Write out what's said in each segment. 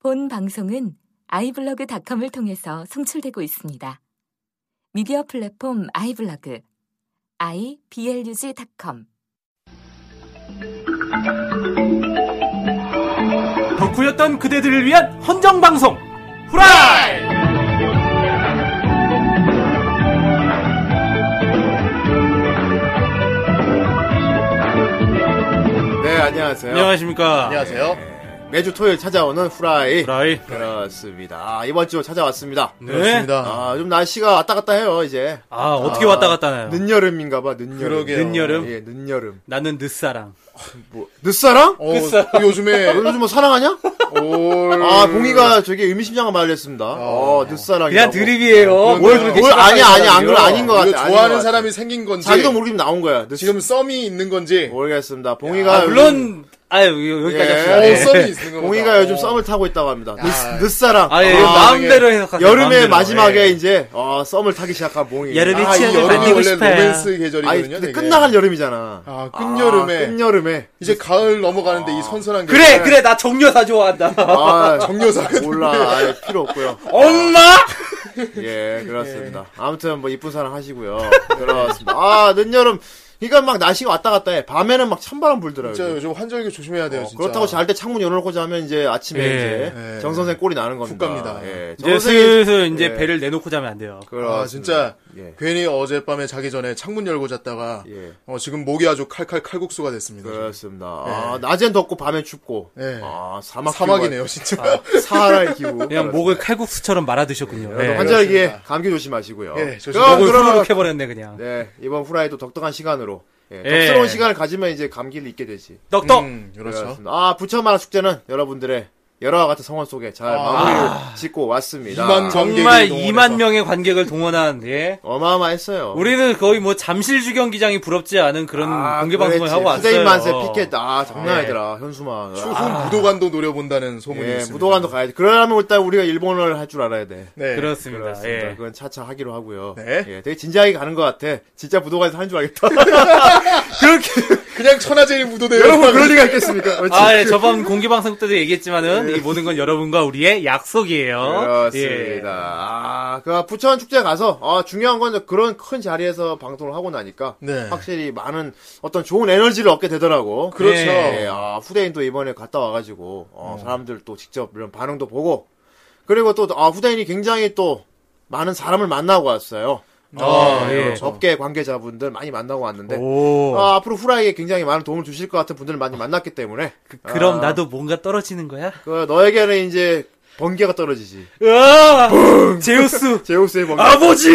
본 방송은 아이블로그닷컴을 통해서 송출되고 있습니다. 미디어 플랫폼 아이블로그 iblog.com 덕후였던 그대들을 위한 헌정 방송 후라이. 네, 안녕하세요. 안녕하십니까. 안녕하세요. 매주 토요일 찾아오는 후라이. 후라이. 그렇습니다. 아, 이번 주 찾아왔습니다. 네. 아, 좀 날씨가 왔다 갔다 해요, 이제. 아 네. 어떻게 왔다 갔다 나요? 늦여름인가 봐, 늦여름. 그러게요. 늦여름? 예, 늦여름. 나는 늦사랑. 늦사랑? 어, 너 요즘에 요즘 뭐 사랑하냐? 올 아, 봉이가 저기 의미심장한 말을 했습니다. 어, 늦사랑. 아, 네. 그냥 드립이에요. 뭘 그렇게 뭘 아니야, 아니야, 안 걸 그래, 아닌 것 같아. 아닌 것 좋아하는 같아. 사람이 생긴 건지 자기도 모르게 나온 거야. 늦... 지금 썸이 있는 건지 모르겠습니다. 봉이가. 아, 물론 아유 여기까지 음. 예. 합시다. 어, 네. 썸이 있는 거 봉이가 요즘 썸을 타고 있다고 합니다. 아. 늦, 늦사랑. 아, 예, 아, 마음대로 해석하세요. 여름의 마음대로. 마지막에 예. 이제 어, 썸을 타기 시작한 봉이. 여름이 아, 이 취향을 여름이 만들고 여름이 원래 싶어요. 로맨스 아니, 계절이거든요. 근데 되게. 끝나갈 여름이잖아. 아. 아, 끝여름에. 끝여름에. 이제 가을 넘어가는데 이 선선한 게 그래 그래 나 정여사 좋아한다. 아, 정여사가 몰라. 아예 필요 없고요. 엄마. 예, 그렇습니다. 아무튼 뭐 이쁜 사랑 하시고요. 그렇습니다. 아, 늦여름. 그러니까 막 날씨가 왔다 갔다 해. 밤에는 막 찬바람 불더라고요. 진짜 요즘 환절기 조심해야 돼요. 어, 진짜. 그렇다고 잘 때 창문 열어놓고 자면 이제 아침에 예. 이제 예. 정 선생 꼴이 나는 겁니다. 갑니다. 예, 정 이제 선생이- 슬슬 이제 예. 배를 내놓고 자면 안 돼요. 그렇습니다. 아 진짜 예. 괜히 어젯밤에 자기 전에 창문 열고 잤다가 예. 어, 지금 목이 아주 칼칼 칼국수가 됐습니다. 지금. 그렇습니다. 아, 낮엔 덥고 밤엔 춥고. 예. 아, 사막 사막이네요 진짜. 기후가- 사하라의 기후. 그냥 목을 칼국수처럼 말아 예. 드셨군요. 네. 환절기에 그렇습니다. 감기 조심하시고요. 예, 조심- 그럼 목을 그럼 후루룩 해버렸네 그냥. 네, 이번 후라이도 덕덕한 시간으로. 예, 예. 덕스러운 시간을 가지면 이제 감기를 잊게 되지. 떡떡. 음, 그렇죠. 그렇습니다. 아, 부천만화 축제는 여러분들의 여러와 같은 성원 속에 잘 마무리를 짓고 왔습니다. 이만 정- 정말 관객을 2만 동원해서. 명의 관객을 동원한 예. 어마어마했어요. 우리는 거의 뭐 잠실 주경 기장이 부럽지 않은 그런 아, 공개 방송을 그랬지. 하고 왔어요. 후대인 만세 피켓. 아, 장난 예. 아니더라. 현수막. 추후 아, 무도관도 노려본다는 소문이 예, 있습니다. 무도관도 가야지. 그러려면 일단 우리가 일본어를 할 줄 알아야 돼. 네. 그렇습니다. 그렇습니다. 예. 그건 차차 하기로 하고요. 네. 예, 되게 진지하게 가는 것 같아. 진짜 무도관에서 하는 줄 알겠다. 그냥 천하제일 무도대요. 여러분 그럴 리가 있겠습니까? 그렇지. 아, 예, 저번 공개 방송 때도 얘기했지만은 이 모든 건 여러분과 우리의 약속이에요. 예. 그렇습니다. 아, 그 부천 축제 가서 아, 중요한 건 이제 그런 큰 자리에서 방송을 하고 나니까 네. 확실히 많은 어떤 좋은 에너지를 얻게 되더라고. 그렇죠. 네. 예, 아, 후대인도 이번에 갔다 와가지고 어, 사람들 또 직접 이런 반응도 보고 그리고 또 아, 후대인이 굉장히 또 많은 사람을 만나고 왔어요. 예. 어, 예. 그렇죠. 업계 관계자분들 많이 만나고 왔는데 오. 아, 앞으로 후라이에 굉장히 많은 도움을 주실 것 같은 분들을 많이 만났기 때문에 그럼 아. 나도 뭔가 떨어지는 거야? 그 너에게는 이제 번개가 떨어지지. 으아! 제우스! 제우스의 번개. 아버지!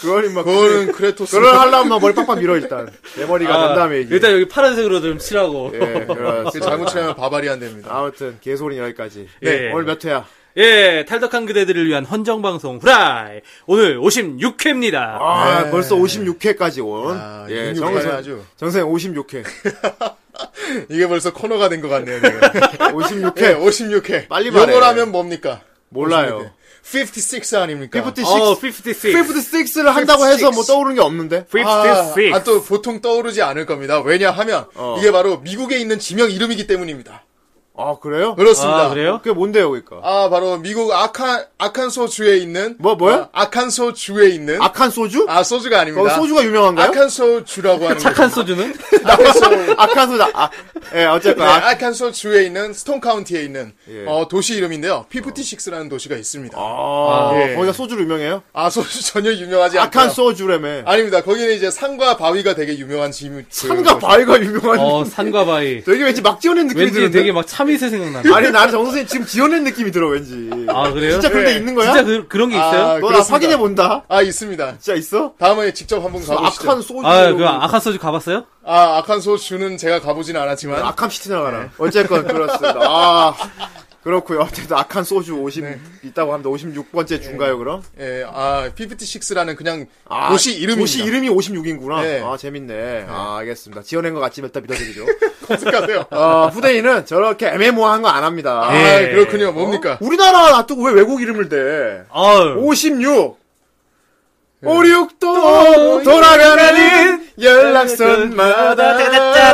그걸 인마 그거는 크레토스. 그걸 하려면 막 머리 빡빡 밀어 일단 내 머리가 아, 난그 다음에 얘기. 일단 여기 파란색으로 좀 칠하고. 예, 예. 그 그렇습니다. 잘못 치면 바바리안 됩니다. 아무튼 개소리 여기까지. 예. 네, 오늘 몇 회야? 탈덕한 그대들을 위한 헌정방송 후라이! 오늘 56회입니다. 아, 벌써 56회까지 온. 네. 아, 예, 56 정선 회는 아주. 정선 56회. 이게 벌써 코너가 된 것 같네요. 지금. 56회. 예, 56회. 빨리 말해. 영어라면 뭡니까? 몰라요. 56 아닙니까? 56. 어, 56. 56를 한다고 해서 뭐 56. 떠오르는 게 없는데. 56. 아, 아, 또 보통 떠오르지 않을 겁니다. 왜냐하면 어. 이게 바로 미국에 있는 지명 이름이기 때문입니다. 아, 그래요? 그렇습니다. 아, 그래요? 그게 뭔데요, 그러니까? 아, 바로 미국 아칸 아칸소 주에 있는 뭐, 뭐요? 아, 칸소 주에 있는 아, 악한 소주? 소주가 거기 아닙니다. 소주가 유명한가요? 아칸소 주라고 하는 착한 소주는? 아칸소 악한 소주. 아, 예, 네, 어쨌건 아, 아칸소 주에 있는 스톤 카운티에 있는 예. 어, 도시 이름인데요. 56라는 도시가 있습니다. 아, 아, 예. 거기가 소주로 유명해요? 소주 전혀 유명하지 않고요. 악한 소주라며. 아닙니다. 거기는 이제 산과 바위가 되게 유명한 지문. 그 예. 산과 바위가 유명한. 어, 산과 바위. 되게 왠지 막 지어낸 느낌이 왠지 드는데. 되게 막 참이슬 생각나네. 아니 나는 정 선생님 지금 지어낸 느낌이 들어 왠지. 아, 그래요? 진짜 그런 데 네. 있는 거야? 진짜 그, 그런 게 있어요? 아, 너나 그렇습니다. 확인해 본다. 아 있습니다. 진짜 있어? 다음에 직접 한번 가보시죠. 악한 소주. 아, 그 아카 소주 가봤어요? 아 아칸소 주는 제가 가보진 않았지만 악한 시티 나가라. 어쨌건 그렇습니다. 아 그렇고요. 어쨌든 악한 소주 50 있다고 합니다. 56번째 주인가요 그럼? 예, 아 56라는 그냥 아, 도시 이름입니다. 도시 이름이 56인구나. 네. 아 재밌네. 아 알겠습니다. 지어낸 것 같지만 일단 믿어드리죠. 검색하세요. 아, 어, 후대인은 저렇게 애매모호한 거 안 합니다. 아, 예. 네. 그렇군요. 뭡니까? 우리나라 놔두고 왜 외국 이름을 대? 아유. 56. 56도 어? 돌아가는 연락선마다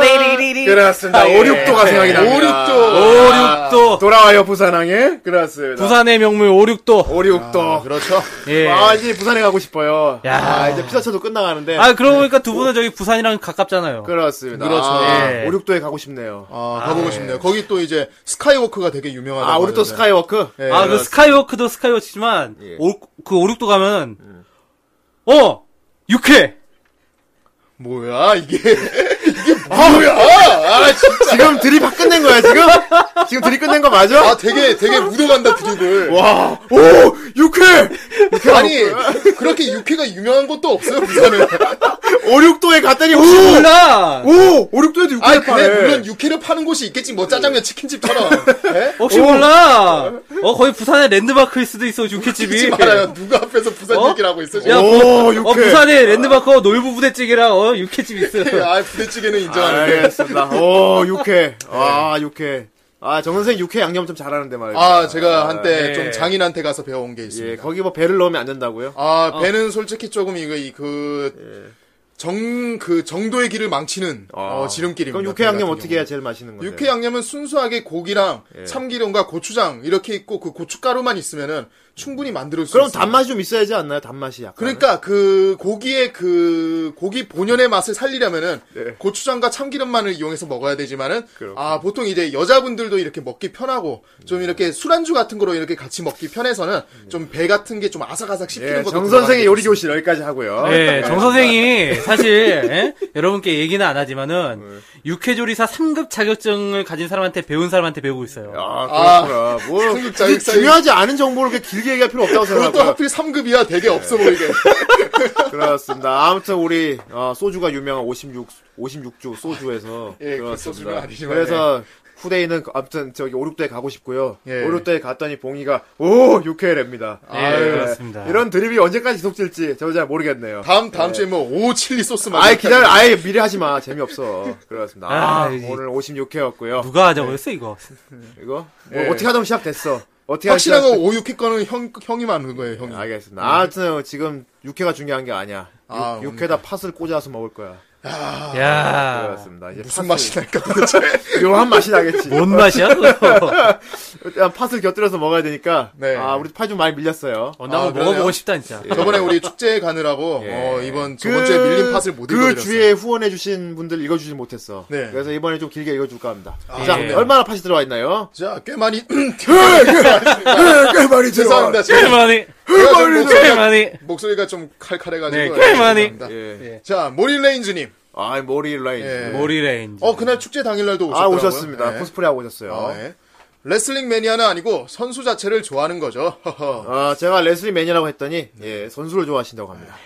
1위. 그렇습니다. 예. 오륙도가 생각이 납니다. 오륙도. 오륙도. 돌아와요 부산항에 그렇습니다. 부산의 명물 오륙도. 오륙도 그렇죠. 예. 아 이제 부산에 가고 싶어요. 야. 아 이제 피사철도 끝나가는데 아, 그러고 보니까 두 분은 저기 부산이랑 가깝잖아요. 그렇습니다. 그렇죠. 아, 예. 오륙도에 가고 싶네요. 아, 가보고 싶네요. 거기 또 이제 스카이워크가 되게 유명하다고. 아 오륙도 하는데. 스카이워크. 예, 아, 그 그렇습니다. 스카이워크도 스카이워크지만, 예. 오, 그 오륙도 가면, 어! 육회! 뭐야 이게 이게 뭐야? 아, 진- 지금 드립 다 끝낸 거야 지금? 지금 드립 끝낸 거 맞아? 아 되게 되게 묻어간다 드립을. 와, 오, 육회! 아니 그렇게 육회가 유명한 곳도 없어요 부산은. 오륙도에 갔더니, 오! 몰라! 오! 오륙도에도 육회 아니 파네. 근데 물론 육회를 파는 곳이 있겠지 뭐 짜장면 치킨집처럼. 예? 혹시 몰라! 어, 거의 부산의 랜드마크일 수도 있어, 웃기지 육회집이. 말아요. 누가 앞에서 부산 어? 얘기를 하고 있어 지금. 야, 오, 부, 어, 육회. 아, 부산의 랜드마크 놀부 부대찌개랑, 어, 육회집 있어요. 아 부대찌개는 아, 예. 인정하는데. 알겠습니다. 오, 육회. 아, 육회. 아, 정선생 육회 양념 좀 잘하는데 말이야. 아 제가 한때 예. 좀 장인한테 가서 배워온 게 예, 어. 있습니다. 거기 뭐 배를 넣으면 안 된다고요? 아 배는 솔직히 조금 이거 이그 예. 정, 그 정도의 길을 망치는 어, 지름길입니다. 아. 그럼 육회 배 양념 같은 어떻게 해야 제일 맛있는 예. 건데? 육회 양념은 순수하게 고기랑 참기름과 고추장 이렇게 있고 그 고춧가루만 있으면은 충분히 만들 수 그럼 있습니다. 단맛이 좀 있어야지 않나요? 단맛이 약간. 그러니까 그 고기의 그 고기 본연의 맛을 살리려면은 고추장과 참기름만을 이용해서 먹어야 되지만은 네. 그렇군요. 네. 아 보통 이제 여자분들도 이렇게 먹기 편하고 좀 이렇게 술안주 같은 거로 이렇게 같이 먹기 편해서는 좀 배 같은 게 좀 아삭아삭 씹히는 예, 것도 정선생의 들어가는 요리 게 좋습니다. 교실 여기까지 하고요. 예, 정 선생이 사실 예? 여러분께 얘기는 안 네. 하지만은 육회조리사 3급 자격증을 가진 사람한테 배운 사람한테 배우고 있어요. 아, 그렇구나. 뭐, 삼국자 이게 육사 중요하지 않은 정보를 그렇게 길게 얘기할 필요 없다고 그것도 생각하고요. 하필 3급이야 되게 없어 보이게 그렇습니다. 아무튼 우리 어, 소주가 유명한 56 56주 소주에서 예, 그 그렇습니다. 소주는 아니지만, 그래서 후대인은 아무튼 저기 오륙도에 가고 싶고요. 예. 아, 오륙도에 갔더니 봉이가 오 육회랍니다. 네. 예, 그렇습니다. 이런 드립이 언제까지 지속될지 저도 잘 모르겠네요. 다음 다음 주에 뭐오 칠리 소스 만 아예 기다려, 아예 미리 하지 마. 재미없어. 그렇습니다. 아, 아, 예. 이- 오늘 56회였고요. 누가 하자고 했어 네. 이거? 이거 뭐 예. 어떻게 하다 시작됐어. 어떻게 하다 시작. 확실한 건 오육회 거는 형 형이 만든 거예요 형이 알겠습니다. 아무튼 지금 육회가 중요한 게 아니야. 아, 육, 회에다 팥을 꽂아서 먹을 거야. 야, 아, 그렇습니다. 이제 아, 무슨 팥을- 맛이 날까 도대체 묘한 맛이 나겠지. 뭔 맛이야 아, 그거? 일단 팥을 곁들여서 먹어야 되니까. 네. 아, 우리 팥 좀 많이 밀렸어요. 어, 나 아, 한번 그러네요. 먹어보고 싶다 진짜. 예. 저번에 우리 축제에 가느라고 어, 이번 저번 주에 밀린 팥을 못 읽어드렸어요. 그 주에 후원해주신 분들 읽어주지 못했어. 네. 그래서 이번에 좀 길게 읽어줄까 합니다. 아, 자, 예. 얼마나 팥이 들어와 있나요? 자, 꽤 많이 예, 꽤 많이 죄송합니다. 꽤 제가 많이, 제가 좀 꽤 목소리가, 많이. 목소리가 좀 네, 칼칼해가지고 꽤 많이. 죄송합니다. 예. 자, 모릴레인즈님. 아, 머리 라인. 예. 모리 레인지. 어 그날 축제 당일날도 아, 오셨더라고요. 오셨습니다. 예. 코스프레 하고 오셨어요. 아, 예. 레슬링 매니아는 아니고 선수 자체를 좋아하는 거죠. 허허. 아, 제가 레슬링 매니아라고 했더니, 네. 예, 선수를 좋아하신다고 합니다.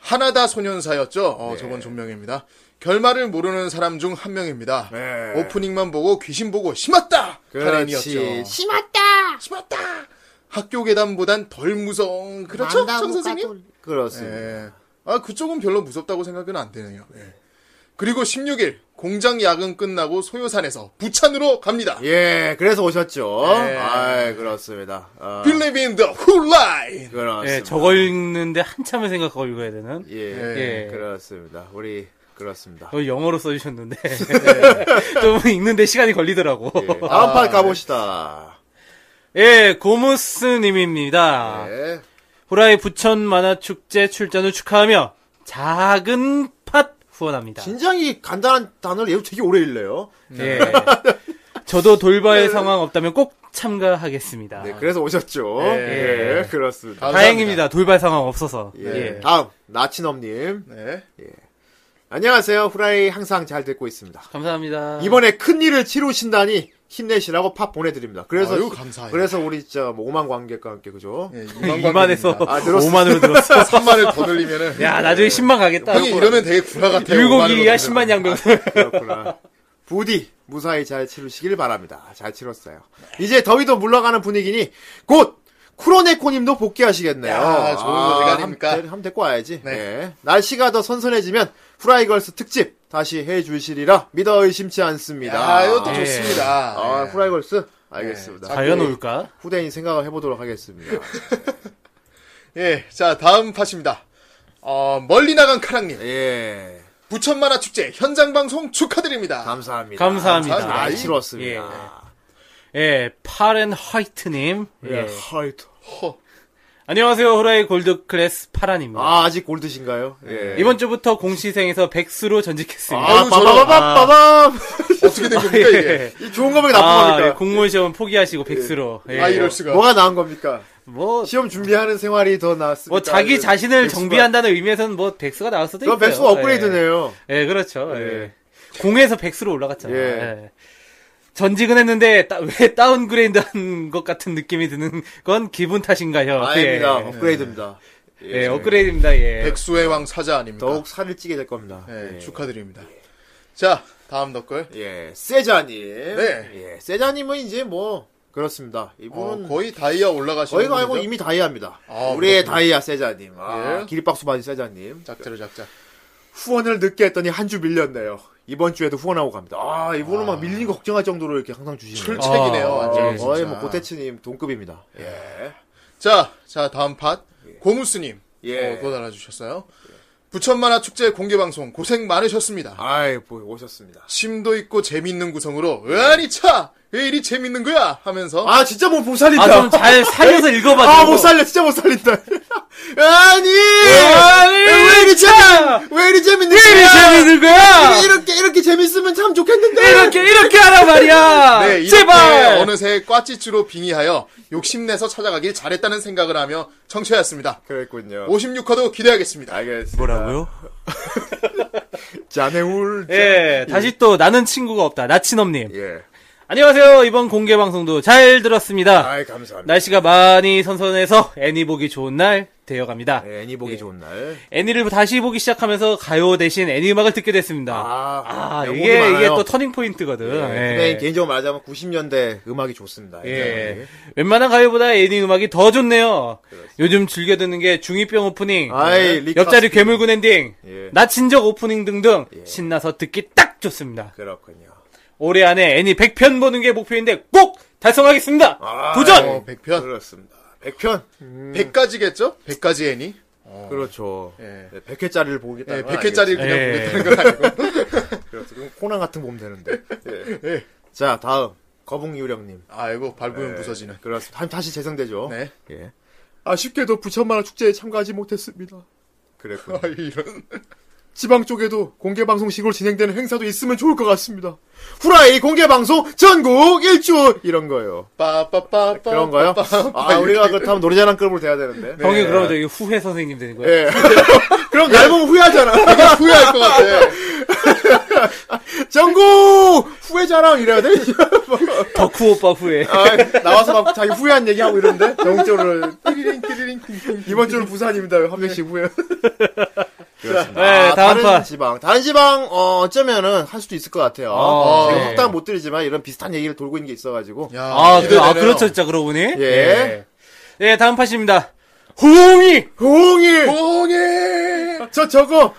하나다 소년사였죠. 어, 네. 저건 존명입니다. 결말을 모르는 사람 중 한 명입니다. 네. 오프닝만 보고 귀신 보고 심었다. 그렇지. 카렌이었죠. 심었다. 심었다. 학교 계단보단 덜 무서운 그렇죠, 만다보가 정 선생님? 돌- 그렇습니다. 예. 아, 그쪽은 별로 무섭다고 생각은 안 되네요. 예. 그리고 16일 공장 야근 끝나고 소요산에서 부천으로 갑니다. 예, 그래서 오셨죠. 예. 아이, 그렇습니다. 아, Believe in the Who Line. 그렇습니다. 예, 저거 읽는데 한참을 생각하고 읽어야 되는. 예, 예. 그렇습니다. 우리, 그렇습니다. 거 영어로 써주셨는데 좀 읽는데 시간이 걸리더라고. 예. 다음 판 가봅시다. 예, 고무스님입니다. 예. 후라이 부천 만화축제 출전을 축하하며 작은 팟 후원합니다. 진장이 간단한 단어를 얘도 되게 오래 읽네요. 예. 저도 돌발 상황 없다면 꼭 참가하겠습니다. 네, 그래서 오셨죠. 예, 아. 예. 그렇습니다. 아, 다행입니다. 돌발 상황 없어서. 예. 예. 다음, 나치넘님. 네. 안녕하세요. 후라이 항상 잘 듣고 있습니다. 감사합니다. 이번에 큰 일을 치르신다니 힘내시라고 팝 보내드립니다. 그래서 아유, 감사해요. 그래서 우리 진짜 뭐 5만 관객과 함께 그죠? 예, 이만에서 아, 들었어. 5만으로 들었어. 3만을 더 늘리면은 야, 나중에 10만 가겠다. 형이 이러면 되게 구라 같아요. 율곡이야 5만으로 10만 아, 양병설. 그렇구나. 부디 무사히 잘 치르시길 바랍니다. 잘 치렀어요. 이제 더위도 물러가는 분위기니 곧 쿠로네코님도 복귀하시겠네요. 야, 좋은 소식 아닙니까? 함, 함 데리고 와야지. 네. 예. 날씨가 더 선선해지면 후라이걸스 특집 다시 해주시리라 믿어 의심치 않습니다. 아, 이것도 아, 예. 좋습니다. 아, 예. 후라이걸스 알겠습니다. 네. 과연 올까? 후대인 생각을 해보도록 하겠습니다. 예, 자 다음 팟입니다. 어, 멀리 나간 카랑님. 예. 부천 만화 축제 현장 방송 축하드립니다. 감사합니다. 감사합니다. 아, 아이. 치렀습니다. 예, 파렌하이트님. 예. 예. 하이트. 허. 안녕하세요, 호라이 골드클래스 파란입니다. 아, 아직 골드신가요? 예. 이번 주부터 공시생에서 백수로 전직했습니다. 아, 아유, 저런. 빠바바바밤! 어떻게 된 겁니까 이게? 이 좋은 겁니까, 나쁜 아, 예, 겁니까? 공무원 시험 포기하시고 백수로. 예. 아 이럴 수가. 뭐가 나은 겁니까? 뭐, 시험 준비하는 생활이 더 나았습니다. 뭐 자기 자신을 정비한다는 의미에서는 뭐 백수가 나올 수도 있어요. 그럼 백수 업그레이드네요. 예, 예, 그렇죠. 예. 예. 공에서 백수로 올라갔잖아요. 예. 예. 전직은 했는데 따- 왜 다운그레이드한 것 같은 느낌이 드는 건 기분 탓인가요? 아닙니다. 예. 업그레이드입니다. 예, 업그레이드입니다. 예. 백수의 왕 사자 아닙니까? 더욱 살을 찌게 될 겁니다. 네, 예. 축하드립니다. 자, 다음 댓글. 예, 세자님. 네. 예, 세자님은 이제 뭐, 그렇습니다. 어, 이분은 거의 다이아 올라가시는 저희가 알고 분이죠? 이미 다이아입니다. 아, 우리의 그렇군요. 다이아 세자님. 아, 예. 기립박수 받은 세자님. 작자로 작자. 후원을 늦게 했더니 한 주 밀렸네요. 이번 주에도 후원하고 갑니다. 아, 이분은 막 밀린 거 걱정할 정도로 이렇게 항상 주시네요. 아, 출첵이네요. 아, 아, 완전 어. 거의 뭐 고태치님 동급입니다. 예. 예. 자, 자 다음 팟 고무스님 예. 어, 또 달아주셨어요. 부천 만화 축제 공개 방송 고생 많으셨습니다. 아이, 뭐, 오셨습니다. 심도 있고 재밌는 구성으로 아니 차! 왜 이리 재밌는 거야? 하면서 아, 진짜 뭐, 못 살린다. 아, 좀 잘 살려서 읽어봐. 아, 좀. 못 살려, 진짜 못 살린다. 아니! 예. 아니! 예, 왜 이리 재밌, 예! 왜 이리 왜 재밌는 이리 재밌는 예, 거야? 이렇게, 이렇게 재밌으면 참 좋겠는데! 이렇게 이렇게 하라 말이야. 네, 이렇게 제발. 어느새 꽈찌쭈로 빙의하여 욕심내서 찾아가길 잘했다는 생각을 하며 청취하였습니다. 어. 그랬군요. 네, 56화도 기대하겠습니다. 알겠습니다. 자네울. 예, 다시 또 나는 친구가 없다. 나친엄님. 예. 안녕하세요. 이번 공개 방송도 잘 들었습니다. 아이, 감사합니다. 날씨가 많이 선선해서 애니 보기 좋은 날 되어갑니다. 예, 애니 보기 좋은 날. 애니를 다시 보기 시작하면서 가요 대신 애니 음악을 듣게 됐습니다. 아, 아, 명곡이 이게 많아요. 이게 또 터닝 포인트거든. 예. 근데 네, 개인적으로 말하자면 90년대 음악이 좋습니다. 예. 웬만한 가요보다 애니 음악이 더 좋네요. 요즘 즐겨 듣는 게 중2병 오프닝, 아이, 리카스. 옆자리 괴물군 엔딩, 예. 나 진적 오프닝 등등 신나서 듣기 딱 좋습니다. 그렇군요. 올해 안에 애니 100편 보는 게 목표인데 꼭 달성하겠습니다. 도전! 어, 100편. 아, 네. 그렇습니다. 100편. 100가지겠죠? 100가지 애니? 그렇죠. 예. 100회짜리를 보겠다. 그렇죠. 예, 100회짜리 그냥 예. 보겠다는 건 아니고. 그럼 코난 같은 거 보면 되는데. 예. 자, 다음. 거북유령님. 예. 아이고, 밟으면 예. 부서지는. 그렇습니다. 한- 다시 재생되죠. 네. 예. 아쉽게도 부천만화 축제에 참가하지 못했습니다. 그랬군요. 아, 이런. 지방 쪽에도 공개방송식으로 진행되는 행사도 있으면 좋을 것 같습니다. 후라이 공개방송 전국 일주 이런 거요. 빠빠빠 그런 거요? 아, 우리가 그렇다면 노래자랑 급으로 돼야 되는데. 네. 형이 그러면 네. 저기 후회 선생님 되는 거예요? 예. 그럼 날 보면 후회하잖아. 후회할 것 같아. 전국 후회자랑 이래야 돼? 덕후 오빠 후회. 아, 나와서 막 자기 후회한 얘기하고 이러는데? 전국적으로. 띠리링, 띠리링, 쿵쿵. 이번 주는 부산입니다. 한 명씩 후회. 그렇습니다. 네, 아, 다음 다른 판. 지방. 다른 지방, 어, 어쩌면은 할 수도 있을 것 같아요. 아, 제가 네. 확답 못 드리지만 이런 비슷한 얘기를 돌고 있는 게 있어가지고. 야, 아, 그, 기대되네요. 아, 그렇죠, 진짜 그러고 보니. 예. 예. 네, 다음 팟입니다. 후홍이! 홍이! 뽕에! 저, 저거!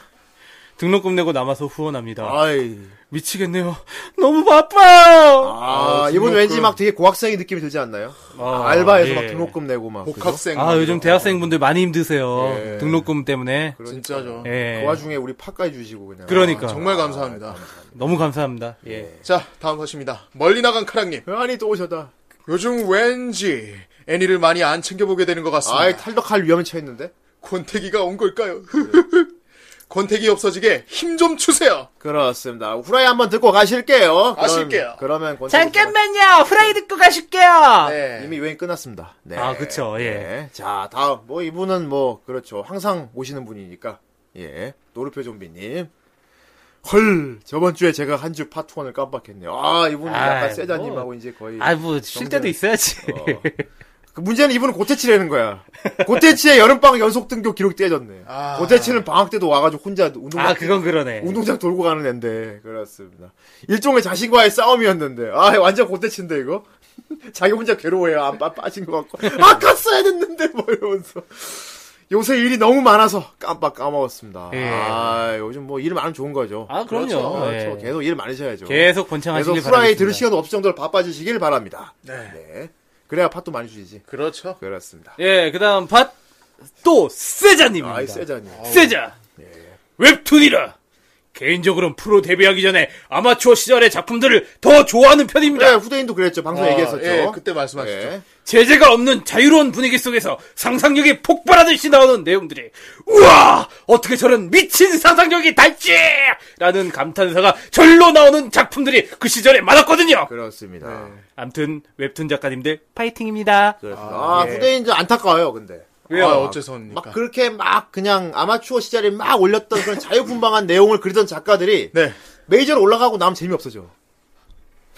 등록금 내고 남아서 후원합니다. 아이. 미치겠네요. 너무 바빠! 아, 아, 이분 등록금. 왠지 막 되게 고학생이 느낌이 들지 않나요? 아, 알바에서 예. 막 등록금 내고 막. 그죠? 복학생. 아, 요즘 대학생분들 많이 힘드세요. 예. 등록금 때문에. 그러니까. 진짜죠. 예. 그 와중에 우리 파까지 주시고 그냥. 아, 그러니까. 정말 감사합니다. 너무 감사합니다. 예. 자, 다음 것입니다. 멀리 나간 카랑님. 아, 아니, 또 오셨다. 요즘 왠지 애니를 많이 안 챙겨보게 되는 것 같습니다. 아이, 탈덕할 위험에 처했는데? 권태기가 온 걸까요? 권태기 없어지게 힘 좀 주세요. 그렇습니다. 후라이 한번 듣고 가실게요. 가실게요. 그럼, 그러면 권태기 잠깐만요! 후라이 듣고 가실게요! 씨가 네. 이미 유행 끝났습니다. 네. 아, 그쵸, 예. 네. 자, 다음. 뭐, 이분은 뭐, 그렇죠. 항상 오시는 분이니까. 예. 노르표 좀비님. 헐, 저번 주에 제가 한 주 파트원을 깜빡했네요. 아, 이분은 약간 아이, 세자님하고 뭐. 이제 거의. 아, 뭐, 쉴 때도 있어야지. 그 문제는 이분은 고태치라는 거야. 고태치의 여름방학 연속 등교 기록이 떼졌네. 아. 고태치는 방학 때도 와가지고 혼자 운동장, 아, 그건 그러네. 운동장 돌고 가는 앤데. 그렇습니다. 일종의 자신과의 싸움이었는데. 아, 완전 고태치인데, 이거? 자기 혼자 괴로워요. 안 빠, 빠진 것 같고. 아, 갔어야 됐는데! 뭐 이러면서. 요새 일이 너무 많아서 깜빡 까먹었습니다. 예. 아, 요즘 뭐 일 많으면 좋은 거죠. 아, 그럼요. 그렇죠. 그렇죠. 예. 계속 일 많으셔야죠. 계속 번창하시길 계속 바랍니다. 후라이 들을 시간 없을 정도로 바빠지시길 바랍니다. 네. 네. 그래야 팥도 많이 주시지. 그렇죠. 그렇습니다. 예, 그 다음 팟, 또, 세자님입니다. 아이 세자님. 세자! 웹툰이라! 개인적으로는 프로 데뷔하기 전에 아마추어 시절의 작품들을 더 좋아하는 네, 편입니다. 후대인도 그랬죠. 방송 아, 얘기했었죠. 예, 그때 말씀하셨죠. 예. 제재가 없는 자유로운 분위기 속에서 상상력이 폭발하듯이 나오는 내용들이 우와 어떻게 저런 미친 상상력이 달지 라는 감탄사가 절로 나오는 작품들이 그 시절에 많았거든요. 그렇습니다. 암튼 웹툰 작가님들 파이팅입니다. 아, 예. 후대인 이제 안타까워요, 근데. 왜요? 아, 어째서입니까? 막 그렇게 막 그냥 아마추어 시절에 막 올렸던 그런 자유분방한 내용을 그리던 작가들이 네. 메이저로 올라가고 나면 재미없어져.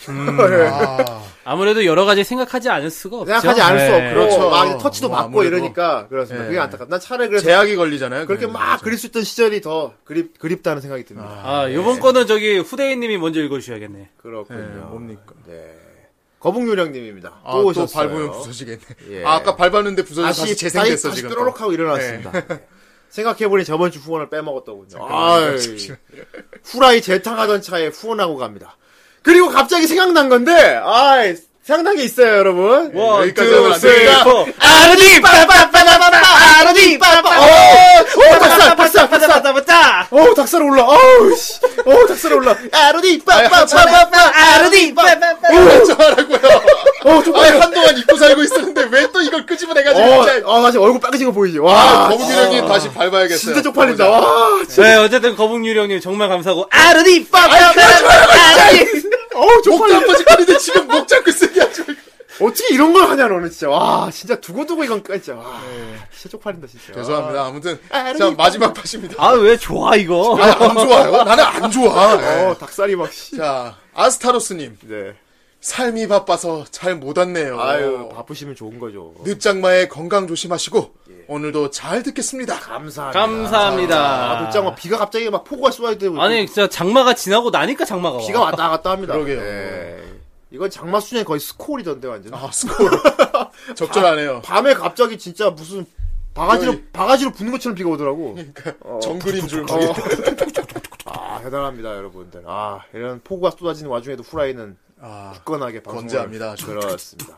그 아, 아무래도 여러 가지 생각하지 않을 수가 없죠. 생각하지 않을 수 없고 그렇죠. 막 터치도 뭐 받고 아무래도. 이러니까 그렇습니다. 네. 그게 안타깝다. 난 차라리 그래서 제약이 네, 걸리잖아요. 예, 네, 그렇게 그러면. 막 그릴 수 있던 시절이 더 그립 그립다는 생각이 듭니다. 아, 요번 네. 거는 저기 후대인님이 먼저 읽어주셔야겠네. 그렇군요. 네. 네, 뭡니까? 거북유령님입니다. 아, 또 또, 오셨어요. 밟으면 부서지겠네. 예. 아, 아까 밟았는데 부서져서 다시 재생됐어, 다시 지금. 또. 뾰로록하고 일어났습니다. 네. 생각해보니 저번 주 후원을 빼먹었더군요. 아, 후라이 재탕하던 차에 후원하고 갑니다. 그리고 갑자기 생각난 건데, 아, 생각난 게 있어요, 여러분. 네, 원, 여기까지 투, 하면 안 쓰리, 되니까. 포. 아르디 빠라빠라빠라빠 아르디 빠라빠. 오, 오, 닭살, 닭살, 닭살. 따따따따! 오, 닭살 올라. 오, 씨. 오, 닭살 올라. 아르디 빠빠빠빠빠. 아르디 빠빠빠. 어, 좀 아니, 한동안 잊고 살고 있었는데 왜 또 이걸 끄집어내가지고. 진짜. 예. 어, 아, 다시 얼굴 빨개진 거 보이지? 아, 와, 거북이랑이 다시 밟아야겠어요. 진짜 쪽팔린다. 와, 네, 어쨌든 거북유령님 정말 감사하고, 아! 아르디 그렇죠. 빠빠빠빠. 어우, 목도 쪽팔려. 아. 한 번씩 가는데 지금 목 잡고 쓰게 하죠. 어떻게 이런 걸 하냐, 너는 진짜. 와, 진짜 두고두고 이건 진짜. 와, 진짜 쪽팔린다, 진짜. 죄송합니다. 아무튼. 아, 자, 아름이 마지막 팟입니다. 아, 왜 좋아, 이거? 아니, 안 좋아요. 어, 나는 안 좋아. 예. 어, 닭살이 막, 씨. 자, 아스타로스님. 네. 삶이 바빠서 잘 못 왔네요. 아유, 어, 바쁘시면 좋은 거죠. 네. 늦장마의 건강 조심하시고, 예. 오늘도 잘 듣겠습니다. 감사합니다. 아, 감사합니다. 늦장마 비가 갑자기 막 폭우가 쏟아지고 아니, 진짜 장마가 지나고 나니까 장마가 와. 비가 왔다 갔다 합니다. 그러게요. 네. 예. 이건 장마 수준에 거의 스콜이던데 완전. 아, 스코어. 적절하네요. 밤에 갑자기 진짜 무슨 바가지로 여기. 바가지로 부는 것처럼 비가 오더라고. 그러니까. 정글인 줄. 어. 아 대단합니다 여러분들. 아 이런 폭우가 쏟아지는 와중에도 후라이는 아, 굳건하게 방송을- 건재합니다, 아주. 그렇습니다.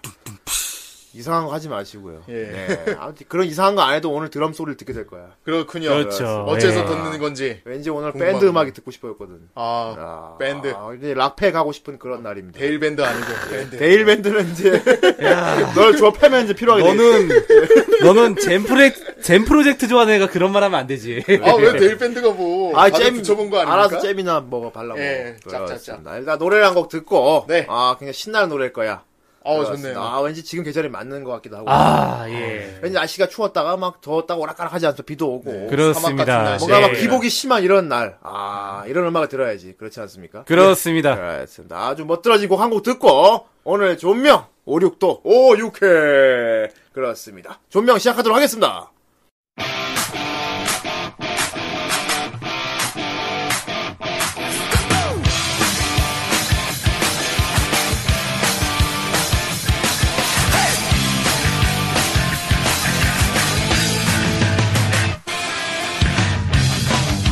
이상한 거 하지 마시고요. 예. 네. 아무튼 그런 이상한 거 안 해도 오늘 드럼 소리를 듣게 될 거야. 그렇군요. 그렇죠. 어째서 예. 듣는 건지. 왠지 오늘 궁금하네요. 밴드 음악이 듣고 싶었거든. 아, 아, 밴드. 아, 이제 락페 가고 싶은 그런 날입니다. 데일밴드 아니고, 밴드. 데일 밴드는 이제 널 주어 패면 이제 필요하게 돼. 너는, 너는 젠 프로젝트, 젠 프로젝트 좋아하는 애가 그런 말 하면 안 되지. 네. 아, 왜 데일밴드가 뭐. 아, 다들 잼 붙여본 거 아닙니까? 알아서 잼이나 먹어 발라 먹어. 예, 짭짭짭. 그렇습니다. 일단 노래를 한 곡 듣고 네. 아, 그냥 신나는 노래일 거야. 어, 그렇습니다. 좋네요. 아, 왠지 지금 계절에 맞는 것 같기도 하고. 아, 예. 왠지 날씨가 추웠다가 막 더웠다가 오락가락 하지 않죠. 비도 오고. 네. 사막 같은 그렇습니다. 날씨. 뭔가 막 예. 기복이 심한 이런 날. 아, 이런 음악을 들어야지. 그렇지 않습니까? 그렇습니다. 그렇습니다. 아주 멋들어진 곡 한 곡 듣고 오늘 존명 56도 56회 그렇습니다. 존명 시작하도록 하겠습니다.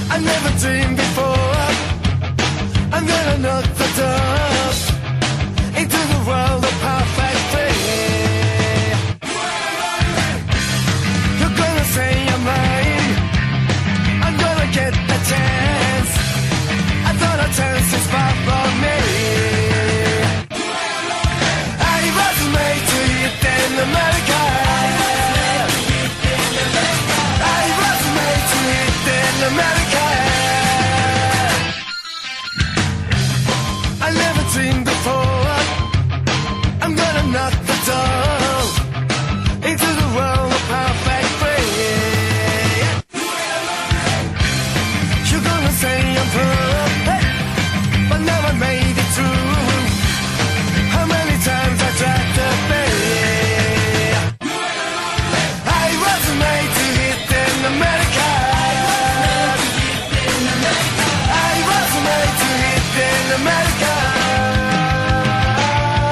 I never dreamed before. I'm gonna knock the door into the world of perfect free. You're gonna say I'm mine. I'm gonna get a chance. I thought a chance is far from me. I was made to eat in America. I was made to eat in America. I never dreamed before. I'm gonna knock the door into the world of perfect free. You're gonna say I'm perfect, but never made it through. How many times I tried to be? I was made to hit in America. I was made to hit in America.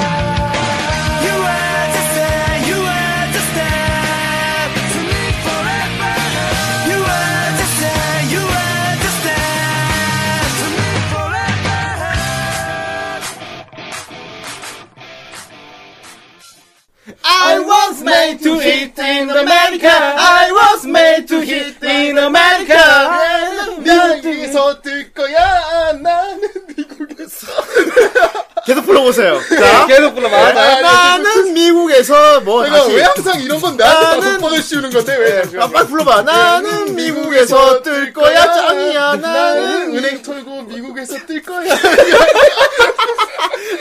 You are the star, you are the star to me forever. You are the star, you are the star to me forever. I was made to eat in America. I was was made to hit in America. 아, 네. 미국에서 뜰 거야 나는 미국에서 계속 불러보세요. 자, 네, 계속 불러봐. 자, 나는 미국에서 뭐 내가 다시 왜 항상 이런 건 나한테 다섯 번을 씌우는 건데 왜 아, 빨리 불러봐. 나는 미국에서 뜰 거야 짱이야. 나는 은행 털고 미국에서 뜰 거야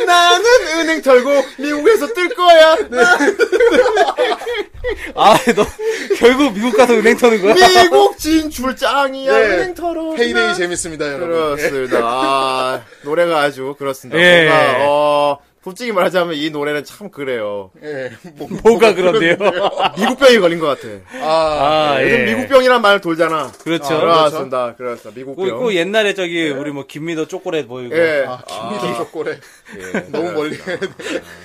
나는 은행 털고 미국에서 뜰 거야. 아, 너 결국 미국 가서 은행 터는 거야? 미국 진출 짱이야. 네. 은행 털어. 페이데이 재밌습니다 여러분 그렇습니다. 아, 노래가 아주 그렇습니다. 예. 뭔가 어 솔직히 말하자면 이 노래는 참 그래요. 예, 뭐, 뭐가 그런데요? 미국병이 걸린 것 같아. 아, 아, 요즘 예. 미국병이란 말 돌잖아. 그렇죠. 아, 그렇습니다. 그렇습니다. 미국병. 그, 그 옛날에 저기 우리 뭐 김미더 초콜릿 보이고 예. 아, 김미도 초콜릿 너무 멀리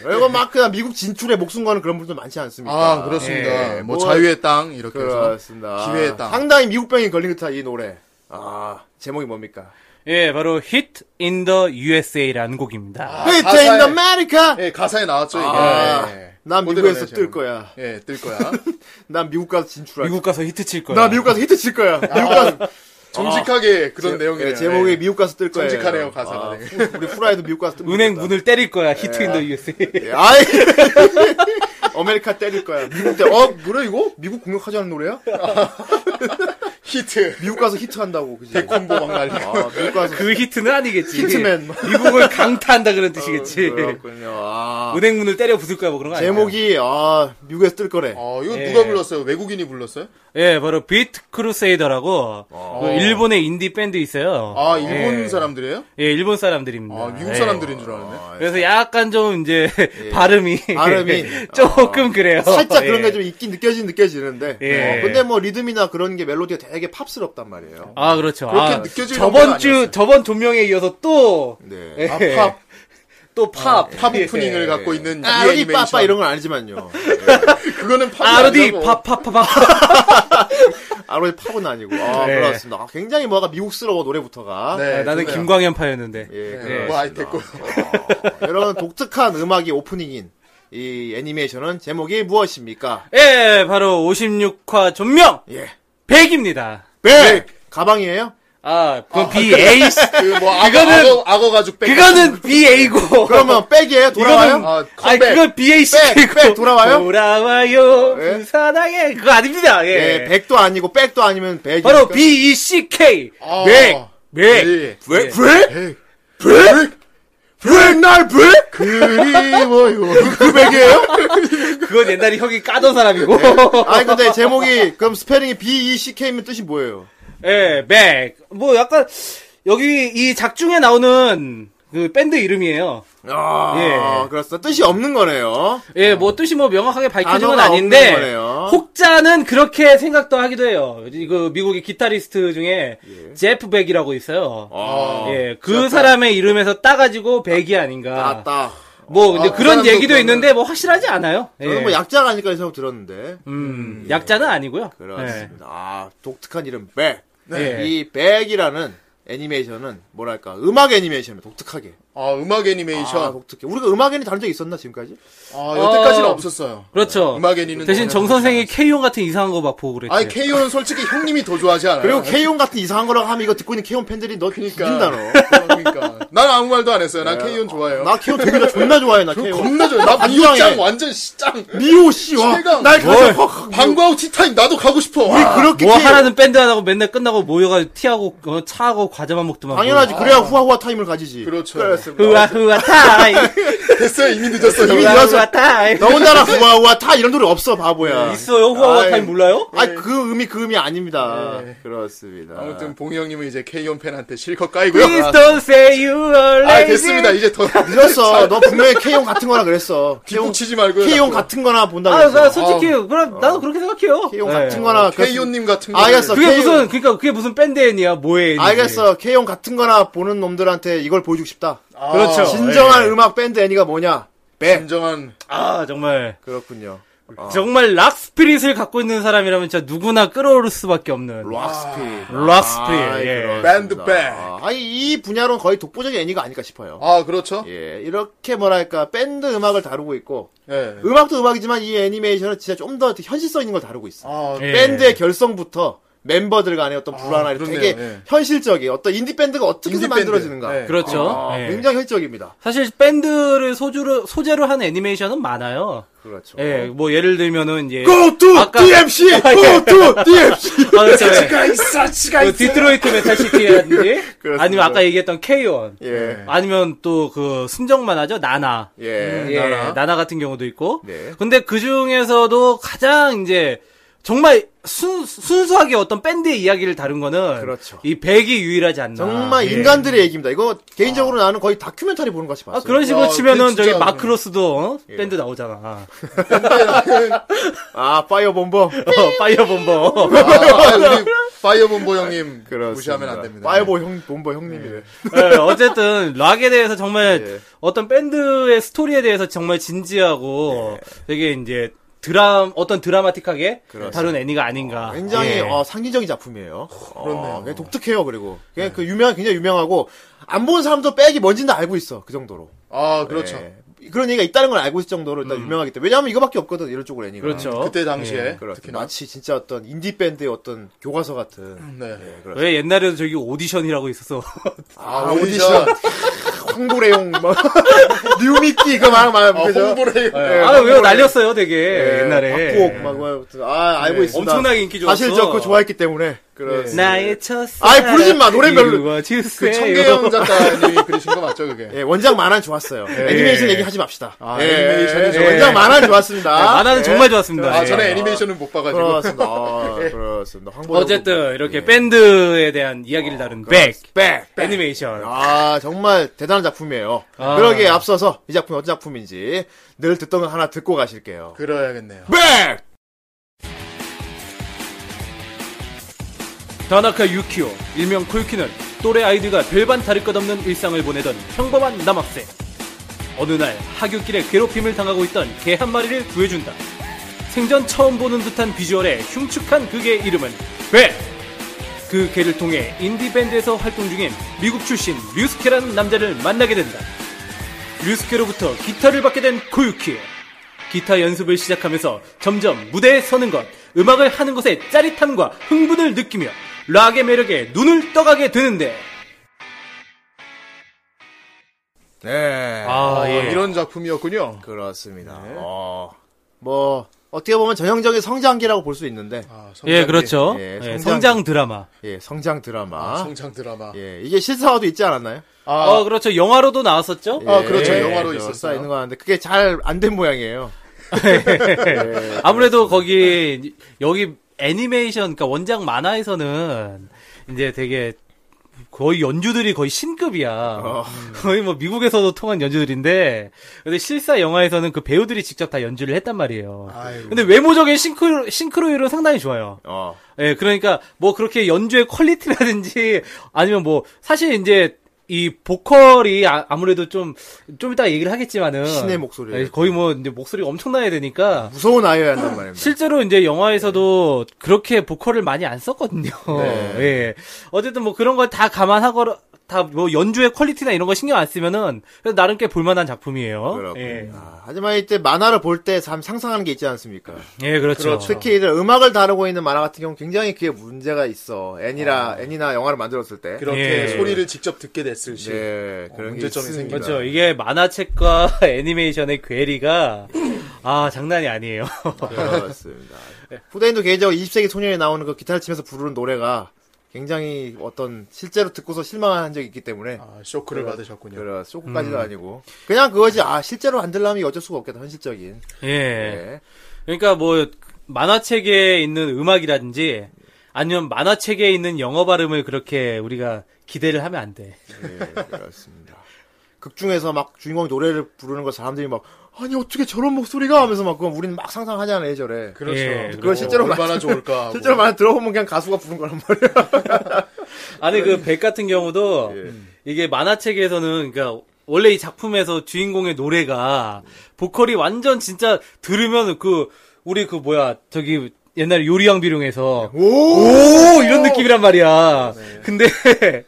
그리고 막 그냥 미국 진출에 목숨 거는 그런 분들 많지 않습니까? 아 그렇습니다 예, 뭐 뭐- 자유의 땅 이렇게 해서 그렇습니다. 기회의 땅. 상당히 미국병이 걸린 듯한 이 노래. 아, 제목이 뭡니까? 예, 바로 Hit in the USA라는 곡입니다. It's 아, 가사에- in America! 예, 가사에 나왔죠 이게 아, 예. 난 그대로네요, 미국에서 뜰 제목이. 거야. 예, 뜰 거야. 난 미국 가서 진출할 미국 가서 히트 칠 거야. 거야. 나 미국 가서 히트 칠 거야. 미국 가서. 아, 정직하게 그런 내용이에요. 예, 제목이 미국 가서 뜰 거야. 정직하네요, 가사가. 아, 후- 우리 후라이도 미국 가서 뜰 거야. 은행 문을 때릴 거야. 히트 인 더 USA. 아이. 아메리카 때릴 거야. 미국 때, 어, 노래 이거? 미국 공격하자는 노래야? 히트. 미국 가서 히트한다고, 그지? 콤보 막 날려. 아, 미국 가서. 그 히트는 아니겠지. 히트맨. 미국을 강타한다 그런 뜻이겠지. 그렇군요. 아. 은행 문을 때려 부술 거야 뭐 그런 거 아니야? 제목이, 아, 미국에서 뜰 거래. 어, 이거 예. 누가 불렀어요? 외국인이 불렀어요? 예, 바로 비트 크루세이더라고 그 일본의 인디 밴드 있어요. 아, 일본 예. 사람들이에요? 예, 일본 사람들입니다. 아, 미국 예. 사람들인 줄 알았네. 아, 그래서 약간 좀 이제 발음이 발음이. 조금 그래요. 살짝 그런 예. 게 좀 있긴 느껴지긴 느껴지는데. 예. 어, 근데 뭐 리듬이나 그런 게 멜로디가 되게 팝스럽단 말이에요. 아, 그렇죠. 그렇게 아, 느껴질 정도는 저번 주, 저번 조명에 이어서 또, 네. 예. 아, 팝. 예. 또 팝. 예. 팝 오프닝을 갖고 있는 아, 이 여기 애니메이션. 빠빠 이런 건 아니지만요. 예. 그거는 팝이 아르디, 아니라고. 팝, 팝, 팝, 팝. 아로의 팝은 아니고. 아, 네. 그렇습니다. 아, 굉장히 뭐가 미국스러워, 노래부터가. 네, 아, 나는 좋네요. 김광현 파였는데. 예, 네, 그렇습니다. 뭐 아이 됐고. 어, 이런 독특한 음악이 오프닝인 이 애니메이션은 제목이 무엇입니까? 예, 바로 56화 전명! 예. 100입니다. 백! 가방이에요? 아, 그건 BA. 그뭐 악어, 이거는- 악어, 악어 가죽 백. 그거는 BA고. 그러면 백이에요? 돌아와요? 이거는- 아, 아니, 컴백. 그건 BACK이고. 백, 백 돌아와요? 돌아와요. 예. 부산항에. 그거 아닙니다. 예. 예, 백도 아니고 백도 아니면 백이. 바로 E BECK. 아, 백, 백. 예. 왜? 왜? 왜? 왜날 왜? 그리워요. 그 백이에요? 그건 옛날에 형이 까던 사람이고. 아니 근데 제목이 그럼 스페링이 B E C K면 뜻이 뭐예요? 예, 백. 뭐 약간 여기 이 작중에 나오는 그 밴드 이름이에요. 아, 예. 그렇습니다. 뜻이 없는 거네요. 예, 뭐 뜻이 뭐 명확하게 밝혀진 건 아. 단어가 없는 아닌데 거네요. 혹자는 그렇게 생각도 하기도 해요. 그 미국의 기타리스트 중에 제프 백이라고 있어요. 예. 아, 예, 그 사람의 이름에서 따가지고 백이 아닌가. 맞다. 뭐 이제 아, 그 그런 사람도 얘기도 그러면- 있는데 뭐 확실하지 않아요. 예. 저는 뭐 약자가 아닐까 해서 들었는데. 음, 약자는 아니고요. 예. 그렇습니다. 아, 독특한 이름 백. 네. 이 백이라는 애니메이션은 뭐랄까 음악 애니메이션이 독특하게. 아, 음악 애니메이션. 아, 아, 독특해. 우리가 음악 애니 다룬 적 있었나 지금까지? 여태까지는 어. 없었어요. 그렇죠. 음악 애니는 대신 정 전혀 선생이 K용 같은 이상한 거 막 보고 그랬죠. 아니, KO는 솔직히 형님이 더 좋아하지 않아요? 그리고 케이온 같은 이상한 거라고 하면 이거 듣고 있는 케이온 팬들이 너 죽인다 너. 그러니까. 난 아무 말도 안 했어요. 난 K-ON 좋아해요. 네. 나 케이온 되게 나 존나 좋아해 나 케이온. 겁나 좋아요. 나 안 미호 좋아해. 짱 완전 씨 짱. 미호 씨 와. 최강. 날 가져. 방과후 티타임 나도 가고 싶어. 아, 와. 그렇게 뭐 케이온- 하라는 밴드 하다고 맨날 끝나고 모여가지고 티하고 어, 차하고 과자만 먹더만. 당연하지. 그래야 후아후아 타임을 가지지. 그렇죠. 그렇습니다. 후아 후아 타임. 됐어요. 이미 늦었어. 이미 요 후아 늦었어. 후아 타임. 더군다나 후아후아 타 이런 노래 없어 네, 바보야. 있어요 후아 후아 타임 몰라요? 아니 그 의미 그 의미 아닙니다. 그렇습니다. 네. 아무튼 봉이 형님은 이제 K-ON 팬한테 실컷 까이고요. Please don't say you are 아, lazy. 됐습니다. 이제 더 늦었어. 너 분명히 케이온 같은 거나 그랬어. 뒷북 치지 말고요. 케이온 같은 거나 본다 아, 나 그랬어. 솔직히 그럼 나도 그렇게 생각해요. 케이온 예. 같은 거나 K-ON 님 같은 거. 아, 알겠어. 그게 K-ON. 무슨 그러니까 그게 무슨 밴드 애니야 뭐의 애니? 아, 알겠어. 네. 케이온 같은 거나 보는 놈들한테 이걸 보여주고 싶다. 아. 그렇죠. 진정한 음악 밴드 애니가 뭐냐? 진정한 아 정말 그렇군요. 정말 락스피릿을 갖고 있는 사람이라면 진짜 누구나 끌어오를 수밖에 없는 락스피릿. 락스피릿, 아이, 예. 그렇습니다. 밴드 백. 아, 아니, 이 분야로는 거의 독보적인 애니가 아닐까 싶어요. 아, 그렇죠. 예, 이렇게 뭐랄까, 밴드 음악을 다루고 있고, 예. 음악도 음악이지만 이 애니메이션은 진짜 좀 더 현실성 있는 걸 다루고 있어. 아, 예. 밴드의 결성부터 멤버들 간의 어떤 불안함이 그렇네요. 되게 예. 현실적인 어떤 인디밴드가 어떻게 해서 인디밴드. 만들어지는가. 예. 그렇죠. 아, 예. 굉장히 현실적입니다. 사실 밴드를 소주로 소재로 한 애니메이션은 많아요. 그렇죠. 예, 뭐 예를 들면은 예. Go to 아까- 예. DMC! Go to DMC! 아, 그렇죠. 예. 있어, 지가 그 디트로이트 메탈시티라든지 그렇습니다. 아니면 아까 얘기했던 K1 예. 아니면 또 그 순정만 하죠 나나 예. 음, 예, 나나. 같은 경우도 있고 네. 근데 그 중에서도 가장 이제 정말 순, 순수하게 어떤 밴드의 이야기를 다룬 거는 그렇죠. 이 백이 유일하지 않나 정말 예. 인간들의 얘기입니다. 이거 개인적으로 나는 거의 다큐멘터리 보는 것 같이 아, 봤어요. 예. 그런 식으로 야, 치면은 진짜 저기 그냥. 마크로스도 어? 밴드 나오잖아 아, 파이어bom버. 어, 파이어본버 아, 아, 우리 파이어본보 형님 그렇습니다. 무시하면 안 됩니다. 파이어보 형, 본버 형님이래. 예, 어쨌든 락에 대해서 정말 예. 어떤 밴드의 스토리에 대해서 정말 진지하고 예. 되게 이제 드람 어떤 드라마틱하게 다룬 애니가 아닌가. 굉장히 예. 어, 상징적인 작품이에요. 그렇네요. 게 독특해요. 그리고 그냥 그 유명 굉장히 유명하고 안 본 사람도 백이 뭔지는 다 알고 있어. 그 정도로. 아, 그렇죠. 예. 그런 얘기가 있다는 걸 알고 있을 정도로 일단 유명하기 때문에 왜냐하면 이거밖에 없거든 이런 쪽으로 애니가. 그렇죠. 그때 당시에 예. 음. 그렇죠. 특히나 마치 진짜 어떤 인디 밴드의 어떤 교과서 같은. 네. 예, 그렇죠. 왜 옛날에도 저기 오디션이라고 있었어. 아, 오디션. 황보레용 막 뉴미끼 그거 막막 아, 홍보를 해요. 아, 왜 날렸어요, 되게 예, 옛날에. 예, 박곡 막 뭐, 아무튼 아 알고 있습니다. 엄청나게 인기 좋았어. 사실 저 그거 좋아했기 때문에. 네. 그렇습니다. 나의 첫사랑. 아이, 부르지 마. 노래 별로. 그 청계영 작가님이 그리신 거 맞죠, 그게? 예, 원작 만화는 좋았어요. 애니메이션 얘기하지 맙시다. 예, 아, 애니메이션은 예, 좋아요. 예, 원작 만화는 좋았습니다. 만화는 정말 좋았습니다. 아, 예. 저는 애니메이션을 못 봐가지고. 그렇습니다. 아, 그렇습니다. 예. 황보 어쨌든 이렇게 밴드에 대한 이야기를 어, 다룬 백, 백, 애니메이션. 아, 정말 대단한 작품이에요. 아. 그러기에 앞서서 이 작품이 어떤 작품인지 늘 듣던 거 하나 듣고 가실게요. 그래야겠네요. 백! 다나카 유키오, 일명 콜키는 또래 아이들과 별반 다를 것 없는 일상을 보내던 평범한 남학생. 어느 날 하굣길에 괴롭힘을 당하고 있던 개 한 마리를 구해준다. 생전 처음 보는 듯한 비주얼에 흉측한 그개의 이름은 배! 그 개를 통해 인디밴드에서 활동 중인 미국 출신 류스케라는 남자를 만나게 된다. 류스케로부터 기타를 받게 된 고유키. 기타 연습을 시작하면서 점점 무대에 서는 것, 음악을 하는 것에 짜릿함과 흥분을 느끼며 락의 매력에 눈을 떠가게 되는데. 네. 아, 아, 네. 예. 이런 작품이었군요. 그렇습니다. 어, 뭐, 어떻게 보면 전형적인 성장기라고 볼 수 있는데, 아, 성장기. 예, 그렇죠. 예, 예, 성장- 성장 드라마. 예, 성장 드라마. 아, 성장 드라마. 예, 이게 실사화도 있지 않았나요? 아, 어, 그렇죠. 영화로도 나왔었죠? 아, 그렇죠. 예, 영화로 저 있었어요. 쌓여 있는 거 같는데 그게 잘 안 된 모양이에요. 아무래도 거기, 여기 애니메이션, 그러니까 원작 만화에서는 이제 되게 거의 연주들이 거의 신급이야. 거의 뭐 미국에서도 통한 연주들인데, 근데 실사 영화에서는 그 배우들이 직접 다 연주를 했단 말이에요. 아이고. 근데 외모적인 싱크로, 싱크로율은 상당히 좋아요. 어. 예, 그러니까 뭐 그렇게 연주의 퀄리티라든지 아니면 뭐 사실 이제 이 보컬이 아, 무래도 좀 좀 이따 얘기를 하겠지만은 신의 음. 목소리. 예, 거의 뭐 이제 목소리가 엄청나야 되니까 무서운 아이여야 한단 말입니다. 실제로 이제 영화에서도 그렇게 보컬을 많이 안 썼거든요. 네. 예. 어쨌든 뭐 그런 걸 다 감안하고 다 뭐 연주의 퀄리티나 이런 거 신경 안 쓰면은 그래도 나름 꽤 볼만한 작품이에요. 그렇군요. 예. 아, 하지만 이때 만화를 볼 때 참 상상하는 게 있지 않습니까? 예, 그렇죠. 특히 이들 음악을 다루고 있는 만화 같은 경우 굉장히 그게 문제가 있어. 애니라 애니나 영화를 만들었을 때. 아. 그렇게 예. 소리를 직접 듣게 됐을 시. 네, 그런 게 어, 문제점이 있습니다. 생기죠. 그렇죠. 이게 만화책과 애니메이션의 괴리가 아 장난이 아니에요. 그렇습니다. 예. 후대인도 개인적으로 20세기 소년이 나오는 그 기타를 치면서 부르는 노래가 굉장히 어떤 실제로 듣고서 실망한 적이 있기 때문에 아, 쇼크를 받으셨군요. 음. 그래 쇼크까지도 아니고 그냥 그거지 아 실제로 만들려면 어쩔 수가 없겠다 현실적인 예. 예. 그러니까 뭐 만화책에 있는 음악이라든지 아니면 만화책에 있는 영어 발음을 그렇게 우리가 기대를 하면 안 돼. 예, 그렇습니다. 극 중에서 막 주인공이 노래를 부르는 걸 사람들이 막 아니 어떻게 저런 목소리가 하면서 막 그럼 우리는 막 상상하잖아 예전에. 그렇죠. 예, 그걸 실제로 얼마나 맞- 좋을까. 하고. 실제로 많이 들어보면 그냥 가수가 부른 거란 말이야. 아니 그 백 같은 경우도 이게 만화책에서는 그러니까 원래 이 작품에서 주인공의 노래가 보컬이 완전 진짜 들으면 그 우리 그 뭐야 저기 옛날 요리왕 비룡에서 오, 네. 이런 느낌이란 말이야. 근데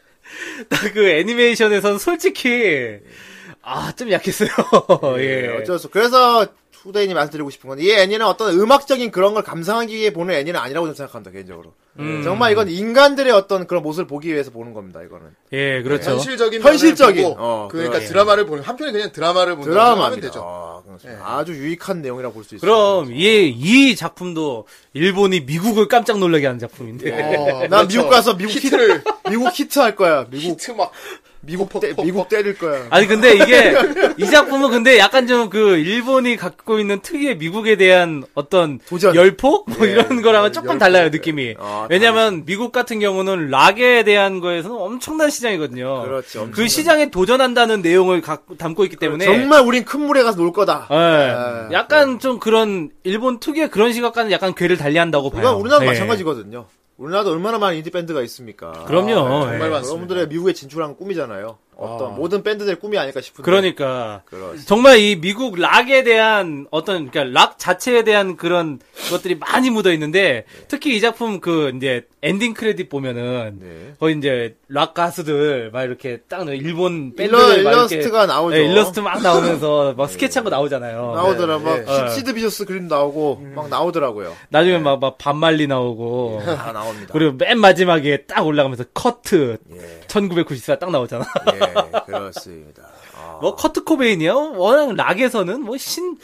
나 그 애니메이션에선 솔직히 아 좀 약했어요. 예. 네, 어쩔 수. 그래서 후대인이 말씀드리고 싶은 건 이 애니는 어떤 음악적인 그런 걸 감상하기 위해 보는 애니는 아니라고 저는 생각합니다 개인적으로. 음. 예, 정말 이건 인간들의 어떤 그런 모습을 보기 위해서 보는 겁니다 이거는. 어, 예, 그렇죠. 현실적인 면을 현실적인, 보고, 어, 그러니까 그래요. 드라마를 보는 한편에 그냥 드라마를 보는 하면 드라마입니다. 되죠. 예. 아, 주 유익한 내용이라 볼 수 있어요. 그럼 이, 이 작품도 일본이 미국을 깜짝 놀라게 한 작품인데. 어, 난 그렇죠. 예. 미국 가서 미국 히트를 미국 히트 할 거야. 미국 히트 막 미국 때 미국 때릴 거야. 아니 근데 이게 이 작품은 근데 약간 좀 그 일본이 갖고 있는 특유의 미국에 대한 어떤 도전. 예, 열포 뭐 이런 거랑은 조금 열포. 달라요 느낌이. 아, 왜냐면 미국 같은 경우는 락에 대한 거에서는 엄청난 시장이거든요. 그렇지, 그 그렇죠, 엄청난. 그렇죠. 시장에 도전한다는 내용을 갖고 담고 있기 때문에 정말 우린 큰 물에 가서 놀 거다. 예, 약간 좀 그런 일본 특유의 그런 시각과는 약간 괴를 달리한다고 봐요. 우리가 우리나라 도 예. 마찬가지거든요. 우리나라도 얼마나 많은 인디 밴드가 있습니까? 아, 네. 그럼요. 정말 예. 많습니다. 여러분들의 미국에 진출한 꿈이잖아요. 어떤 모든 밴드들의 꿈이 아닐까 싶은데. 그러니까 그렇습니다. 정말 이 미국 락에 대한 어떤 그러니까 락 자체에 대한 그런 것들이 많이 묻어 있는데 특히 이 작품 그 이제 엔딩 크레딧 보면은 네. 거의 이제 락 가수들 막 이렇게 딱 일본 밴드 일러- 일러스트가 나오죠. 네, 네. 일러스트 막 나오면서 막 스케치한 거 나오잖아요. 나오더라 막 네, 네. 시- 시드 비셔스 그림 나오고 음. 막 나오더라고요. 나중에 막 막 반말리 나오고 다 나옵니다. 그리고 맨 마지막에 딱 올라가면서 커트 1994 딱 나오잖아. 예, 그렇습니다. 아, 뭐 커트 코베인이요? 워낙 락에서는 뭐 신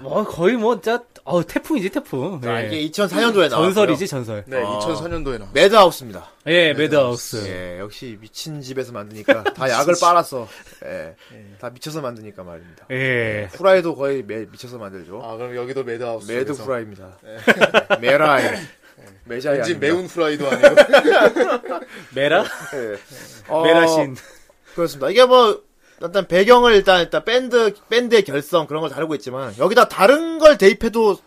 뭐 거의 뭐 진짜 어 태풍이지 태풍. 자, 예. 이게 아, 2004년도에 나왔어요. 네, 전설이지 전설. 네, 2004년도에 나. 매드하우스입니다. 예, 매드하우스. 예, 역시 미친 집에서 만드니까 다 약을 빨아서 예, 네. 다 미쳐서 만드니까 말입니다. 네. 예. 왔 후라이도 거의 매, 미쳐서 만들죠. 아, 그럼 여기도 매드하우스. 매드 후라이입니다. 네. 메라이. 네. 메자이. 왠지 아닙니다. 매운 후라이도 아니고. 메라? 예. 어, 메라신. 그렇습니다. 이게 뭐 일단 배경을 일단 일단 밴드 밴드의 결성 그런 걸 다루고 있지만 여기다 다른 걸 대입해도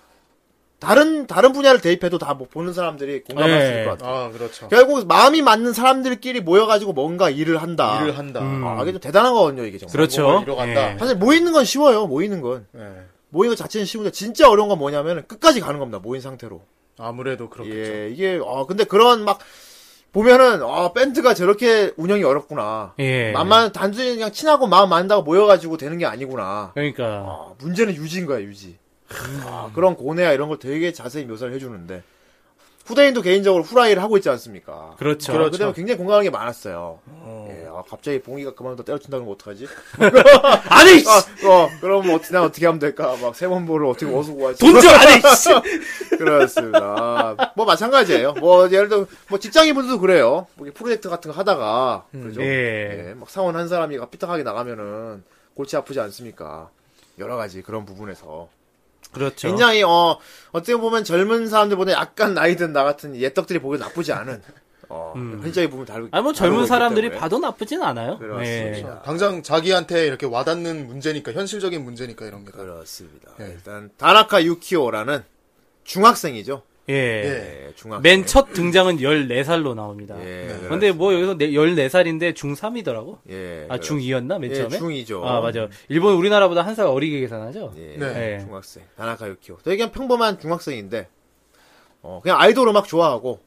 다른 다른 분야를 대입해도 다뭐 보는 사람들이 공감할 수 있을 예. 것 같아요. 아, 그렇죠. 결국 마음이 맞는 사람들끼리 모여가지고 뭔가 일을 한다. 일을 한다. 아, 이게 좀 대단한 거거든요, 뭐, 이게 정말. 그렇죠. 성공을 이뤄간다. 예. 사실 모이는 건 쉬워요, 모이는 건. 예. 모이는 것 자체는 쉬운데 진짜 어려운 건 뭐냐면 끝까지 가는 겁니다, 모인 상태로. 아무래도 그렇겠죠. 예, 이게, 아, 근데 그런 막, 보면은, 아, 밴드가 저렇게 운영이 어렵구나. 예. 만만, 단순히 그냥 친하고 마음 맞는다고 모여가지고 되는 게 아니구나. 그러니까 아, 문제는 유지인 거야, 유지. 음. 아, 그런 고뇌야 이런 걸 되게 자세히 묘사를 해주는데. 후대인도 개인적으로 후라이를 하고 있지 않습니까? 그렇죠. 아, 그때문 굉장히 공감하는 게 많았어요. 예, 아, 갑자기 봉이가 그만두다 때려친다는 거 어떡하지? 아니 씨! 아, 어, 그럼 어떻게, 난 어떻게 하면 될까? 막, 세번보를 어떻게, 어디서 구하지? 돈좀 아니 씨! 그렇습니다. 아, 뭐, 마찬가지예요. 뭐, 예를 들어, 뭐, 직장인분들도 그래요. 뭐, 이게 프로젝트 같은 거 하다가, 그죠? 예. 예, 막, 사원 한 사람이 삐딱하게 나가면은, 골치 아프지 않습니까? 여러 가지 그런 부분에서. 그렇죠. 굉장히, 어, 어떻게 보면 젊은 사람들보다 약간 나이든 나 같은 예떡들이 보기엔 나쁘지 않은, 어, 현실적인 부분 다루고 음. 아니 뭐 젊은 다루고 있기 사람들이 네. 때문에. 봐도 나쁘진 않아요. 그렇습니다. 당장 자기한테 이렇게 와닿는 문제니까, 현실적인 문제니까 이런 게. 다. 그렇습니다. 예. 일단 다나카 유키오라는 중학생이죠. 예. 예. 예, 중학생. 맨 첫 등장은 14살로 나옵니다. 예, 근데 뭐 여기서 네- 14살인데 중3이더라고. 예, 아, 중2였나? 맨 예, 처음에? 중2죠. 아, 맞아. 일본 우리나라보다 한 살 어리게 계산하죠? 예, 네. 중학생. 다나카 유키오. 되게 그냥 평범한 중학생인데 어, 그냥 아이돌 음악 좋아하고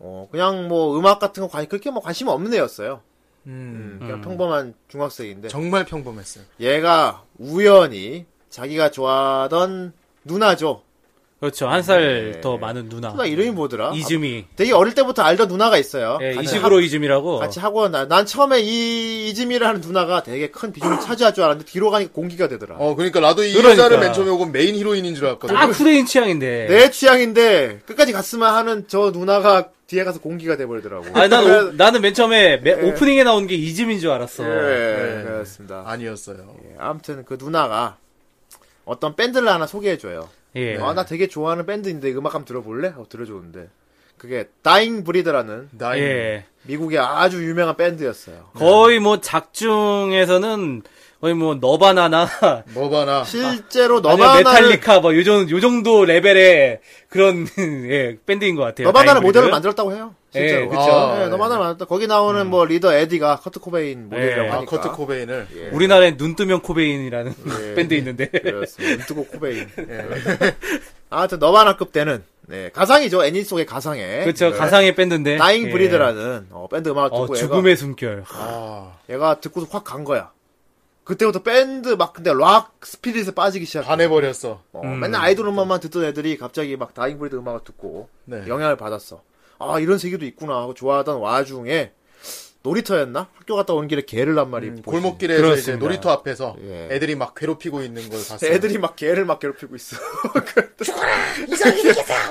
어, 그냥 뭐 음악 같은 거 관, 그렇게 뭐 관심 없는 애였어요. 음. 음, 그냥 평범한 중학생인데 정말 평범했어요. 얘가 우연히 자기가 좋아하던 누나죠. 그렇죠. 한 살 예. 더 많은 누나. 누나 이름이 뭐더라? 아, 네. 이즈미. 아, 되게 어릴 때부터 알던 누나가 있어요. 예, 아, 같이 이식으로 이즈미라고. 같이 하고 나, 난 처음에 이 이즈미라는 누나가 되게 큰 비중을 차지할 줄 알았는데 뒤로 가니까 공기가 되더라. 어, 그러니까 나도 이 그러니까. 여자를 맨 처음에 오고 메인 히로인인 줄 알았거든. 아, 딱 후대인 취향인데. 내 취향인데 끝까지 갔으면 하는 저 누나가 뒤에 가서 공기가 돼버리더라고. 아니, 난, 그래- 네. 오, 나는 맨 처음에 매- 오프닝에 나온 게 이즈미인 줄 알았어. 예, 네. 예. 그렇습니다. 아니었어요. 예, 아무튼 그 누나가 어떤 밴드를 하나 소개해줘요. 예. 아, 나 되게 좋아하는 밴드인데 음악 한번 들어볼래? 하고 들어줬는데 그게 다잉 브리드라는 나이. 네. 예. 미국의 아주 유명한 밴드였어요. 거의 뭐 작중에서는 거의 뭐 너바나나 뭐바나. 실제로 아니면 너바나를 메탈리카 뭐 요정 요 정도 레벨의 그런 예, 밴드인 것 같아요. 너바나를 다이브리드. 모델로 만들었다고 해요. 실제로. 예, 그쵸. 음. 아, 예, 너바나를 만들었다. 거기 나오는 뭐 리더 에디가 커트 코베인 모델이라고 예. 아, 하니까. 예. 커트 코베인을. 우리나라에 눈 뜨면 코베인이라는 밴드 있는데 네. 그렇습니다. 눈뜨고 코베인. 예. 아무튼 너바나급 때는 네, 가상이죠 애니 속의 가상에 그렇죠. 가상의 밴드인데. 예. 나잉 예. 브리드라는 어, 밴드 음악 어, 듣고 죽음의 숨결. 아, 얘가, 얘가 듣고서 확 간 거야. 그때부터 밴드 막 근데 락 스피릿에 빠지기 시작. 반해버렸어. 어, 음. 맨날 아이돌 음악만 듣던 애들이 갑자기 막 다잉 브리드 음악을 듣고 네. 영향을 받았어. 아 이런 세계도 있구나 하고 좋아하던 와중에 놀이터였나? 학교 갔다 온 길에 개를 난 말이 음, 보이지. 골목길에서 이제 그렇습니다. 놀이터 앞에서 예. 애들이 막 괴롭히고 있는 걸 봤어요. 애들이 막 개를 막 괴롭히고 있어. 그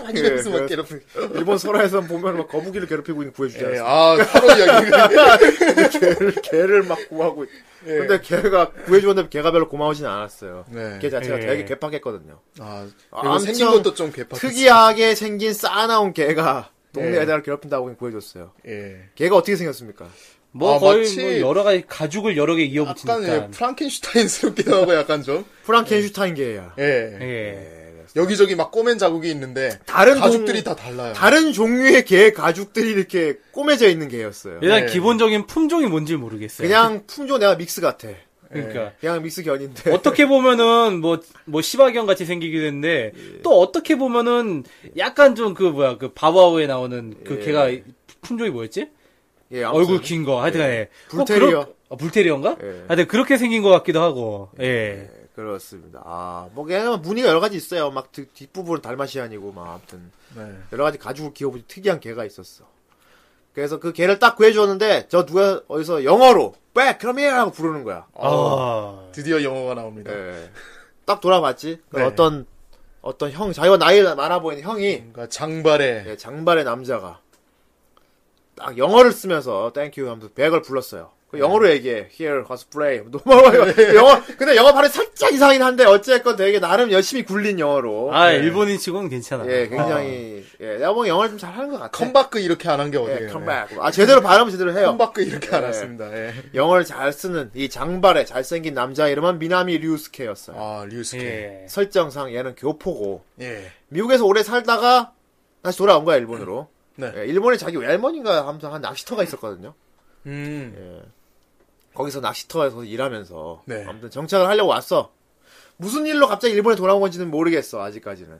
막 이러면서 막 예, 괴롭히고. 일본 설화에서 보면 막 거북이를 괴롭히고 있는 구해주지 예, 않았어. 아, 바로 이야기. 개를 아, 개를 막 구하고. 있- 근데 개가 구해주는데 개가 별로 고마워진 않았어요. 네. 개 자체가 예. 되게 개팍했거든요. 아, 아, 이거 엄청 생긴 것도 좀 개파. 특이하게 생긴 싸나운 개가 동네 예. 애들을 괴롭힌다고 구해줬어요. 예. 개가 어떻게 생겼습니까? 뭐 아, 거의 마치- 뭐 여러 가지 가죽을 여러 개 약간 이어붙이니까. 예, 프랑켄슈타인스럽기도 하고 약간 좀. 프랑켄슈타인 개야. 예. 네. 예. 여기저기 막 꼬맨 자국이 있는데 다른 가죽들이 동- 다 달라요. 다른 종류의 개 가죽들이 이렇게 꼬매져 있는 개였어요. 일단 예. 기본적인 품종이 뭔지 모르겠어요. 네. 그냥 품종 내가 믹스 같아. 예. 그러니까 그냥 믹스 견인데. 어떻게 보면은 뭐 뭐 시바견 같이 생기기도 했는데 또 어떻게 보면은 약간 좀 그 뭐야 그 바바오에 나오는 그 예. 걔가 품종이 뭐였지? 예, 아무튼. 얼굴 긴 거 하여튼간에 뭐 불테리어. 그런- 어, 불테리어인가? 예. 하여튼 그렇게 생긴 것 같기도 하고 예. 예, 그렇습니다. 아, 뭐 그냥 무늬가 여러 가지 있어요. 막 뒷- 뒷부분은 달마시안이고 막 아무튼 네. 여러 가지 가죽을 기어보니 특이한 개가 있었어. 그래서 그 개를 딱 구해줬는데 저 누가 어디서 영어로 back come here 하고 부르는 거야. 아. 드디어 영어가 나옵니다. 예. 딱 돌아봤지. 그 네. 어떤 어떤 형 자기와 나이 많아 보이는 형이 그러니까 장발에 예, 장발의 남자가 딱 영어를 쓰면서 땡큐 하면서 백을 불렀어요. 그 영어로 얘기해. Here, 가서 play. 너무 영어, 근데 영어 발음이 살짝 이상하긴 한데, 어쨌건 되게 나름 열심히 굴린 영어로. 아 일본인 치고는 괜찮아. 예, 굉장히, 예, 내가 보기엔 영어를 좀 잘하는 것 같아. 컴바크 이렇게 안 한 게 예, 어디예요? 컴백. 아, 제대로 발음 제대로 해요. 컴바크 이렇게 안 예. 했습니다. 예. 영어를 잘 쓰는 이 장발의 잘생긴 남자 이름은 미나미 류스케였어요. 아, 류스케. 예. 설정상 얘는 교포고, 예. 미국에서 오래 살다가 다시 돌아온 거야, 일본으로. 네. 예, 일본에 자기 외할머니가 항상 한 낚시터가 있었거든요. 예. 음. 거기서 낚시터에서 일하면서 네. 아무튼 정착을 하려고 왔어. 무슨 일로 갑자기 일본에 돌아온 건지는 모르겠어 아직까지는.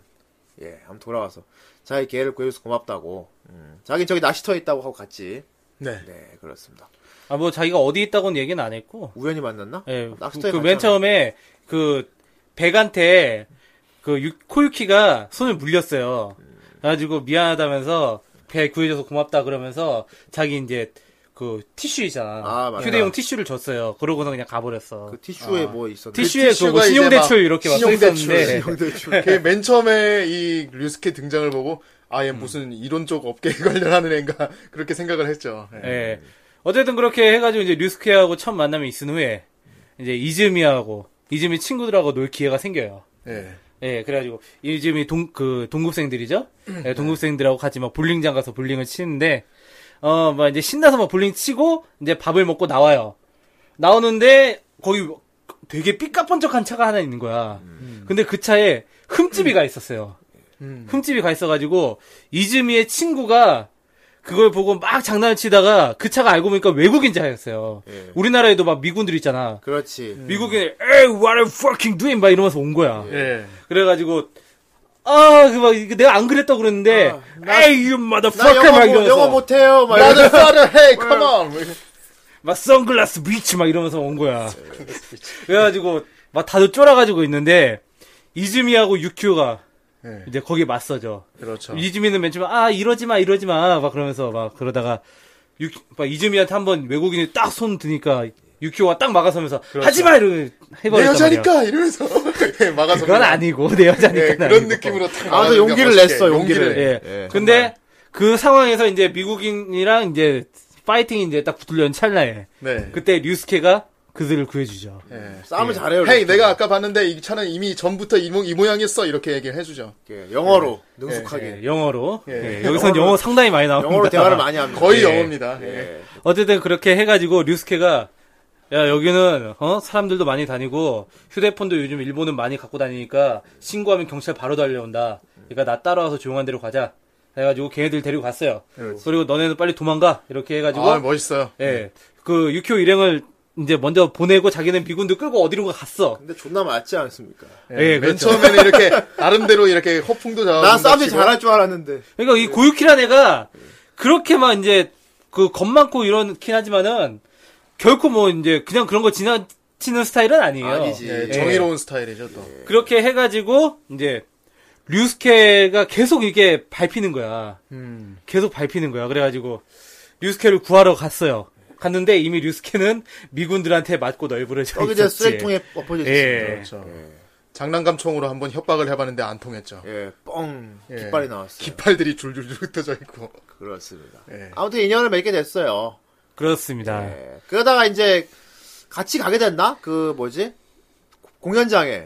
예, 한번 돌아와서 자기 개를 구해줘서 고맙다고. 음, 자기 저기 낚시터에 있다고 하고 갔지. 네. 네, 그렇습니다. 아 뭐 자기가 어디 있다고는 얘기는 안 했고 우연히 만났나? 예, 낚시터에 그 맨 갔잖아. 처음에 그 백한테 그 유- 코유키가 손을 물렸어요. 그래가지고 미안하다면서 배 구해줘서 고맙다 그러면서 자기 이제 그 티슈 있잖아. 아, 맞다. 휴대용 티슈를 줬어요. 그러고서 그냥 가버렸어. 그 티슈에 뭐 있었나? 아. 티슈에 티슈가 그뭐 이제 신용대출 막 이렇게 막 신용대출, 써있었는데 형들 그, 걔맨 처음에 이 류스케 등장을 보고 아, 음. 얘 무슨 이런 쪽 업계에 관련하는 애인가 그렇게 생각을 했죠. 네. 예. 예. 어쨌든 그렇게 해가지고 이제 류스케하고 첫 만남이 있은 후에 이제 이즈미하고 이즈미 친구들하고 놀 기회가 생겨요. 예. 예, 그래가지고 요즘이 동 그 동급생들이죠. 음. 네. 예, 동급생들하고 같이 막 볼링장 가서 볼링을 치는데 어, 막 이제 신나서 막 볼링 치고 이제 밥을 먹고 나와요. 나오는데 거기 되게 삐까뻔쩍한 차가 하나 있는 거야. 근데 그 차에 흠집이가 있었어요. 음. 흠집이 가 있어가지고 이즈미의 친구가 그걸 보고 막 장난을 치다가 그 차가 알고 보니까 외국인 차였어요. 예. 우리나라에도 막 미군들 있잖아. 그렇지. 미국인 에이 what are you fucking doing 막 이러면서 온 거야. 음. 예. 그래가지고 아, 그 막 내가 안 그랬다고 그랬는데 아, 에이, you 나 motherfucker 막 영어, 못, 이러면서 영어 못해요. 막 나는 이러면서. 파를 해. 컴온. 막 선글라스 비치 막 이러면서 온 거야. 그래가지고 막 다들 쫄아가지고 있는데 이즈미하고 유큐가 예. 이제 거기에 맞서죠. 그렇죠. 이즈미는 맨 처음에 아 이러지 마 이러지 마 막 그러면서 막 그러다가 유, 막 이즈미한테 한번 외국인이 딱 손 드니까 유큐가 딱 막아서면서 하지 마 이러면 그렇죠. 내 해버렸단 말이야. 여자니까 이러면서 예, 막아서 그건 아니고 내 여자니까 예, 그런 느낌으로 탁 아, 그 나가는 용기를 멋있게. 냈어, 용기를. 예. 예, 근데 그 상황에서 이제 미국인이랑 이제 파이팅이 이제 딱 붙으려는 찰나에 네. 그때 류스케가 그들을 구해주죠. 예. 싸움을 잘해요. 헤이 이렇게. 내가 아까 봤는데 이 차는 이미 전부터 이, 모, 이 모양이었어 이렇게 얘기를 해주죠 예, 영어로 능숙하게 예, 영어로 예. 예, 여기서 영어 상당히 많이 나옵니다. 영어로 대화를 많이 합니다. 거의 예. 영어입니다 예. 예. 어쨌든 그렇게 해가지고 류스케가 야 여기는 어 사람들도 많이 다니고 휴대폰도 요즘 일본은 많이 갖고 다니니까 신고하면 경찰 바로 달려온다. 그러니까 나 따라와서 조용한 데로 가자. 해가지고 걔네들 데리고 아, 갔어요. 그리고 너네는 빨리 도망가 이렇게 해가지고 아 멋있어요 예. 그 유키오 일행을 이제 먼저 보내고 자기는 비군도 끄고 어디론가 갔어. 근데 존나 맞지 않습니까? 예, 맨 그렇죠. 처음에는 이렇게 나름대로 이렇게 허풍도 잡아. 나 싸움이 잘할 줄 알았는데. 그러니까 이 고유키란 애가 그렇게 막 이제 그 겁 많고 이런긴 하지만은 결코 뭐 이제 그냥 그런 거 지나치는 스타일은 아니에요. 아니지. 예, 예. 정의로운 스타일이죠 또. 그렇게 해가지고 이제 류스케가 계속 이게 밟히는 거야. 음. 계속 밟히는 거야. 그래가지고 류스케를 구하러 갔어요. 갔는데 이미 류스케는 미군들한테 맞고 널브러져 여기 이제 있었지. 어, 쓰레기통에 엎어져 있습니다. 예. 그렇죠. 장난감 총으로 한번 협박을 해봤는데 안 통했죠. 예, 뻥 예. 깃발이 나왔어요. 깃발들이 줄줄줄 흩어져 있고. 그렇습니다. 예. 아무튼 인연을 맺게 됐어요. 그렇습니다. 예. 그러다가 이제 같이 가게 됐나? 그 뭐지? 공연장에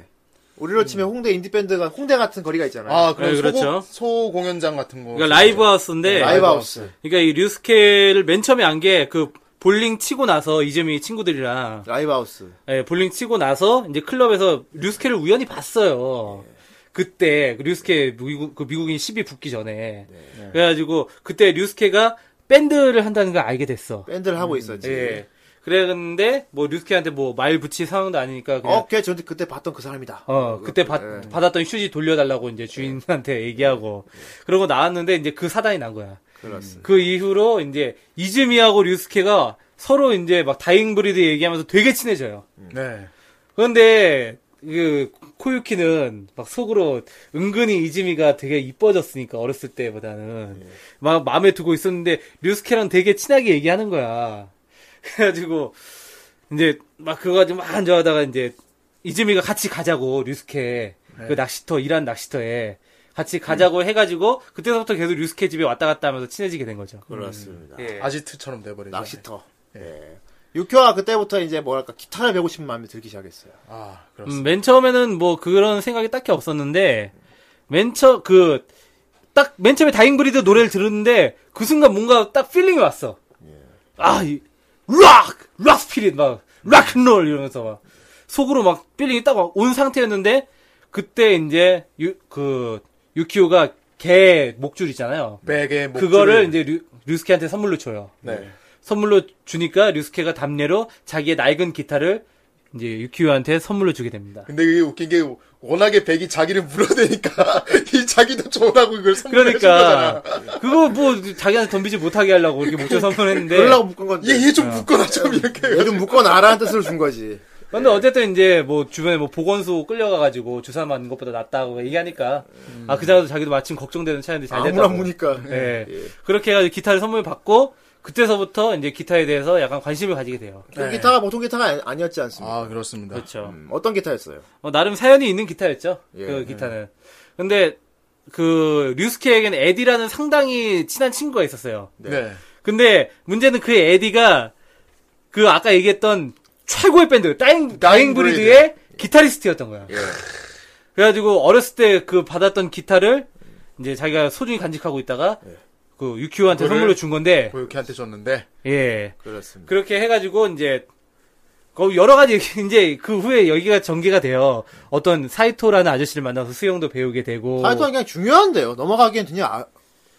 우리로 치면 홍대 인디 밴드가 홍대 같은 거리가 있잖아요. 아, 그럼 네, 그렇죠. 소, 소 공연장 같은 거. 그러니까 라이브 하우스인데 라이브 하우스. 그러니까 이 류스케를 맨 처음에 안 게 그 볼링 치고 나서 이재미 친구들이랑 라이브 하우스. 예, 볼링 치고 나서 이제 클럽에서 류스케를 우연히 봤어요. 그때 그 류스케 미국 그 미국인 시비 붙기 전에 그래가지고 그때 류스케가 밴드를 한다는 걸 알게 됐어. 밴드를 하고 있었지. 예. 그랬는데 뭐 류스케한테 뭐 말 붙일 상황도 아니니까 그냥 어, 걔 저한테 그때 봤던 그 사람이다. 어, 그때 받, 예. 받았던 휴지 돌려달라고 이제 주인한테 얘기하고, 그러고 나왔는데 이제 그 사단이 난 거야. 예. 그렇습니다. 그 이후로 이제 이즈미하고 류스케가 서로 이제 막 다잉브리드 얘기하면서 되게 친해져요. 네. 그런데 그 코유키는 막 속으로 은근히 이즈미가 되게 이뻐졌으니까 어렸을 때보다는 막 마음에 두고 있었는데 류스케랑 되게 친하게 얘기하는 거야. 그래가지고 이제 막 그거 가지고 막 앉아하다가 이제 이즈미가 같이 가자고 류스케 그 낚시터 일한 낚시터에 같이 가자고 해가지고 그때부터 계속 류스케 집에 왔다 갔다 하면서 친해지게 된 거죠. 그렇습니다. 예. 아지트처럼 돼버리죠. 낚시터. 예. 유효가 그때부터 이제 뭐랄까 기타를 배우고 싶은 마음이 들기 시작했어요. 아, 그렇습니다. 음, 맨 처음에는 뭐 그런 생각이 딱히 없었는데 맨 처 그 딱 맨 처음에 다잉브리드 노래를 들었는데 그 순간 뭔가 딱 필링이 왔어. 예. 아, 이 락, 락 스피릿 막 락앤롤 이러면서 막 속으로 막 필링이 딱 온 상태였는데 그때 이제 유, 그 유키오가 개 목줄 있잖아요. 백의 목줄을- 그거를 이제 류, 류스케한테 선물로 줘요. 네. 선물로 주니까 류스케가 답례로 자기의 낡은 기타를 이제 유키오한테 선물로 주게 됩니다. 근데 이게 웃긴 게 워낙에 백이 자기를 물어대니까 이 자기도 좋으라고 이걸 선물해 준 그러니까 거잖아. 그거 뭐 자기한테 덤비지 못하게 하려고 이렇게 목줄 선물했는데 그러려고 묶은 건데. 얘 얘 좀 묶어라 좀 이렇게. 얘 좀 묶어놔라는 뜻을 준 거지. 근데 어쨌든 이제 뭐 주변에 뭐 보건소 끌려가가지고 주사 맞는 것보다 낫다고 얘기하니까 아 그자도 자기도 마침 걱정되는 차인데 잘 됐다. 아무나 무니까. 예. 그렇게 해가지고 기타를 선물 받고 그때서부터 이제 기타에 대해서 약간 관심을 가지게 돼요. 그 기타가 보통 기타가 아니- 아니었지 않습니까? 아, 그렇습니다. 그렇죠. 음, 어떤 기타였어요? 어, 나름 사연이 있는 기타였죠. 예. 그 기타는. 근데 그 류스케에겐 에디라는 상당히 친한 친구가 있었어요. 네. 근데 문제는 그 에디가 그 아까 얘기했던 최고의 밴드 다잉 다잉 브리드의 기타리스트였던 거야. 그래가지고 어렸을 때 그 받았던 기타를 이제 자기가 소중히 간직하고 있다가 그 유키오한테 그거를- 선물로 준 건데 고유키한테 줬는데 예 그렇습니다. 그렇게 해가지고 이제 거 여러 가지 얘기- 이제 그 후에 여기가 전개가 돼요. 어떤 사이토라는 아저씨를 만나서 수영도 배우게 되고 아, 하여튼 그냥 중요한데요. 넘어가기엔 그냥 아,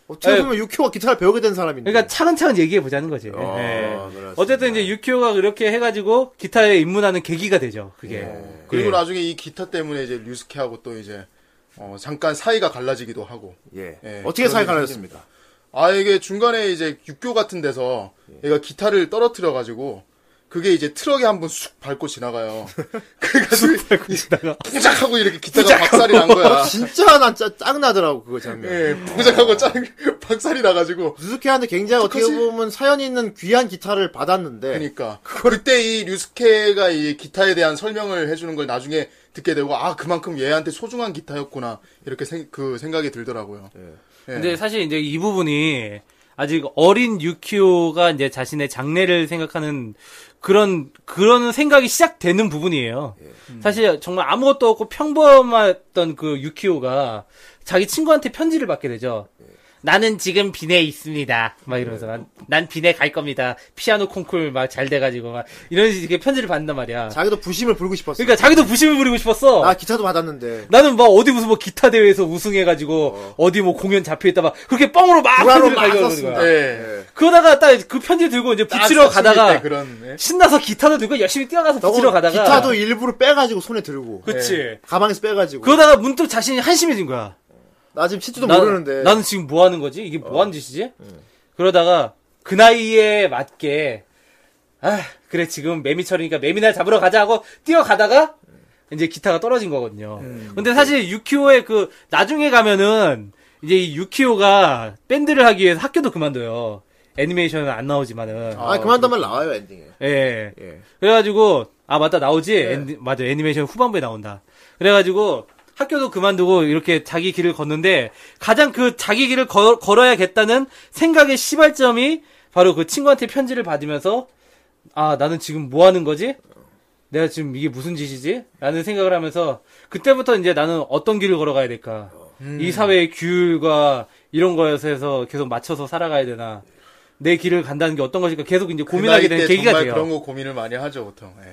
어떻게 네. 보면 유키오가 기타를 배우게 된 사람인데. 그러니까 차근차근 얘기해 보자는 거지. 어, 예. 그렇습니다. 어쨌든 이제 유키오가 그렇게 해가지고 기타에 입문하는 계기가 되죠. 그게. 그리고 예. 나중에 이 기타 때문에 이제 류스케하고 또 이제 어, 잠깐 사이가 갈라지기도 하고. 예. 예, 어떻게 그런 사이 일이 갈라졌습니까? 아 이게 중간에 이제 육교 같은 데서 예. 얘가 기타를 떨어뜨려 가지고 그게 이제 트럭에 한번 쑥 밟고 지나가요. 그래가지고 지나가. 부작하고 이렇게 기타가 박살이 난 거야. 진짜 난 짜, 짜증나더라고 그거 장면. 아. 예, 부작하고 짱 박살이 나가지고. 루스케한테 굉장히 어떻게 어떡하지? 보면 사연이 있는 귀한 기타를 예. 받았는데 그러니까 그때 이 류스케가 이 기타에 대한 설명을 해주는 걸 나중에 듣게 되고 아 그만큼 얘한테 소중한 기타였구나 이렇게 생, 그 생각이 들더라고요. 예. 근데 사실 이제 이 부분이 아직 어린 유키오가 이제 자신의 장래를 생각하는 그런 그런 생각이 시작되는 부분이에요. 사실 정말 아무것도 없고 평범했던 그 유키오가 자기 친구한테 편지를 받게 되죠. 나는 지금 빈에 있습니다. 막 이러면서 난, 난 빈에 갈 겁니다. 피아노 콩쿨 막 잘 돼가지고 막 이런 식의 편지를 받는단 말이야. 자기도 아, 부심을 불고 싶었어. 그러니까 자기도 부심을 부리고 싶었어. 나 기타도 받았는데. 나는 막 어디 무슨 뭐 기타 대회에서 우승해가지고 어. 디뭐 공연 잡혀있다 막 그렇게 뻥으로 막 불화로 편지를 막 발견하는 썼습니다. 아, 거야. 예. 그러다가 딱 그 편지 들고 이제 딱 붙이러 사춘기 가다가 때 그런 예. 신나서 기타도 들고 열심히 뛰어가서 너무 붙이러 가다가 기타도 일부러 빼가지고 손에 들고. 그치 예. 가방에서 빼가지고. 그러다가 문득 자신이 한심해진 거야. 나 지금 치지도 나- 모르는데. 어. 예. 나는 지금 뭐 하는 거지? 이게 뭐 하는 짓이지? 그러다가 그 나이에 맞게 아 그래 지금 매미철이니까 매미날 잡으러 가자 하고 뛰어가다가 이제 기타가 떨어진 거거든요. 음, 근데 사실 유키오의 그 나중에 가면은 이제 이 유키오가 밴드를 하기 위해서 학교도 그만둬요. 애니메이션은 안 나오지만은 아, 그만두면 나와요, 엔딩에. 예. 예. 그래가지고 아 맞다 나오지 네. 애니- 맞아 애니메이션 후반부에 나온다 그래가지고 학교도 그만두고 이렇게 자기 길을 걷는데 가장 그 자기 길을 걸, 걸어야겠다는 생각의 시발점이 바로 그 친구한테 편지를 받으면서 아 나는 지금 뭐 하는 거지 내가 지금 이게 무슨 짓이지 라는 생각을 하면서 그때부터 이제 나는 어떤 길을 걸어가야 될까 음. 이 사회의 규율과 이런 거에서 해서 계속 맞춰서 살아가야 되나 내 길을 간다는 게 어떤 것일까 계속 이제 그 고민하게 나이 되는 때 계기가 정말 돼요. 그런 거 고민을 많이 하죠 보통. 예.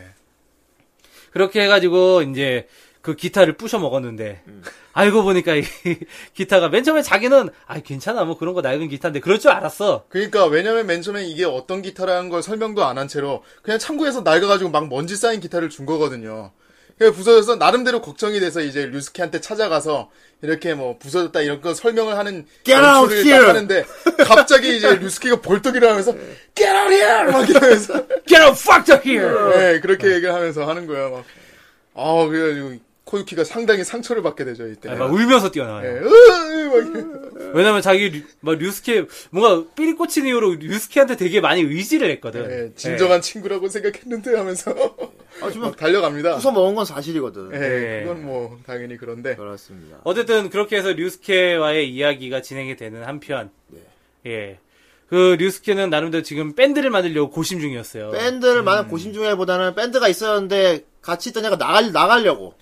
그렇게 해가지고 이제 그 기타를 부셔 먹었는데 음. 알고 보니까 이 기타가 맨 처음에 자기는 아 괜찮아 뭐 그런 거 낡은 기타인데 그럴 줄 알았어. 그러니까 왜냐면 맨 처음에 이게 어떤 기타라는 걸 설명도 안 한 채로 그냥 창고에서 낡아가지고 막 먼지 쌓인 기타를 준 거거든요. 그래서 부서져서 나름대로 걱정이 돼서 이제 류스키한테 찾아가서 이렇게 뭐 부서졌다 이런 거 설명을 하는 Get out 연출을 here! 딱 하는데 갑자기 이제 류스키가 벌떡 일어나면서 Get out here! 막 이러면서 Get out fucked up here. 네, 그렇게 얘기를 하면서 하는 거야. 막. 아 그래가지고 코유키가 상당히 상처를 받게 되죠 이때. 아, 막 울면서 뛰어나와요. 예, 으, 으, 막 이러면서. 왜냐면 자기 류- 막 류스키 뭔가 삐리 꽂힌 이후로 류스키한테 되게 많이 의지를 했거든. 예, 진정한 네. 친구라고 생각했는데 하면서 아, 지금 막 달려갑니다. 부숴 먹은 건 사실이거든. 예, 예. 그건 뭐 당연히 그런데 그렇습니다. 어쨌든 그렇게 해서 류스케와의 이야기가 진행이 되는 한편 네. 예. 그 류스케는 나름대로 지금 밴드를 만들려고 고심 중이었어요. 밴드를 음. 만약 고심 중에보다는 밴드가 있었는데 같이 있던 애가 나갈, 나가려고.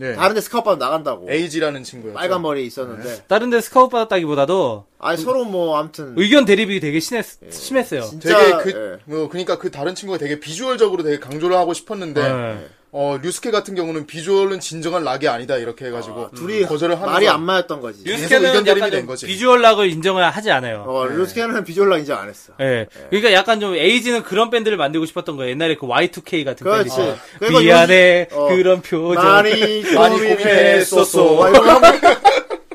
예. 다른 데 스카우트 받으면 나간다고. 에이지라는 예. 친구였죠. 빨간 뭐 머리 있었는데. 다른 데 스카웃 받았다기보다도 아니, 서로 뭐, 암튼. 의견 대립이 되게 심했, 심했어요. 되게 예. 진짜, 그 예. 뭐, 그러니까 그 다른 친구가 되게 비주얼적으로 되게 강조를 하고 싶었는데 네. 어 류스케 같은 경우는 비주얼은 진정한 락이 아니다 이렇게 해가지고 둘이 음, 거절을 하면서 예. 말이 안 맞았던 거지. 류- 류스케는 의견 대립이 약간 된 좀 거지. 비주얼 락을 인정을 하지 않아요. 예. 어, 루스케는 비주얼랑 인정 안 했어. 예. 그러니까 약간 좀 에이지는 그런 밴드를 만들고 싶었던 거예요. 옛날에 그 Y2K 같은 밴드 그렇지. 있잖아요. 그리고 미안해 요즘- 어. 그런 표정. 많이 많이 고민했었어. 와, 이거 한-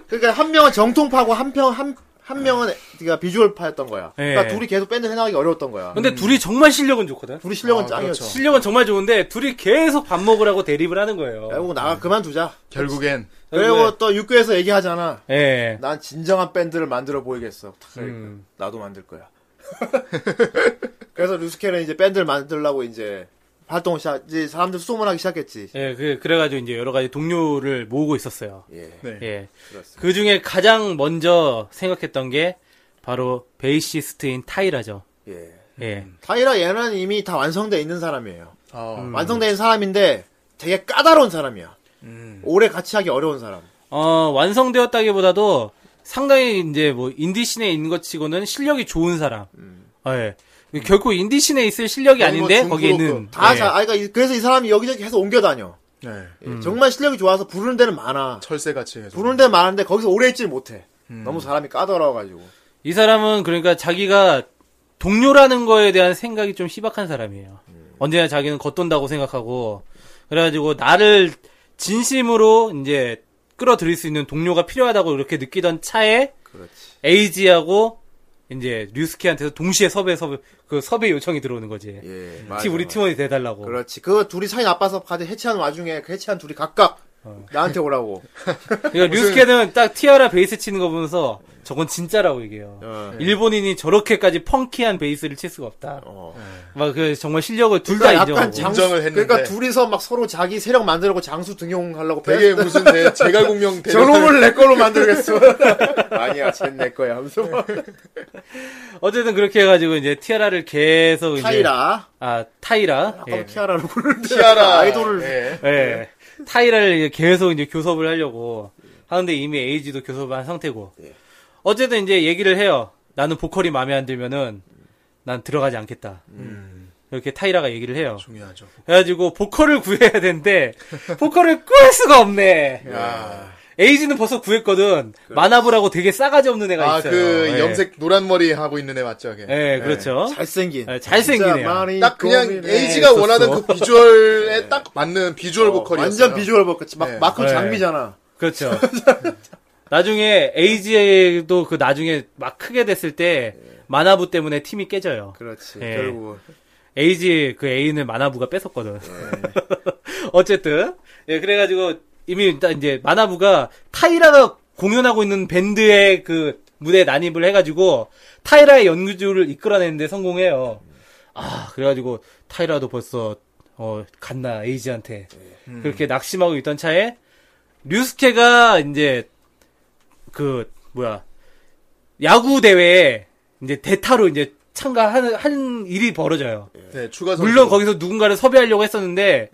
그러니까 한 명은 정통파고 한 명, 한, 한 명은 그러니까 비주얼파였던 거야. 그러니까 예. 둘이 계속 밴드 해나가기 어려웠던 거야. 근데 둘이 정말 실력은 좋거든. 둘이 실력은 아, 짱이었지. 그렇죠. 실력은 정말 좋은데 둘이 계속 밥 먹으라고 대립을 하는 거예요. 결국 나가 그만두자. 결국엔 네. 그리고 또 육교에서 얘기하잖아. 예. 난 진정한 밴드를 만들어 보이겠어. 탁, 음. 나도 만들 거야. 그래서 루스케는 이제 밴드를 만들려고 이제 활동을 시작, 이제 사람들 수소문하기 시작했지. 네. 예, 그, 그래가지고 이제 여러 가지 동료를 모으고 있었어요. 예. 네. 예. 그렇습니다. 그 중에 가장 먼저 생각했던 게 바로 베이시스트인 타이라죠. 예. 예. 타이라 얘는 이미 다 완성돼 있는 사람이에요. 어, 완성된 사람인데 되게 까다로운 사람이야. 음. 오래 같이 하기 어려운 사람. 어, 완성되었다기보다도 상당히 이제 뭐 인디씬에 있는 것 치고는 실력이 좋은 사람. 아, 예. 결코 인디씬에 있을 실력이 음. 아니, 뭐 아닌데 중국어 거기에 있는 그 다 예. 자, 아, 그러니까 이- 그래서 이 사람이 여기저기 계속 옮겨 다녀. 네. 예, 정말 실력이 좋아서 부르는 데는 많아. 철새같이 해서 부르는 데는 많은데 거기서 오래 있질 못해. 음. 너무 사람이 까다로워가지고. 이 사람은 그러니까 자기가 동료라는 거에 대한 생각이 좀 희박한 사람이에요. 음. 언제나 자기는 겉돈다고 생각하고 그래가지고 나를 진심으로 이제 끌어들일 수 있는 동료가 필요하다고 이렇게 느끼던 차에 그렇지. 에이지하고 이제 류스키한테서 동시에 섭외 섭외 그 섭외 요청이 들어오는 거지. 예. 팀 우리 팀원이 돼달라고. 그렇지. 그 둘이 사이 나빠서 가지 해체한 와중에 그 해체한 둘이 각각 어. 나한테 오라고. 그러니까 류스케는 딱 티아라 베이스 치는 거 보면서 저건 진짜라고 얘기해요. 어. 일본인이 저렇게까지 펑키한 베이스를 칠 수가 없다. 어. 막 그 정말 실력을 둘 다 그러니까 인정하고. 약간 장수, 인정을 했는데. 그러니까 둘이서 막 서로 자기 세력 만들고 장수 등용하려고 되게 뺐는데 무슨 내 제갈공명 대전 저놈을 내 걸로 만들겠어. 아니야, 쟤내 거야. 하면서 막. 어쨌든 그렇게 해가지고 이제 티아라를 계속 이제- 타이라. 아 타이라. 아까도 예. 티아라로 부르는데. 티아라 아이돌을. 예. 예. 네. 타이라를 이제 계속 이제 교섭을 하려고 하는데 이미 에이지도 교섭을 한 상태고. 어쨌든 이제 얘기를 해요. 나는 보컬이 마음에 안 들면은 난 들어가지 않겠다. 음. 이렇게 타이라가 얘기를 해요. 중요하죠. 그래가지고 보컬을 구해야 되는데 보컬을 구할 수가 없네. 에이지는 벌써 구했거든. 마나브라고 되게 싸가지 없는 애가 아, 있어요. 그 예. 염색 노란 머리 하고 있는 애 맞죠? 걔? 예, 그렇죠. 잘생긴. 예, 잘생기네요. 딱 그냥 에이지가 있었어. 원하는 그 비주얼에 딱 맞는 비주얼 보컬이었어요. 완전 비주얼 보컬. 막 네. 마크 네. 장미잖아. 그렇죠. 나중에 에이지도 그 나중에 막 크게 됐을 때 예. 마나부 때문에 팀이 깨져요. 그렇지. 예. 결국은. 에이지 그 애인을 마나부가 뺏었거든. 어쨌든 예 그래가지고 이미 일단 이제 마나부가 타이라가 공연하고 있는 밴드의 그 무대에 난입을 해가지고 타이라의 연주를 이끌어내는데 성공해요. 아 그래가지고 타이라도 벌써 어 갔나 에이지한테 그렇게 낙심하고 있던 차에 류스케가 이제 그 뭐야 야구 대회에 이제 대타로 이제 참가하는 한 일이 벌어져요. 네, 추가 선수. 물론 거기서 누군가를 섭외하려고 했었는데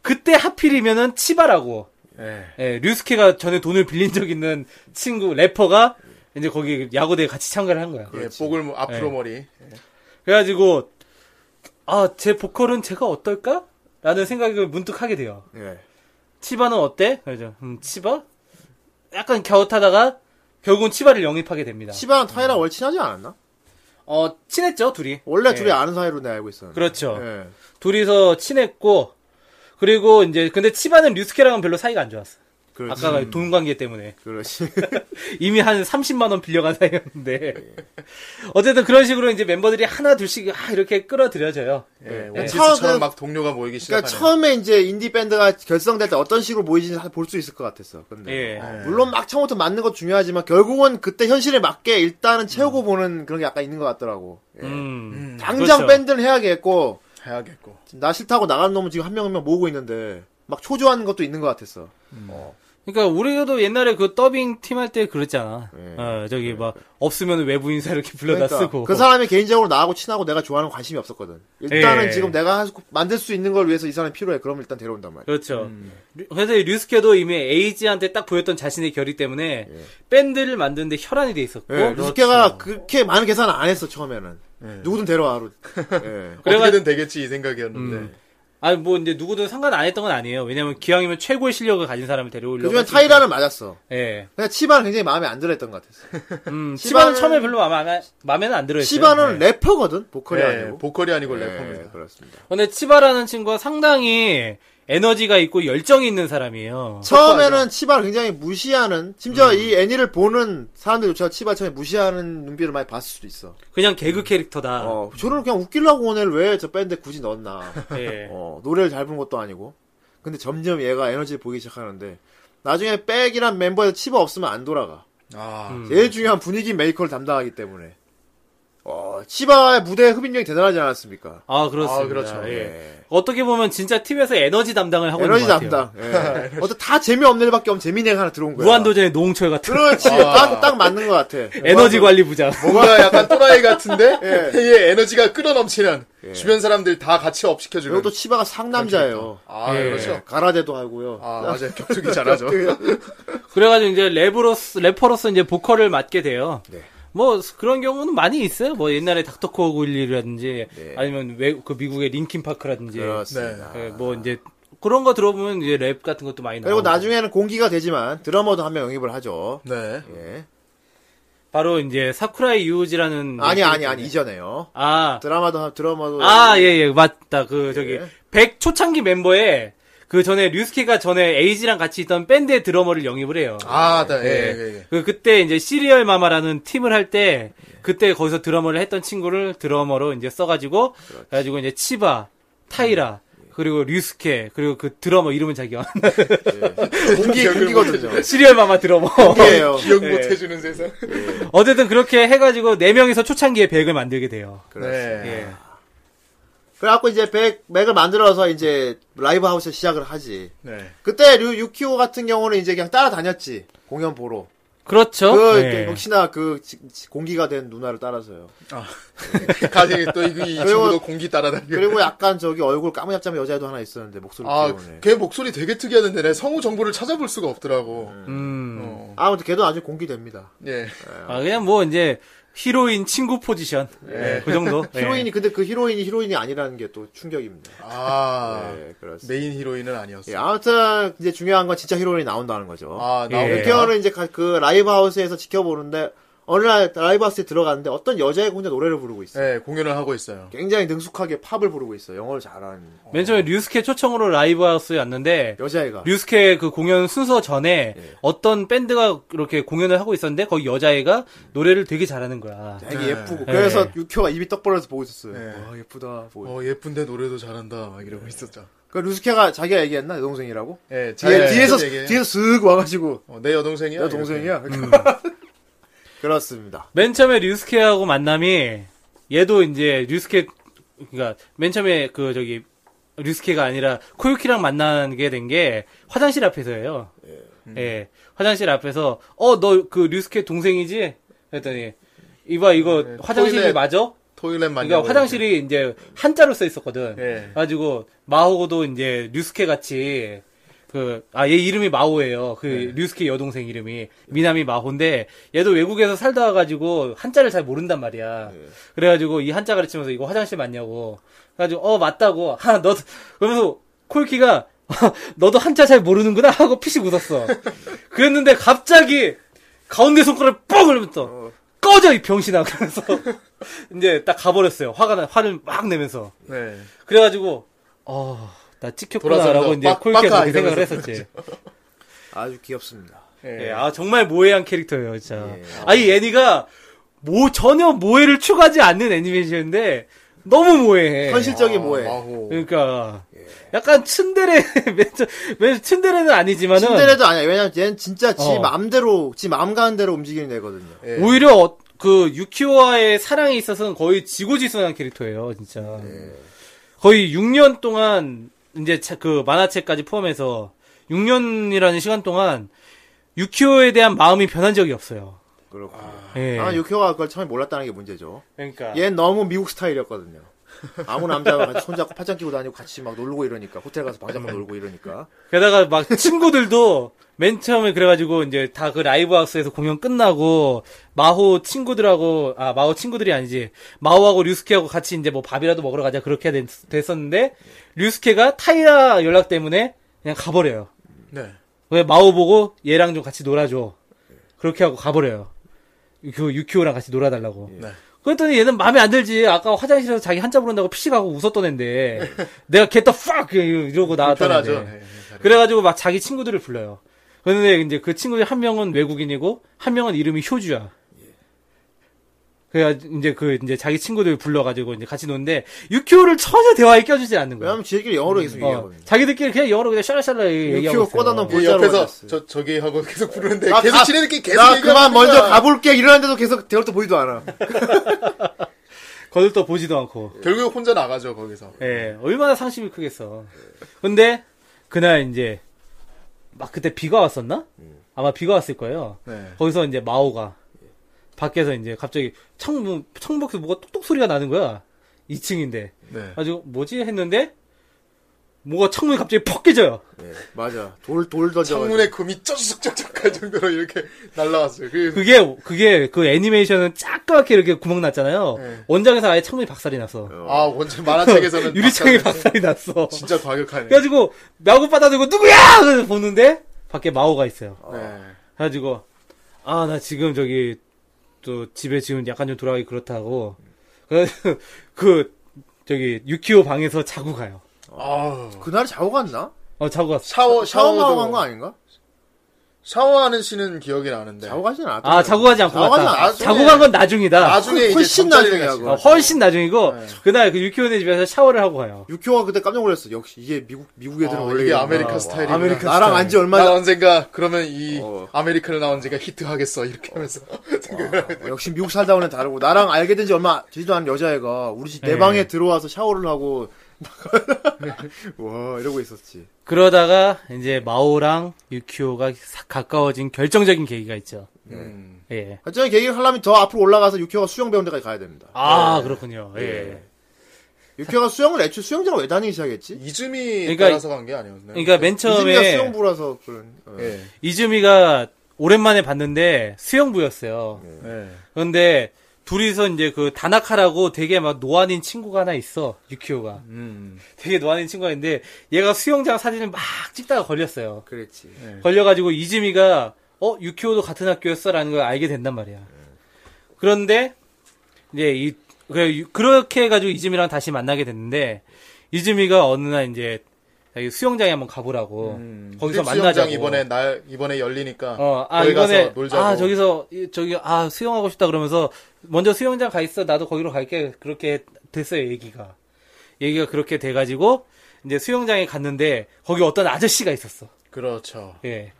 그때 하필이면은 치바라고 예. 예, 류스케가 전에 돈을 빌린 적 있는 친구 래퍼가 이제 거기 야구대에 같이 참가를 한 거야. 예, 복을 뭐- 앞으로 예. 머리. 그래가지고 아 제 보컬은 제가 어떨까? 라는 생각을 문득 하게 돼요. 예. 치바는 어때? 그래서 음, 치바? 약간 겨우타다가 결국은 치바를 영입하게 됩니다. 시바랑 타이랑 음. 월 친하지 않았나? 어 친했죠 둘이. 원래 예. 둘이 아는 사이로 내가 알고 있었는데. 그렇죠. 예. 둘이서 친했고 그리고 이제 근데 치바는 류스케랑은 별로 사이가 안 좋았어. 그렇지. 아까 돈 관계 때문에 그렇지. 이미 한 30만 원 빌려간 사이였는데 어쨌든 그런 식으로 이제 멤버들이 하나 둘씩 아, 이렇게 끌어들여져요. 네. 예. 처음 그- 원피스처럼 막 동료가 모이기 그러니까 시작하는. 처음에 이제 인디 밴드가 결성될 때 어떤 식으로 보이는지 볼 수 있을 것 같았어. 근데 예. 어, 물론 막 처음부터 맞는 것 중요하지만 결국은 그때 현실에 맞게 일단은 채우고 보는 그런 게 약간 있는 것 같더라고. 예. 음. 그렇죠. 당장 밴드는 해야겠고 해야겠고. 나 싫다고 나가는 놈은 지금 한 명 한 명 모으고 있는데 막 초조하는 것도 있는 것 같았어. 그러니까 우리도 옛날에 그 더빙 팀 할 때 그랬잖아. 예. 어, 저기 막 없으면 외부 인사 이렇게 불러다 그러니까 쓰고. 그 사람이 개인적으로 나하고 친하고 내가 좋아하는 거 관심이 없었거든. 일단은 예. 지금 내가 할 수- 만들 수 있는 걸 위해서 이 사람이 필요해. 그럼 일단 데려온단 말이야. 그렇죠. 음. 류- 그래서 이 류스케도 이미 에이지한테 딱 보였던 자신의 결이 때문에 밴드를 만드는데 혈안이 돼 있었고 예, 그렇죠. 루스케가 그렇게 많은 계산을 안 했어 처음에는. 누구든 데려와. 루- 예. 어떻게든 되겠지 이 생각이었는데. 아니 뭐 이제 누구든 상관 안 했던 건 아니에요. 왜냐면 기왕이면 최고의 실력을 가진 사람을 데려오려고. 그중에 했으니까. 타이라는 맞았어. 예. 근데 치바는 굉장히 마음에 안 들어했던 것 같았어. 음, 시바는- 시바는 처음에 별로 마음에, 마음에는 안 들어요. 네. 치바는 래퍼거든 보컬이 예, 아니고. 보컬이 아니고 예, 래퍼입니다. 그렇습니다. 근데 치바라는 친구가 상당히 에너지가 있고 열정이 있는 사람이에요. 처음에는 치바를 굉장히 무시하는, 심지어 음. 이 애니를 보는 사람들조차 치바 처음에 무시하는 눈빛을 많이 봤을 수도 있어. 그냥 개그 아. 캐릭터다. 어, 저는 그냥 웃기려고 오늘 왜 저 밴드 굳이 넣었나. 예. 어, 노래를 잘 부른 것도 아니고. 근데 점점 얘가 에너지를 보기 시작하는데, 나중에 백이란 멤버에서 치바 없으면 안 돌아가. 아, 음. 제일 중요한 분위기 메이커를 담당하기 때문에. 어, 치바의 무대의 흡입력이 대단하지 않았습니까? 아 그렇습니다. 아, 그렇죠. 예. 예. 어떻게 보면 진짜 팀에서 에너지 담당을 하고 에너지 있는 것 같아요. 담당. 예. 어떤 다 재미없는 일밖에 없는 재미있는 애가 하나 들어온 거야. 무한도전의 노홍철 같은 그렇지. 아. 딱, 딱 맞는 것 같아. 에너지 관리 부장. 뭐, 뭔가 예. 약간 또라이 같은데 얘 에너지가 끌어넘치는 주변 사람들 다 같이 업시켜주는. 그리고 또 치바가 상남자예요. 아 예. 그렇죠. 가라데도 하고요. 아 맞아요. 격투기 잘하죠. 그래가지고 이제 랩으로서 래퍼로서 이제 보컬을 맡게 돼요. 네. 뭐 그런 경우는 많이 있어요. 뭐 옛날에 닥터 코어구일리라든지 아니면 외 그 미국의 링킨 파크라든지 네. 그렇습니다. 예, 뭐 이제 그런 거 들어보면 이제 랩 같은 것도 많이 나오고 그리고 나중에는 공기가 되지만 드러머도 한 명 영입을 하죠. 네. 예. 바로 이제 사쿠라이 유우지라는 아니 아니 아니 이전에요. 아, 드라마도 한- 드라마도 음, 네. 아, 예, 예, 맞다. 그, 저기, 예. 백 초창기 멤버에, 그 전에 류스케가 전에 에이지랑 같이 있던 밴드의 드러머를 영입을 해요. 아, 네. 예, 예. 예, 예. 그, 그때 이제 시리얼 마마라는 팀을 할 때, 그때 거기서 드러머를 했던 친구를 드러머로 이제 써가지고, 그래가지고 이제 치바, 타이라, 음. 그리고 류스케, 그리고 그 드러머 이름은 자기가. 예. 공기 공기거든요. 시리얼 마마 드러머. 공기예요. 기억 못 해주는 세상. 어쨌든 그렇게 해가지고, 네명이서 초창기에 백을 만들게 돼요. 네. 예. 그래갖고 이제 백 맥을 만들어서 이제 라이브 하우스 시작을 하지. 네. 그때 류 유키오 같은 경우는 이제 그냥 따라다녔지 공연 보러. 그렇죠. 그 예. 역시나 그 지- 지- 공기가 된 누나를 따라서요. 예. 그 가정에 또이 이 친구도 공기 따라다니고. 그리고 약간 저기 얼굴 까무잡잡한 여자애도 하나 있었는데 목소리 아, 때문에. 걔 목소리 되게 특이하던데 내 성우 정보를 찾아볼 수가 없더라고. 음. 어. 아무튼 걔도 아주 공개됩니다. 예. 아, 그냥 뭐 이제 히로인 친구 포지션. 그 정도. 네. 히로인이 근데 그 히로인이 히로인이 아니라는 게 또 충격입니다. 아 네, 그렇습니다. 메인 히로인은 아니었어. 예, 요 아무튼 이제 중요한 건 진짜 히로인이 나온다는 거죠. 아 예. 나오게 태어는 이제 가- 그 라이브 하우스에서 지켜보는데 어느 날 라이브 하우스에 들어갔는데 어떤 여자애가 혼자 노래를 부르고 있어요. 예 공연을 하고 있어요. 굉장히 능숙하게 팝을 부르고 있어요. 영어를 잘하는 맨 처음에 류스케 초청으로 라이브 하우스에 왔는데 여자애가. 류스케 그 공연 순서 전에 어떤 밴드가 이렇게 공연을 하고 있었는데 거기 여자애가 노래를 되게 잘하는 거야. 되게 네. 예쁘고 네. 그래서 유효가 입이 떡 벌어서 보고 있었어요. 네. 와 예쁘다. 보고. 어 예쁜데 노래도 잘한다 막 이러고 있었죠. 그 루스케가 자기가 얘기했나 여동생이라고? 네. 뒤에, 예잘 뒤에서 얘기해요. 뒤에서 쓱 와가지고 어, 내 여동생이야. 내 동생이야. 네. 음. 그렇습니다. 맨 처음에 류스케하고 만남이 얘도 이제 류스케 그러니까 맨 처음에 그 저기 류스케가 아니라 코유키랑 만나게 된 게 화장실 앞에서예요. 예. 화장실 앞에서 어 너 그 류스케 동생이지? 그랬더니 이봐 네, 이거 예, 화장실이 토일렛. 맞아? 토일렛 만. 그러니까 화장실이 이제 한자로 써 있었거든. 예. 가지고 마호도 이제 류스케 같이 그 아 얘 이름이 마호예요. 그 류스케 여동생 이름이 미나미 마호인데 얘도 외국에서 살다 와가지고 한자를 잘 모른단 말이야. 그래가지고 이 한자 가르치면서 이거 화장실 맞냐고. 그래가지고 어 맞다고. 하너 그러면서 콜키가 어, 너도 한자 잘 모르는구나 하고 피식 웃었어. 그랬는데 갑자기 가운데 손가락 뻥 흘리면서 꺼져 이 병신아 그러면서 이제 딱 가버렸어요. 화가 나 화를 막 내면서 네. 그래가지고 어 나 돌아서면서 찍혔구나라고 이제 빡- 콜키가 빡하 그렇게 생각을 이러면서 했었지. 아주 귀엽습니다. 예. 예, 아 정말 모해한 캐릭터예요, 진짜. 네. 아이 애니가 뭐 전혀 모해를 추구하지 않는 애니메이션인데 너무 모해해. 아, 현실적인 뭐해? 마호. 그러니까 예. 약간 츤데레 맨 처- 맨 츤데레는 아니지만은 침대래도 아니야. 왜냐면 얘는 진짜 지 어. 마음대로 지 마음 가는 대로 움직이는 애거든요. 예. 오히려 어- 그 유키와의 사랑에 있어서는 거의 지고지순한 캐릭터예요, 진짜. 거의 6년 동안 이제 차- 그 만화책까지 포함해서 6년이라는 시간 동안 유키오에 대한 마음이 변한 적이 없어요. 그렇군요. 아, 예. 유효가 그걸 처음에 몰랐다는 게 문제죠. 그러니까 얘는 너무 미국 스타일이었거든요. 아무 남자와 같이 손잡고 팔짱 끼고 다니고 같이 막 놀고 이러니까 호텔 가서 방자만 놀고 이러니까 게다가 막 친구들도 맨 처음에 그래가지고 이제 다 그 라이브 하우스에서 공연 끝나고 마호 친구들하고 아 마호 친구들이 아니지 마호하고 류스케하고 같이 이제 뭐 밥이라도 먹으러 가자 그렇게 됐, 었는데 류스케가 타이라 연락 때문에 그냥 가버려요. 네. 왜 마호 보고 얘랑 좀 같이 놀아줘 그렇게 하고 가버려요. 그 유키오랑 같이 놀아달라고. 네. 그랬더니 얘는 마음에 안 들지. 아까 화장실에서 자기 한자 부른다고 피식하고 웃었던 앤데 내가 개떡 팍 이러고 나왔다는데. 편하죠. 예, 예, 잘해요. 그래가지고 막 자기 친구들을 불러요. 그런데 이제 그 친구들 한 명은 외국인이고 한 명은 이름이 효주야. 예. 그래 이제 그 이제 자기 친구들 불러가지고 이제 같이 노는데 유키오를 전혀 대화에 껴주지 않는 거야. 왜냐면 지들끼리 영어로 계속 어, 얘기하거든요. 자기들끼리 그냥 영어로 그냥 샤라샤라 얘기하고 유키오 꼬다 넣은 있어요. 볼 예, 자로 옆에서 맞았어요. 저 저기 하고 계속 부르는데 아, 계속 아, 지네들끼리 계속 나 얘기하고 네. 그만 먼저 있으니까 가볼게 이러는데도 계속 대열도 보이도 않아. 거들떠 보지도 않고. 결국에 혼자 나가죠 거기서. 예, 얼마나 상심이 크겠어. 근데 그날 이제 막 그때 비가 왔었나? 아마 비가 왔을 거예요. 네. 거기서 이제 마오가 밖에서 이제 갑자기 창문 창밖에서 뭐가 똑똑 소리가 나는 거야. 2층인데. 네. 아주 뭐지 했는데 뭐가 창문이 갑자기 퍽 깨져요. 예, 맞아. 돌 돌 던져. 창문에 금이 쩌적쩌적 갈 정도로 이렇게 날라왔어요. 그, 그게 그게 그 애니메이션은 작게 이렇게 구멍 났잖아요. 네. 원작에서 아예 창문이 박살이 났어. 아 원체 만화책에서는 유리창이 막상- 박살이 났어. 진짜 과격하네. 그래가지고 마구 받아들고 누구야? 그래서 보는데 밖에 마오가 있어요. 네. 그래가지고 아 나 지금 저기 또 집에 지금 약간 좀 돌아가기 그렇다고 그래서 그 저기 유키오 방에서 자고 가요. 아 그날 자고 갔나? 어 자고 갔어. 샤워 샤워하고 샤워도 간 거 아닌가? 샤워하는 씬은 기억이 나는데. 자고 가진 않았다. 아 자고 가지 않고 자고 가지 갔다. 않았어. 자고 간 건 나중이다. 나중에 이제 훨씬 잠자리를 나중에 같이 어, 하고. 가요. 훨씬 나중이고 그날 그 유키오네 집에서 샤워를 하고 가요. 유효가 그때 깜짝 놀랐어. 역시 이게 미국 미국 애들은 아, 원래 이게 이러구나. 아메리카 와, 스타일이구나. 아메리카 나랑 안지 나 얼마 언젠가 그러면 이 어. 아메리카를 나 언젠가 히트하겠어 이렇게 하면서 생각을 하고 어, 역시 미국 살다 오는 다르고 나랑 알게 된 지 얼마 되지도 않은 여자애가 우리 집 내 예. 방에 들어와서 샤워를 하고 와 이러고 있었지. 그러다가 이제 마오랑 유키오가 싹 가까워진 결정적인 계기가 있죠. 음. 예. 하여튼 계기를 하려면 더 앞으로 올라가서 유효가 수영 배운 데까지 가야 됩니다. 아 그렇군요. 예. 유효가 수영을 애초에 수영장을 왜 다니기 시작했지? 이즈미 그러니까- 따라서 간 게 아니었나요? 그러니까 맨 이즈미가 처음에 수영부라서 그런. 어. 예. 이즈미가 오랜만에 봤는데 수영부였어요. 네. 그런데 둘이서 이제 그 다나카라고 되게 막 노안인 친구가 하나 있어 유키오가 음. 되게 노안인 친구가 있는데 얘가 수영장 사진을 막 찍다가 걸렸어요. 그렇지. 걸려가지고 이즈미가 어 유키오도 같은 학교였어라는 걸 알게 된단 말이야. 네. 그런데 이제 이 그- 유- 그렇게 해가지고 이즈미랑 다시 만나게 됐는데 이즈미가 어느 날 이제 자기 수영장에 한번 가보라고 거기서 힙스 영장 만나자고 음. 이번에 날 이번에 열리니까 어, 아, 거기 이번에, 가서 놀자고. 아, 저기서, 이- 저기, 아, 수영하고 싶다 그러면서, 먼저 수영장 가 있어. 나도 거기로 갈게. 그렇게 됐어요, 얘기가. 얘기가 그렇게 돼가지고, 이제 수영장에 갔는데, 거기 어떤 아저씨가 있었어. 그렇죠. 예.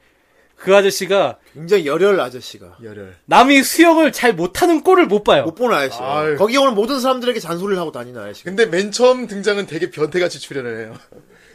그 아저씨가, 굉장히 열혈 아저씨가. 열혈. 남이 수영을 잘 못하는 꼴을 못 봐요. 예. 못 보는 아저씨. 아유. 거기 오는 모든 사람들에게 잔소리를 하고 다니는 아저씨. 근데 맨 처음 등장은 되게 변태같이 출연을 해요.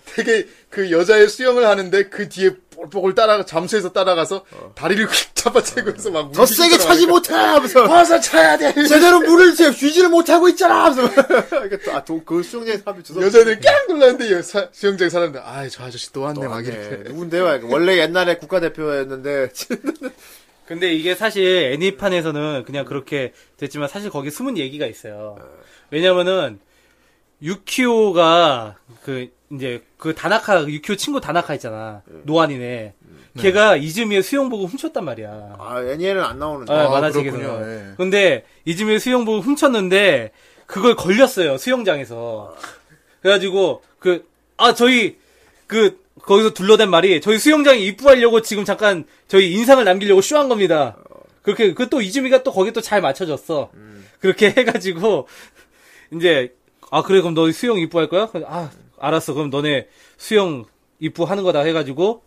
되게 그 여자의 수영을 하는데 그 뒤에 볼볼 따라 잠수해서 따라가서 어. 다리를 휙 잡아채고 해서 막 더 세게 차지 못해! 하면서. 와서 차야 돼. 제대로 물을 제- 휴지를 못하고 있잖아! 하면서. 그러니까 또, 아, 도- 그 수영장에 사람이 주소. 여자들 깡 놀랐는데 여- 사- 수영장 사람들 아저 아저씨 또 왔네 막 네, 이렇게. 누군데요? 원래 옛날에 국가대표였는데. 근데 이게 사실 애니판에서는 그냥 그렇게 됐지만 사실 거기 숨은 얘기가 있어요. 왜냐면은 유키오가 그 이제 그 다나카 유키오 친구 다나카 있잖아 노안이네. 걔가 이즈미의 수영복을 훔쳤단 말이야. 아, 애니에는 안 나오는데. 아, 아, 만화책에서. 그렇군요. 예. 근데 이즈미의 수영복을 훔쳤는데 그걸 걸렸어요 수영장에서. 그래가지고 그 아 저희 그 거기서 둘러댄 말이 저희 수영장에 입부하려고 지금 잠깐 저희 인상을 남기려고 쇼한 겁니다. 그렇게 그 또 이즈미가 또 거기 또 잘 맞춰졌어. 그렇게 해가지고 이제 아 그래 그럼 너 수영 입부할 거야? 그래서 아 알았어 그럼 너네 수영 입부하는 거다 해가지고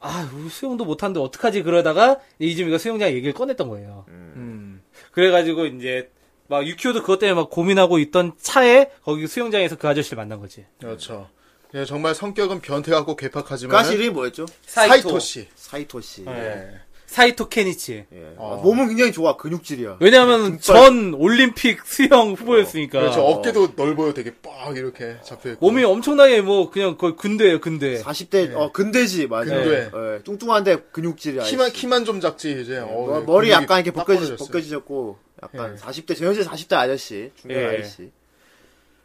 아 우리 수영도 못하는데 어떡하지 그러다가 이즈미가 수영장 얘기를 꺼냈던 거예요. 음. 그래가지고 이제 막 유키오도 그것 때문에 막 고민하고 있던 차에 거기 수영장에서 그 아저씨를 만난 거지. 그렇죠. 예, 정말 성격은 변태 같고 괴팍하지만 가시 이름이 뭐였죠? 사이토 씨. 사이토 씨. 예. 사이토 케니치. 예. 어. 아, 몸은 굉장히 좋아. 근육질이야. 왜냐하면 전 올림픽 수영 후보였으니까. 네, 그렇죠. 어깨도 넓어요. 되게 빡 이렇게 잡혀 있고. 몸이 엄청나게 뭐 그냥 거의 근대예요 근대. 40대 어 근대지 맞아. 근대. 예, 뚱뚱한데 근육질이야. 키만 아저씨. 키만 좀 작지 이제. 어, 어우, 네, 머리 근육이 약간 이렇게 빡 벗겨지, 벌어졌어요. 벗겨지셨고 약간 40대 현재 40대 아저씨 중년 예. 아저씨.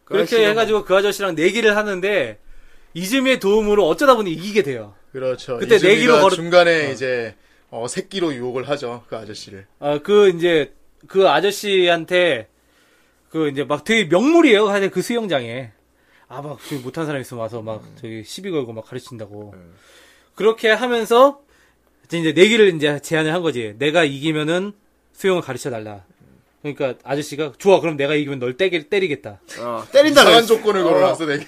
그 그렇게 아저씨는 해가지고 그 아저씨랑 내기를 하는데 이즈미의 도움으로 어쩌다 보니 이기게 돼요. 그렇죠. 그때 내기로 그때 네 내기로 걸어- 중간에 이제 어, 새끼로 유혹을 하죠 그 아저씨를. 아, 그 이제 그 아저씨한테 그 이제 막 되게 명물이에요. 하여튼 그 수영장에. 아, 막 저기 못한 사람 있으면 와서 막 저기 시비 걸고 막 가르친다고. 그렇게 하면서 이제 내기를 이제 제안을 한 거지. 내가 이기면은 수영을 가르쳐 달라. 그러니까 아저씨가 좋아. 그럼 내가 이기면 널 때리, 때리겠다. 어, 때린다 이상한 그랬어. 조건을 걸어놨어 내게.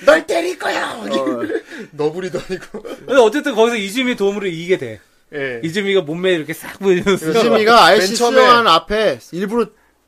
널 때릴 거야. 어, 너부리도 아니고. 근데 어쨌든 거기서 이즈미 도움으로 이기게 돼. 예. 이즈미가 몸매 이렇게 싹 보여주면서 그 유심이가 아저씨 맨 처음에- 수영하는 앞에 일부러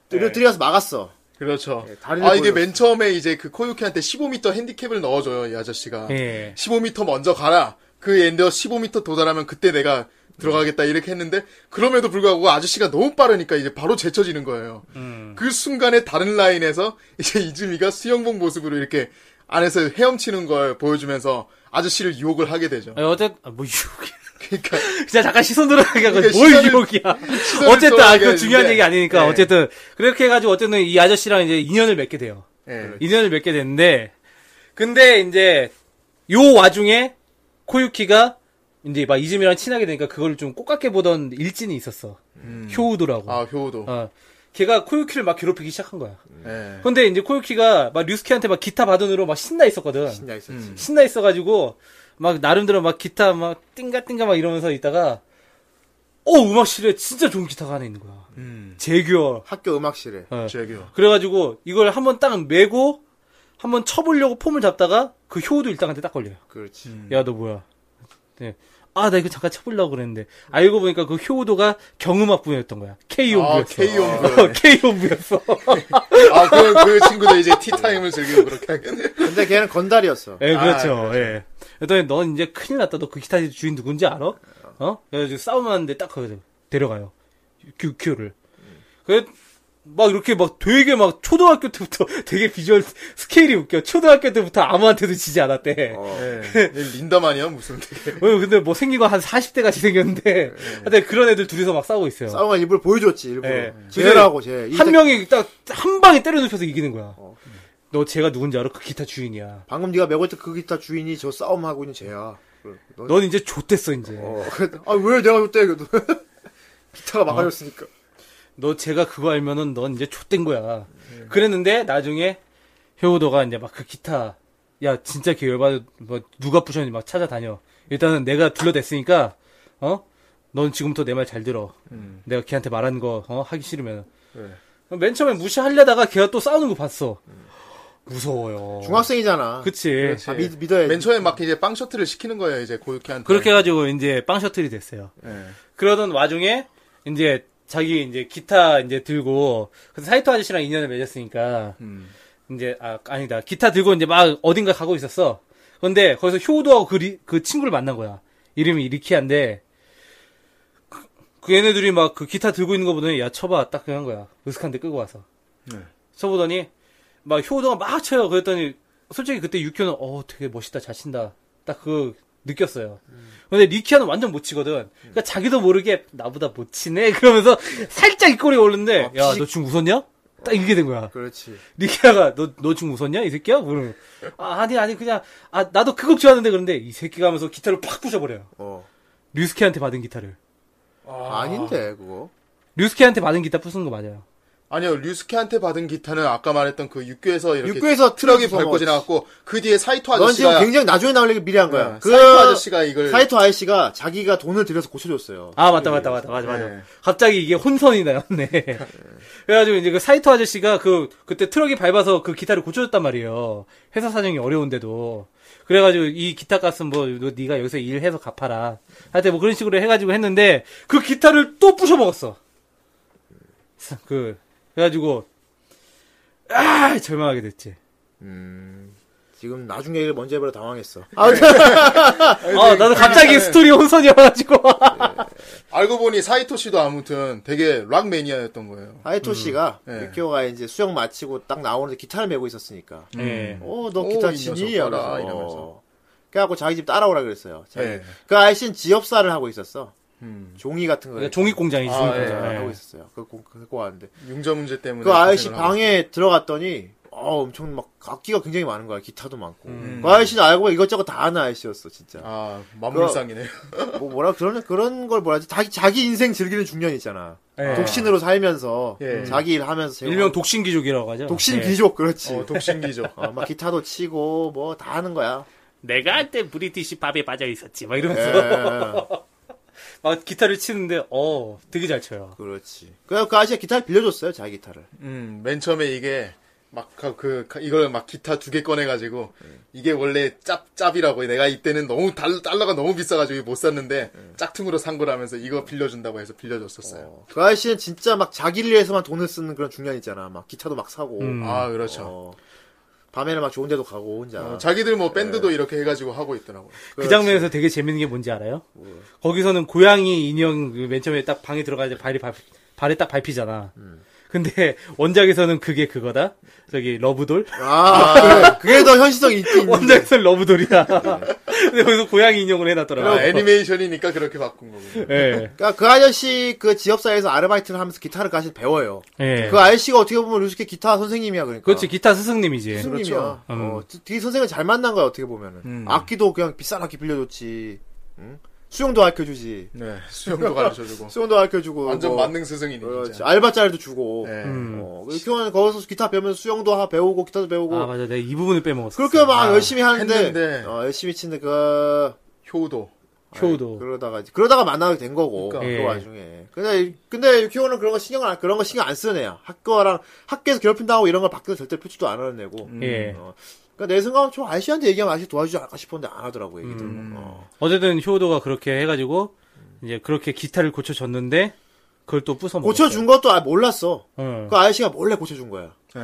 들여들여서 막았어. 그렇죠. 네, 다리를 아 이게 보여줬어. 맨 처음에 이제 그 코유키한테 15m 핸디캡을 넣어줘요 이 아저씨가. 네. 예. 15m 먼저 가라. 그 엔더 15m 도달하면 그때 내가 들어가겠다 이렇게 했는데 그럼에도 불구하고 아저씨가 너무 빠르니까 이제 바로 제쳐지는 거예요. 음. 그 순간에 다른 라인에서 이제 이즈미가 수영복 모습으로 이렇게 안에서 헤엄치는 걸 보여주면서 아저씨를 유혹을 하게 되죠. 아니, 어쨌든 아, 뭐 유혹이야. 그러니까 진짜 잠깐 시선 돌아가게 하고 그러니까 뭘 시선을- 유혹이야. 시선을 어쨌든 아, 돌아가게 그 중요한 하는데. 얘기 아니니까 예. 어쨌든 그렇게 해가지고 어쨌든 이 아저씨랑 이제 인연을 맺게 돼요. 예. 인연을 맺게 됐는데 근데 이제 요 와중에 코유키가 이제 막 이즈미랑 친하게 되니까 그걸 좀 꼬깝게 보던 일진이 있었어. 효우도라고. 아 효우도. 어. 걔가 코유키를 막 괴롭히기 시작한 거야. 예. 근데 이제 코유키가 막 류스키한테 막 기타 받은으로 막 신나 있었거든. 신나 있었지. 신나 있어가지고 막 나름대로 막 기타 막 띵가띵가 막 이러면서 있다가 어 음악실에 진짜 좋은 기타가 하나 있는 거야 음. 제규어 학교 음악실에. 어. 제교. 그래가지고 이걸 한번 딱 메고 한번 쳐보려고 폼을 잡다가 그 효우도 일당한테 딱 걸려요 그렇지. 음. 야 너 뭐야 아 나 이거 잠깐 쳐보려고 그랬는데 알고 보니까 그 효우도가 경음악부였던 거야 아 K온부였어 K온부. K온부였어 아, 그, 그 친구도 이제 티타임을 즐기고 그렇게 하겠네. 근데 걔는 건달이었어. 예, 그렇죠. 아, 예. 그랬더니 넌 이제 큰일 났다. 너 그 기타 주인 누군지 알아? 어? 그래가지고 싸움하는데 딱 거기 데려가요. 규, 규를. 그래, 막 이렇게 막 되게 막 초등학교 때부터 되게 비주얼 스케일이 웃겨. 초등학교 때부터 아무한테도 지지 않았대. 예. 린다만이야 무슨 되게. 어, 근데 뭐 생긴 건 한 40대 같이 생겼는데. 근데 그런 애들 둘이서 막 예. 싸우고 있어요. 싸움한 일부러 보여줬지 일부러 예. 지뢰라고 쟤 한 일단 명이 딱 한 방에 때려 눕혀서 이기는 거야. 너 쟤가 누군지 알아? 그 기타 주인이야. 방금 네가 메고 있던 그 기타 주인이 저 싸움하고 있는 쟤야 넌... 넌 이제 좆됐어 이제. 어. 아왜 내가 그때 그래도 기타가 막아졌으니까 너 쟤가 그거 알면은 넌 이제 좆된 거야. 그랬는데 나중에 효도가 이제 막 그 기타 야 진짜 걔 열받아 뭐 누가 부셨는지 막 찾아다녀. 일단은 내가 둘러댔으니까 어? 넌 지금부터 내 말 잘 들어. 내가 걔한테 말한 거 어? 하기 싫으면. 맨 처음에 무시하려다가 걔가 또 싸우는 거 봤어. 무서워요. 중학생이잖아 그치. 다 믿, 믿어야지 맨 처음에 막 이제 빵 셔틀을 시키는 거예요 이제 고유키한테. 그렇게 해가지고 이제 빵 셔틀이 됐어요. 예. 그러던 와중에 이제 자기 이제 기타 이제 들고 그래서 사이토 아저씨랑 인연을 맺었으니까 음. 이제 아 아니다 기타 들고 이제 막 어딘가 가고 있었어. 근데 거기서 효도하고 그, 리- 그 친구를 만난 거야. 이름이 이리키한데 그- 그 얘네 들이 막 그 기타 들고 있는 거 보더니 야 쳐봐 딱 그냥 한 거야. 으슥한데 끄고 와서 네. 쳐보더니 막 효도가 막 쳐요. 그랬더니 솔직히 그때 유키는 어 되게 멋있다 잘 친다 딱 그거 느꼈어요. 근데 리키아는 완전 못 치거든. 그러니까 자기도 모르게 나보다 못 치네 그러면서 살짝 입꼬리 오르는데 아, 야 피식- 너 지금 웃었냐? 딱 이게 된 거야. 그렇지 리키아가 너, 너 지금 웃었냐? 이 새끼야? 그러면 아, 아니, 아니, 그냥, 아, 나도 그 곡 좋아하는데 그런데 이 새끼가 하면서 기타를 팍 부셔버려요. 어 류스케한테 받은 기타를. 아... 아닌데 그거 류스케한테 받은 기타 부순 거 맞아요. 아니요 류스케한테 받은 기타는 아까 말했던 그 육교에서 이렇게 육교에서 트럭이 트럭이 뭐 밟고 지나갔고 그 뒤에 사이토 넌 지금 아저씨가 굉장히 나중에 나올 얘기 미리 한 거야 예, 그 사이토 아저씨가 이걸 사이토 아저씨가 자기가 돈을 들여서 고쳐줬어요 아, 맞다, 맞다, 맞다, 맞아, 맞아. 네. 갑자기 이게 혼선이 나였네. 그래가지고 이제 그 사이토 아저씨가 그, 그때 트럭이 밟아서 그 기타를 고쳐줬단 말이에요. 회사 사정이 어려운데도. 그래가지고 이 기타 값은 뭐, 너 네가 여기서 일해서 갚아라. 하여튼 뭐 그런 식으로 해가지고 했는데, 그 기타를 또 부셔먹었어. 그, 그래가지고, 아, 절망하게 됐지. 지금 나중에 얘기를 먼저 해버려 당황했어 아, 나도 갑자기 스토리 혼선이어가지고. 알고 보니 사이토 씨도 아무튼 되게 락 매니아였던 거예요. 사이토 씨가 예. 유키오가 이제 수영 마치고 딱 나오는데 기타를 메고 있었으니까 예. 어, 너 음. 오, 기타 이 치니? 녀석 봐라, 이러면서. 이러면서. 그래갖고 자기 집 따라오라 그랬어요. 자기. 예. 그 아이씨는 지업사를 하고 있었어. 종이 같은 거. 그러니까 종이 공장이지. 음. 아, 종이 예, 공장. 네. 하고 예. 있었어요. 그거 공- 그거 왔는데. 융자 문제 때문에 네, 그 아이씨 고생을 하고 방에 들어갔더니, 어, 엄청 막 악기가 굉장히 많은 거야. 기타도 많고. 음. 그 아이씨는 알고 보면 이것저것 다 아는 아이씨였어, 진짜. 아 만물상이네요. 뭐, 뭐라, 그런, 그런 걸 뭐라 하지? 자기, 자기 인생 즐기는 중년 있잖아. 예. 독신으로 살면서, 예. 자기 일 하면서. 일명 독신기족이라고 하죠. 독신 예. 귀족, 그렇지. 어, 독신기죠. 어, 막 기타도 치고, 뭐, 다 하는 거야. 내가 한때 브리티시 밥에 빠져 있었지 막 이러면서 예. 막 기타를 치는데 어 되게 잘 쳐요. 그렇지. 그, 그 아저씨가 기타를 빌려줬어요, 자기 기타를. 음, 맨 처음에 이게 막 그 이걸 막 기타 두 개 꺼내가지고 이게 원래 짭 짭이라고 내가 이때는 너무 달, 달러가 너무 비싸가지고 못 샀는데 짝퉁으로 산 거라면서 이거 빌려준다고 해서 빌려줬었어요. 네. 어. 그 아저씨는 진짜 막 자기를 위해서만 돈을 쓰는 그런 중년 있잖아. 막 기타도 막 사고. 음. 아 그렇죠. 어. 밤에는 막 좋은 데도 가고, 혼자. 어, 자기들 뭐 밴드도 이렇게 해가지고 하고 있더라고요. 그 장면에서 되게 재밌는 게 뭔지 알아요? 예. 거기서는 고양이 인형 그맨 처음에 딱 방에 들어가야 돼 발이 발, 발에 딱 밟히잖아. 음. 근데 원작에서는 그게 그거다. 저기 러브돌. 아, 그래. 그게 더 현실성이 있긴 있는데. 원작에서는 러브돌이야. 근데 거기서 고양이 인형으로 해놨더라고. 아, 애니메이션이니까 그렇게 바꾼 거군요. 예. 그러니까 그 아저씨 그 지업사에서 아르바이트를 하면서 기타를 같이 배워요. 예. 그 아저씨가 어떻게 보면 루스케 기타 선생님이야, 그러니까. 그렇지 기타 스승님이지. 선생님이야. 그렇죠. 음. 어, 뒤- 뒤 선생을 잘 만난 거야, 어떻게 보면은. 악기도 그냥 비싼 악기 빌려줬지. 응? 수영도 가르쳐주지. 네, 수영도 가르쳐주고 수영도 가르쳐주고. 완전 뭐 만능 스승이니 그렇지. 진짜. 알바짜리도 주고. 네. 음. 어, 이렇게 거기서 기타 배우면서 수영도 하- 배우고 기타도 배우고 아 맞아 내가 이 부분을 빼먹었어. 아, 그렇게 막 열심히 하는데 아, 했는데. 어, 열심히 치는데 그 효도. 효도. 그러다가 이제- 그러다가 만나게 된 거고 그 그러니까. 예. 와중에 근데 이- 근데 유키오는 그런 거 신경을 안- 그런 거 신경 안 쓰는 애야 학교랑 학교에서 괴롭힌다고 이런 걸 밖에서 절대 표출도 안 하는 애고 음. 예. 어. 그러니까 내 생각은 좀 아저씨한테 얘기하면 아저씨 도와주지 않을까 싶었는데 안 하더라고 얘기들 음. 어. 어쨌든 효도가 그렇게 해가지고 이제 그렇게 기타를 고쳐줬는데 그걸 또 부숴 먹었어. 고쳐준 것도 아, 몰랐어 응. 그 아저씨가 몰래 고쳐준 거야 네.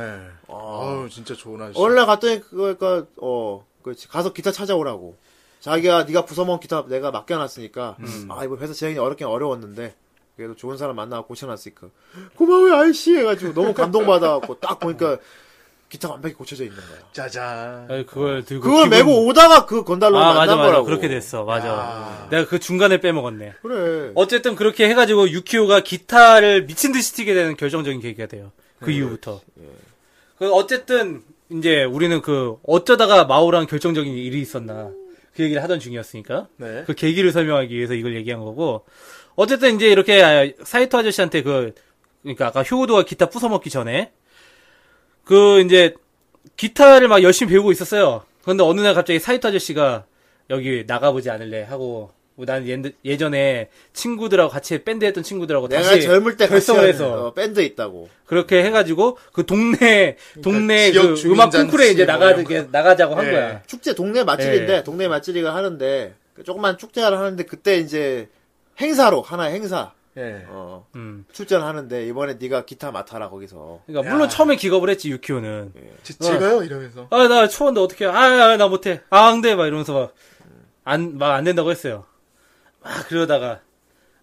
아우 진짜 좋은 아저씨. 원래 갔더니 그러니까 어 그렇지 가서 기타 찾아오라고 음. 자기야 네가 부숴먹은 기타 내가 맡겨놨으니까 아 이거 회사 진행이 어렵긴 어려웠는데 그래도 좋은 사람 만나고 고쳐놨으니까 고마워요 아이씨 해가지고 너무 감동받아갖고 딱 보니까 기타 완벽히 고쳐져 있는 거야. 짜잔. 아니, 그걸 들고. 그걸 기분- 메고 오다가 그 건달로 아, 만난 맞아, 맞아. 거라고. 그렇게 됐어. 맞아. 내가 그 중간에 빼먹었네. 그래. 어쨌든 그렇게 해가지고 유키오가 기타를 미친 듯이 튀게 되는 결정적인 계기가 돼요. 그 예, 이후부터. 그 어쨌든 이제 우리는 그 어쩌다가 마오랑 결정적인 일이 있었나 그 얘기를 하던 중이었으니까 네. 그 계기를 설명하기 위해서 이걸 얘기한 거고 어쨌든 이제 이렇게 아, 사이토 아저씨한테 그 그러니까 아까 효우도가 기타 부숴먹기 전에 그 이제 기타를 막 열심히 배우고 있었어요. 그런데 어느 날 갑자기 사이토 아저씨가 여기 나가보지 않을래 하고 뭐 나는 옛- 예전에 친구들하고 같이 밴드 했던 친구들하고 내가 다시 젊을 때 같이 결성을 하는, 해서 어, 밴드 있다고. 그렇게 해가지고 그 동네 동네 그러니까 지역 그 음악 주민잔치 콩쿠르에 이제 뭐 나가 이런 거. 나가자고 한 예. 거야. 축제 동네 맛집인데 예. 동네 맛집이가 하는데 그 조그만 축제를 하는데 그때 이제 행사로 하나의 행사 예. 어, 음. 출전을 하는데 이번에 네가 기타 맡아라 거기서. 그러니까 물론 야. 처음에 기겁을 했지 유키오는. 제, 제가요? 이러면서. 아 나 초반데 어떻게 아나 못해 아안 돼 막 이러면서 막 안 막 안 된다고 했어요. 막 그러다가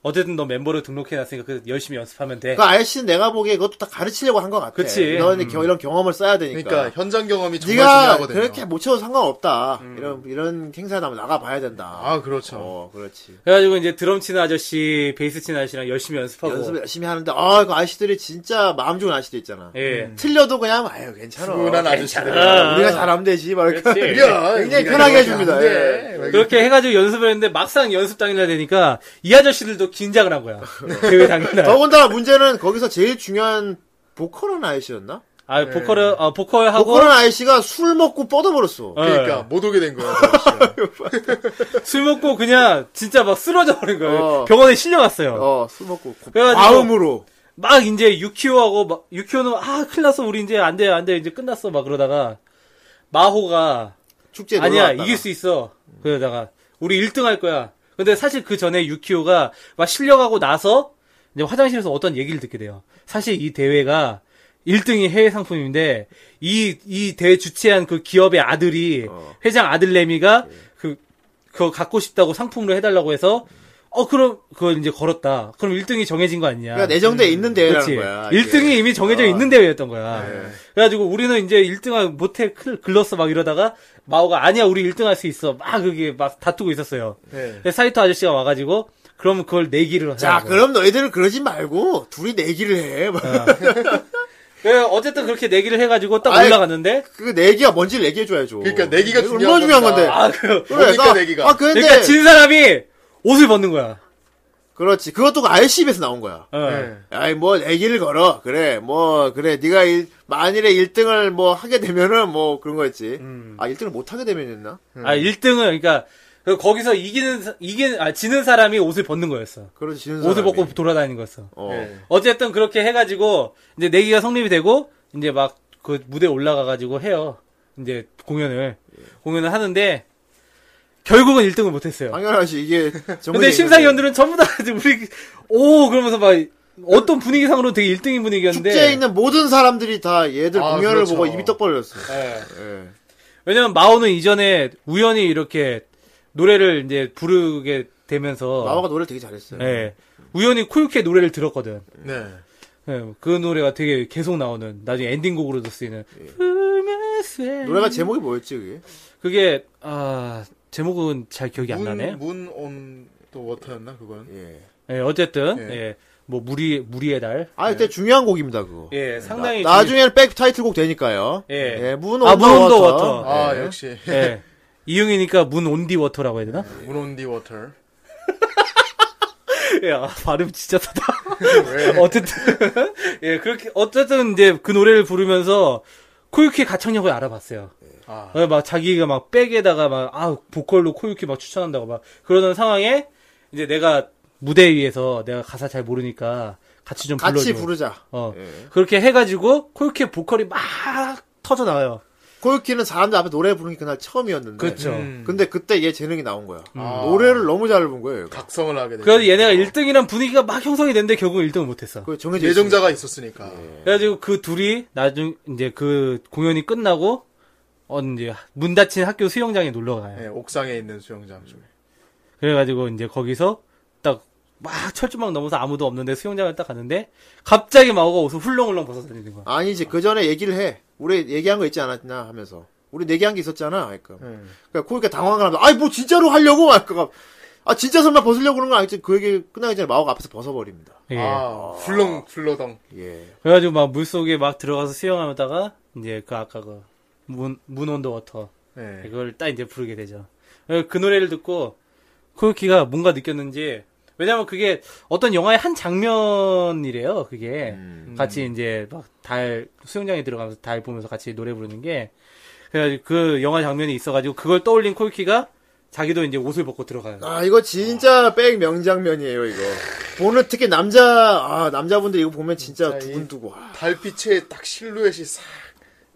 어쨌든 너 멤버로 등록해놨으니까 그 열심히 연습하면 네. 돼. 그 아저씨는 내가 보기에 그것도 다 가르치려고 한 것 같아. 그치. 너는 겨- 이런 경험을 쌓아야 되니까. 음. 그러니까 현장 경험이 정말 네가 중요하거든요. 음. 그렇게 못 채워도 상관없다. 이런 이런 행사에 나면 나가봐야 된다. 아, 그렇죠. 어, 그렇지. 그래가지고 이제 드럼 치는 아저씨, 베이스 치는 아저씨랑 열심히 연습하고. 연습을 열심히 하는데 아, 그 아저씨들이 진짜 마음 좋은 아저씨들 있잖아. 예. 틀려도 그냥 아유 괜찮아. 훈훈한 아저씨들. 어, 괜찮아. 우리가 잘하면 되지. 막 이렇게 그렇지. 야, 굉장히 우리가 편하게 이렇게 해줍니다. 안 돼. 예. 막 이렇게. 그렇게 해가지고 연습을 했는데 막상 연습 당일날 되니까 이 아저씨들도 긴장을 한 거야. 대회 당일날. 더군다나 문제는 거기서 제일 중요한 보컬은 아저씨였나? 아 보컬을 어, 보컬하고 보컬은 아저씨가 술 먹고 뻗어버렸어. 어, 그러니까 못 오게 된 거예요. 아저씨가. 술 먹고 그냥 진짜 막 쓰러져 버린 거예요. 어. 병원에 실려갔어요. 어, 술 먹고 그래가지고- 과음으로. 막 이제 유키오하고 막 유키오는 아 큰일 났어 우리 이제 안 돼 안 돼 이제 끝났어 막 그러다가 마호가 축제에 아니야 놀러 갔다가. 이길 수 있어 그러다가 우리 1등 할 거야 근데 사실 그 전에 유키오가 막 실려가고 나서 이제 화장실에서 어떤 얘기를 듣게 돼요 사실 이 대회가 1등이 해외 상품인데 이 이 대회 주최한 그 기업의 아들이 어. 회장 아들내미가 그 그거 갖고 싶다고 상품으로 해달라고 해서 어 그럼 그걸 이제 걸었다 그럼 1등이 정해진 거 아니냐 그러니까 내정돼 있는 대회라는 그렇지. 거야. 1등이 이게. 이미 정해져 어. 네. 있는 대회였던 거야. 그래가지고 우리는 이제 1등한 못해 클- 글렀어 막 이러다가 마오가 아니야 우리 1등할 수 있어 막 그게 막 다투고 있었어요. 네. 근데 사이토 아저씨가 와가지고 그럼 그걸 내기를 자, 하라고. 그럼 너희들은 그러지 말고 둘이 내기를 해. 막. 어. 예, 어쨌든 그렇게 내기를 해가지고 딱 아이. 올라갔는데 그 내기가 뭔지 를 얘기해 줘야죠. 그러니까 내기가 얼마나 중요한 중요한 건데. 겁니다. 아 그, 그래, 뭡니까, 나- 내기가? 아, 근데 그러니까 진 사람이 옷을 벗는 거야. 그렇지. 그것도 아저씨 입에서 나온 거야. 어. 네. 아이 뭐 내기를 걸어. 그래. 뭐 그래. 네가 일- 만일에 1등을 뭐 하게 되면은 뭐 그런 거였지. 음. 아, 1등을 못 하게 되면 했나? 아 1등은 그러니까 그 거기서 이기는 사- 이긴 아 지는 사람이 옷을 벗는 거였어. 그렇지. 지는 옷을 사람이. 벗고 돌아다니는 거였어. 어. 네. 어쨌든 그렇게 해가지고 이제 내기가 성립이 되고 이제 막 그 무대 에 올라가가지고 해요. 이제 공연을 공연을 하는데 결국은 1등을 못했어요. 당연하지. 이게 근데 정글이 심사위원들은 전부 다 이제 우리 오 그러면서 막 어떤 분위기상으로 되게 1등인 분위기였는데 축제에 있는 모든 사람들이 다 얘들 아, 공연을 그렇죠. 보고 입이 떡 벌렸어. 네. 예. 왜냐면 마오는 이전에 우연히 이렇게 노래를 이제 부르게 되면서 마마가 노래를 되게 잘했어요. 예, 우연히 코요케 노래를 들었거든. 네. 예, 그 노래가 되게 계속 나오는 나중에 엔딩곡으로도 쓰이는 예. 노래가 제목이 뭐였지, 그게? 그게 아 제목은 잘 기억이 안 나네. 문온또 워터였나 그건? 예. 예, 어쨌든 예. 예. 뭐 무리 무리의 달. 아, 그때 중요한 곡입니다, 그거. 네. 예, 상당히 나, 중에는백 타이틀곡 되니까요. 예. 문 아, 온더 문 온더 워터. 워터. 아 예. 역시 그- 예. 이응이니까 문 온디 워터라고 해야 되나? 문온디 워터. 예, 아, 발음 진짜 타다. 어쨌든 예, 그렇게 어쨌든 이제 그 노래를 부르면서 코유키의 가창력을 알아봤어요. 아. 어, 막 자기가 막 백에다가 막 아 보컬로 코유키 막 추천한다고 막 그러는 상황에 이제 내가 무대 위에서 내가 가사 잘 모르니까 같이 좀 불러줘. 같이 부르자. 어. 예. 그렇게 해가지고 코요키의 보컬이 막 터져 나와요. 코유키는 사람들 앞에 노래 부르는 게 그날 처음이었는데. 그렇죠. 음. 음. 근데 그때 얘 재능이 나온 거야. 아. 노래를 너무 잘 부른 거예요. 얘가. 각성을 하게 되 그래서 얘네가 1등이란 분위기가 막 형성이 됐는데 결국 1등을 못했어. 그 정해져 예정자가 있었으니까. 그래가지고 그 둘이 나중 이제 그 공연이 끝나고 어 이제 문 닫힌 학교 네. 수영장에 놀러 가요. 예. 예, 옥상에 있는 수영장 중에. 그래가지고 이제 거기서 딱 막 철조망 넘어서 아무도 없는데 수영장을 딱 갔는데 갑자기 마오가 옷을 훌렁훌렁 벗어다니는 거야. 아니지 그 전에 얘기를 해. 우리 얘기한 거 있지 않았나 하면서 우리 얘기한 게 있었잖아. 그러니까 그러니까 그러니까 당황을 하면서 아이 뭐 진짜로 하려고 막 그니까 아 진짜 설마 벗으려고 그런 거 아니지? 그 얘기 끝나기 전에 마오가 앞에서 벗어버립니다. 예. 아, 훌렁, 훌러덩. 예. 그래가지고 막 물속에 막 들어가서 수영하다가 이제 그 아까 그문문 온더 워터 네. 예. 이걸 딱 이제 부르게 되죠. 그 노래를 듣고 코요키가 뭔가 느꼈는지 왜냐면 그게 어떤 영화의 한 장면이래요. 그게 음. 같이 이제 막 달 수영장에 들어가면서 달 보면서 같이 노래 부르는 게 그래가지고 그 영화 장면이 있어가지고 그걸 떠올린 코요키가 자기도 이제 옷을 벗고 들어가요. 아 이거 진짜 백 명장면이에요 이거. 보는 특히 남자 아 남자분들 이거 보면 진짜 진짜 이- 두근두근. 아. 와. 달빛에 딱 실루엣이 싹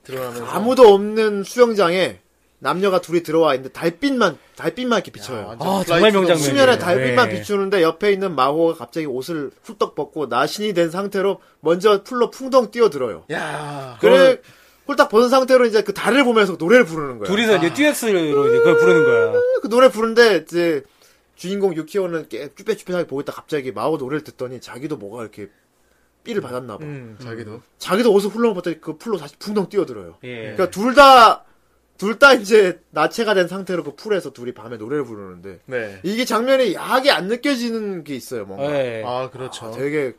드러나면서. 아무도 없는 수영장에 남녀가 둘이 들어와 있는데 달빛만 달빛만 이렇게 비쳐요. 완전 아, 플라이 정말 투더 명장면. 수면에 달빛만 네. 비추는데 옆에 있는 마호가 갑자기 옷을 훌떡 벗고 나신이 된 상태로 먼저 풀로 풍덩 뛰어들어요. 야. 그래 홀딱 벗은 상태로 이제 그 달을 보면서 노래를 부르는 거예요. 둘이서 이제 듀엣으로 이제 그걸 부르는 거야. 그 노래 부르는데 이제 주인공 유키오는 깨- 쭈뼛쭈뼛하게 보고 있다 갑자기 마호 노래를 듣더니 자기도 뭐가 이렇게 삐를 받았나 봐. 음, 자기도. 자기도 옷을 훌렁 벗더니 그 풀로 다시 풍덩 뛰어들어요. 예. 그러니까 둘 다 둘 다 이제 나체가 된 상태로 그 풀에서 둘이 밤에 노래를 부르는데 네. 이게 장면이 야하게 안 느껴지는 게 있어요. 뭔가 예. 아, 그렇죠. 아, 되게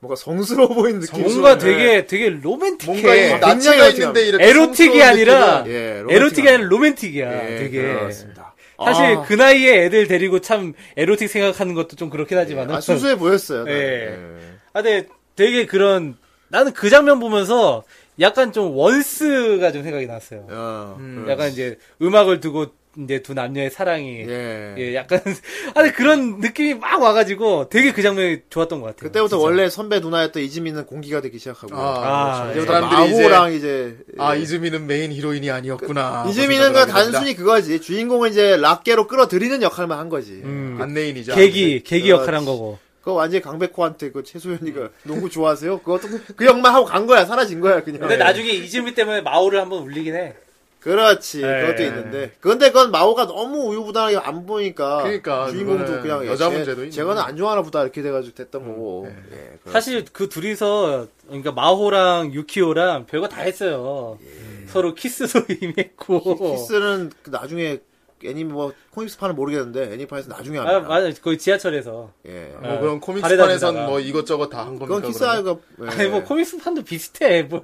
뭔가 성스러워 보이는 네. 느낌. 뭔가 되게 되게 로맨틱해. 뭔가 이 아, 굉장히 나체가 있는데 이렇게. 에로틱이 아니라 예, 로맨틱한- 에로틱이 아니라 로맨틱이야. 예, 되게. 그렇습니다. 사실 아, 그 나이에 애들 데리고 참 에로틱 생각하는 것도 좀 그렇긴 하지만. 아, 순수해 보였어요. 나는. 예. 예. 아, 근데 되게 그런 나는 그 장면 보면서 약간 좀 원스가 좀 생각이 났어요. 어, 약간 이제 음악을 두고 이제 두 남녀의 사랑이 예. 예, 약간 아니 그런 느낌이 막 와가지고 되게 그 장면이 좋았던 것 같아요. 그때부터 진짜. 원래 선배 누나였던 이지민은 공기가 되기 시작하고. 아, 아, 그렇죠. 예. 이제부터 사람들이 이제. 마호랑 이제, 예. 아, 이즈미는 메인 히로인이 아니었구나. 이지민은 그런 그 생각을 하게 단순히 그거지. 주인공은 이제 락계로 끌어들이는 역할만 한 거지. 됩니다. 안내인이죠. 계기 계기 역할 한 그렇지. 거고. 그거 완전히 강백호한테 그 최소연이가 농구 좋아하세요? 그것도 그 역만 하고 간 거야. 사라진 거야, 그냥. 근데 나중에 이즈미 때문에 마오를 한번 울리긴 해. 그렇지. 그것도 예. 있는데. 근데 그건 마오가 너무 우유부단하게 안 보니까. 그러니까, 주인공도 그거는 그냥. 여자 쟤- 문제도 있는 쟤가는 안 좋아하나 보다. 이렇게 돼가지고 됐던 거고. 예, 그렇- 사실 그 둘이서 그러니까 마호랑 유키오랑 별거 다 했어요. 서로 키스도 임했고. 예. 키스는 그 나중에 애니 뭐, 코믹스판은 모르겠는데, 애니판에서 나중에 아 합니다. 맞아 아, 거기 지하철에서. 예. 뭐 바래다니다가. 그런 코믹스판에선 뭐 이것저것 다 한 겁니다. 그건 키스하고. 예. 그러니까 아니 뭐 코믹스 판도 비슷해. 뭐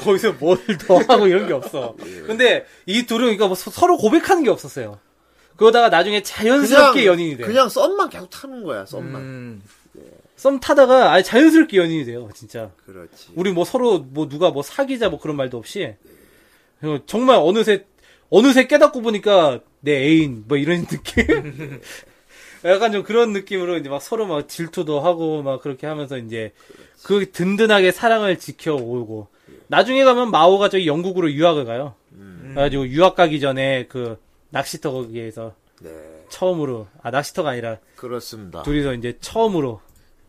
거기서 뭘 더 하고 이런 게 없어. 예. 근데 이 둘은 그러니까 뭐 서- 서로 고백하는 게 없었어요. 그러다가 나중에 자연스럽게 연인이 돼. 음. 그냥 썸만 계속 타는 거야, 썸만. 썸 타다가 아니 자연스럽게 연인이 돼요, 진짜. 그렇지. 우리 뭐 서로 뭐 누가 뭐 사귀자 뭐 그런 말도 없이 그리고 정말 어느새 어느새 깨닫고 보니까 내 애인 뭐 이런 느낌 약간 좀 그런 느낌으로 이제 막 서로 막 질투도 하고 막 그렇게 하면서 이제 그 든든하게 사랑을 지켜오고 나중에 가면 마오가 저기 영국으로 유학을 가요 음. 그래가지고 유학 가기 전에 그 낚시터 거기에서 네. 처음으로 아 낚시터가 아니라 그렇습니다. 둘이서 이제 처음으로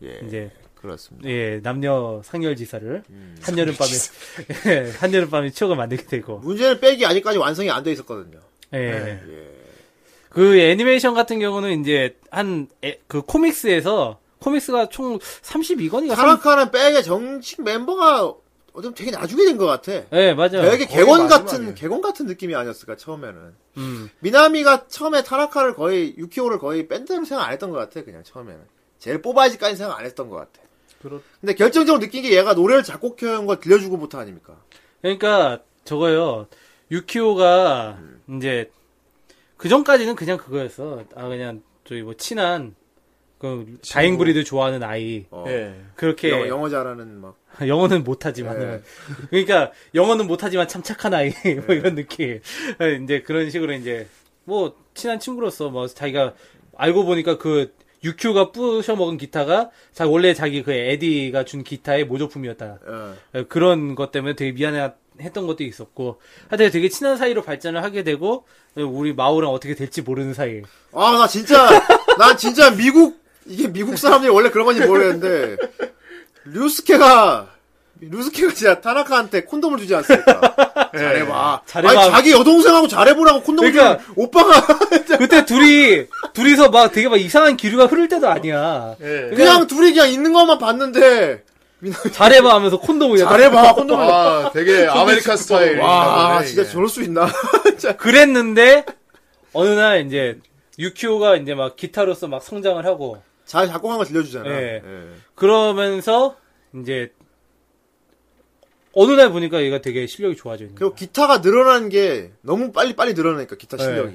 예. 이제 그렇습니다. 예, 남녀 상열지사를 음. 한여름밤에 예, 한여름밤에 추억을 만들게 되고 문제는 백이 아직까지 완성이 안 돼 있었거든요. 예. 네, 그 애니메이션 같은 경우는 이제 한 그 코믹스에서 코믹스가 총 32권인가 카라카는 백의 정식 멤버가 어쩜 되게 나중에 된 것 같아. 예, 맞아요. 되게 개건 같은 마지막이에요. 개건 같은 느낌이 아니었을까 처음에는. 음. 미나미가 처음에 타라카를 거의 유키오를 거의 밴드로 생각 안 했던 것 같아 그냥 처음에는. 제일 뽑아야지까지 생각 안 했던 것 같아. 근데 결정적으로 느낀 게 얘가 노래를 작곡해온 걸 들려주고부터 아닙니까? 그러니까 저거요. 유키오가 음. 이제 그 전까지는 그냥 그거였어. 아 그냥 저기 뭐 친한 그 다잉 브리드 좋아하는 아이 어. 예. 그렇게 영어, 영어 잘하는 막 영어는 못하지만 네. 그러니까 영어는 못하지만 참 착한 아이 뭐 이런 느낌 예, 이제 그런 식으로 이제 뭐 친한 친구로서 뭐 자기가 알고 보니까 그 유큐가 부셔 먹은 기타가 자 원래 자기 그 에디가 준 기타의 모조품이었다 어. 예, 그런 것 때문에 되게 미안했던 것도 있었고 하여튼 되게 친한 사이로 발전을 하게 되고 예, 우리 마오랑 어떻게 될지 모르는 사이 아, 나 진짜, 나 진짜 미국, 이게 미국 사람들이 원래 그런 건지 모르겠는데, 류스케가 루스키가 진짜 타나카한테 콘돔을 주지 않습니까? 잘해봐. 예. 잘해봐. 아니, 자기 여동생하고 잘해보라고 콘돔을 그러니까- 주는 오빠가 그때 둘이 둘이서 막 되게 막 이상한 기류가 흐를 때도 아니야. 예. 그냥 둘이 그냥 있는 것만 봤는데 그 잘해봐 하면서 콘돔을 그냥 잘해봐 콘돔을. 아, 되게 아메리카 스타일. 와 진짜 저럴 수 있나? 진짜. 그랬는데 어느 날 이제 유키오가 이제 막 기타로서 막 성장을 하고 잘 작곡한 거 들려주잖아. 예. 예. 그러면서 이제 어느 날 보니까 얘가 되게 실력이 좋아져 있는 그리고 기타가 늘어나는 게 너무 빨리 빨리 늘어나니까 기타 예. 실력이.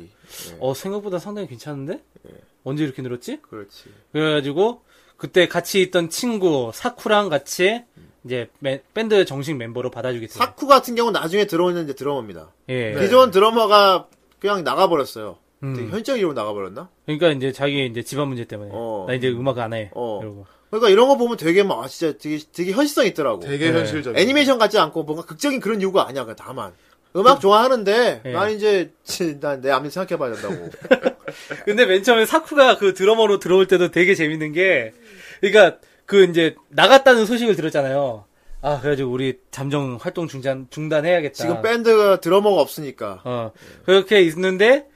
거야. 어 생각보다 상당히 괜찮은데 예. 언제 이렇게 늘었지? 예. 그렇지. 그래가지고 그때 같이 있던 친구 사쿠랑 같이 이제 맨- 밴드 정식 멤버로 받아주게 됐어요. 사쿠 네. 같은 경우는 나중에 들어오는 이제 드러머입니다. 예. 기존 드러머가 그냥 나가버렸어요. 음. 되게 현적이로 나가버렸나? 그러니까 이제 자기 이제 집안 문제 때문에 어. 나 이제 음악 안 해. 어. 이러고. 그러니까 이런 거 보면 되게 막 아, 진짜 되게 되게 현실성 있더라고. 되게 네. 현실적인. 애니메이션 같지 않고 뭔가 극적인 그런 이유가 아니야. 그냥 다만 음악 좋아하는데 예. 난 이제 난내 앞일 생각해봐야 된다고. 근데 맨 처음에 사쿠가 그 드러머로 들어올 때도 되게 재밌는 게, 그러니까 그 이제 나갔다는 소식을 들었잖아요. 아 그래가지고 우리 잠정 활동 중단 중단해야겠다. 지금 밴드가 드러머가 없으니까. 어 그렇게 있는데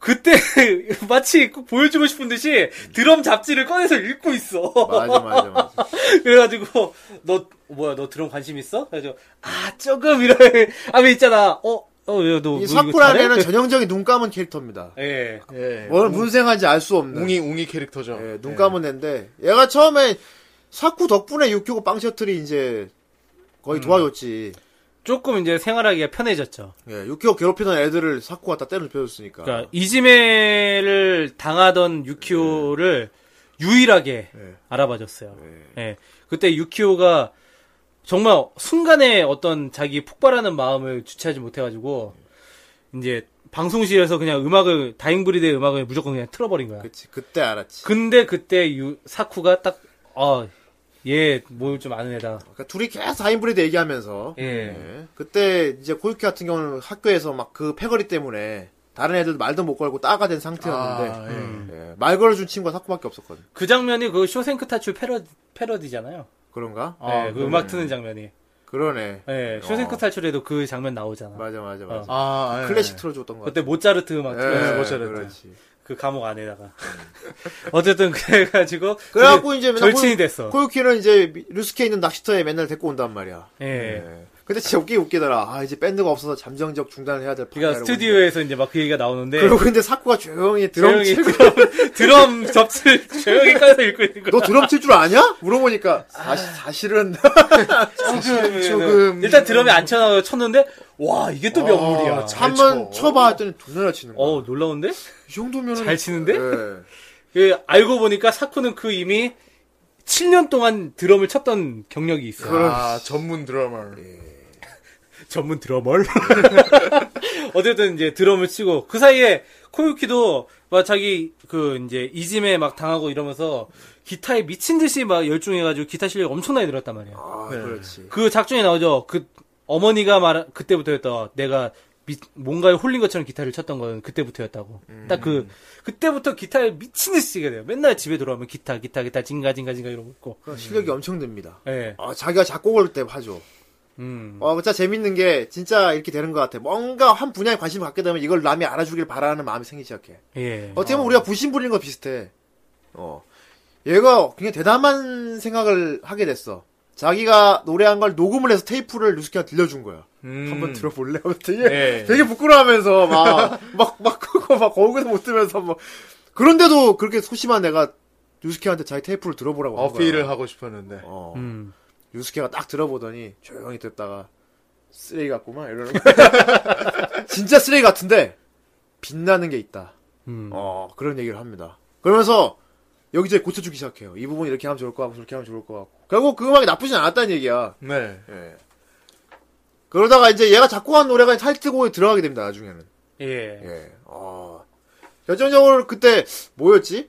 그때 마치 꼭 보여주고 싶은 듯이 드럼 잡지를 꺼내서 읽고 있어. 맞아 맞아 맞아. 그래가지고 너 뭐야 너 드럼 관심 있어? 그래가지고 아 조금 이런 아왜 있잖아 뭐 어어너이 이 사쿠라는 전형적인 눈 감은 캐릭터입니다. 예 예. 뭘 무슨 생각인지 알 수 없는. 웅이 웅이 캐릭터죠. 네. 예, 눈 감은 애인데 얘가 처음에 사쿠 덕분에 유키고 빵 셔틀이 이제 거의 도와줬지. 조금 이제 생활하기가 편해졌죠. 예, 유키고 괴롭히던 애들을 사쿠가 다 때려눕혀줬으니까. 그러니까 이지매를 당하던 유키오를 유일하게 네. 알아봐줬어요. 예. 그때 유키오가 정말 순간에 어떤 자기 폭발하는 마음을 주체하지 못해가지고 네. 이제 방송실에서 그냥 음악을 다잉브리드의 음악을 무조건 그냥 틀어버린 거야. 그치, 그때 알았지. 근데 그때 유- 사쿠가 딱 아, 얘뭘 좀 아는 애다. 그러니까 둘이 계속 다인브리드 얘기하면서. 예. 예. 그때 이제 코유키 같은 경우는 학교에서 막 그 패거리 때문에 다른 애들 말도 못 걸고 따가 된 상태였는데. 아, 예. 예, 말 걸어준 친구가 사쿠밖에 없었거든. 그 장면이 그 쇼생크 타출 패러디, 패러디잖아요. 그런가? 예, 그 음악 트는 장면이. 그러네. 예, 어. 쇼생크 탈출에도 그 장면 나오잖아. 맞아, 맞아, 맞아. 아, 예. 클래식 틀어줬던 거 같아. 네. 그때 모차르트 음악 예, 틀어서 모차르트. 그렇지. 그 감옥 안에다가 어쨌든 그래가지고 그래갖고 이제 맨날 절친이 코- 됐어. 코유키는 이제 루스케 있는 낚시터에 맨날 데리고 온단 말이야. 예. 예. 근데 진짜 웃기게 웃기더라. 아, 이제 밴드가 없어서 잠정적 중단을 해야 될 판이야, 그러니까 이러고 스튜디오에서 이제 막 그 얘기가 나오는데 있는데. 그리고 근데 사쿠가 조용히 조용히 드럼 칠, 드럼, 드럼 접칠 조용히 꺼서 읽고 있는 너 거야. 드럼 칠 줄 아냐? 물어보니까, 사실, 사실은, 조금, 그러면은 네. 조금. 일단 드럼에 안 쳐나가 쳤는데 와 이게 또 명물이야. 아, 참. 한 번 쳐. 어, 쳐봐 했더니 존나 치는 거야. 어 놀라운데? 이 정도면은. 잘 치는데? 예. 그 알고 보니까 사쿠는 그 이미 7년 동안 드럼을 쳤던 경력이 있어. 요 아, 전문 드러머. 전문 드러머. 어쨌든 이제 드럼을 치고 그 사이에 코유키도 막 자기 그 이제 이짐에 막 당하고 이러면서 기타에 미친 듯이 막 열중해가지고 기타 실력이 엄청나게 늘었단 말이야. 아, 그렇지. 그 작중에 나오죠. 그 어머니가 말 그때부터였다. 내가 미- 뭔가에 홀린 것처럼 기타를 쳤던 건 그때부터였다고. 음. 딱 그 그때부터 기타에 미친 듯이 치게 돼요. 맨날 집에 돌아오면 기타 기타 기타 진가 진가 진가 이러고 있고. 그러니까 실력이 엄청 듭니다. 예. 아, 자기가 작곡을 때 하죠. 음. 어, 진짜 재밌는 게, 진짜 이렇게 되는 것 같아. 뭔가 한 분야에 관심을 갖게 되면 이걸 남이 알아주길 바라는 마음이 생기기 시작해. 예. 어떻게 보면 우리가 부심 부리는 거 비슷해. 어. 얘가 굉장히 대담한 생각을 하게 됐어. 자기가 노래한 걸 녹음을 해서 테이프를 루스키한테 들려준 거야. 음. 한번 들어볼래? 하면서 되게, 예. 되게 부끄러워하면서 막, 막, 막, 그거 막, 거기서 못 들면서 뭐. 그런데도 그렇게 소심한 애가 루스키한테 자기 테이프를 들어보라고 한 거야. 어필을 하고 싶었는데. 어. 음. 유스케가 딱 들어보더니 조용히 듣다가 쓰레기 같구만 이러는 거야. 진짜 쓰레기 같은데 빛나는 게 있다. 음. 어 그런 얘기를 합니다. 그러면서 여기저기 고쳐주기 시작해요. 이 부분 이렇게 하면 좋을 것 같고 저렇게 하면 좋을 것 같고 결국 그 음악이 나쁘진 않았다는 얘기야. 예. 네. 그러다가 이제 얘가 작곡한 노래가 타이틀곡에 들어가게 됩니다. 나중에는. 예. 예. 어. 결정적으로 그때 뭐였지?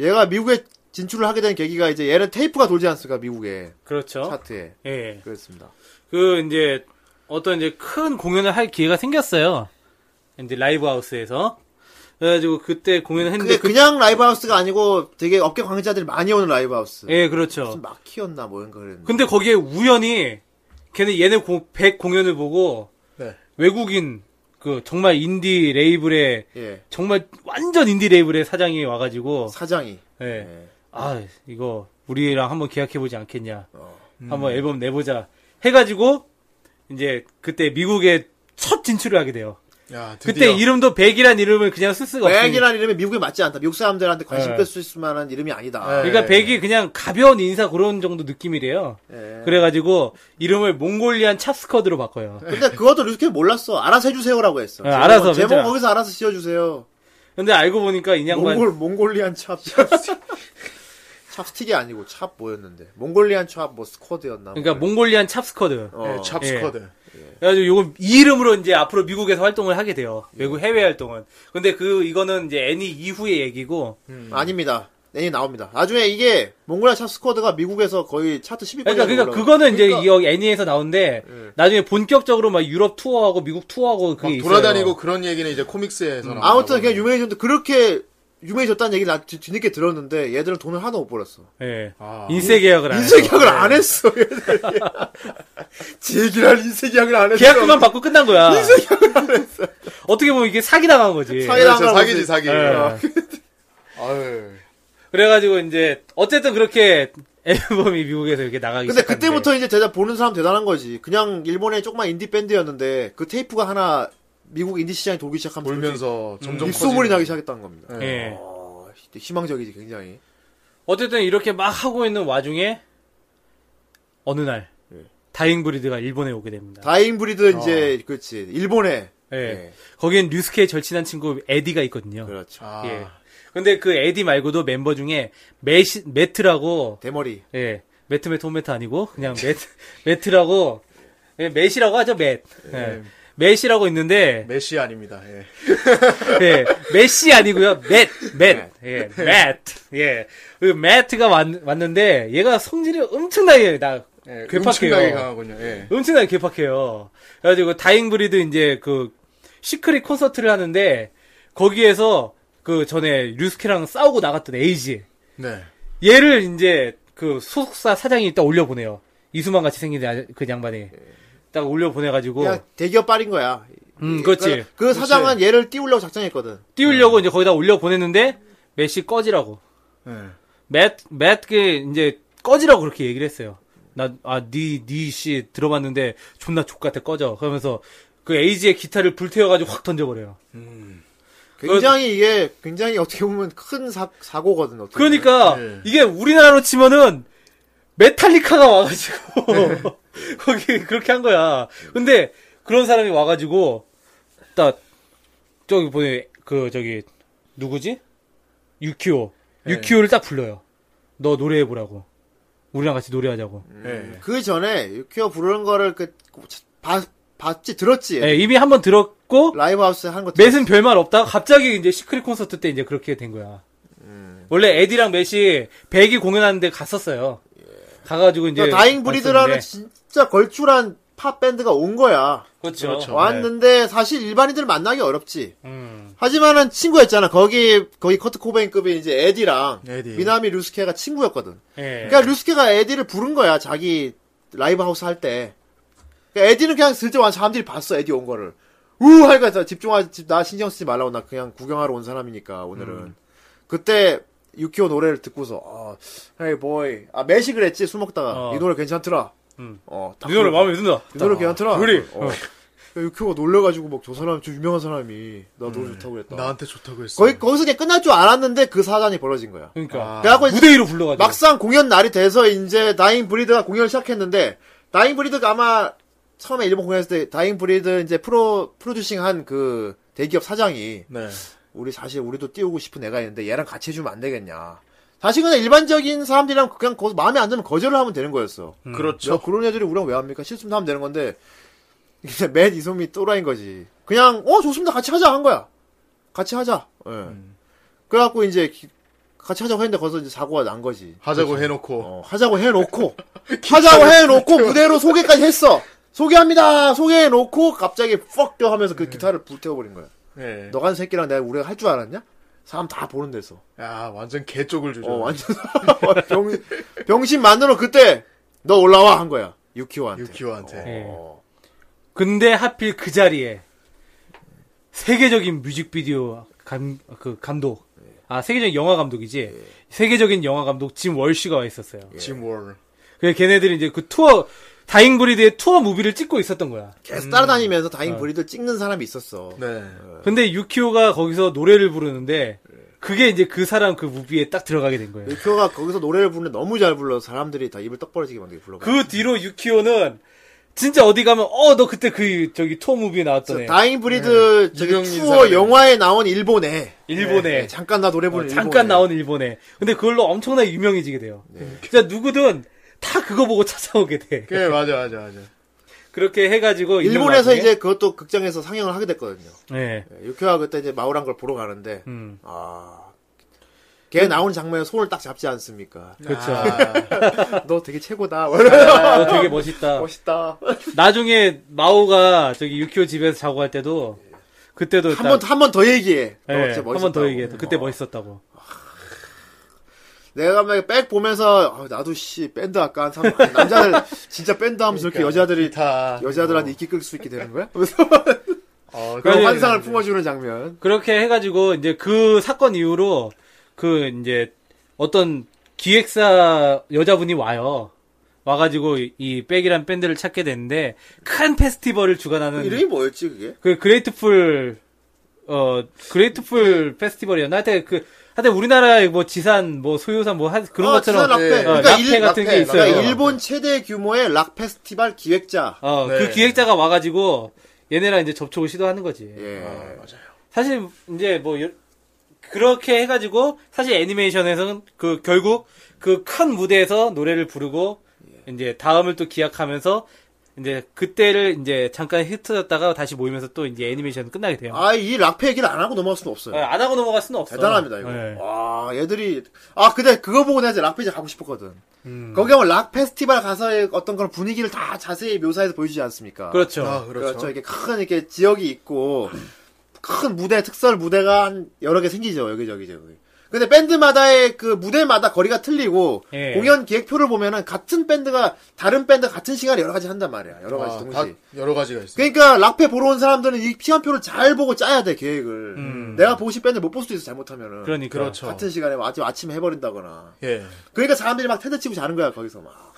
얘가 미국에 진출을 하게 된 계기가 이제 얘는 테이프가 돌지 않습니까 미국에 그렇죠. 차트에 예. 그랬습니다. 그 이제 어떤 이제 큰 공연을 할 기회가 생겼어요. 이제 라이브 하우스에서. 그래가지고 그때 공연을 했는데 그게 그, 그냥 라이브 하우스가 아니고 되게 업계 관계자들이 많이 오는 라이브 하우스. 뭐 예 그렇죠. 무슨 마키였나 뭐인가 그랬는데. 근데 거기에 우연히 걔는 얘네 공, 100 공연을 보고 네. 외국인 그 정말 인디 레이블의 예. 정말 완전 인디 레이블의 사장이 와가지고 사장이. 예. 예. 아 이거 우리랑 한번 계약해보지 않겠냐 어. 음. 한번 앨범 내보자 해가지고 이제 그때 미국에 첫 진출을 하게 돼요 야, 그때 드디어. 이름도 백이란 이름을 그냥 쓸 수가 없어요 백이라는 이름이 미국에 맞지 않다. 미국 사람들한테 관심 예. 끌수 있을 만한 이름이 아니다. 예. 그러니까 백이 그냥 가벼운 인사 그런 정도 느낌이래요 예. 그래가지고 이름을 몽골리안 찹스커드로 바꿔요 근데 그것도 루스케 몰랐어. 알아서 해주세요라고 했어. 예, 알아서, 제목 괜찮아. 거기서 알아서 지어주세요. 근데 알고 보니까 이 양반 몽골 몽골리안 찹 찹스틱. 찹스틱이 아니고 찹 뭐였는데? 몽골리안 찹뭐 스쿼드였나? 그러니까 뭐. 몽골리안 찹스커드 어. 예, 찹스쿼드. 그래가지고 요거 이 이름으로 이제 앞으로 미국에서 활동을 하게 돼요. 외국 해외 활동은. 근데 그 이거는 이제 애니 이후의 얘기고. 아닙니다. 내일 나옵니다. 나중에 이게 몽골리안 찹 스쿼드가 미국에서 거의 차트 10위권. 그러니까 그러니까 그거는 이제 여기 애니에서 나오는데 나중에 본격적으로 막 유럽 투어하고 미국 투어하고 그게 막 있어요. 돌아다니고 그런 얘기는 이제 코믹스에서 나오는 음. 아무튼 거거든요. 그냥 유명해졌는데 그렇게 유명해졌다는 얘기를 나 뒤- 뒤늦게 들었는데 얘들은 돈을 하나 못 벌었어. 예. 아. 인쇄 계약을 안 인쇄 해요. 계약을 안 했어. 얘들이. 제기랄 인쇄 계약을 안 했어. 계약금만 받고 끝난 거야. 인쇄 계약을 안 했어. 어떻게 보면 이게 사기 당한 거지. 사기- 그렇죠, 당하는 사기지, 거지. 사기. 예. 아유. 그래가지고 이제 어쨌든 그렇게 앨범이 미국에서 이렇게 나가기 근데 시작하는데. 그때부터 이제 제작 보는 사람 대단한 거지. 그냥 일본의 조그만 인디 밴드였는데 그 테이프가 하나 미국 인디 시장에 돌기 시작하면서 돌면서 점점 입소문이 커지는. 나기 시작했다는 겁니다. 예. 예. 어, 희망적이지 굉장히. 어쨌든 이렇게 막 하고 있는 와중에 어느 날 다잉 브리드가 일본에 오게 됩니다. 예. 다잉 브리드 이제 그렇지 일본에 예. 예. 거기엔 류스케의 절친한 친구 에디가 있거든요. 그렇죠. 아. 예. 근데 그 에디 말고도 멤버 중에 매시, 매트라고 대머리. 예. 매트 매트 홈매트 아니고 그냥 매트 매트라고 예, 매시라고 하죠, 맷. 예. 매시라고 있는데 메시 아닙니다. 예. 예. 메시 아니고요. 맷, 맷. 예. 맷. 예. 그 매트가 왔, 왔는데 얘가 성질이 엄청나게 나 예. 괴팍해요. 엄청나게 강하군요. 예. 엄청나게 개팍해요. 그래가지고 다잉브리드 이제 그 시크릿 콘서트를 하는데 거기에서 그 전에 류스키랑 싸우고 나갔던 에이지 네. 얘를 이제 그 소속사 사장이 딱 올려보내요. 이수만 같이 생긴 아- 그 양반이 딱 올려보내가지고 그냥 대기업 빨인 거야. 어. 음 그렇지 그러니까 그 사장은 얘를 띄우려고 작정했거든. 띄우려고 이제 거기다 올려보냈는데 메시 꺼지라고 예. 맷맷게 이제 꺼지라고 그렇게 얘기를 했어요. 아, 나아니니씨 들어봤는데 존나 족같아 꺼져. 그러면서 그 에이지의 기타를 불태워가지고 확 던져버려요. 굉장히 이게 굉장히 어떻게 보면 큰 사, 사고거든. 어떻게 보면. 그러니까 예. 이게 우리나라로 치면은 메탈리카가 와가지고 거기 그렇게 한 거야. 근데 그런 사람이 와가지고 딱 저기 보니 그 저기 누구지? 유키오 유키오를 딱 불러요. 너 노래해보라고. 우리랑 같이 노래하자고. 예. 그 전에 유키어 부르는 거를 그 바, 봤지 들었지. 예, 이미 한 번 들었고 라이브 하우스 한거 맷은 별말 없다가 갑자기 이제 시크릿 콘서트 때 이제 그렇게 된 거야. 원래 에디랑 맷이 백이 공연하는데 갔었어요. 가가지고 이제 그러니까 다잉 브리드라는 왔었는데. 진짜 걸출한 팝 밴드가 온 거야. 그렇죠. 왔는데 사실 일반인들 만나기 어렵지. 음. 하지만은 친구였잖아. 거기 거기 커트 코베인급의 이제 에디랑 에디. 미나미 루스케가 친구였거든. 예. 그러니까 루스케가 에디를 부른 거야. 자기 라이브 하우스 할 때. 그러니까 에디는 그냥 슬쩍 와서 사람들이 봤어. 에디 온 거를. 우 하니까 집중하지 나 신경 쓰지 말라고 나 그냥 구경하러 온 사람이니까 오늘은. 음. 그때 유키오 노래를 듣고서 어, 헤이 보이 아 매시 그랬지 술 먹다가 어. 이 노래 괜찮더라. 음. 어, 딱 이 노래 들어봐. 마음에 든다. 이 노래 괜찮더라. 그래. 어. 유키오가 놀래가지고 막 저 사람 저 유명한 사람이 나 음. 노래 좋다고 그랬다. 예. 나한테 좋다고 했어. 거의 거기서 그냥 끝날 줄 알았는데 그 사단이 벌어진 거야. 그러니까 아. 그래갖고 이제 무대 위로 불러가지고 막상 공연 날이 돼서 이제 다잉 브리드가 공연을 시작했는데 다잉 브리드가 아마 처음에 일본 공연했을 때 다잉 브리드 이제 프로 프로듀싱 한 그 대기업 사장이 네. 우리 사실 우리도 띄우고 싶은 애가 있는데 얘랑 같이 해주면 안 되겠냐. 사실 그냥 일반적인 사람들이랑 그냥 거- 마음에 안 들면 거절을 하면 되는 거였어. 그렇죠. 야, 그런 애들이 우리랑 왜 합니까? 실수면 하면 되는 건데 근데 맨 이솜이 또라인 거지. 그냥 어 좋습니다 같이 하자 한 거야. 같이 하자. 예. 그래갖고 이제 기- 같이 하자고 했는데 거기서 이제 사고가 난 거지. 하자고 해놓고. 어, 하자고 해놓고 하자고 해놓고 무대로 소개까지 했어. 소개합니다. 소개해놓고 갑자기 퍽뼈 하면서 네. 그 기타를 불태워버린 거야. 예. 너간 새끼랑 내가 우리가 할 줄 알았냐? 사람 다 보는 데서. 야, 완전 개쪽을 주죠. 어, 완전 병, 병신 만으로 그때 너 올라와 한 거야. 유키오한테. 유키오한테. 어. 근데 하필 그 자리에 세계적인 뮤직비디오 감, 그 감독, 아, 세계적인 영화 예. 감독이지. 세계적인 영화 감독 짐 월시가 와 있었어요. 짐 월. 그래 걔네들이 이제 그 투어 다잉 브리드의 투어 무비를 찍고 있었던 거야. 계속 따라다니면서 다잉 브리들 찍는 사람이 있었어. 네. 근데 유키오가 거기서 노래를 부르는데 그게 이제 그 사람 그 무비에 딱 들어가게 된 거예요. 유키오가 거기서 노래를 부르는데 너무 잘 불러서 사람들이 다 입을 떡 벌어지게 만들게 불러봐. 그 뒤로 유키오는 진짜 어디 가면 어 너 그때 그 저기 투어 무비에 나왔던 애 다잉 브리드 저기 유명인 투어 사람이네. 영화에 나온 일본에 일본에 네, 잠깐 나 노래 어, 부르는 잠깐 일본에. 네. 나온 일본에 근데 그걸로 엄청나게 유명해지게 돼요. 진짜 누구든 다 그거 보고 찾아오게 돼. 그래, 예. 맞아, 맞아, 맞아. 그렇게 해가지고 있는 일본에서 와중에- 이제 그것도 극장에서 상영을 하게 됐거든요. 네. 예, 유키오가 그때 이제 마오란 걸 보러 가는데 음. 아. 걔 나온 장면에 손을 딱 잡지 않습니까? 그렇죠. 너 되게 최고다. 뭐 어, 되게 멋있다. 멋있다. 나중에 마오가 저기 유키오 집에서 자고 할 때도 그때도 예, 한 번 한 번 더 얘기해. 너 진짜 네, 한 번 멋있었다고. 더 얘기해. 그때 어. 멋있었다고. 내가 막 백 보면서 아, 나도 씨 밴드 아까 한 삼, 남자들 진짜 밴드 하면서 이렇게 그러니까 여자들이 다. 여자들한테 이끼 끌 수 있게 되는 거야? 그래서 어, 그런 어. 그래, 환상을 품어주는 장면. 그렇게 해가지고 이제 그 사건 이후로 그 이제 어떤 기획사 여자분이 와요. 와가지고 이- 이 백이란 밴드를 찾게 됐는데 큰 페스티벌을 주관하는 뭐였지 그게? 그 그레이트풀 어 그레이트풀 페스티벌이었나 하여튼 그 하여튼 우리나라 뭐 지산 뭐 소유산 뭐 하- 그런 것처럼 아, 락 예. 페 어, 그러니까 락페 일, 같은 게 락페, 있어요. 그러니까 일본 최대 규모의 락 페스티벌 기획자. 어 그 네. 기획자가 와가지고 얘네랑 이제 접촉을 시도하는 거지. 예. 사실 이제 뭐 여- 그렇게 해가지고 사실 애니메이션에서는 그 결국 그 큰 무대에서 노래를 부르고 이제 다음을 또 기약하면서 이제 그때를 이제 잠깐 흩어졌다가 다시 모이면서 또 이제 애니메이션 끝나게 돼요. 아 이 락페 얘기를 안 하고 넘어갈 수는 없어요. 어, 안 하고 넘어갈 수는 없어. 네. 대단합니다 이거. 네. 와 얘들이 아 근데 그거 보고 내가 이제 락 페이지 가고 싶었거든. 음. 거기 가면 락 페스티벌 가서의 어떤 그런 분위기를 다 자세히 묘사해서 보여주지 않습니까? 그렇죠. 아, 그렇죠. 그렇죠. 이렇게 큰 이렇게 지역이 있고 큰 무대 특설 무대가 한 여러 개 생기죠 여기저기 저기. 근데 밴드마다의 그 무대마다 거리가 틀리고 예. 공연 계획표를 보면은 같은 밴드가 다른 밴드 같은 시간에 여러 가지 한단 말이야 여러 가지 아, 동시. 다 여러 가지가 있어. 그러니까 락페 보러 온 사람들은 이 시간표를 잘 보고 짜야 돼 계획을. 내가 보고 싶은 밴드 못 볼 수도 있어 잘못하면은. 그러니까. 그렇죠. 같은 시간에 뭐 아침 아침에 해버린다거나. 예. 그러니까 사람들이 막 텐트 치고 자는 거야 거기서 막.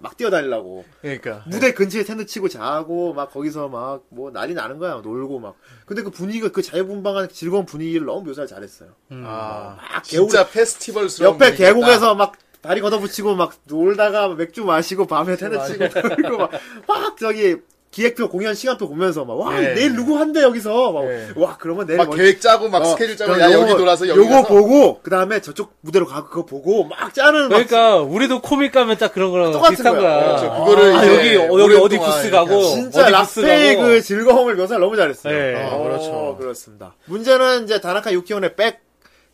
막 뛰어다니려고. 그러니까. 무대 근처에 텐트 치고 자고 막 거기서 막 뭐 난리 나는 거야 놀고 막 근데 그 분위기가 그 자유분방한 즐거운 분위기를 너무 묘사를 잘했어요 아, 막 진짜 페스티벌스러운. 음. 옆에 분위기겠다. 계곡에서 막 다리 걷어붙이고 막 놀다가 맥주 마시고 밤에 텐트 치고 놀고 막, 막 저기 기획표 공연 시간표 보면서 막 와 예. 내일 누구 한대 여기서 막 와 예. 그러면 내일 막 뭐- 계획 짜고 막 어, 스케줄 짜고 그럼 야 요거- 여기 돌아서 여기 요거 가서 보고 그 다음에 저쪽 무대로 가고 그거 보고 막 짜는 막 그러니까 우리도 코믹 가면 딱 그런 거랑 똑같은 비슷한 거야. 거야. 그렇죠. 그거를 아, 이제 여기 어, 여기 어디 오랫동안 부스 이렇게 가고 하죠. 진짜 어디 락페의 부스 가고. 그 즐거움을 묘사를 너무 잘했어요. 네. 아, 그렇죠. 그렇습니다. 문제는 이제 다나카 유키온의 백,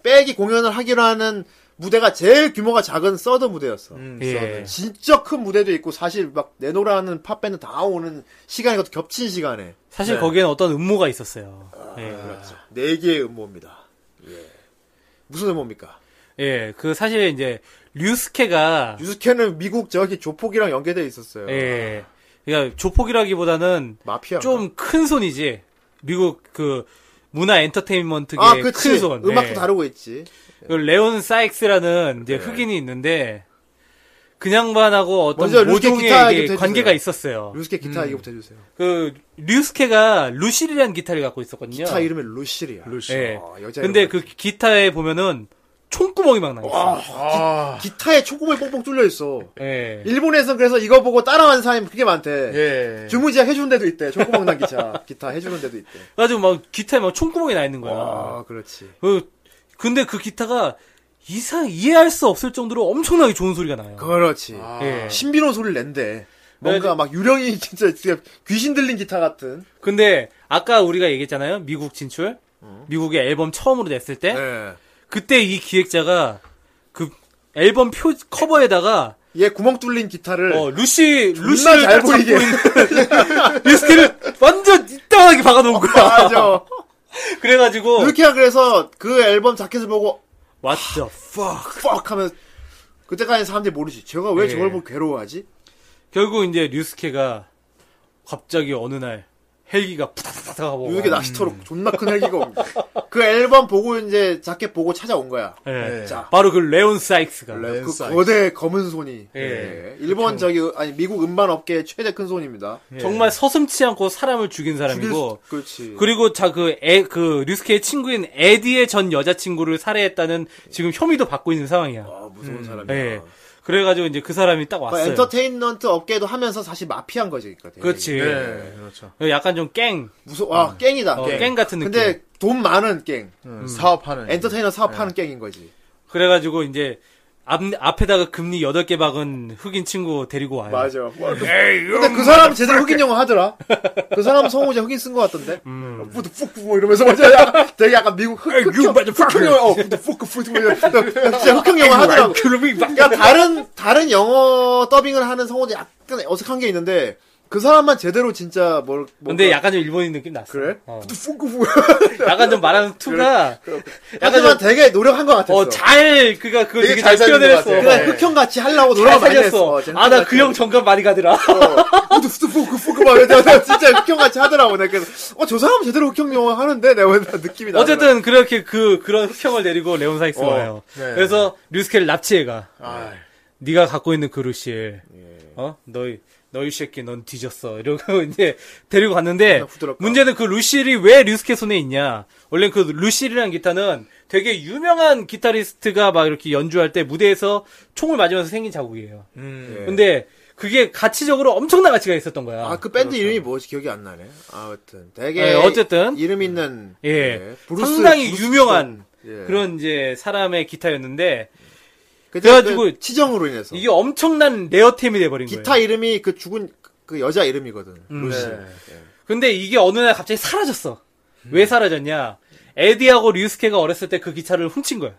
백이 공연을 하기로 하는 무대가 제일 규모가 작은 서드 무대였어. 음, 예. 진짜 큰 무대도 있고 사실 막 내노라는 팝밴드 다 오는 시간이 그것도 겹친 시간에 사실 거기에는 어떤 음모가 있었어요. 아, 예. 네 개의 음모입니다. 예. 무슨 음모입니까? 예, 그 사실 이제 류스케가 유스케는 미국 저기 조폭이랑 연계돼 있었어요. 예, 그러니까 조폭이라기보다는 마피아. 좀 큰 손이지. 미국 그 문화 엔터테인먼트계 아, 그치. 큰 손. 음악도 예. 다루고 있지. 그 레온 사익스라는 네. 이제 흑인이 있는데 그 양반하고 어떤 먼저 류스케 기타 얘기 모종의 좀 관계가 해주세요. 있었어요. 유스케 기타 얘기부터 해주세요. 그 류스케가 루실이라는 기타를 갖고 있었거든요. 기타 이름이 루시리야. 루시. 예. 아, 여자 근데 이름. 그 기타에 보면은 총구멍이 막 나 있어. 아, 기타에 초구멍이 뽕뽕 뚫려 있어. 예. 일본에서는 그래서 이거 보고 따라하는 사람이 그게 많대. 예. 주문제약 해주는 데도 있대. 초구멍 난 기차. 기타 해주는 데도 있대. 그래가지고 막 기타에 막 총구멍이 나 있는 거야. 아, 그렇지. 그 근데 그 기타가 이상 이해할 수 없을 정도로 엄청나게 좋은 소리가 나요. 그렇지. 아, 예. 신비로운 소리를 낸대. 뭔가 막 유령이 진짜 진짜 귀신 들린 기타 같은. 근데 아까 우리가 얘기했잖아요. 미국 진출. 음. 미국의 앨범 처음으로 냈을 때 예. 그때 이 기획자가 그 앨범 표 커버에다가 얘 예, 구멍 뚫린 기타를 어, 루시 네. 존나 루시를 잘 딱 잡고 보이게. 있는 리스키를 완전 이따하게 박아 놓은 거야. 맞아. 그래 가지고 루키가 그래서 그 앨범 자켓을 보고 왔죠. fuck 하면 그때까지 사람들이 모르지. 제가 왜 예. 저걸 보고 괴로워하지? 결국 이제 류스케가 갑자기 어느 날 헬기가 푸다다닥 하고 유게 낚시터로 존나 큰 헬기가 옵니다. 그 앨범 보고 이제 자켓 보고 찾아온 거야. 예. 예. 자. 바로 그 레온 사이크스가 그 렌사이즈. 거대 검은 손이 예. 예. 일본 저기 아니 미국 음반 업계 최대 큰 손입니다. 예. 정말 서슴치 않고 사람을 죽인 사람이고 죽일 수- 그렇지. 그리고 자 그 에 그 류스케의 친구인 에디의 전 여자친구를 살해했다는 지금 혐의도 받고 있는 상황이야. 아 무서운 사람이야. 예. 그래가지고 이제 그 사람이 딱 그러니까 왔어요. 엔터테인먼트 업계도 하면서 사실 마피아인 거지, 그러니까. 되게. 그렇지. 네, 그렇죠. 약간 좀 깽. 무서, 와 깽이다. 어, 깽 같은 느낌. 근데 돈 많은 깽. 음, 사업하는. 네. 엔터테이너 사업하는 깽인 거지. 그래가지고 이제 앞, 앞에다가 금리 8개 박은 흑인 친구 데리고 와요. 맞아. 와, 그- 근데 그 사람 제대로 흑인 영어 하더라. 그 사람 성우제 흑인 쓴 것 같던데. 뿌드푸크 뭐 이러면서 맞아. 야, 되게 약간 미국 흑- 흑형 흑형 영어. 어, 뿌드푸크 뿌드 뭐 이러면서 진짜 흑형 영어 뭐 하더라고. 그러니까 다른 다른 영어 더빙을 하는 성우제 약간 어색한 게 있는데 그 사람만 제대로 진짜 뭘. 근데 뭔가- 약간 좀 일본인 느낌 났어. 그래? 어. 뿌드푸크 뿌드. 약간 좀 말하는 투가 하지만 되게 노력한 것 같았어. 어, 잘 그가 그거 되게 되게 잘 잘 살린 표현했어. 것 같아. 그러니까 네. 흑형 같이 하려고 잘 노력 많이 했어. 살렸어. 아 나 그 형 정감 많이 가더라. 어, 후드푸드 푸크 막 이러다가 진짜 흑형 같이 하더라고. 내가 그래서 어저 사람 제대로 흑형 영화 하는데 내가 맨날 느낌이 나. 어쨌든 그렇게 그 그런 흑형을 내리고 레온 사이스가 어, 와요. 네. 그래서 류스케를 납치해가. 아, 예. 네가 갖고 있는 그릇이 어 너희 너희 새끼 넌 뒤졌어 이러고 이제 데리고 갔는데 아, 부드럽다. 문제는 그 루실이 왜 류스케 손에 있냐 원래 그 루실이라는 기타는 되게 유명한 기타리스트가 막 이렇게 연주할 때 무대에서 총을 맞으면서 생긴 자국이에요 네. 음. 예. 근데 그게 가치적으로 엄청난 가치가 있었던 거야 아 그 밴드 이름이 뭐지 기억이 안 나네. 아무튼 되게 그렇죠. 네, 어쨌든. 이름 있는 예 네, 상당히 브루스 유명한 예. 그런 이제 사람의 기타였는데 어. 그때 그래가지고 그 치정으로 인해서 이게 엄청난 레어템이 돼버린 기타 거예요 이름이 그 죽은 그 여자 이름이거든. 음. 루시. 네. 근데 이게 어느 날 갑자기 사라졌어. 왜 사라졌냐? 에디하고 류스케가 어렸을 때 그 기차를 훔친 거야.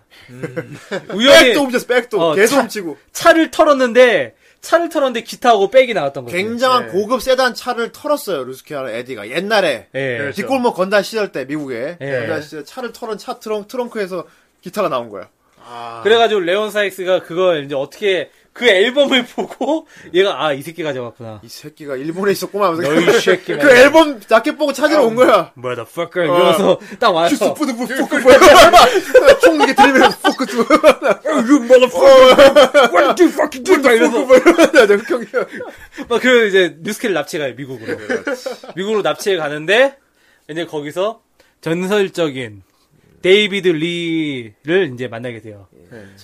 우연히 백도 훔쳤어 백도 어, 계속 차- 훔치고 차를 털었는데 차를 털었는데 기타하고 백이 나왔던 거지. 굉장한 네. 고급 세단 차를 털었어요 루스키아라 에디가 옛날에 예. 그렇죠. 뒷골목 건달 시절 때 미국에 예. 건달 시절 차를 털은 차 트렁, 트렁크에서 기타가 나온 거야. 아. 그래가지고 레온 사이스가 그걸 이제 어떻게 그 앨범을 보고 얘가 아 이 새끼 가져갔구나. 이 새끼가 일본에 있었구만 하면서 너이 새끼 그 앨범 자켓 보고 찾으러 온 거야. motherfucker 이러면서 딱 와서 슈스푸드 푸드 푸드 푸드 총 이게 들리면서 푸드 푸드 What the fuck you do? 막 어. 아, 이러면서 푸드 뭐 흑형이 막 그 이제 뉴스케를 납치가요 미국으로 미국으로 납치해 가는데 이제 거기서 전설적인 데이비드 리를 이제 만나게 돼요.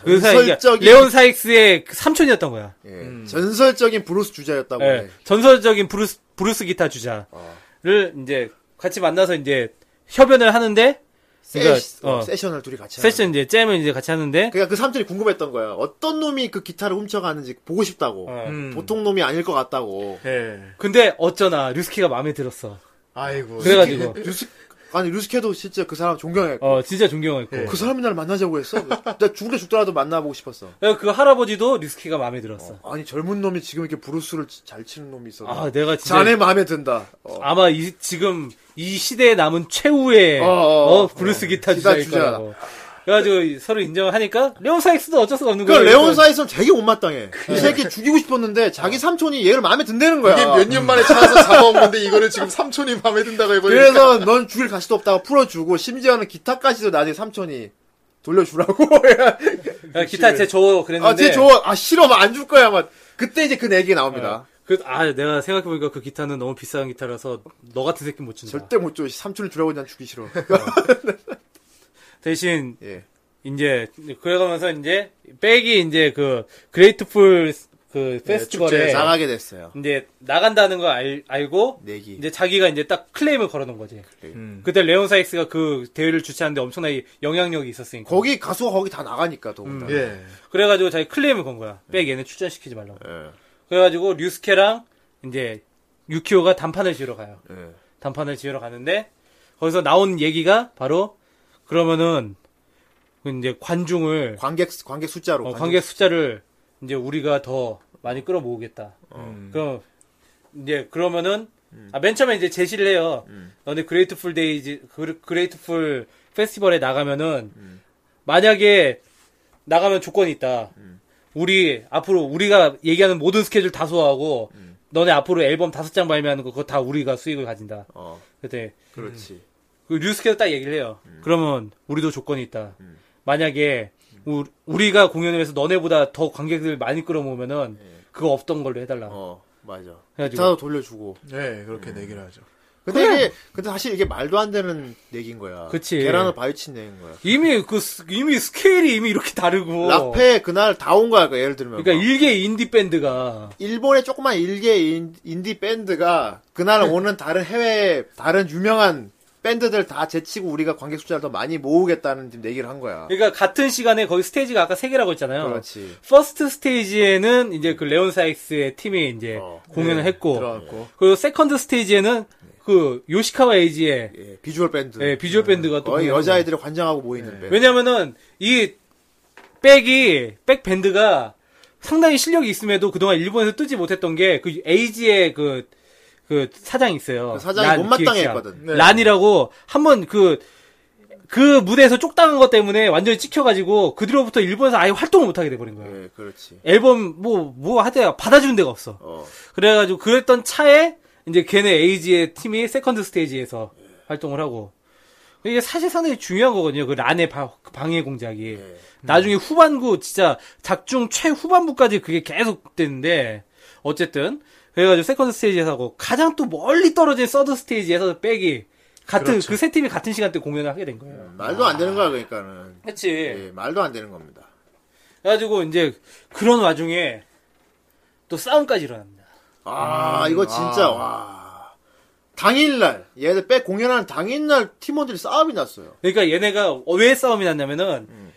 그 사이 그러니까 전설적인- 레온 사익스의 그 삼촌이었던 거야. 예, 전설적인 브루스 주자였다고 예, 해. 전설적인 브루스 브루스 기타 주자를 아. 이제 같이 만나서 이제 협연을 하는데 세시, 그러니까, 어, 어. 세션을 둘이 같이 하는 세션 이제 잼을 이제 같이 하는데 그러니까 그 삼촌이 궁금했던 거야. 어떤 놈이 그 기타를 훔쳐가는지 보고 싶다고. 어. 음. 보통 놈이 아닐 것 같다고. 예. 근데 어쩌나 류스키가 마음에 들었어. 아이고. 그래가지고 루스, 아니 루스케도 진짜 그 사람 존경했고. 어 진짜 존경했고 그 사람이 날 만나자고 했어. 내가 죽을래 죽더라도 만나보고 싶었어. 그래서 그 할아버지도 류스키가 마음에 들었어. 아니 젊은 놈이 지금 이렇게 브루스를 치- 잘 치는 놈이 있어. 아 내가 진짜 자네 마음에 든다. 어. 아마 이- 지금 이 시대에 남은 최후의 어, 어, 어, 브루스 기타 기타 주자일 주자. 거라고. 그래가지고 이- 서로 인정하니까 레온 사익스도 어쩔 수가 없는 그러니까 거예요. 레온 사이선 되게 못마땅해. 이 새끼 죽이고 싶었는데 자기 삼촌이 얘를 마음에 든다는 거야. 이게 몇 년 만에 찾아서 잡아온 건데 이거를 지금 삼촌이 마음에 든다고 해버리니까 그래서 넌 죽일 가치도 없다고 풀어주고 심지어는 기타까지도 나중에 삼촌이 돌려주라고. 야, 기타 제 줘. 그랬는데. 아, 쟤 좋아. 아, 싫어. 막안줄 거야. 막. 그때 이제 그 내기 나옵니다. 그, 아, 내가 생각해보니까 그 기타는 너무 비싼 기타라서 너 같은 새끼 못 준다. 절대 못 줘. 삼촌을 주라고 난 죽기 싫어. 대신 예. 이제 그래가면서 이제 백이 이제 그 그레이트풀 그 페스티벌에 네, 축제에 나가게 됐어요. 이제 나간다는 걸 알, 알고 내기. 이제 자기가 이제 딱 클레임을 걸어놓은 거지. 그때 레온 사익스가 그 대회를 주최하는데 엄청나게 영향력이 있었으니까. 거기 가수가 거기 다 나가니까 또. 음. 예. 그래가지고 자기 클레임을 건 거야. 백 얘네 출전시키지 말라고. 예. 그래가지고 류스케랑 이제 유키오가 단판을 지으러 가요. 예. 단판을 지으러 가는데 거기서 나온 얘기가 바로 그러면은 그 이제 관중을 관객 관객 숫자로. 어, 관객 숫자를 이제 우리가 더 많이 끌어 모으겠다. 음. 그럼 이제 그러면은 아, 맨 처음에 이제 제시를 해요. 너네 그레이트풀 데이지 그, 그레이트풀 음. 페스티벌에 나가면은 만약에 나가면 조건이 있다. 우리 앞으로 우리가 얘기하는 모든 스케줄 다 소화하고 너네 앞으로 앨범 다섯 장 발매하는 거 그거 다 우리가 수익을 가진다. 어, 그때 그렇지. 그 류스케도 딱 얘기를 해요. 음. 그러면 우리도 조건이 있다. 만약에 음. 우, 리가 공연을 해서 너네보다 더 관객들 많이 끌어모으면은 그거 없던 걸로 해달라. 예. 어, 맞아. 해가지고. 예, 기타도 돌려주고. 음. 네, 그렇게 내기를 하죠. 근데 이게, 근데 사실 이게 말도 안 되는 얘기인 거야. 그치. 계란을 바위친 얘기인 거야. 이미 그 스- 이미 스케일이 이미 이렇게 다르고. 라페 그날 다 온 거야, 예를 들면. 그러니까 일개 인디 밴드가 일본의 조그만 일개 인- 인디 밴드가 그날 네. 오는 다른 해외 다른 유명한 밴드들 다 제치고 우리가 관객 숫자를 더 많이 모으겠다는 지금 얘기를 한 거야. 그러니까 같은 시간에 거기 스테이지가 아까 세 개라고 했잖아요. 그렇지. 퍼스트 스테이지에는 이제 그 레온 사이ክ스의 팀이 이제 어, 네. 공연을 했고 들어갔고. 그리고 세컨드 스테이지에는 그 요시카와 에이지의 예, 비주얼 밴드. 예, 비주얼 밴드가 또 거의 공연을 네. 여자애들이 관장하고 모이는 밴드. 왜냐면은 이 백이 백 밴드가 상당히 실력이 있음에도 그동안 일본에서 뜨지 못했던 게 그 에이지의 그 그 사장이 있어요. 그 사장이 란 못마땅해 기획자. 했거든. 네. 란이라고 한번 그, 그 무대에서 쪽당한 것 때문에 완전히 찍혀가지고 그 뒤로부터 일본에서 아예 활동을 못하게 돼버린 거예요. 예, 그렇지. 앨범 뭐, 뭐 하대요. 받아주는 데가 없어. 어. 그래가지고 그랬던 차에 이제 걔네 에이지의 팀이 세컨드 스테이지에서 예. 활동을 하고 이게 사실 상당히 중요한 거거든요. 그 란의 바- 그 방해 공작이 예. 나중에 후반부 진짜 작중 최 후반부까지 그게 계속 됐는데 어쨌든 그래가지고 세컨드 스테이지에서 하고 가장 또 멀리 떨어진 서드 스테이지에서 백이 같은 그렇죠. 그 세 팀이 같은 시간대 공연을 하게 된 거예요. 말도 안 되는 거야, 그러니까는. 그치 예, 말도 안 되는 겁니다. 그래가지고 이제 그런 와중에 또 싸움까지 일어납니다. 아, 이거 진짜, 와. 당일날, 얘들 백 공연하는 당일날 팀원들이 싸움이 났어요. 그러니까 얘네가 왜 싸움이 났냐면은 음.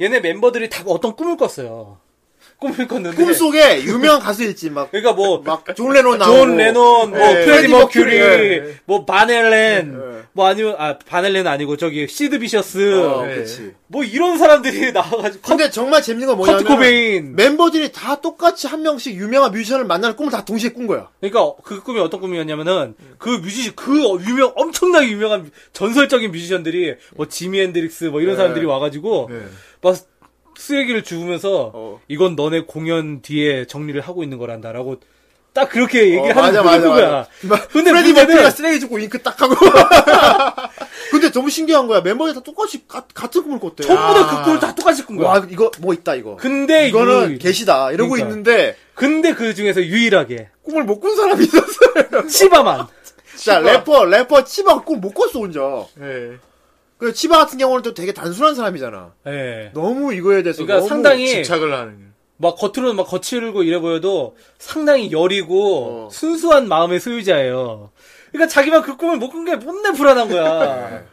얘네 멤버들이 다 어떤 꿈을 꿨어요. 꿈을 꿨는데 꿈속에 유명 가수 있지, 막. 그러니까 뭐 막, 존 레논 나오고. 존 레논, 뭐 예, 프레디 프레디 머큐리, 머큐리, 예. 뭐 바넬렌, 예. 뭐 아니면 아 바넬렌 아니고 저기 시드 비셔스, 어, 예. 그치. 뭐 이런 사람들이 나와가지고 컷- 근데 정말 재밌는 건 커트 뭐냐면 코베인. 멤버들이 다 똑같이 한 명씩 유명한 뮤지션을 만나는 꿈을 다 동시에 꾼 거야. 그러니까 그 꿈이 어떤 꿈이었냐면은 음. 그 뮤지션 그 유명 엄청나게 유명한 전설적인 뮤지션들이 뭐 음. 지미 앤드릭스 뭐 네. 이런 사람들이 와가지고 막 쓰레기를 주우면서 어. 이건 너네 공연 뒤에 정리를 하고 있는 거란다라고 딱 그렇게 얘기하는 어, 맞아, 그런 맞아, 거야. 맞아. 근데 프레디 문제는 머큐리가 쓰레기 줍고 잉크 딱 하고. 근데 너무 신기한 거야. 멤버들이 다 똑같이 가- 같은 꿈을 꿨대. 아. 전부 다 그 꿈을 다 똑같이 꾼 거야. 와, 이거 뭐 있다 이거. 근데 이거는 유- 계시다 이러고 그러니까. 있는데 근데 그 중에서 유일하게 꿈을 못 꾼 사람이 있었어요. 치바만 자, 래퍼, 래퍼 치바 꿈 못 꿨어 혼자. 예. 그 치바 같은 경우는 또 되게 단순한 사람이잖아. 예. 너무 이거에 대해서 그러니까 너무 상당히 집착을 하는. 막 겉으로는 막 거칠고 이래 보여도 상당히 여리고 어. 순수한 마음의 소유자예요. 그러니까 자기만 그 꿈을 못 꾼 게 뭔데 불안한 거야.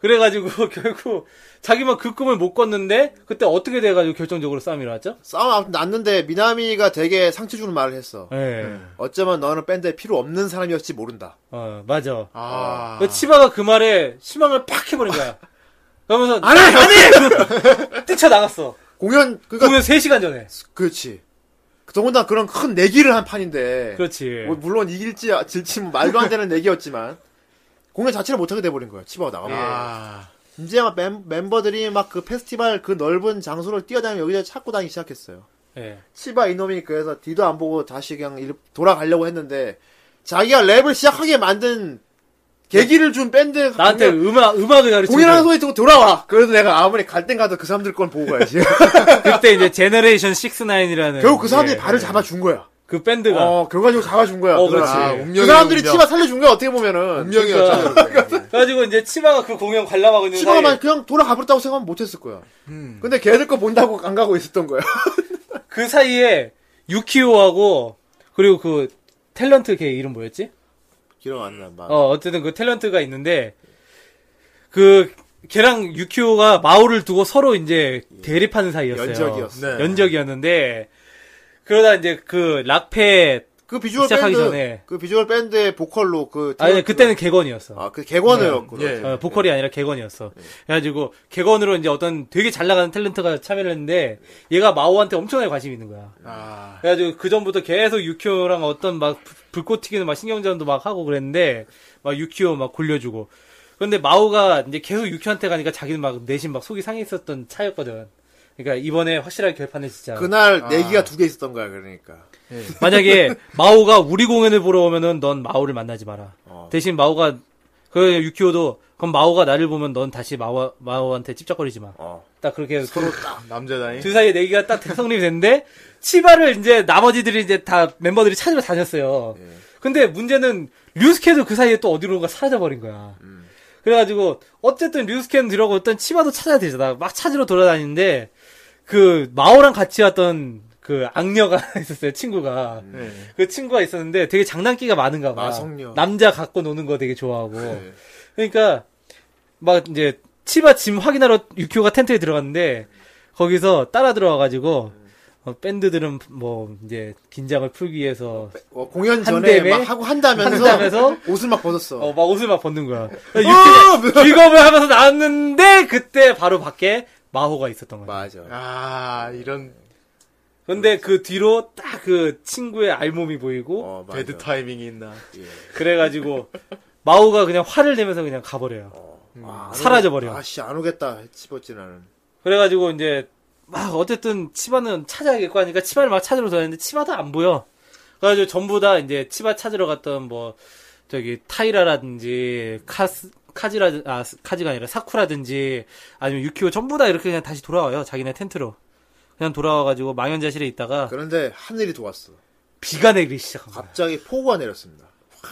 그래가지고 결국 자기만 그 꿈을 못 꿨는데 그때 어떻게 돼가지고 결정적으로 싸움이 일어났죠? 싸움 아무튼 났는데 미나미가 되게 상처 주는 말을 했어. 예. 네. 어쩌면 너는 밴드에 필요 없는 사람이었지 모른다. 어. 어, 맞아. 아. 그 치바가 그 말에 실망을 팍 해버린 거야. 그러면서 안 해! 안 해! 뛰쳐나갔어. 공연 아. 그니까 공연 3시간 전에. 그렇지. 더군다나 그런 큰 내기를 한 판인데. 그렇지. 뭐, 물론 이길지 질지 뭐 말도 안 되는 내기였지만 공연 자체를 못하게 돼버린 거야. 치바가 예. 나가면. 아. 이제 막 멤, 버들이 막 그 페스티벌 그 넓은 장소를 뛰어다니며 여기저기 찾고 다니기 시작했어요. 예. 치바 이놈이 그래서 뒤도 안 보고 다시 그냥 일- 돌아가려고 했는데 자기가 랩을 시작하게 만든 계기를 준 밴드 나한테 공연- 음악 음악을 가르치고 공연하는 소리 듣고 돌아와. 그래도 내가 아무리 갈 땐 가도 그 사람들 건 보고 가야지. 그때 이제 제너레이션 69이라는 예. 결국 그 사람들이 발을 잡아준 거야. 네. 그 밴드가 어, 결과적으로 잡아준 거야. 어, 그거를. 그렇지. 아, 운명이야, 그 사람들이 운명. 치바 살려준 거야, 어떻게 보면은. 운명이었죠. 그러니까. 그래가지고 이제 치마가 그 공연 관람하고 있는 치바가 사이에 만 그냥 돌아가버렸다고 생각하면 못했을 거야. 근데 걔들 거 본다고 안 가고 있었던 거야. 그 사이에 유키오하고 그리고 그 탤런트 걔 이름 뭐였지? 기억 안 나, 막. 어 어쨌든 그 탤런트가 있는데 그 걔랑 유키오가 마오를 두고 서로 이제 대립하는 사이였어요. 예. 연적이었어. 네. 연적이었는데 그러다 이제 그 락페 그 비주얼 시작하기 밴드, 전에. 그 비주얼 밴드의 보컬로 그. 아니 탤런트가- 그때는 객원이었어. 아, 네. 그 개관이었구나. 예. 어, 보컬이 아니라 객원이었어. 그래가지고 객원으로 이제 어떤 되게 잘 나가는 탤런트가 참여를 했는데 얘가 마오한테 엄청나게 관심이 있는 거야. 아. 그래가지고 그 전부터 계속 유키오랑 어떤 막 불- 불꽃 튀기는 막 신경전도 막 하고 그랬는데 막 유키오 막 골려주고. 그런데 마오가 이제 계속 유키한테 가니까 자기는 막 내심 막 속이 상해 있었던 차였거든. 그러니까 이번에 확실하게 결판을 진짜. 그날 내기가 두 개 있었던 거야 그러니까. 만약에 마오가 우리 공연을 보러 오면은 넌 마오를 만나지 마라. 어. 대신 마오가 그 유키오도 그럼 마오가 나를 보면 넌 다시 마오 마오한테 찝쩍거리지 마. 어. 딱 그렇게 서로 딱. 남자다니. 그 사이에 내기가 딱 성립이 됐는데 치바를 이제 나머지들이 이제 다 멤버들이 찾으러 다녔어요. 예. 근데 문제는 류스케도 그 사이에 또 어디론가 사라져 버린 거야. 음. 그래가지고 어쨌든 류스케는 들어고 어떤 치바도 찾아야 되잖아. 막 찾으러 돌아다니는데 그 마오랑 같이 왔던 그 악녀가 있었어요 친구가 음. 그 친구가 있었는데 되게 장난기가 많은가 봐 아, 마성녀. 네. 남자 갖고 노는 거 되게 좋아하고 그러니까 막 이제 치바 짐 확인하러 유키오가 텐트에 들어갔는데 거기서 따라 들어와가지고 어, 밴드들은 뭐 이제 긴장을 풀기 위해서 어, 공연 한 전에 대회? 막 하고 한다면서, 한다면서? 옷을 막 벗었어. 어, 막 옷을 막 벗는 거야. 어! 유키가 직업을 하면서 나왔는데 그때 바로 밖에 마호가 있었던 거야. 맞아. 아 이런 근데 그 뒤로 딱 그 친구의 알몸이 보이고 어, 맞아. 배드 타이밍이 있나. 그래가지고 마호가 그냥 화를 내면서 그냥 가버려요. 아, 사라져버려. 아씨 안 오겠다 집었지 나는. 그래가지고 이제 막 어쨌든 치바는 찾아야겠고 하니까 치바를 막 찾으러 다녔는데 치바도 안 보여. 그래가지고 전부 다 이제 치바 찾으러 갔던 뭐 저기 타이라라든지 카스 카지라 아 카지가 아니라 사쿠라든지 아니면 유키오 전부 다 이렇게 그냥 다시 돌아와요 자기네 텐트로 그냥 돌아와가지고 망연자실에 있다가 그런데 하늘이 도왔어. 비가 내리기 시작한 거야. 갑자기 폭우가 내렸습니다. 와,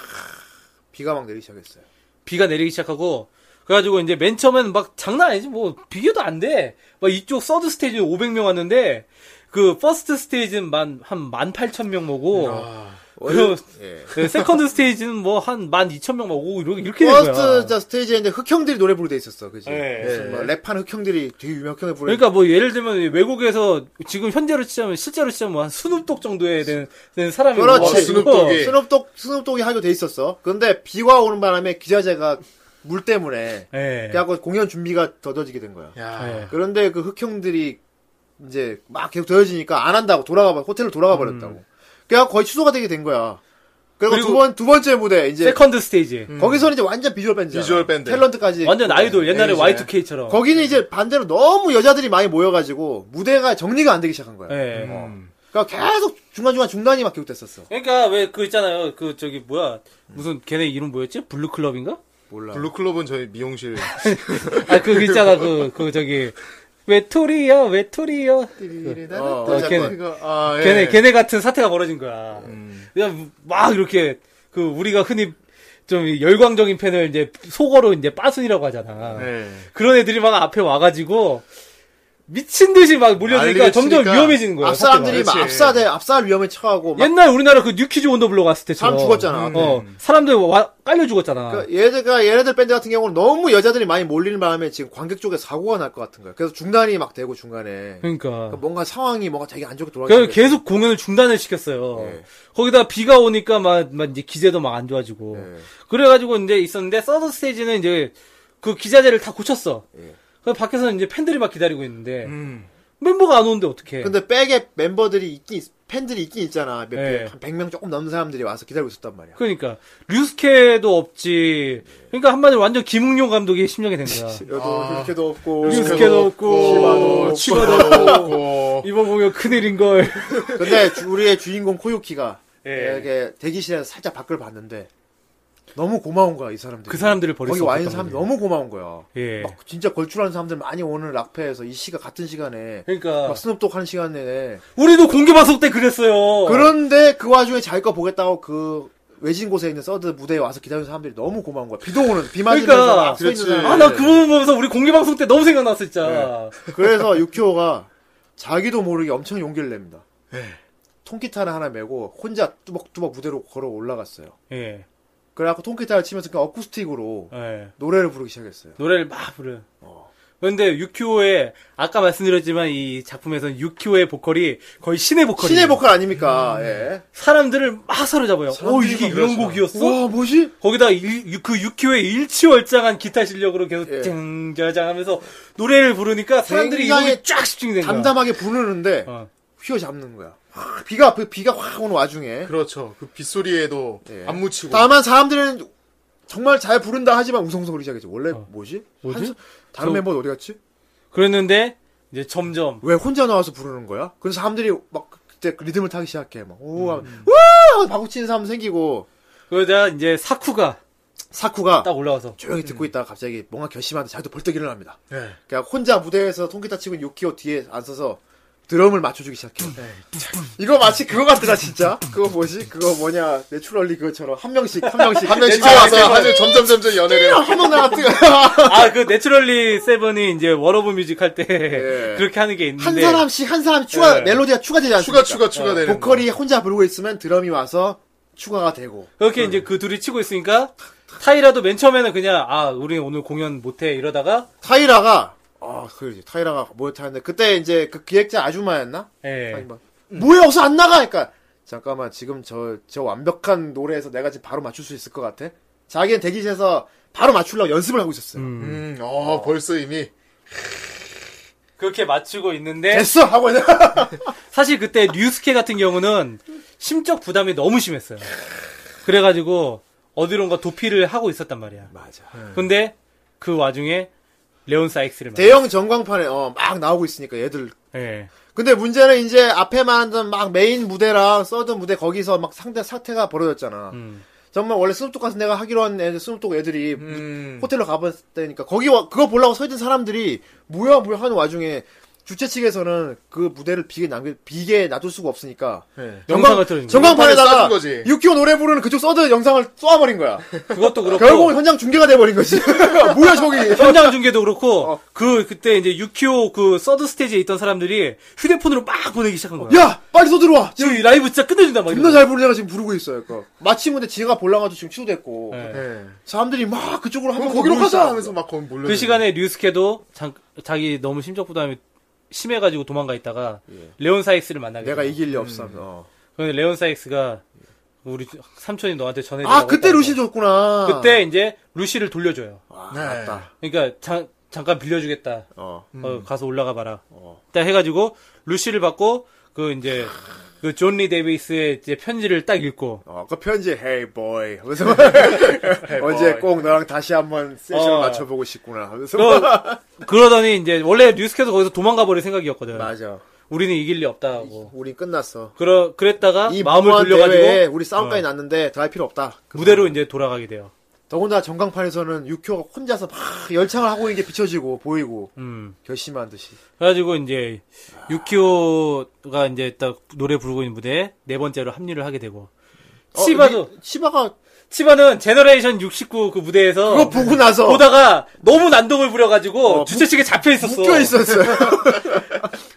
비가 막 내리기 시작했어요. 비가 내리기 시작하고 그래가지고 이제 맨 처음엔 막 장난 아니지 뭐 비교도 안 돼 막 이쪽 서드 스테이지 500명 왔는데 그 퍼스트 스테이지는 만, 한 18,000명 오고 아, 아, 원래- 그- 예. 그 세컨드 스테이지는 뭐 한 12,000명 오고 이렇게 이렇게 된 거야 퍼스트 자 스테이지인데 흑형들이 노래 부르게 돼 있었어, 그지? 예. 무슨 뭐 랩하는 흑형들이 되게 유명 흑형들 부르는. 그러니까 뭐 예를 들면 외국에서 지금 현재로 치자면 실제로 치자면 뭐한 스눕독 정도에 되는, 되는 사람이 뭐 그렇지. 와가지고 예. 스눕독이. 스눕독 스눕독이 어, 하기로 돼 있었어. 근데 비가 오는 바람에 기자재가 물 때문에 예. 그래갖고 공연 준비가 더뎌지게 된 거야. 야. 예. 그런데 그 흑형들이 이제 막 계속 더해지니까 안 한다고 돌아가 버 호텔로 돌아가 버렸다고. 그래서 거의 취소가 되게 된 거야. 그리고, 그리고 두 번 두 번째 무대 이제 음. 세컨드 스테이지 거기서는 이제 완전 비주얼 밴드. 비주얼 밴드. 탤런트까지. 완전 아이돌 옛날에 이제. Y2K처럼 네, 거기는 이제 반대로 너무 여자들이 많이 모여가지고 무대가 정리가 안 되기 시작한 거야. 예. 그러니까 계속 중간 중간 중단이 막 계속됐었어. 그러니까 왜 그 있잖아요 그 저기 뭐야 무슨 걔네 이름 뭐였지 블루클럽인가 몰라. 블루클럽은 저희 미용실. 아, 그 있잖아, 그, 그, 저기. 외톨이여, 외톨이여. 어, 또 걔네. 자꾸 이거- 아, 예. 걔네, 걔네 같은 사태가 벌어진 거야. 음. 그냥 막 이렇게, 그, 우리가 흔히 좀 열광적인 팬을 이제 속어로 이제 빠순이라고 어. 하잖아. 네. 예. 그런 애들이 막 앞에 와가지고, 미친 듯이 막 몰려드니까 난리를 점점 치니까 위험해지는 거야. 앞 사람들이 그렇지. 막 압사대 압사 위험에 처하고 막 옛날 우리나라 그 뉴키즈 온더블로 갔을 때처럼. 사람 죽었잖아. 어, 사람들 와, 깔려 죽었잖아. 그러니까 얘네가 얘네들 밴드 같은 경우는 너무 여자들이 많이 몰리는 바람에 지금 관객 쪽에 사고가 날 것 같은 거야. 그래서 중단이 막 되고 중간에 그러니까. 그러니까 뭔가 상황이 뭔가 되게 안 좋게 그래서 돌아가고 계속 공연을 중단을 시켰어요. 예. 거기다 비가 오니까 막, 막 이제 기재도 막 안 좋아지고. 예. 그래가지고 이제 있었는데, 서드 스테이지는 이제 그 기자재를 다 고쳤어. 예. 그래서 밖에서는 이제 팬들이 막 기다리고 있는데, 음. 멤버가 안 오는데 어떡해. 예. 근데 백에 멤버들이 있긴 있- 팬들이 있긴 있잖아. 몇 예. 백, 한 100명 조금 넘는 사람들이 와서 기다리고 있었단 말이야. 그러니까, 류스케도 없지. 그러니까 한마디로 완전 김웅룡 감독의 심정이 된 거야. 여도 아. 이렇게도 없고 류스케도 없고, 치바도 없고, 어. 이번 공연 큰일인걸. 근데 주- 우리의 주인공 코요키가 예. 이렇게 대기실에서 살짝 밖을 봤는데 너무 고마운 거야 이 사람들. 그 사람들을 버릴 거기 수 와 있는 없었단 사람 너무 고마운 거야. 예. 막 진짜 걸출하는 사람들 많이 오는 락페에서 이 시가 같은 시간에 그러니까, 막 스눕독 하는 시간에 우리도 공개 방송 때 그랬어요. 그런데 그 와중에 자기 거 보겠다고 그 외진 곳에 있는 서드 무대에 와서 기다리는 사람들이 너무 고마운 거야. 비도 오는 비 맞으면서 그러니까. 막서 있는 그렇지. 사람. 아, 나 그 부분 보면서 우리 공개 방송 때 너무 생각났어, 진짜. 그래서 유키오가 자기도 모르게 엄청 용기를 냅니다. 예. 통기타를 하나 메고 혼자 뚜벅뚜벅 무대로 걸어 올라갔어요. 예. 그래갖고 통기타를 치면서 그냥 어쿠스틱으로 예. 노래를 부르기 시작했어요. 노래를 막 부르. 그런데 유키오의 아까 말씀드렸지만 이 작품에서는 유키오의 보컬이 거의 신의 보컬이에요. 신의 보컬 아닙니까? 예. 사람들을 막 사로잡아요. 오 사람들이 어, 이게 막 이런 그러시나. 곡이었어? 와, 뭐지? 거기다 일- 유- 그 유키오의 일치월장한 기타 실력으로 계속 예. 쟁자장하면서 노래를 부르니까 사람들이 굉장히 이게 쫙 집중이 된 거야. 담담하게 부르는데 그러니까. 어. 휘어잡는 거야. 확, 비가 비- 비가 확 오는 와중에. 그렇죠. 그 빗소리에도 예. 안 묻히고. 다만 사람들은 정말 잘 부른다 하지만 웅성웅성 그러기 시작했지. 원래 뭐지? 뭐지? 한스- 다른 저- 멤버는 어디 갔지? 그랬는데 이제 점점 왜 혼자 나와서 부르는 거야? 그래서 사람들이 막 그때 그 리듬을 타기 시작해. 막, 오, 와! 방구 치는 사람 생기고, 그러자 이제 사쿠가 사쿠가 딱 올라와서 조용히 듣고 있다가 갑자기 뭔가 결심하는데 자기도 벌떡 일어납니다. 음. 네. 그러니까 혼자 무대에서 통기타 치고 유키오 뒤에 앉아서 드럼을 맞춰주기 시작해요. 네. 이거 마치 그거 같더라, 진짜. 그거 뭐지? 그거 뭐냐. 내추럴리 그거처럼. 한 명씩, 한 명씩. 네, 한 명씩 옛날에 와서 세븐. 아주 점점 점점 연애를 한명 나갔다. 아 그 내추럴리 세븐이 이제 워러브 뮤직 할 때 예. 그렇게 하는 게 있는데 한 사람씩, 한 사람 추가, 예. 멜로디가 추가되지 않습니까? 네. 추가 추가 추가 되는 보컬이 혼자 부르고 있으면 드럼이 와서 추가가 되고. 그렇게 이제 그 둘이 치고 있으니까 타이라도 맨 처음에는 그냥 아 우리 오늘 공연 못해 이러다가 타이라가 아, 그지 타이라가 뭐였다는데 그때 이제 그 기획자 아줌마였나? 예. 아줌마. 뭐야, 어서 안 나가. 그러니까 잠깐만 지금 저 저 완벽한 노래에서 내가 지금 바로 맞출 수 있을 것 같아. 자기는 대기실에서 바로 맞추려고 연습을 하고 있었어요. 음, 어, 벌써 이미 그렇게 맞추고 있는데 됐어 하고 있는 사실 그때 류스케 같은 경우는 심적 부담이 너무 심했어요. 그래가지고 어디론가 도피를 하고 있었단 말이야. 맞아. 근데 그 와중에 레온 사이ክ스를 만 대형 전광판에 어, 막 나오고 있으니까 얘들 예. 근데 문제는 이제 앞에만 하던 막 메인 무대랑 서드 무대 거기서 막 상대 사태가 벌어졌잖아. 음. 정말 원래 스눕독 가서 내가 하기로 한 애들 스눕독 애들이 음. 호텔로 가봤다니까 거기 와- 그거 보려고 서 있던 사람들이 뭐야 뭐야 하는 와중에 주최 측에서는 그 무대를 비게 남겨 비게 놔둘 수가 없으니까 네. 영상을 틀어준 거예요. 영상판에 전광판에다가 쏴둔 거지. 유키오 노래 부르는 그쪽 서드 영상을 쏴버린 거야. 그것도 그렇고 결국 현장 중계가 돼버린 거지. 뭐야 저기. 현장 중계도 어. 그렇고 그 그때 이제 유키오 그 서드 스테이지에 있던 사람들이 휴대폰으로 막 보내기 시작한 거야. 야 빨리 서들어 와. 지금 이 라이브 진짜 끝내준다 막. 존나 이러고. 잘 부르는 애가 지금 부르고 있어요. 그거. 마침 근데 지가 볼랑아도 지금 취소됐고 예. 네. 사람들이 막 그쪽으로 한번 그럼 거기로 가자 하면서 막 거기 몰려. 그 시간에 류스케도 장- 자기 너무 심적 부담이 심해가지고 도망가 있다가 레온 사이스를 만나게 예. 내가 돼요. 이길 리 없어. 음. 어. 그런데 레온 사이스가 우리 삼촌이 너한테 전해줘. 아 그때 루시 줬구나. 그때 이제 루시를 돌려줘요. 아, 네. 맞다. 그러니까 자- 잠깐 빌려주겠다. 어. 어, 가서 올라가 봐라. 어. 딱 해가지고 루시를 받고 그 이제 그 존 리 데이비스의 이제 편지를 딱 읽고 어, 그 편지 Hey boy 하면서 언제 꼭 너랑 다시 한번 세션을 어. 맞춰보고 싶구나 하면서 그러, 그러더니 이제 원래 뉴스케서 거기서 도망가 버릴 생각이었거든. 맞아. 우리는 이길 리 없다 하고. 우린 끝났어. 그러 그랬다가 이 마음을 무모한 돌려가지고 어. 대회에 우리 싸움까지 났는데 더 할 필요 없다. 무대로 이제 돌아가게 돼요. 더군다나 전광판에서는 유효가 혼자서 막 열창을 하고 있는 게 비춰지고 보이고 음. 결심한 듯이. 그래가지고 이제 유키오가 이제 딱 노래 부르고 있는 무대에 네 번째로 합류를 하게 되고 어, 치바도 어. 리- 치바가 치바는 제너레이션 69 그 무대에서 그거 보고 나서 보다가 너무 난동을 부려가지고 어, 주최 측에 잡혀 있었어. 묶여 있었어요.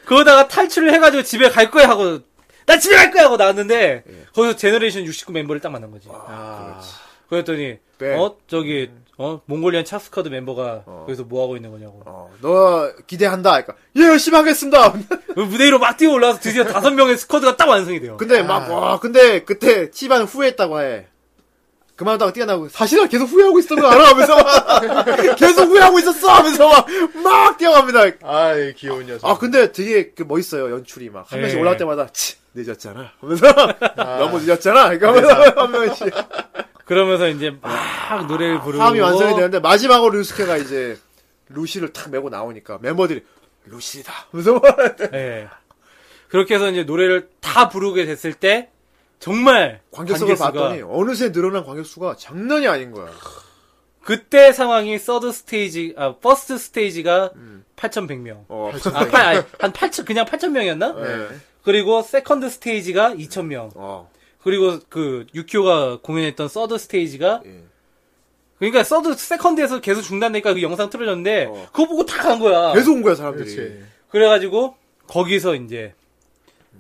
그러다가 탈출을 해가지고 집에 갈 거야 하고 나 집에 갈 거야 하고 나왔는데 예. 거기서 제너레이션 69 멤버를 딱 만난 거지. 아, 그랬더니 아. 네. 어 저기 어 몽골리안 차스카드 멤버가 거기서 뭐 하고 있는 거냐고. 어, 너 기대한다. 그러니까 예 열심히 하겠습니다. 그 무대 위로 막 뛰어 올라와서 드디어 다섯 명의 스쿼드가 딱 완성이 돼요. 근데 막 와, 근데 그때 치바는 후회했다고 해. 그만하다가 뛰어나고 사실은 계속 후회하고 있었던 거 알아 하면서 막 계속 후회하고 있었어 하면서 막 막 뛰어갑니다. 아, 이 귀여운 녀석. 아 근데 되게 그 멋있어요 연출이 막 한 명씩 예. 올라올 때마다 치, 늦었잖아 하면서 너무 늦었잖아 그러면서 한 명씩 그러면서 이제 막 노래를 부르고 화음이 완성이 되는데 마지막으로 루스케가 이제 루시를 탁 메고 나오니까 멤버들이 루시다 하면서 막 예. 그렇게 해서 이제 노래를 다 부르게 됐을 때 정말 관객석을 관객수가 봤더니 어느새 늘어난 관객수가 장난이 아닌 거야. 그때 상황이 서드 스테이지 아 퍼스트 스테이지가 8,100명. 어. 아, 팔, 아니, 한 8천 그냥 8,000명이었나? 네. 그리고 세컨드 스테이지가 2,000명. 어. 그리고 그 유키오가 공연했던 서드 스테이지가 예. 그러니까 서드 세컨드에서 계속 중단되니까 그 영상 틀어졌는데 그거 보고 다 간 거야. 계속 온 거야 사람들이. 그렇지. 그래가지고 거기서 이제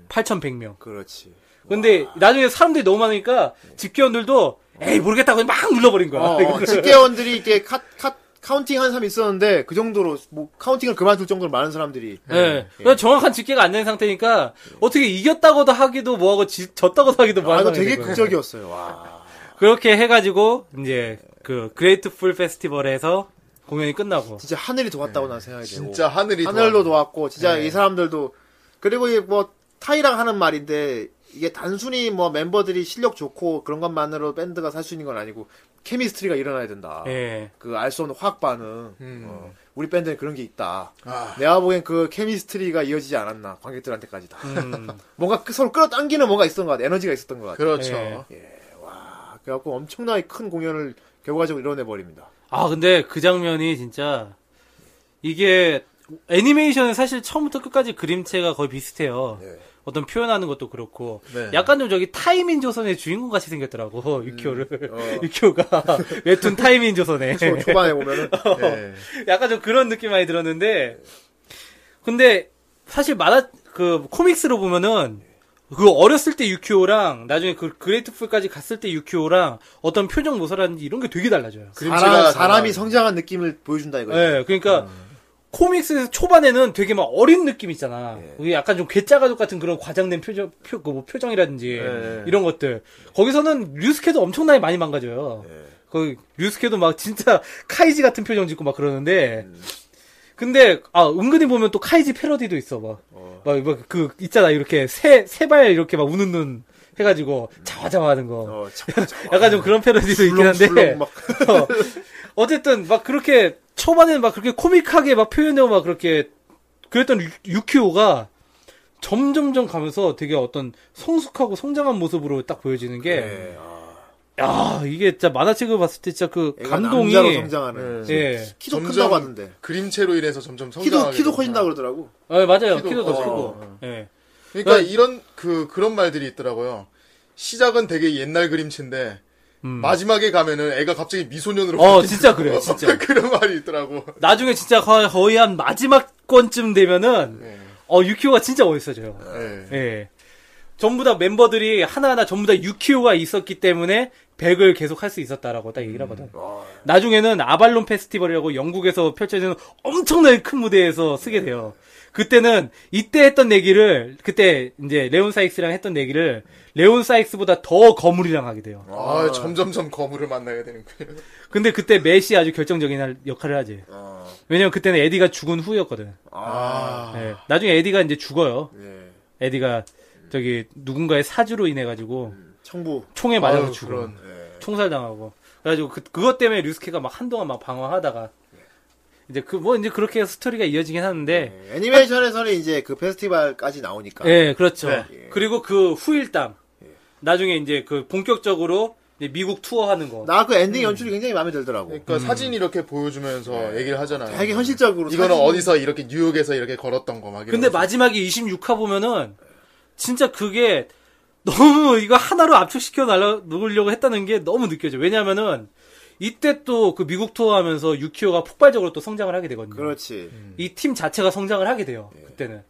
8,100명. 그렇지. 근데 나중에 사람들이 너무 많으니까 집계원들도 에이 모르겠다고 막 눌러버린 거야. 어, 집계원들이 이렇게 카, 카, 카운팅 하는 사람이 있었는데 그 정도로 뭐 카운팅을 그만둘 정도로 많은 사람들이 예. 그래서 정확한 집계가 안 된 상태니까 어떻게 이겼다고도 하기도 뭐하고 지- 졌다고도 하기도 아, 뭐하고 이거 되게 극적이었어요. 와. 그렇게 해가지고 이제 그 그레이트풀 페스티벌에서 공연이 끝나고 진짜 하늘이 도왔다고 난 생각이 들고. 진짜 하늘이 하늘로 도와. 도왔고 진짜 이 사람들도 그리고 이뭐 타이랑 하는 뭐 말인데 이게 단순히 뭐 멤버들이 실력 좋고 그런 것만으로 밴드가 살 수 있는 건 아니고 케미스트리가 일어나야 된다. 예. 그 알 수 없는 화학 반응. 어, 우리 밴드는 그런 게 있다. 아. 내가 보기엔 그 케미스트리가 이어지지 않았나 관객들한테까지 다. 뭔가 그 서로 끌어당기는 뭔가 있었던 것 같아. 에너지가 있었던 것 같아. 그렇죠. 예. 아, 그래갖고 엄청나게 큰 공연을 결과적으로 이뤄내 버립니다. 아, 근데 그 장면이 진짜 이게 애니메이션은 사실 처음부터 끝까지 그림체가 거의 비슷해요. 예. 어떤 표현하는 것도 그렇고 네. 약간 좀 저기 타이밍 조선의 주인공 같이 생겼더라고 유키오를 음, 어. 유키오가 웹툰 타이밍 조선에 초, 초반에 보면은 예. 어, 약간 좀 그런 느낌 많이 들었는데 근데 사실 만화 그 코믹스로 보면은 그 어렸을 때 유키오랑 나중에 그 그레이트풀까지 갔을 때 유키오랑 어떤 표정 모사라든지 이런 게 되게 달라져요. 사람, 그림체가 사람이 성장한 느낌을 보여준다 이거지. 예, 그러니까 코믹스 초반에는 되게 막 어린 느낌 있잖아. 예. 그게 약간 좀 괴짜 가족 같은 그런 과장된 표정, 표, 그뭐 표정이라든지 예. 이런 것들. 거기서는 류스케도 엄청나게 많이 망가져요. 예. 그 류스케도 막 진짜 카이지 같은 표정 짓고 막 그러는데. 음. 근데 아 은근히 보면 또 카이지 패러디도 있어 막막그 있잖아 이렇게 새 세발 이렇게 막 우는 눈 해가지고 자화자화하는 거 음. 어, 참, 약간 좀 그런 패러디도 있긴 한데 술렁술렁 막. 어, 어쨌든 막 그렇게 초반에는 막 그렇게 코믹하게 막 표현하고 막 그렇게 그랬던 유- 유키오가 점점점 가면서 되게 어떤 성숙하고 성장한 모습으로 딱 보여지는 게, 예, 아, 야 이게 진짜 만화책을 봤을 때 진짜 그 애가 감동이, 남자로 성장하는. 예, 키도 점점 큰다고 하던데. 그림체로 인해서 점점 키도 성장하게 키도 되구나. 커진다 그러더라고. 어, 맞아요, 키도 키도, 더 커서. 크고, 어. 예, 그러니까 네. 이런 그 그런 말들이 있더라고요. 시작은 되게 옛날 그림체인데 음. 마지막에 가면은 애가 갑자기 미소년으로 어 바뀌는 진짜 그래요, 진짜. 그런 말이 있더라고. 나중에 진짜 거의, 거의 한 마지막 권쯤 되면은, 어 유키오가 진짜 멋있어져요. 예. 예. 전부 다 멤버들이 하나하나 전부 다 유키오가 있었기 때문에 100을 계속 할 수 있었다라고 딱 얘기를 하거든. 나중에는 아발론 페스티벌이라고 영국에서 펼쳐지는 엄청나게 큰 무대에서 쓰게 돼요. 그때는 이때 했던 얘기를 그때 이제 레온 사익스랑 했던 얘기를 레온 사익스보다 더 거물이랑 하게 돼요. 아, 점점점 거물을 만나게 되는군요. 근데 그때 메시 아주 결정적인 할- 역할을 하지. 왜냐면 그때는 에디가 죽은 후였거든. 아, 예. 나중에 에디가 이제 죽어요. 예. 에디가 저기 누군가의 사주로 인해 가지고 음. 청부. 총에 맞아서 아유, 죽어. 그런. 총살당하고. 그래가지고 그, 그것 때문에 류스케가 막 한동안 막 방황하다가 이제 그 뭐 이제 그렇게 스토리가 이어지긴 하는데 예, 애니메이션에서는 이제 그 페스티벌까지 나오니까. 예 그렇죠. 네. 그리고 그 후일담 나중에 이제 그 본격적으로 이제 미국 투어하는 거. 나 그 엔딩 연출이 굉장히 마음에 들더라고. 그러니까 사진 이렇게 보여주면서 얘기를 하잖아요. 되게 현실적으로. 이거는 사진- 어디서 이렇게 뉴욕에서 이렇게 걸었던 거 막. 근데 예, 이러면서. 마지막에 26화 보면은 진짜 그게 너무 이거 하나로 압축시켜 날아 놓으려고 했다는 게 너무 느껴져. 왜냐면은 이때 또 그 미국 투어하면서 유키오가 폭발적으로 또 성장을 하게 되거든요. 그렇지. 이 팀 자체가 성장을 하게 돼요. 예. 그때는.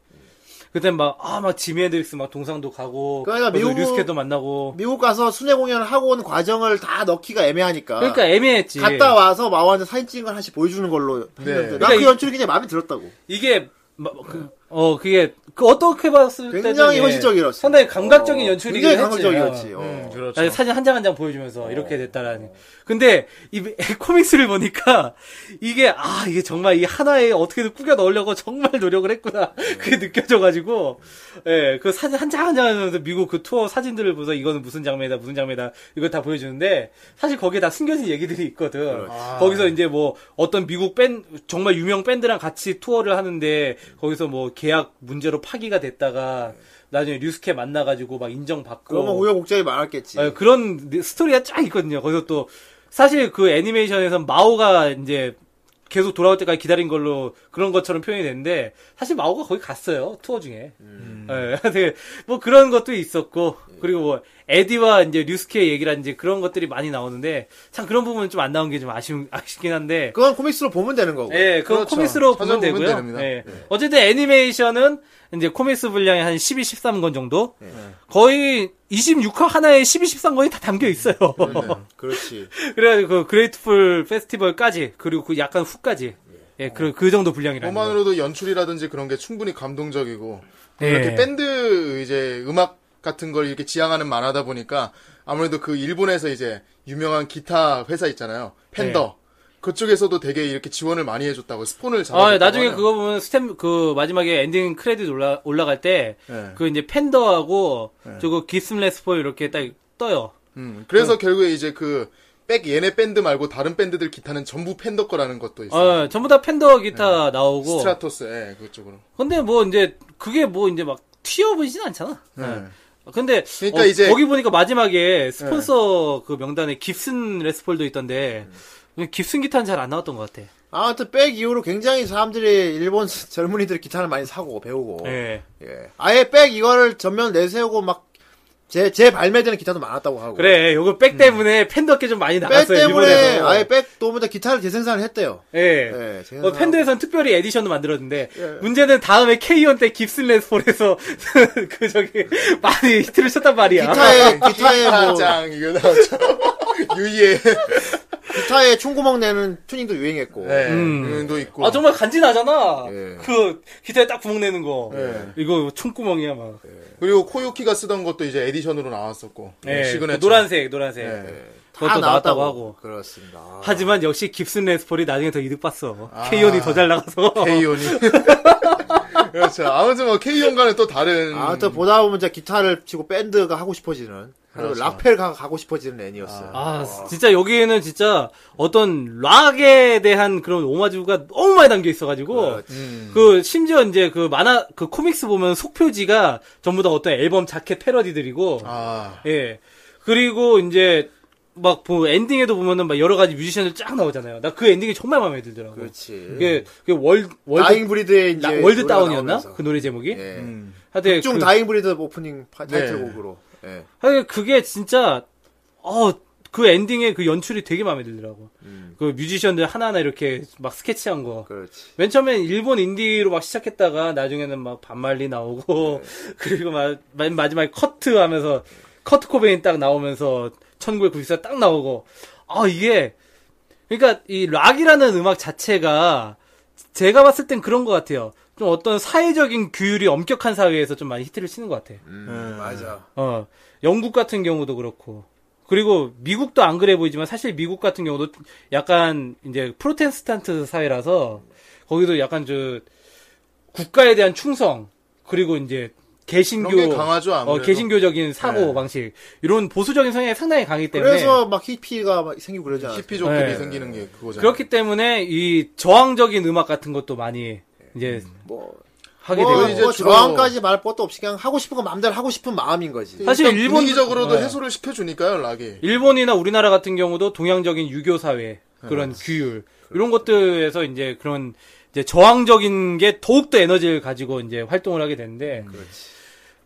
그때 막, 아, 막, 지미 핸드릭스 막 동상도 가고, 그러니까 거기서 미국- 류스케도 만나고. 미국 가서 순회 공연을 하고 온 과정을 다 넣기가 애매하니까. 그러니까 애매했지. 아, 갔다 와서 마와한테 사진 찍은 걸 하나씩 보여주는 걸로 네. 했는데 나 그 그러니까 이- 연출이 굉장히 마음에 들었다고. 이게, 마- 그, 어, 그게, 그, 어떻게 봤을 때. 굉장히 현실적이었어. 상당히 감각적인 어, 연출이긴 굉장히 했지. 감각적이었지. 어. 음, 그렇죠. 나중에 사진 한 장 한 장 보여주면서 이렇게 됐다라는. 근데 이 코믹스를 보니까 이게 아 이게 정말 이 하나에 어떻게든 꾸겨 넣으려고 정말 노력을 했구나 그게 느껴져가지고 예그 사진 한 장 한 장 하면서 미국 그 투어 사진들을 보면서 이거는 무슨 장면이다 무슨 장면이다 이걸 다 보여주는데 사실 거기에 다 숨겨진 얘기들이 있거든. 거기서 이제 뭐 어떤 미국 밴 정말 유명 밴드랑 같이 투어를 하는데 거기서 뭐 계약 문제로 파기가 됐다가 나중에 류스케 만나가지고 막 인정받고 그러면 뭐 우여곡절이 많았겠지. 예, 그런 스토리가 쫙 있거든요. 거기서 또 사실 그 애니메이션에선 마오가 이제 계속 돌아올 때까지 기다린 걸로 그런 것처럼 표현이 되는데 사실 마오가 거기 갔어요 투어 중에. 예, 되게 뭐 그런 것도 있었고 그리고 뭐 에디와 이제 류스케의 얘기라든지 그런 것들이 많이 나오는데 참 그런 부분은 좀 안 나온 게 좀 아쉬운 아쉽긴 한데. 그건 코믹스로 보면 되는 거고. 예, 그건 그렇죠. 코믹스로 보면 찾아보면 되고요. 됩니다. 예. 어쨌든 애니메이션은 이제 코믹스 분량의 한 12, 13권 정도? 예. 거의 26화 하나에 12, 13권이 다 담겨 있어요. 그렇지. 그래 그 그레이트풀 페스티벌까지 그리고 그 약간 후까지 예, 그, 그 정도 분량이라는 거. 그만으로도 연출이라든지 그런 게 충분히 감동적이고 예. 이렇게 밴드 이제 음악 같은 걸 이렇게 지향하는 만화다 보니까 아무래도 그 일본에서 이제 유명한 기타 회사 있잖아요 팬더 그쪽에서도 되게 이렇게 지원을 많이 해줬다고 스폰을 잡아. 아, 나중에 그거 보면 스탬 그 마지막에 엔딩 크레딧 올라 올라갈 때 그 네. 이제 팬더하고 저거 기스레스포 이렇게 딱 떠요. 음, 그래서 결국에 이제 그, 백 얘네 밴드 말고 다른 밴드들 기타는 전부 팬더 거라는 것도 있어요. 아, 전부 다 팬더 기타 나오고. 네. 스트라토스, 예, 그쪽으로. 근데 뭐 이제 그게 뭐 이제 막 튀어 보이진 않잖아. 네. 예. 근데 그러니까 어, 이제- 거기 보니까 마지막에 네. 스폰서 그 명단에 깁슨 레스폴도 있던데 음. 깁슨 기타는 잘 안 나왔던 것 같아. 아무튼 백 이후로 굉장히 사람들이 일본 젊은이들 기타를 많이 사고 배우고 예. 예. 아예 백 이거를 전면 내세우고 막제 재발매되는 기타도 많았다고 하고 그래, 요거 백 때문에 팬더께 좀 많이 음. 백 아, 나갔어요. 때문에 일본에서. 아예 백 도보다 기타를 재생산을 했대요. 예. 예, 재생산하고. 어, 팬더에선 특별히 에디션도 만들었는데 예. 문제는 다음에 K1 때 깁슨 레스폴에서 그 저기 많이 히트를 쳤단 말이야. 기타에 기타에 뭐 아, 짱, 이거 나왔죠. 유이의, 기타에 총구멍 내는 튜닝도 유행했고 예, 음. 도 있고. 아 정말 간지나잖아. 예. 그 기타에 딱 구멍 내는 거. 예. 이거 총구멍이야 막. 그리고 코요키가 쓰던 것도 이제 에디션으로 나왔었고. 예. 그 시그네처. 노란색, 노란색. 예. 그것도 나왔다고 하고. 그렇습니다. 하지만 역시 깁슨 레스폴이 나중에 더 이득 봤어. K1이 더 잘 나가서. 케이온이. 그렇죠. 아무튼 뭐 케이온과는 또 다른. 아무튼 보다 보면 이제 기타를 치고 밴드가 하고 싶어지는 그리고 락펠 가, 가고 싶어지는 애니였어요. 아, 진짜 여기에는 진짜 어떤 락에 대한 그런 오마주가 너무 많이 담겨 있어가지고. 그, 심지어 이제 그 만화, 그 코믹스 보면 속표지가 전부 다 어떤 앨범 자켓 패러디들이고. 아. 예. 그리고 이제 막 보, 엔딩에도 보면은 막 여러 가지 뮤지션들 쫙 나오잖아요. 나 그 엔딩이 정말 마음에 들더라고. 그렇지. 그게, 그게 월, 월드, 다잉 브리드의 이제 나- 월드 노래가 다운이었나? 나오면서. 그 노래 제목이? 예. 하여튼 중 그- 네. 다잉 브리드 오프닝 파- 타이틀곡으로. 예. 하여튼 그게 진짜 어 그 엔딩에 그 연출이 되게 마음에 들더라고. 그 뮤지션들 하나하나 이렇게 막 스케치한 거. 그렇지. 맨 처음엔 일본 인디로 막 시작했다가 나중에는 막 반말리 나오고 네. 그리고 막 맨 마지막에 커트 하면서 커트 코베인 딱 나오면서 1994 딱 나오고 아 이게 그러니까 이 락이라는 음악 자체가 제가 봤을 땐 그런 것 같아요. 좀 어떤 사회적인 규율이 엄격한 사회에서 좀 많이 히트를 치는 것 같아. 음, 맞아. 어, 영국 같은 경우도 그렇고. 그리고 미국도 안 그래 보이지만 사실 미국 같은 경우도 약간 이제 프로테스탄트 사회라서 거기도 약간 저 국가에 대한 충성 그리고 이제 개신교 그런 게 강하죠, 어, 아무래도. 개신교적인 사고 네. 방식, 방식 이런 보수적인 성향이 상당히 강하기 때문에 그래서 막 히피가 막 생기고 그러지 않아. 히피족들이 네. 생기는 게 그거잖아요. 그렇기 때문에 이 저항적인 음악 같은 것도 많이 이제 뭐, 하게 뭐, 되고 음. 이제 뭐 주로- 저항까지 말할 것도 없이 그냥 하고 싶은 거 마음대로 하고 싶은 마음인 거지. 사실 일단 일본- 분위기적으로도 네. 해소를 시켜주니까요, 락이. 일본이나 우리나라 같은 경우도 동양적인 유교 사회 그런 네. 규율 그렇죠. 이런 것들에서 이제 그런 이제 저항적인 게 더욱더 에너지를 가지고 이제 활동을 하게 되는데 음,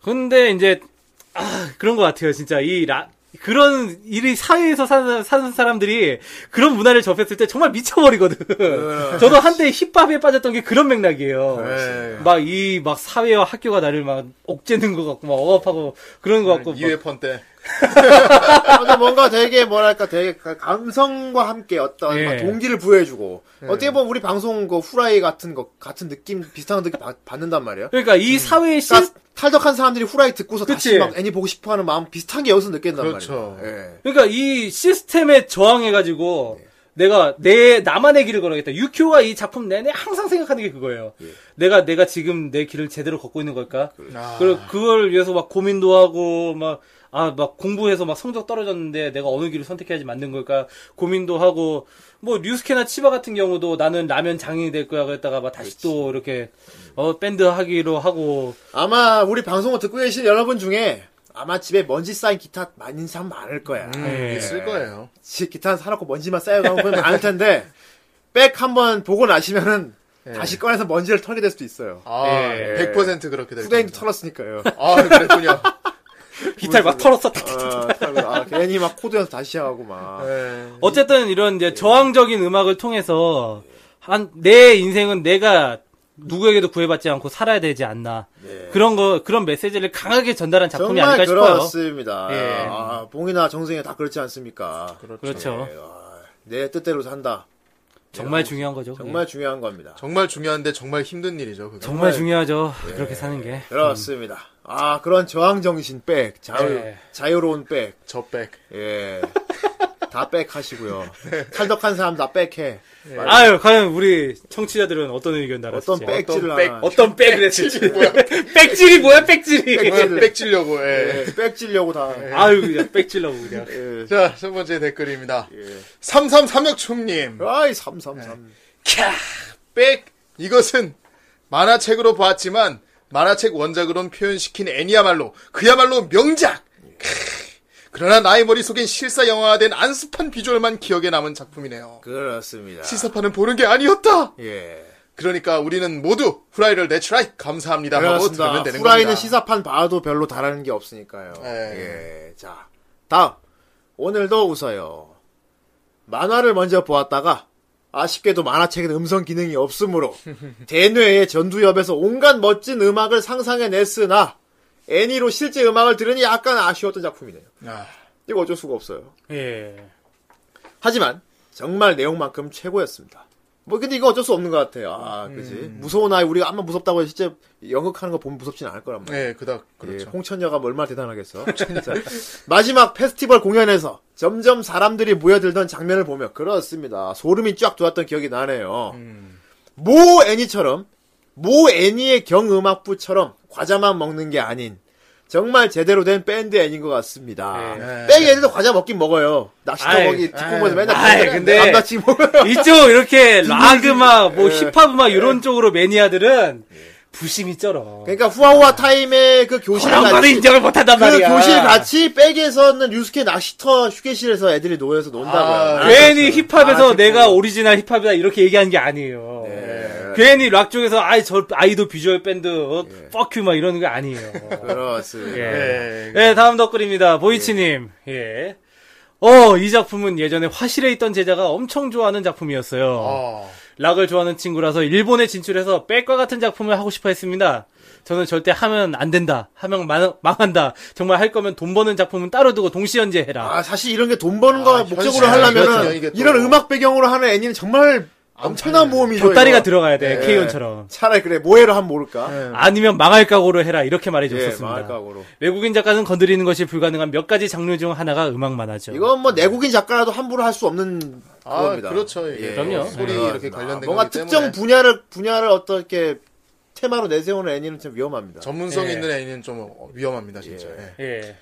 근데 이제 아 그런 것 같아요 진짜 이 라, 그런 일이 사회에서 사는, 사는 사람들이 그런 문화를 접했을 때 정말 미쳐버리거든 저도 한때 힙합에 빠졌던 게 그런 맥락이에요 네. 막 이 막 사회와 학교가 나를 막 억제는 것 같고 막 억압하고 그런 것 같고 막 네, 이회펀 때. 근데 그러니까 뭔가 되게 뭐랄까 되게 가- 감성과 함께 어떤 예. 막 동기를 부여해주고 예. 어떻게 보면 우리 방송 그 후라이 같은 거 같은 느낌 비슷한 느낌 받, 받는단 말이에요. 그러니까 음. 이 사회의 아, 시, 그러니까 탈덕한 사람들이 후라이 듣고서 다시 그치. 막 애니 보고 싶어하는 마음 비슷한 게 여기서 느낀단 그렇죠. 말이에요. 예. 그러니까 이 시스템에 저항해가지고 내가 내 나만의 길을 걸어야겠다. 유큐가 이 작품 내내 항상 생각하는 게 그거예요. 그렇죠. 내가 내가 지금 내 길을 제대로 걷고 있는 걸까? 아. 그리고 그걸 위해서 막 고민도 하고 막 아, 막 공부해서 막 성적 떨어졌는데 내가 어느 길을 선택해야지 맞는 걸까? 고민도 하고 뭐 류스케나 치바 같은 경우도 나는 라면 장인이 될 거야 그랬다가 막 다시 또 이렇게 어 밴드 하기로 하고 아마 우리 방송을 듣고 계신 여러분 중에 아마 집에 먼지 쌓인 기타 많은 사람 많을 거야. 음, 있을 거예요. 집 기타 사놓고 먼지만 쌓여가고 그러면 많을 텐데 백 한번 보고 나시면은 다시 꺼내서 먼지를 털게 될 수도 있어요. 아, 예. 100% 그렇게 될 후대인도 겁니다. 털었으니까요. 아, 그랬군요. 기타를 막 털었어. 아, 털고, 아, 괜히 막 코드 연습 다시 하고 막. 예. 어쨌든 이런 이제 저항적인 음악을 통해서 한 내 인생은 내가 누구에게도 구애받지 않고 살아야 되지 않나 그런 거 그런 메시지를 강하게 전달한 작품이 네. 정말 아닐까 싶어요. 그렇습니다. 예. 아, 봉이나 정승이 다 그렇지 않습니까? 그렇죠. 예, 아, 내 뜻대로 산다. 정말 중요한 거죠. 그게. 정말 중요한 겁니다. 정말 중요한데 정말 힘든 일이죠, 그게. 정말 중요하죠. 네. 그렇게 사는 게. 그렇습니다. 아 그런 저항 정신 백 자유 예. 자유로운 백 저백. 예. 다 백하시고요. 탈덕한 사람 다 백해. 아유, 과연 우리 청취자들은 어떤 의견 달았을지. 어떤 백질을 어떤 백- 하나. 어떤 백을 했을지. 백질이 뭐야, 백질이. 뭐야, 빽치려고, 예, 예. 백질려고 다. 아유, 그냥 백질라고 그냥. 예. 자, 첫 번째 댓글입니다. 3336춤님. 아이, 333. 백 이것은 만화책으로 봤지만 만화책 원작으론 표현시킨 애니야말로 그야말로 명작. 크으. 그러나 나의 머릿속엔 실사 영화화된 안습한 비주얼만 기억에 남은 작품이네요. 그렇습니다. 시사판은 보는 게 아니었다. 예. 그렇습니다. 그러니까 우리는 모두 후라이를 내추라이 감사합니다 하고 들으면 되는 후라이는 겁니다. 시사판 봐도 별로 다라는 게 없으니까요. 예. 예. 자, 다음. 오늘도 웃어요. 만화를 먼저 보았다가 아쉽게도 만화책에는 음성 기능이 없으므로 대뇌의 전두엽에서 온갖 멋진 음악을 상상해냈으나 애니로 실제 음악을 들으니 약간 아쉬웠던 작품이네요. 아, 이거 어쩔 수가 없어요. 예. 하지만 정말 내용만큼 최고였습니다. 뭐 근데 이거 어쩔 수 없는 것 같아요. 아, 그지 음. 무서운 아이 우리가 아마 무섭다고 해서 실제 연극하는 거 보면 무섭진 않을 거란 말이야. 네, 그닥 예, 그렇죠. 홍천여가 뭐 얼마나 대단하겠어. 자, 마지막 페스티벌 공연에서 점점 사람들이 모여들던 장면을 보며 그렇습니다. 소름이 쫙 돋았던 기억이 나네요. 음. 모 애니처럼 모 애니의 경음악부처럼 과자만 먹는 게 아닌 정말 제대로 된 밴드 애니인 것 같습니다. 네. 밴드 애니도 과자 먹긴 먹어요. 낚시터 아이, 거기 뒷공원에서 맨날 아이, 근데 남자친 먹어요. 이쪽, 이렇게, 락 음악, 뭐, 힙합 음악, 이런 쪽으로 매니아들은 부심이 쩔어. 네. 그러니까 후아후아 타임의 그 교실 그런 거는 같이 인정을 못 한단 그 말이야. 교실 같이 백에서는 유스케 낚시터 휴게실에서 애들이 놓여서 논다고요. 네. 아, 괜히 힙합에서 아, 내가 오리지널 힙합이다 이렇게 얘기하는 게 아니에요. 네. 괜히 락 쪽에서 아이 저 아이돌 비주얼 밴드 어, 예. fuck you 막 이러는 게 아니에요. 네. 그렇습니다. 예. 예. 예, 다음 덧글입니다. 보이치님. 예. 어, 이 작품은 예전에 화실에 있던 제자가 엄청 좋아하는 작품이었어요. 어. 락을 좋아하는 친구라서 일본에 진출해서 백과 같은 작품을 하고 싶어 했습니다. 저는 절대 하면 안 된다. 하면 망, 한다 정말 할 거면 돈 버는 작품은 따로 두고 동시연재해라. 아, 사실 이런 게 돈 버는 거 아, 목적으로 현실이야, 그렇죠. 하려면은 이게 또. 이런 음악 배경으로 하는 애니는 정말 엄청난 모험이죠. 곁다리가 이거. 들어가야 돼. 예. K1처럼. 네. 차라리 그래 모해로 하면 모를까. 아니면 망할 각오로 해라 이렇게 예, 말해줬었습니다. 망할 각오로. 외국인 작가는 건드리는 것이 불가능한 몇 가지 장르 중 하나가 음악 만화죠. 이건 뭐 내국인 작가라도 함부로 할 수 없는 네. 아, 그겁니다. 그렇죠. 이게 그럼요. 소리 예, 이렇게 그렇습니다. 관련된 뭔가 거기 때문에. 특정 분야를 분야를 어떻게 테마로 내세우는 애니는 참 위험합니다. 전문성 예. 있는 애니는 좀 위험합니다, 진짜. 예. 예.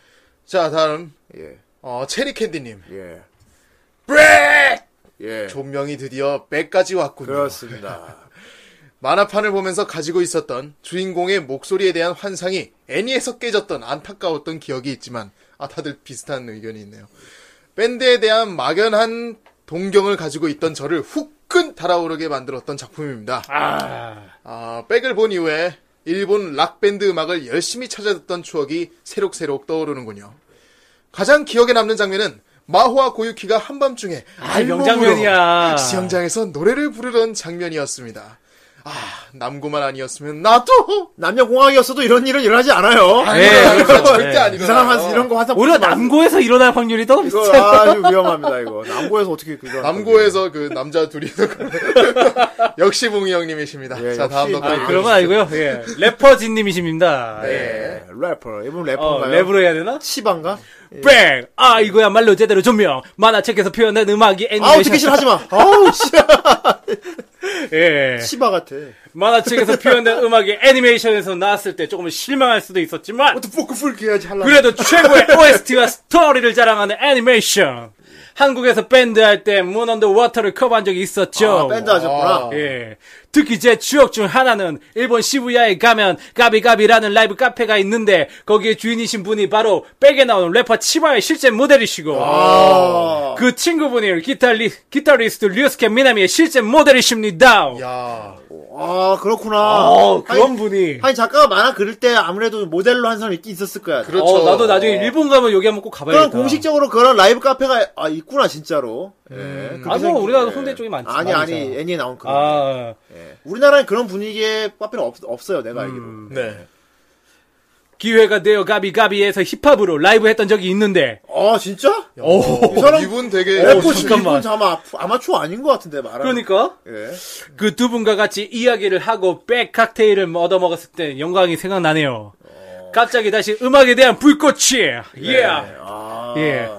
자, 다음 예, 어, 체리 캔디님. 예, 브렉! 예. 존명이 드디어 100까지 왔군요. 그렇습니다. 만화판을 보면서 가지고 있었던 주인공의 목소리에 대한 환상이 애니에서 깨졌던 안타까웠던 기억이 있지만 아 다들 비슷한 의견이 있네요. 밴드에 대한 막연한 동경을 가지고 있던 저를 후끈 달아오르게 만들었던 작품입니다. 아, 아, 백을 본 이후에 일본 락밴드 음악을 열심히 찾아 듣던 추억이 새록새록 떠오르는군요. 가장 기억에 남는 장면은 마호와 고유키가 한밤중에 아, 알몸으로 명장면이야. 수영장에서 노래를 부르던 장면이었습니다. 아, 남고만 아니었으면 나도 남녀 공학이었어도 이런 일은 일어나지 않아요. 예, 그렇죠. 그렇죠. 절대 예. 아니고 이상한 환- 이런 거 환상. 오히려 품지 마세요. 남고에서 일어날 확률이 더 비슷해. 이거 아주 위험합니다. 이거 남고에서 어떻게 그걸 남고에서 그 남자 둘이 역시 봉이 형님이십니다. 예, 자, 다음 역시 덕분 아, 그런 건 아니고요. 예. 래퍼 진님이십니다. 예, 래퍼 이분 어, 래퍼인가요? 예. 랩으로 해야 되나? 치반가? 뺑! 아, 이거야말로 제대로 조명. 만화책에서 표현된 음악이 아우 애니메이션. 듣기 싫어 하지 네. 마. 아우 씨, 예. 치바 같아. 만화책에서 표현된 음악이 애니메이션에서 나왔을 때 조금은 실망할 수도 있었지만, 또 포크 풀게 해야지 할라. 그래도 최고의 OST와 스토리를 자랑하는 애니메이션. 한국에서 밴드 할 때 문 언더 워터를 커버한 적이 있었죠. 아, 밴드 하셨구나. 예. 특히 제 추억 중 하나는 일본 시부야에 가면 가비가비라는 라이브 카페가 있는데 거기에 주인이신 분이 바로 백에 나오는 래퍼 치바의 실제 모델이시고 아. 그 친구분이 기타리, 기타리스트 류스케 미나미의 실제 모델이십니다. 야, 아 그렇구나. 어, 그런 아니, 분이. 아니 작가가 만화 그릴 때 아무래도 모델로 한 사람 있, 있었을 거야. 그렇죠. 어, 나도 나중에 일본 가면 여기 한번 꼭 가봐야겠다. 그럼 공식적으로 그런 라이브 카페가 아 있구나 진짜로. 예. 그렇게 아, 뭐, 생기- 우리나라 예. 홍대 쪽이 많지. 아니 많이 아니 있잖아. 애니에 나온 그런. 아, 예. 우리나라엔 그런 분위기의 카페는 없, 없어요 내가 음. 알기로. 네. 기회가 되어 가비가비에서 힙합으로 라이브 했던 적이 있는데, 아 진짜? 오, 사람- 이분 되게 어, 래퍼 지금 네, 잠깐만. 이분 아마 아프- 아마추어 아닌 것 같은데 말하는. 그러니까, 예. 그 두 분과 같이 이야기를 하고 백 칵테일을 뭐 얻어먹었을 때 영광이 어. 네. 생각나네요. 갑자기 다시 음악에 대한 불꽃이, 예. 아. 예.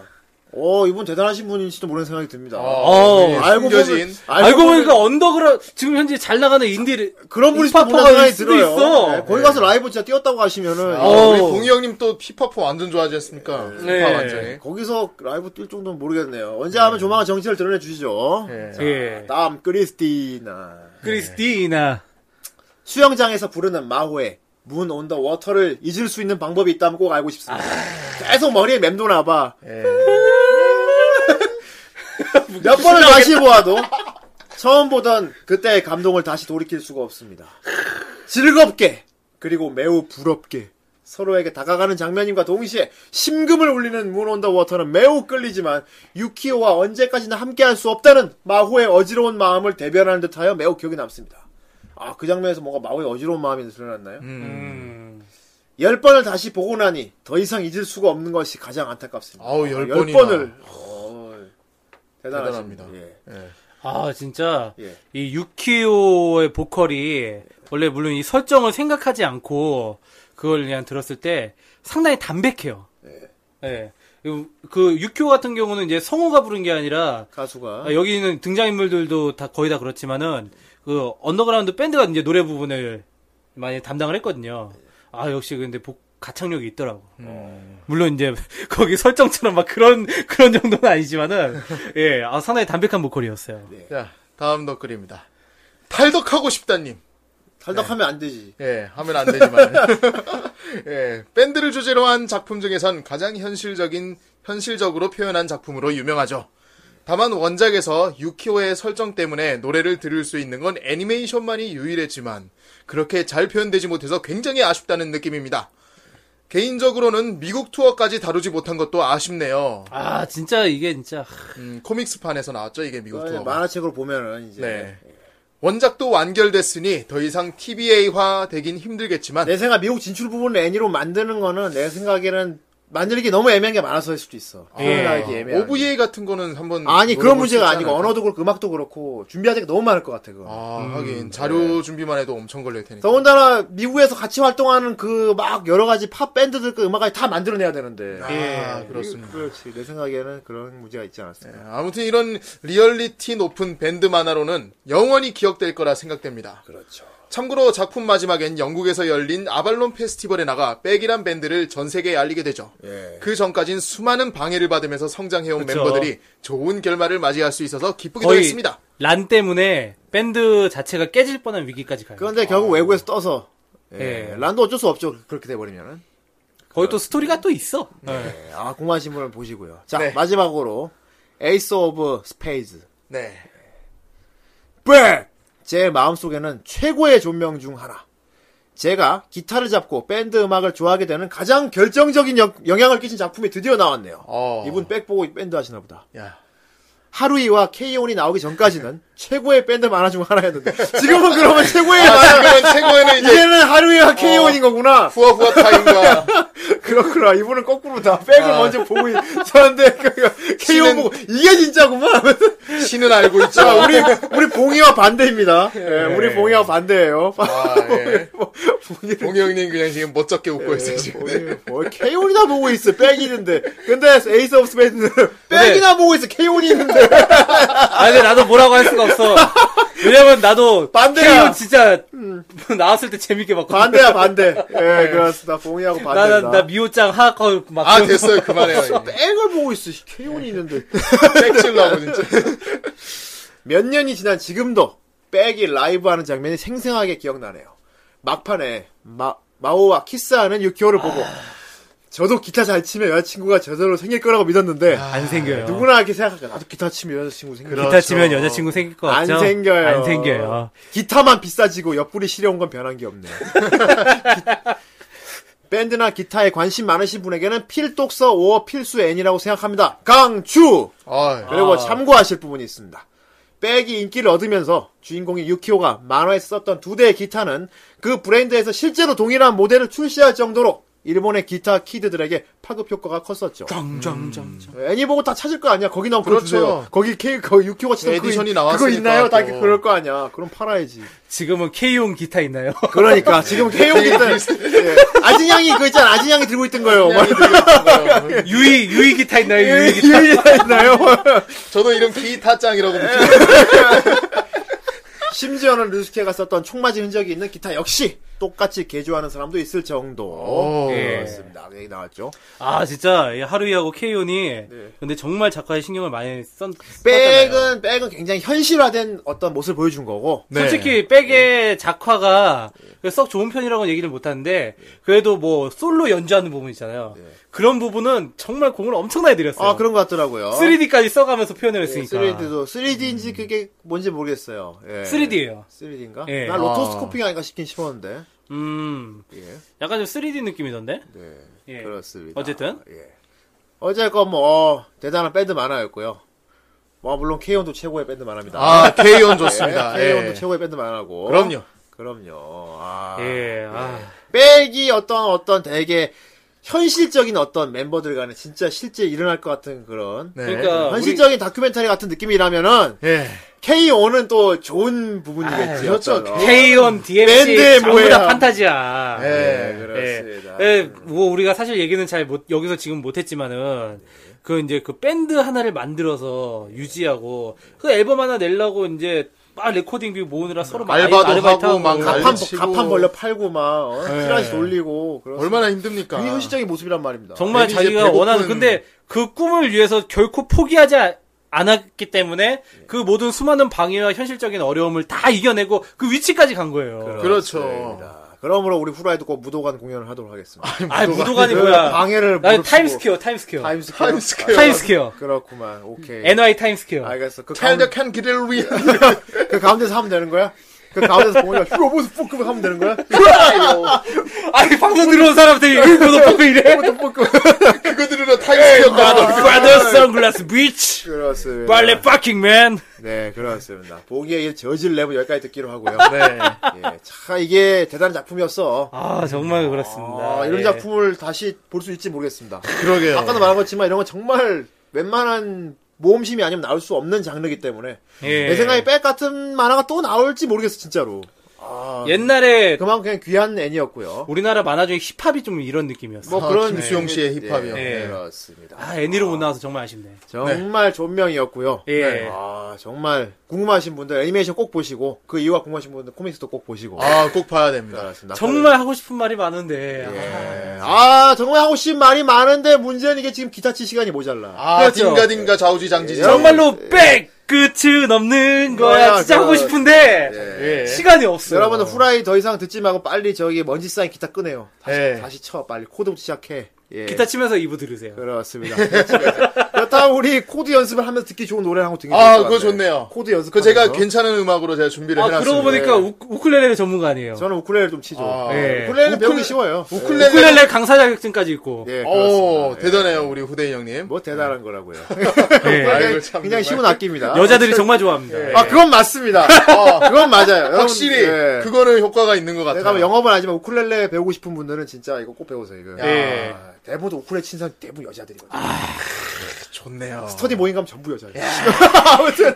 어, 이분 대단하신 분인지도 모르는 생각이 듭니다. 어, 우리 알고 숨겨진. 보면 알고, 보니까 네. 언더그라 운드 현재 잘 나가는 인디 그런 분이 힙합퍼가 모르는 생각이 될 수도 들어요. 있어. 예. 네, 거기 가서 라이브 진짜 뛰었다고 하시면은 아, 어. 우리 봉이 형님 또 힙합 완전 좋아하지 않습니까? 네. 힙합 완전히. 거기서 라이브 뛸 정도는 모르겠네요. 언제 하면 조만간 정체를 드러내 주시죠. 예. 예. 다음 크리스티나 크리스티나 수영장에서 부르는 마호의 문 온더 워터를 잊을 수 있는 방법이 있다면 꼭 알고 싶습니다. 계속 머리에 맴도나봐. 몇 번을 다시 보아도 처음 보던 그때의 감동을 다시 돌이킬 수가 없습니다. 즐겁게 그리고 매우 부럽게 서로에게 다가가는 장면임과 동시에 심금을 울리는 문 온더 워터는 매우 끌리지만 유키오와 언제까지나 함께할 수 없다는 마호의 어지러운 마음을 대변하는 듯하여 매우 기억에 남습니다. 아 그 장면에서 뭔가 마호의 어지러운 마음이 드러났나요? 음. 열 번을 다시 보고 나니 더 이상 잊을 수가 없는 것이 가장 안타깝습니다. 아우, 열 열 번이나. 번을 어, 대단하십니다. 대단합니다. 예. 예. 아 진짜 예. 이 유키오의 보컬이 원래 물론 이 설정을 생각하지 않고 그걸 그냥 들었을 때 상당히 담백해요. 예. 그 유키오 같은 경우는 이제 성우가 부른 게 아니라 가수가 네. 아, 여기 있는 등장인물들도 다 거의 다 그렇지만은 그 언더그라운드 밴드가 이제 노래 부분을 많이 담당을 했거든요. 아 역시 근데 복- 가창력이 있더라고. 물론 이제 거기 설정처럼 막 그런 그런 정도는 아니지만은 예, 아 상당히 담백한 보컬이었어요. 자, 다음 덧글입니다. 탈덕하고 싶다님. 탈덕하면 안 되지. 예, 하면 안 되지만. 예, 밴드를 주제로 한 작품 중에선 가장 현실적인, 현실적으로 표현한 작품으로 유명하죠. 다만 원작에서 유키오의 설정 때문에 노래를 들을 수 있는 건 애니메이션만이 유일했지만, 그렇게 잘 표현되지 못해서 굉장히 아쉽다는 느낌입니다. 개인적으로는 미국 투어까지 다루지 못한 것도 아쉽네요. 아 진짜 이게 진짜 음, 코믹스판에서 나왔죠, 이게 미국 그거는 투어. 만화책으로 보면은 이제 네. 원작도 완결됐으니 더 이상 TBA화 되긴 힘들겠지만 내 생각 미국 진출 부분을 애니로 만드는 거는 내 생각에는 만들기 너무 애매한 게 많아서일 수도 있어. 표현하기 애매한. 게. OVA 같은 거는 한번 아니 그런 노려볼 수 문제가 있지 아니고 않을까? 언어도 그렇고 음악도 그렇고 준비할 때가 너무 많을 것 같아 그거. 아 하긴 자료 준비만 해도 엄청 걸릴 테니까 음, 네. 더군다나 미국에서 같이 활동하는 그 막 여러 가지 팝 밴드들 그 음악까지 다 만들어내야 되는데. 예, 아, 그렇습니다 그렇지. 내 생각에는 그런 문제가 있지 않았을까. 아무튼 이런 리얼리티 높은 밴드 만화로는 영원히 기억될 거라 생각됩니다 그렇죠. 참고로 작품 마지막엔 영국에서 열린 아발론 페스티벌에 나가 백이란 밴드를 전 세계에 알리게 되죠 예. 그 전까진 수많은 방해를 받으면서 성장해온 그쵸. 멤버들이 좋은 결말을 맞이할 수 있어서 기쁘기도 거의 했습니다 란 때문에 밴드 자체가 깨질 뻔한 위기까지 가요. 그런데 결국 외국에서 떠서 예. 어. 예. 란도 어쩔 수 없죠. 그렇게 돼버리면은. 거기 또 스토리가 또 있어. 예. 네, 아, 궁금하신 분은 보시고요. 자, 네. 마지막으로 에이스 오브 스페이즈. 네 백! 제 마음속에는 최고의 존명 중 하나. 제가 기타를 잡고 밴드 음악을 좋아하게 되는 가장 결정적인 영, 영향을 끼친 작품이 드디어 나왔네요. 어. 이분 백 보고 밴드 하시나 보다. 야. 하루이와 케이온이 나오기 전까지는 최고의 밴드 만화 중 하나였는데 지금은 그러면 최고의 아, 만화 지금은 최고에는 이제 이제는 하루이와 케이온인 거구나. 후아 후아 타임과 그렇구나. 이분은 거꾸로 다 백을 아. 먼저 보고 있었는데 그, 케이온 신은- 보고 이게 진짜구만. 하면서 신은 알고 있죠. 자, 아, 우리, 우리 봉이와 반대입니다. 예, 우리 봉이와 반대예요. 아, 예. 어, 봉이 형님 그냥 지금 멋쩍게 예, 웃고 있어요, 지금. 네. 뭐, 케이온이나 보고 있어, 백이 있는데. 근데 에이스 오브 스페이스는 백이나 보고 있어, 케이온이 있는데. 아 근데 나도 뭐라고 할 수가 없어. 왜냐면 나도 반대야. 음. KO 진짜 나왔을 때 재밌게 봤거든. 반대야, 반대. 예, 그렇습니다. 봉이하고 네. 나, 반대다. 나, 나 미호짱 하악하고 막. 아, 됐어요. 그만해요. 이제. 백을 보고 있어, 케이온이 있는데. 빽질라고, 진짜. 몇 년이 지난 지금도 백이 라이브 하는 장면이 생생하게 기억나네요. 막판에 마, 마오와 키스하는 유키오를 보고 저도 기타 잘 치면 여자친구가 저절로 생길 거라고 믿었는데 안 생겨요. 누구나 이렇게 생각하죠. 나도 기타 치면 여자친구 생길 아. 기타 치면 여자친구 생길 것 그렇죠. 안 같죠? 생겨요. 안 생겨요. 기타만 비싸지고 옆구리 시려운 건 변한 게 없네요. 기- 밴드나 기타에 관심 많으신 분에게는 필독서 오어 필수 N이라고 생각합니다. 강추! 아, 그리고 아. 참고하실 부분이 있습니다. 백이 인기를 얻으면서 주인공인 유키오가 만화에서 썼던 두 대의 기타는 그 브랜드에서 실제로 동일한 모델을 출시할 정도로 일본의 기타 키드들에게 파급 효과가 컸었죠. 음. 짱짱짱짱. 애니 보고 다 찾을 거 아니야. 거기 나오면 그거 그렇죠. 주세요. 거기 K 거 유키가 치던 그거 에디션이 있- 그거 나왔으니까 있나요? 다 또. 그럴 거 아니야. 그럼 팔아야지. 지금은 K용 기타 있나요? 그러니까 지금 K 기타 아진양이 그거 있잖아. 아진양이 들고 있던 거예요. 네. 뭐 막 아, 예. 유이 유이 기타 있나요? 유이 기타. 유일이나 있나요? 저도 이름 예. 기타짱이라고 부르죠. 심지어는 류스케가 썼던 총 맞은 흔적이 있는 기타 역시 똑같이 개조하는 사람도 있을 정도. 오. 예. 그렇습니다. 얘기 나왔죠. 아 진짜 이 하루이하고 케이온이 네. 근데 정말 작가의 신경을 많이 썼. 썼잖아요. 백은 백은 굉장히 현실화된 어떤 모습을 보여준 거고. 네. 솔직히 백의 작화가 썩 좋은 편이라고는 얘기를 못하는데 그래도 뭐 솔로 연주하는 부분 있잖아요. 그런 부분은 정말 공을 엄청나게 들였어요. 네. 아 예, 그런 것 같더라고요. 3D까지 써가면서 표현을 했으니까. 3D도 3D인지 그게 뭔지 모르겠어요. 예. 3D예요. 3D인가? 예. 나 로토스코핑 아닌가 싶긴 싶었는데. 음, 예. 약간 좀 3D 느낌이던데. 네. 예. 그렇습니다. 어쨌든. 예. 어쨌건 뭐 어, 대단한 밴드 만화였고요. 뭐 물론 K1도 최고의 밴드 만화입니다. 아, K1 좋습니다. K1도 예. 최고의 밴드 만화고. 그럼요. 그럼요. 아. 예, 아, 백이 어떤 어떤 되게 현실적인 어떤 멤버들 간에 진짜 실제 일어날 것 같은 그런 네. 그러니까 우리- 현실적인 다큐멘터리 같은 느낌이라면은 예. K1은 또 좋은 부분이겠지. 그렇죠. K1, DMC 밴드의 전부 다 모양. 판타지야. 예. 네, 예, 그렇습니다. 예, 뭐 우리가 사실 얘기는 잘 못 여기서 지금 못했지만은 그 이제 그 밴드 하나를 만들어서 유지하고 그 앨범 하나 내려고 이제 막 레코딩 비 모으느라 서로 막 알바도 아르바이트 하고 막 난리 갑판, 치고. 갑판 벌려 팔고 막 어, 티라시 올리고 그렇습니다. 얼마나 힘듭니까? 그게 현실적인 모습이란 말입니다. 정말 네, 이제 자기가 배고픈- 원하는 근데 그 꿈을 위해서 결코 포기하지 아- 않았기 때문에 그 모든 수많은 방해와 현실적인 어려움을 다 이겨내고 그 위치까지 간 거예요. 그렇죠. 그러므로 우리 후라이도 꼭 무도관 공연을 하도록 하겠습니다. 아 무도관이 그 뭐야? 방해를 나 무릅쓰고- 타임스퀘어, 타임스퀘어, 타임스퀘어. 그렇죠. 타임스퀘어. 타임스퀘어, 그렇구만. 오케이. NY 타임스퀘어. 알겠어. 그 찰 가운데 더 캔 길을 위해. 그 가운데서 하면 되는 거야? 그 가운데서 공연을 로봇 포크를 하면 되는 거야? 아니 방송 들어온 사람들이 이거 보고 이래. 예. 그거 들으러 타임스퀘어 가도. Brother Sunglass Beach. 그렇습니다. 빨래 fucking man. 네, 그렇습니다. 보기에 이 저질 랩을 여기까지 듣기로 하고요. 네. 예, 참 이게 대단한 작품이었어. 아 정말 그렇습니다. 아, 이런 예. 작품을 다시 볼 수 있지 모르겠습니다. 그러게요. 아까도 말한 것지만 이런 건 정말 웬만한 모험심이 아니면 나올 수 없는 장르이기 때문에 예. 내 생각에 백 같은 만화가 또 나올지 모르겠어 진짜로. 옛날에 그만큼 그냥 귀한 애니였고요. 우리나라 만화 중에 힙합이 좀 이런 느낌이었어. 뭐 아, 그런 김수용 씨의 힙합이요. 예, 예. 그렇습니다. 아 애니로 못 나와서 정말 아쉽네. 정말 존명이었고요. 예. 아 정말 궁금하신 분들 애니메이션 꼭 보시고 그 이유가 궁금하신 분들 코믹스도 꼭 보시고. 아, 꼭 봐야 됩니다. 그렇습니다. 정말 하고 싶은 말이 많은데. 예. 아 정말 하고 싶은 말이 많은데 문제는 이게 지금 기타 칠 시간이 모자라. 아, 그렇죠. 딩가딩가 좌우지 장지지. 아, 정말로 백 끝은 없는 거야. 거야, 진짜 그거. 하고 싶은데 예. 시간이 없어. 여러분은 후라이 더 이상 듣지 말고 빨리 저기 먼지 쌓인 기타 끄네요. 다시, 예. 다시 쳐 빨리 코드부터 시작해. 예. 기타 치면서 이부 들으세요. 그렇습니다. 그렇다면 우리 코드 연습을 하면서 듣기 좋은 노래 한곡 듣기 아, 그거 좋네요. 코드 연습. 그 제가 괜찮은 음악으로 제가 준비를 아 해놨습니다. 예. 그러고 보니까 우, 우쿨렐레 전문가 아니에요. 저는 우쿨렐레를 좀 치죠. 네. 아, 예. 우쿨렐레 배우기 우쿨- 쉬워요. 우쿨렐레. 우쿨렐레 강사 자격증까지 있고. 예, 오, 그렇습니다. 예. 대단해요, 우리 후대인 형님. 뭐 대단한 거라고요. 예. 아이고, 그냥, 참, 그냥 정말. 쉬운 악기입니다. 어. 여자들이 정말 좋아합니다. 예. 아 그건 맞습니다. 어, 아, 그건 맞아요. 여러분, 확실히, 예. 그거는 효과가 있는 것 같아요. 내가 뭐 영업은 아니지만 우쿨렐레 배우고 싶은 분들은 진짜 이거 꼭 배우세요. 이거. 예. 아, 대부분 우쿨렐레 친 사람 대부분 여자들이거든요. 아. 아, 좋네요. 스터디 모임 가면 전부 여자예요.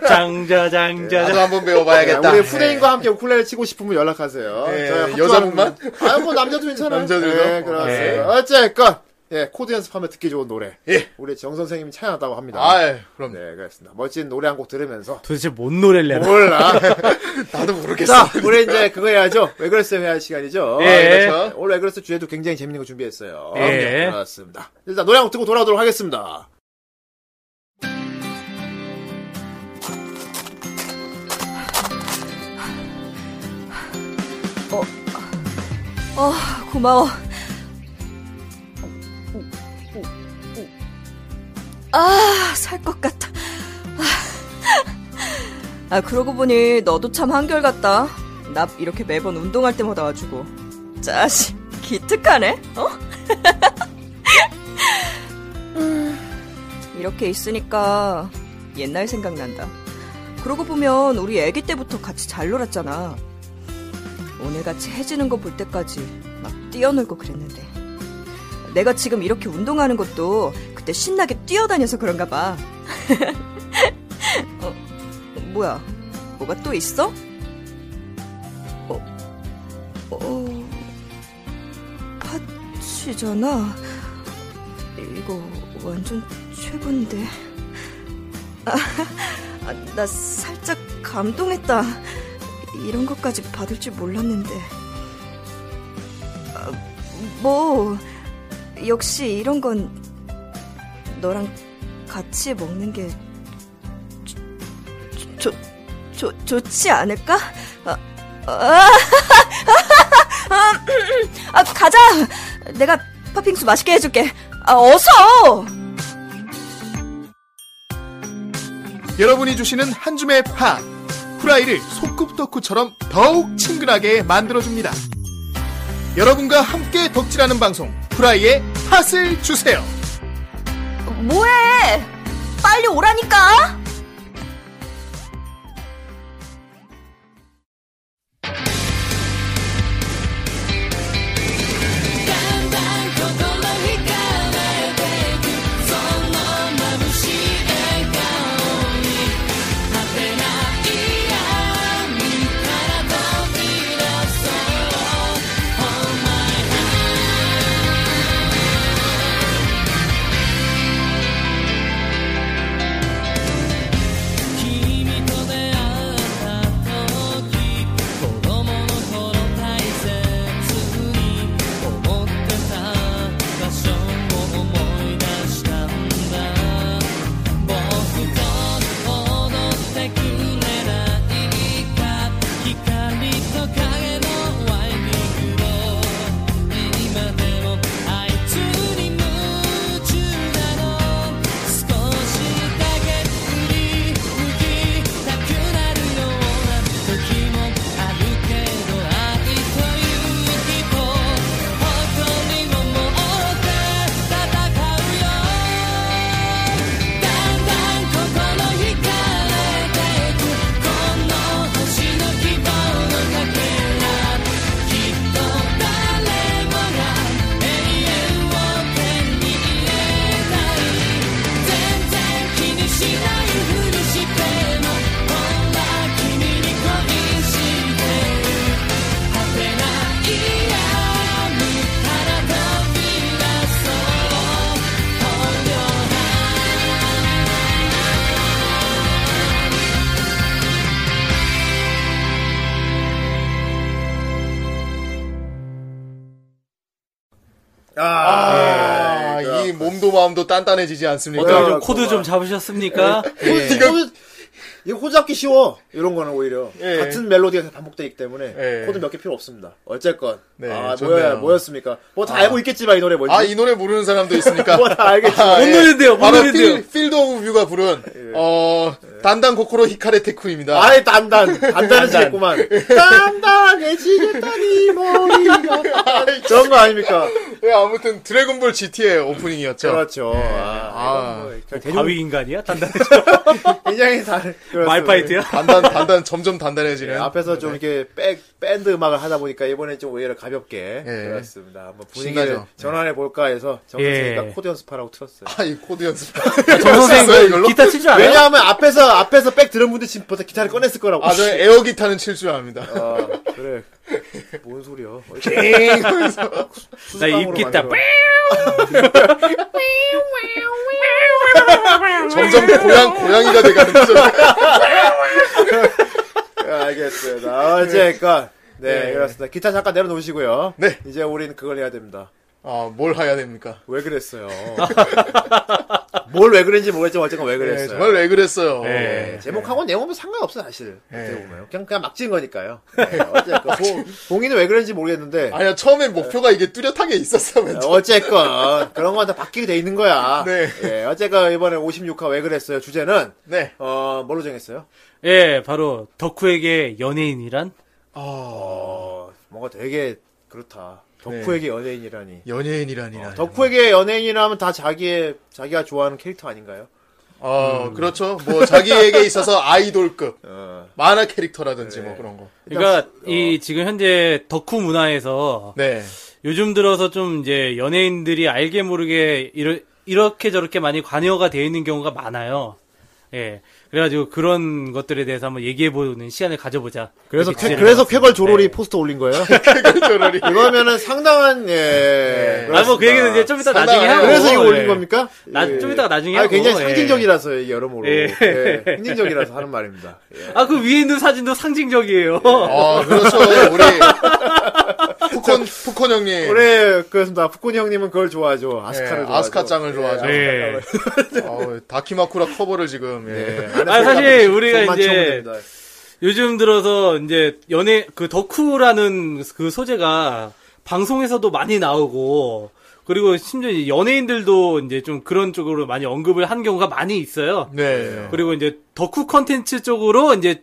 장자 장자. 나도 한번 야, 배워봐야겠다. 예, 네. 우리 후대인과 함께 우쿨렐레 치고 싶으면 연락하세요. 예, 저희 합주하는 여자분만? 분. 아유, 뭐 남자도 괜찮아요. 남자들도? 예, 그렇습니다. 예. 어쨌건, 예, 코드 연습하면 듣기 좋은 노래. 예. 우리 정 선생님이 차연하다고 합니다. 아, 그럼 네, 그렇습니다. 멋진 노래 한 곡 들으면서. 도대체 뭔 노래를 내나? 몰라. 나도 모르겠어. 자, 우리 이제 그거 해야죠. 왜 그랬어요? 해야 할 시간이죠. 예. 네, 오늘 왜 그랬어요? 주제도 굉장히 재밌는 거 준비했어요. 네, 예. 그렇습니다. 일단 노래 한 곡 듣고 돌아오도록 하겠습니다. 어, 고마워. 아, 살 것 같아. 아 그러고 보니 너도 참 한결같다. 나 이렇게 매번 운동할 때마다 와주고 짜식 기특하네. 어? 음, 이렇게 있으니까 옛날 생각난다. 그러고 보면 우리 아기 때부터 같이 잘 놀았잖아. 오늘같이 해지는 거 볼 때까지 막 뛰어놀고 그랬는데 내가 지금 이렇게 운동하는 것도 그때 신나게 뛰어다녀서 그런가 봐. 어, 뭐야? 뭐가 또 있어? 어, 어, 파치잖아. 이거 완전 최고인데. 아, 나 살짝 감동했다. 이런 것까지 받을 줄 몰랐는데. 아, 뭐, 역시 이런 건 너랑 같이 먹는 게 좋, 좋, 좋지 않을까? 아, 아, 아, 가자! 내가 팥빙수 맛있게 해줄게. 아, 어서! 여러분이 주시는 한 줌의 파 후라이를 소꿉 덕후처럼 더욱 친근하게 만들어줍니다. 여러분과 함께 덕질하는 방송 후라이의 팥을 주세요. 뭐해! 빨리 오라니까! 아, 이 몸도 마음도 단단해지지 않습니까? 어떻게 네, 좀 코드 좀 고마워. 잡으셨습니까? 예. 이거 이거 코드 잡기 쉬워 이런 거는 오히려 예. 같은 멜로디가 계속 반복되기 때문에 예. 코드 몇 개 필요 없습니다. 어쨌건 네, 아 좋네요. 뭐야 뭐였습니까? 뭐 다 알고 있겠지만 이 노래 뭔지 아, 이 노래 모르는 사람도 있으니까. 뭐 다 알겠지만 아, 뭔 예. 노래인데요? 뭔 바로 노래인데요? 필, 필드 오브 뷰가 부른 어 단단 코코로 히카레 테쿠입니다. 아예 단단 단단해지겠구만 단단해지겠다니 머리가 저런 거 아닙니까? 예, 아무튼 드래곤볼 GT의 오프닝이었죠. 그렇죠. 아, 아. 이건 뭐 대중- 바위 인간이야? 단단해져. 굉장히 잘 그렇습니다. 말파이트야? 단단 단단 점점 예, 단단해지는 앞에서 좀 이렇게 백, 밴드 음악을 하다 보니까 이번에 좀 의외로 가볍게 예. 그렇습니다. 한번 분위기를 신나죠? 전환해 볼까 해서 정선생이가 예. 코드 연습하라고 틀었어요. 아, 이 코드 연습. 정 했어요, 선생 이걸로? 기타 칠 줄 네? 알아요? 왜냐하면 앞에서 앞에서 백 들은 분들 지금 벌써 기타를 꺼냈을 거라고. 아, 저 에어 기타는 칠 줄 압니다. 아, 그래. 뭔 소리야? 어디- 예, 나 수수깡으로 입기타. 만들어. 점점 고양 고양이가 돼가는 거죠. 아, 알겠습니다. 어제건 네 예. 그렇습니다. 기타 잠깐 내려놓으시고요. 네. 이제 우린 그걸 해야 됩니다. 아, 뭘 해야 됩니까? 왜 그랬어요? 뭘 왜 그랬는지 모르겠지만 어쨌건 왜 예, 그랬어요? 정말 왜 그랬어요? 예. 제목하고 내용은 뭐 상관없어 사실 네. 예. 어떻게 보면 그냥 그냥 막 찍은 거니까요. 네, 어쨌건 봉- 봉이는 왜 그런지 모르겠는데 아니야, 처음엔 목표가 이게 뚜렷하게 있었어, 맨 처음. 어쨌건 그런 건 다 바뀌게 돼 있는 거야. 네. 예, 어쨌건 이번에 56화 왜 그랬어요? 주제는 네. 어 뭘로 정했어요? 예, 바로 덕후에게 연예인이란? 어 뭔가 되게 그렇다. 네. 덕후에게 연예인이라니. 어, 연예인이라니라. 덕후에게 연예인이라면 다 자기의 자기가 좋아하는 캐릭터 아닌가요? 어, 그렇죠. 뭐, 자기에게 있어서 아이돌급, 어, 만화 캐릭터라든지 뭐 그런 거. 어. 그러니까 이 지금 현재 덕후 문화에서 네. 요즘 들어서 좀 이제 연예인들이 알게 모르게 이러, 이렇게 저렇게 많이 관여가 되어 있는 경우가 많아요. 예. 그래가지고 그런 것들에 대해서 한번 얘기해보는 시간을 가져보자. 그래서 이렇게 쾌, 주제를 그래서 잡았습니다. 쾌걸 조롤이 예. 포스트 올린 거예요. 이거면은 상당한 예. 아, 뭐 그 얘기는 이제 좀 이따 나중에 하고. 그래서 이거 올린 예. 겁니까? 나- 좀 이따가 나중에 아, 하고, 굉장히 예. 상징적이라서요, 이게 여러모로. 예. 예, 상징적이라서 하는 말입니다. 예. 아, 그 위에 있는 사진도 상징적이에요. 아, 그렇죠. 우리 푸콘 푸콘 예. 형님. 그래, 그렇습니다. 푸코니 형님은 그걸 좋아하죠. 아스카를 예, 좋아하죠. 아스카짱을 좋아하죠. 예. 어우, 다키마쿠라 커버를 지금 예. 예. 안에 아, 사실 손만- 우리가 손만 이제 채우면 됩니다. 요즘 들어서 이제 연예 그 덕후라는 그 소재가 방송에서도 많이 나오고 그리고 심지어 이제 연예인들도 이제 좀 그런 쪽으로 많이 언급을 한 경우가 많이 있어요. 네. 그리고 이제 덕후 컨텐츠 쪽으로 이제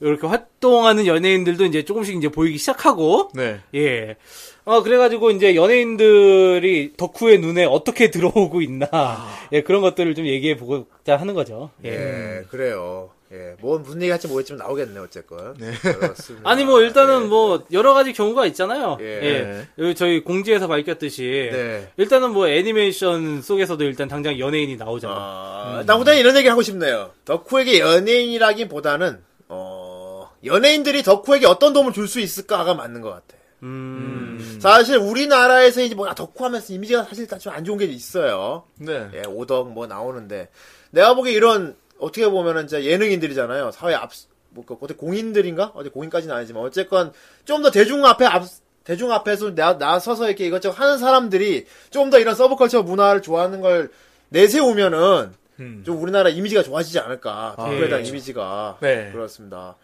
이렇게 활동하는 연예인들도 이제 조금씩 이제 보이기 시작하고 네. 예. 어, 그래가지고 이제 연예인들이 덕후의 눈에 어떻게 들어오고 있나 예 그런 것들을 좀 얘기해 보고자 하는 거죠. 예. 예, 그래요. 예, 뭐 무슨 얘기 할지 모르겠지만 나오겠네 어쨌건. 그렇습니다. 아니 뭐 일단은 뭐 여러 가지 경우가 있잖아요. 예. 예. 여기 저희 공지에서 밝혔듯이 네. 일단은 뭐 애니메이션 속에서도 일단 당장 연예인이 나오잖아. 음. 아, 나 보다 이런 얘기를 하고 싶네요. 덕후에게 연예인이라기보다는 어, 연예인들이 덕후에게 어떤 도움을 줄 수 있을까가 맞는 것 같아. 음. 사실 우리나라에서 이제 뭐 아, 덕후하면서 이미지가 사실 다 좀 안 좋은 게 있어요. 네. 예, 오덕 뭐 나오는데 내가 보기 이런 어떻게 보면은 진짜 예능인들이잖아요. 사회 앞, 뭐, 그, 어떻게 공인들인가? 어디 공인까지는 아니지만 어쨌건 좀 더 대중 앞에 앞, 대중 앞에서 나, 나서서 이렇게 이것저것 하는 사람들이 좀 더 이런 서브컬처 문화를 좋아하는 걸 내세우면은 좀 우리나라 이미지가 좋아지지 않을까. 덕후에 대한 예. 이미지가. 네. 그렇습니다.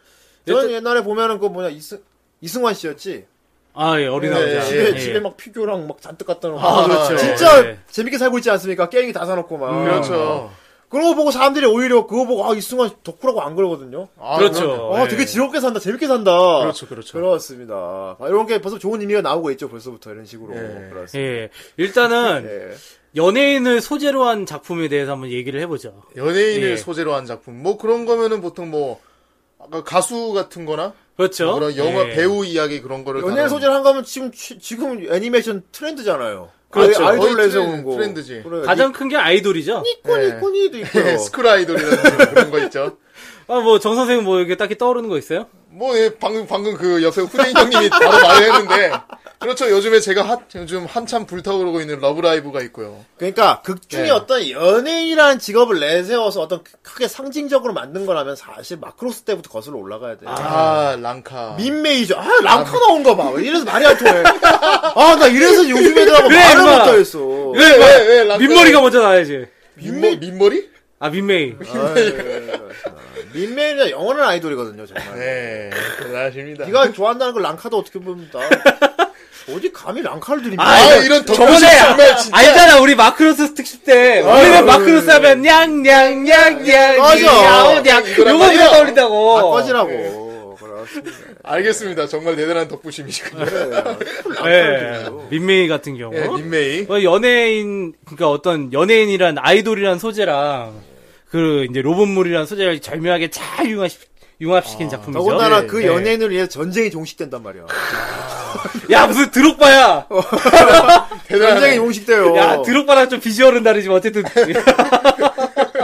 저는 일단- 옛날에 보면은 그 뭐냐, 이승, 이승환 씨였지? 아, 예, 어린 네, 남자. 집에, 예. 집에 막 피규어랑 막 잔뜩 갖다 놓고. 아, 그렇죠. 진짜 예. 재밌게 살고 있지 않습니까? 게임기 다 사놓고 막. 그렇죠. 그러고 보고 사람들이 오히려 그거 보고 아 이승환 덕후라고 안 그러거든요. 아, 그렇죠. 아 예. 되게 즐겁게 산다, 재밌게 산다. 그렇죠, 그렇죠. 습니다 아, 이런 게 벌써 좋은 의미가 나오고 있죠, 벌써부터 이런 식으로. 예. 그렇습니다. 예. 일단은 예. 연예인을 소재로 한 작품에 대해서 한번 얘기를 해보죠. 연예인을 예. 소재로 한 작품. 뭐 그런 거면은 보통 뭐 아까 가수 같은 거나 그렇죠. 뭐 그런 영화 예. 배우 이야기 그런 거를 연예인 다루는- 소재를 한 거면 지금 취- 지금 애니메이션 트렌드잖아요. 그렇죠. 아이, 돌 거의 에서 트렌드- 온 거. 트렌드지. 그래. 가장 큰 게 아이돌이죠. 니코니 예. 코니도 예, 있고요. 스쿨 아이돌이라든지 뭐 그런 거 있죠. 아, 뭐, 정 선생 뭐, 이게 딱히 떠오르는 거 있어요? 뭐, 예, 방금, 방금 그 옆에 후대인 형님이 바로 말을 했는데, 그렇죠. 요즘에 제가 핫, 요즘 한참 불타오르고 있는 러브라이브가 있고요. 그러니까 극 중에 예. 어떤 연예인이라는 직업을 내세워서 어떤 크게 상징적으로 만든 거라면 사실 마크로스 때부터 거슬러 올라가야 돼요. 아, 랑카. 민메이저. 아, 랑카 나온 거 봐. 이래서 말이 안 통해. 아, 나 이래서 요즘 애들하고 그래, 말을 임마. 못하겠어. 왜, 왜, 왜, 예, 랑카. 민머리가 먼저 나와야지. 민머, 민머리? 아, 민메이. 네, 민메이는 영원한 아이돌이거든요, 정말. 네. 대단하십니다. 네가 좋아한다는 걸 랑카도 어떻게 봅니다. 어디 감히 랑카를 들이밀어. 아, 이런 덕분에 저번에 정말 진짜. 아, 알잖아 우리 마크로스 특집 때 우리는 마크로스 하면 냥냥냥냥 맞아. 냥 이거랑 요거 맞아요. 이거 떠올린다고 아, 꺼지라고. 그렇습니다. 알겠습니다. 정말 대단한 덕분심이시군요. 아, 예. 민메이 같은 경우 예, 민메이. 어, 연예인 그러니까 어떤 연예인이란 아이돌이란 소재랑 그 이제 로봇물이란 소재를 절묘하게 잘 융합시, 융합시킨 작품이죠 더군다나 예, 그 예. 연예인을 위해 전쟁이 종식된단 말이야. 예. 야 무슨 드록바야 어. 전쟁이 대단한. 종식돼요. 야 드록바랑 좀 비주얼은 다르지만 어쨌든 네.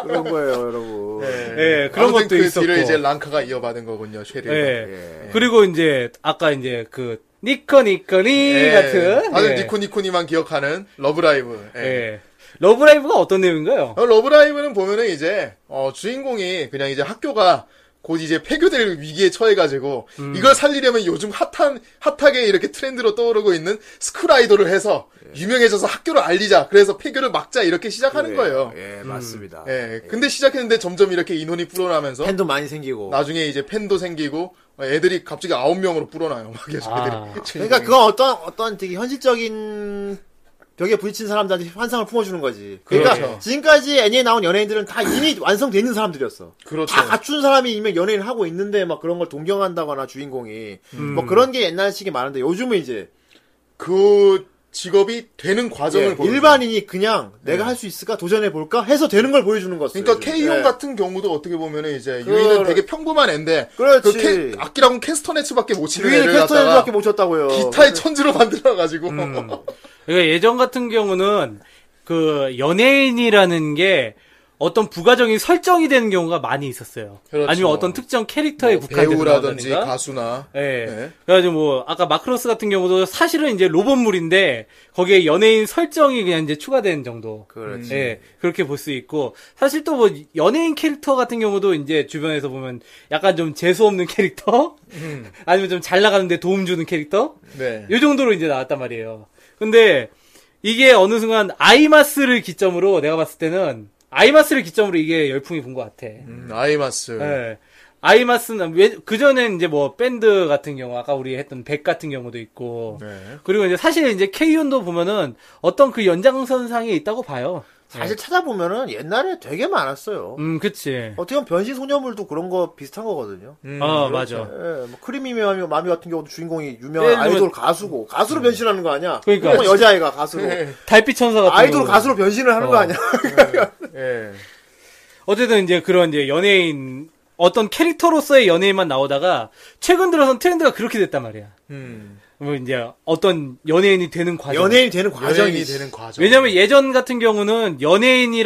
그런 거예요, 여러분. 네. 예, 그런 것도 아무튼 그 있었고 뒤를 이제 랑카가 이어받은 거군요, 쉐리. 예. 그리고 이제 아까 이제 그 니커 니커니 같은 네. 다들 예. 니코니코니만 기억하는 러브라이브. 예. 예. 러브라이브가 어떤 내용인가요? 어, 러브라이브는 보면은 이제 어, 주인공이 그냥 이제 학교가 곧 이제 폐교될 위기에 처해가지고 음. 이걸 살리려면 요즘 핫한 핫하게 이렇게 트렌드로 떠오르고 있는 스쿨 아이돌을 해서 네. 유명해져서 학교를 알리자 그래서 폐교를 막자 이렇게 시작하는 거예요. 예. 예, 맞습니다. 네. 근데 시작했는데 점점 이렇게 인원이 불어나면서 팬도 많이 생기고. 나중에 이제 팬도 생기고 어, 애들이 갑자기 아홉 명으로 불어나요. 막 계속 애들이. 아. 그러니까 그건 어떤 어떤 되게 현실적인 벽에 부딪힌 사람들한테 환상을 품어주는 거지. 그러니까 그렇죠. 지금까지 애니에 나온 연예인들은 다 이미 완성돼 있는 사람들이었어. 그렇죠. 아, 다 갖춘 사람이 이미 연예인을 하고 있는데 막 그런 걸 음. 동경한다거나 주인공이 뭐 그런 게 옛날식이 많은데 요즘은 이제 그 직업이 되는 과정을 예, 보여요. 일반인이 그냥 내가 할 수 있을까 도전해 볼까 해서 되는 걸 보여주는 거죠. 그러니까 요즘. K형 예. 같은 경우도 어떻게 보면은 이제 그래. 유이는 되게 평범한 애인데 그렇지. 그 캐- 악기라고는 캐스터네츠밖에 못 치는 유인이 애를 캐스터밖에 갖다가 못 음. 쳤다고요. 기타의 천지로 만들어가지고 그러니까 예전 같은 경우는 그 연예인이라는 게 어떤 부가적인 설정이 되는 경우가 많이 있었어요. 그렇죠. 아니면 어떤 특정 캐릭터에 뭐 국한돼서 배우라든지 나온다든가. 가수나 예. 네. 그래가지고 뭐 아까 마크로스 같은 경우도 사실은 이제 로봇물인데 거기에 연예인 설정이 그냥 이제 추가된 정도. 그렇지. 예. 그렇게 볼 수 있고 사실 또 뭐 연예인 캐릭터 같은 경우도 이제 주변에서 보면 약간 좀 재수 없는 캐릭터 음. 아니면 좀 잘 나가는데 도움 주는 캐릭터 네. 요 정도로 이제 나왔단 말이에요. 근데 이게 어느 순간 아이마스를 기점으로 내가 봤을 때는 아이마스를 기점으로 이게 열풍이 본 것 같아. 음, 아이마스 그 예. 아이마스는 그 전엔 이제 뭐 밴드 같은 경우 아까 우리 했던 백 같은 경우도 있고 네. 그리고 이제 사실 이제 K1도 보면은 어떤 그 연장선상에 있다고 봐요. 사실 찾아보면은 옛날에 되게 많았어요. 음, 그치. 어떻게 보면 변신 소녀물도 그런 거 비슷한 거거든요. 음, 어, 예, 맞아. 뭐 크리미 마미, 마미 같은 경우도 주인공이 유명한 네, 예를 들면- 아이돌 가수고 음. 가수로 변신하는 거 아니야? 그러니까. 그건 여자애가 가수로 네, 달빛 천사 같은 아이돌 경우는. 가수로 변신을 하는 거 어. 아니야? 예. 어쨌든 이제 그런 이제 연예인 어떤 캐릭터로서의 연예인만 나오다가 최근 들어선 트렌드가 그렇게 됐단 말이야. 음. 뭐 이제 어떤 연예인이 되는 과정. 연예인이 되는 과정이 과정이 되는 과정. 그렇죠. 왜냐면 예전 같은 경우는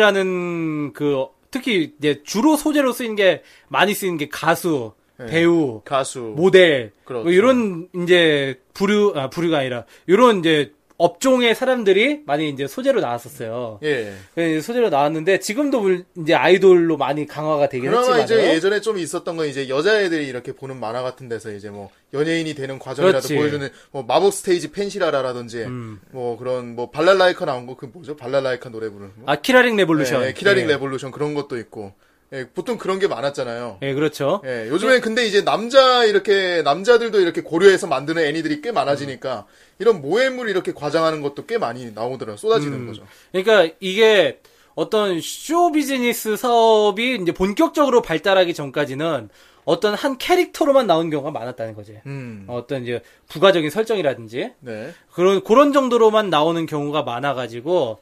연예인이라는 그 특히 이제 주로 소재로 쓰인 게 많이 쓰인 게 가수, 배우, 가수 모델 네. 그렇죠. 뭐 이런 이제 부류 아 부류가 아니라 이런 이제 업종의 사람들이 많이 이제 소재로 나왔었어요. 예. 예, 소재로 나왔는데 지금도 물- 이제 아이돌로 많이 강화가 되긴 그나마 했지만 이제 예전에 좀 있었던 건 이제 여자애들이 이렇게 보는 만화 같은 데서 이제 뭐 연예인이 되는 과정이라도 그렇지. 음. 보여주는 뭐 마법 스테이지 펜시라라라든지 뭐 그런 뭐 발랄라이카 나온 거 그 뭐죠 발랄라이카 노래 부르는 거 아 키라링 레볼루션 예, 예, 키라링 예. 레볼루션 그런 것도 있고 예, 보통 그런 게 많았잖아요. 예 그렇죠. 예, 요즘엔 근데 이제 남자 이렇게 남자들도 이렇게 고려해서 만드는 애니들이 꽤 많아지니까 이런 모해물 이렇게 과장하는 것도 꽤 많이 나오더라 쏟아지는 거죠. 그러니까 이게 어떤 쇼 비즈니스 사업이 이제 본격적으로 발달하기 전까지는 어떤 한 캐릭터로만 나온 경우가 많았다는 거지. 음, 어떤 이제 부가적인 설정이라든지 네, 그런 그런 정도로만 나오는 경우가 많아가지고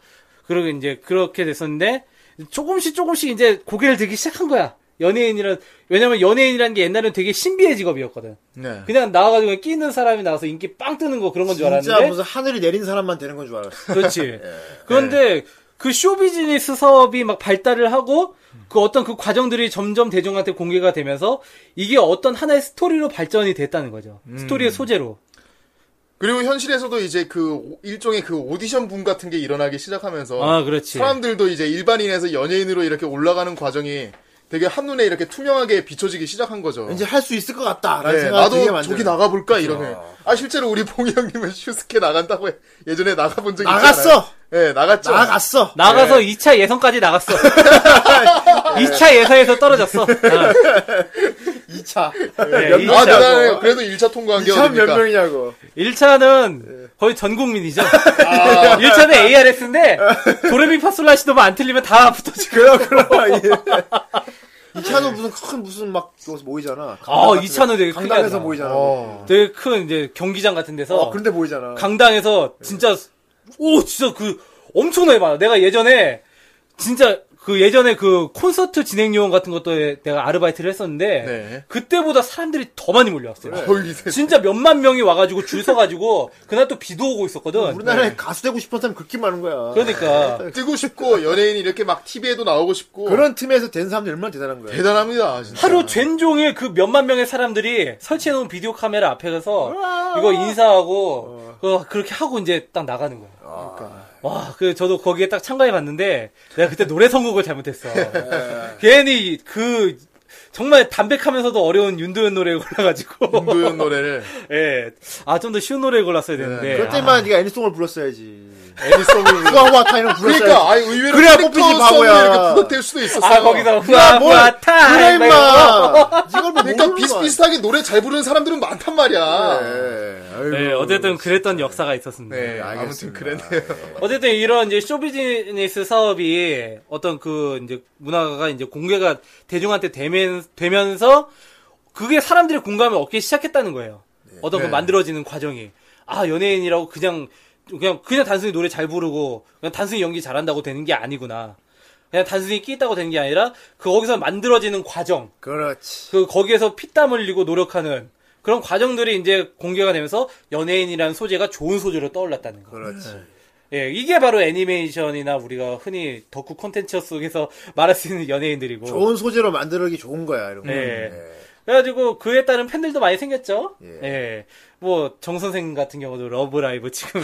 그리고 이제 그렇게 됐었는데 조금씩 조금씩 이제 고개를 들기 시작한 거야. 연예인이란 왜냐면 연예인이라는 게 옛날에는 되게 신비의 직업이었거든. 네. 그냥 나와가지고 그냥 끼는 사람이 나와서 인기 빵 뜨는 거 그런 건 줄 진짜 알았는데 무슨 하늘이 내린 사람만 되는 건 줄 알았어. 예. 그렇지. 그런데 그 쇼비즈니스 사업이 막 발달을 하고 그 어떤 그 과정들이 점점 대중한테 공개가 되면서 이게 어떤 하나의 스토리로 발전이 됐다는 거죠. 음. 스토리의 소재로. 그리고 현실에서도 이제 그 오- 일종의 그 오디션 붐 같은 게 일어나기 시작하면서 아, 그렇지. 사람들도 이제 일반인에서 연예인으로 이렇게 올라가는 과정이 되게 한눈에 이렇게 투명하게 비춰지기 시작한 거죠. 이제 할 수 있을 것 같다라는 예, 생각이 되게 어. 나도 만들어요. 저기 나가볼까 이러면 아 실제로 우리 봉이 형님은 슈스케 나간다고 해. 예전에 나가본 적이 나갔어! 있잖아요. 예, 나갔죠. 나갔어. 나가서 2차 예선까지 나갔어. 2차 예선에서 떨어졌어. 아, 예. 2차. 네, 몇 이- 아, 명이냐고. 대단해요. 그래도 1차 통과한 게 2차 몇 어딥니까? 명이냐고. 1차는 거의 전 국민이죠. 아. 1차는 ARS인데 도레미 파솔라시도만 뭐 안 틀리면 다 붙어지고. 그럼 그럼. 예. 2차도 무슨 큰 무슨 막 거기서 모이잖아. 어, 2차는 되게 크게 강당에서 하더라. 모이잖아. 어. 되게 큰 이제 경기장 같은 데서 어, 그런데 모이잖아. 강당에서 진짜 오 진짜 그 엄청나게 많아. 내가 예전에 진짜 그 예전에 그 콘서트 진행요원 같은 것도 내가 아르바이트를 했었는데 네. 그때보다 사람들이 더 많이 몰려왔어요. 아, 거의 이제 진짜 몇만 명이 와가지고 줄 서가지고 그날 또 비도 오고 있었거든. 네. 네. 우리나라에 가수 되고 싶은 사람이 그렇게 많은 거야. 그러니까 뜨고 싶고 연예인이 이렇게 막 TV에도 나오고 싶고 그런 틈에서 된 사람들이 얼마나 대단한 거야. 대단합니다. 진짜. 하루 종일 그 몇만 명의 사람들이 설치해놓은 비디오 카메라 앞에 가서 이거 어. 인사하고 그 그렇게 하고 이제 딱 나가는 거야. 와, 그 저도 거기에 딱 참가해 봤는데 내가 그때 노래 선곡을 잘못했어. 네. 괜히 그 정말 담백하면서도 어려운 윤도현 노래에 골라가지고 도연 노래를 예, 아 좀 더 쉬운 노래 골랐어야 되는데 아, 그럴 때만 네가 애니송을 불렀어야지. 아. 애니송을 후아후아 타이는 불렀어야지. 그러니까 아니 의외로 그래야 뽑히지, 캐릭터 썸을 바보야. 이렇게 부각될 수도 있었어. 아, 거기서 야, 뭘, 후아후아 그래, 타임 네, 임마. 이걸 뭐 그러니까 모르는 비슷비슷하게 노래 잘 부르는 사람들은 많단 말이야. 거야. 예, 아이고. 네, 어쨌든 그랬던 역사가 있었습니다. 네, 아무튼 알겠습니다. 그랬네요. 어쨌든 이런 이제 쇼비즈니스 사업이 어떤 그 이제 문화가 이제 공개가 대중한테 되면, 되면서 그게 사람들의 공감을 얻기 시작했다는 거예요. 어떤 그 만들어지는 과정이. 아, 연예인이라고 그냥 그냥 그냥 단순히 노래 잘 부르고 그냥 단순히 연기 잘한다고 되는 게 아니구나. 그냥 단순히 끼 있다고 되는 게 아니라 그 거기서 만들어지는 과정, 그렇지. 그 거기에서 피땀 흘리고 노력하는 그런 과정들이 이제 공개가 되면서 연예인이라는 소재가 좋은 소재로 떠올랐다는 거. 그렇지. 네. 예, 이게 바로 애니메이션이나 우리가 흔히 덕후 콘텐츠 속에서 말할 수 있는 연예인들이고. 좋은 소재로 만들기 좋은 거야, 이런 거. 네. 예. 그래가지고 그에 따른 팬들도 많이 생겼죠. 예. 예. 뭐 정선생 같은 경우도 러브라이브 지금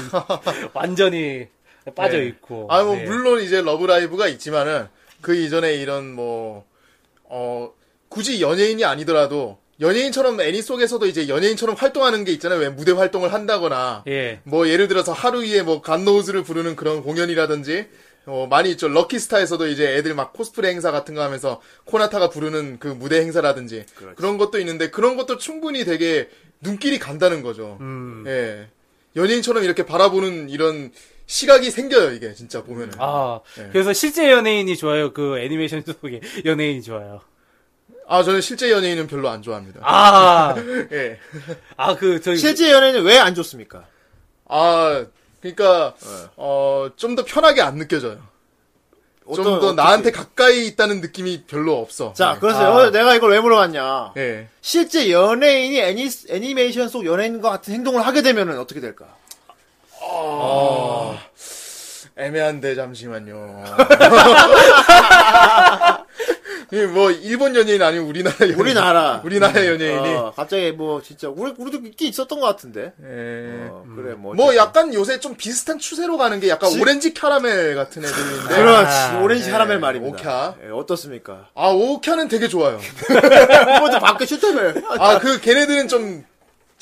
완전히 빠져 예. 있고. 아, 뭐, 예. 물론 이제 러브라이브가 있지만은, 그 이전에 이런 뭐, 어, 굳이 연예인이 아니더라도, 연예인처럼 애니 속에서도 이제 연예인처럼 활동하는 게 있잖아요. 왜 무대 활동을 한다거나, 예. 뭐 예를 들어서 하루 위에 뭐 갓노우즈를 부르는 그런 공연이라든지, 어, 많이 있죠. 럭키스타에서도 이제 애들 막 코스프레 행사 같은 거 하면서 코나타가 부르는 그 무대 행사라든지 그런 것도 있는데 그런 것도 충분히 되게 눈길이 간다는 거죠. 음. 예. 연예인처럼 이렇게 바라보는 이런 시각이 생겨요, 이게 진짜 보면은. 아, 예. 그래서 실제 연예인이 좋아요. 그 애니메이션 속의 연예인이 좋아요. 아, 저는 실제 연예인은 별로 안 좋아합니다. 아, 예. 아, 그, 저희. 실제 연애는 왜 안 좋습니까? 아, 그러니까 네. 어, 좀 더 편하게 안 느껴져요. 좀 어떤- 더 어떻게- 나한테 가까이 있다는 느낌이 별로 없어. 자, 예. 그래서 여- 내가 이걸 왜 물어봤냐. 예. 실제 연예인이 애니, 애니메이션 속 연예인과 같은 행동을 하게 되면 어떻게 될까? 애매한데 잠시만요. 이게 뭐 일본 연예인 아니면 우리나라 연예인. 우리나라. 우리나라 연예인이 어, 갑자기 뭐 진짜 우리 우리도 있긴 있었던 것 같은데. 예. 어, 그래 뭐. 뭐 어쨌든. 약간 요새 좀 비슷한 추세로 가는 게 약간 지- 오렌지 캐러멜 같은 애들인데 그렇지. 오렌지 예, 하라멜 말입니다. 오카. 예, 어떻습니까? 아 오카는 되게 좋아요. 그것도 밖에 슈터벨. 아 그 걔네들은 좀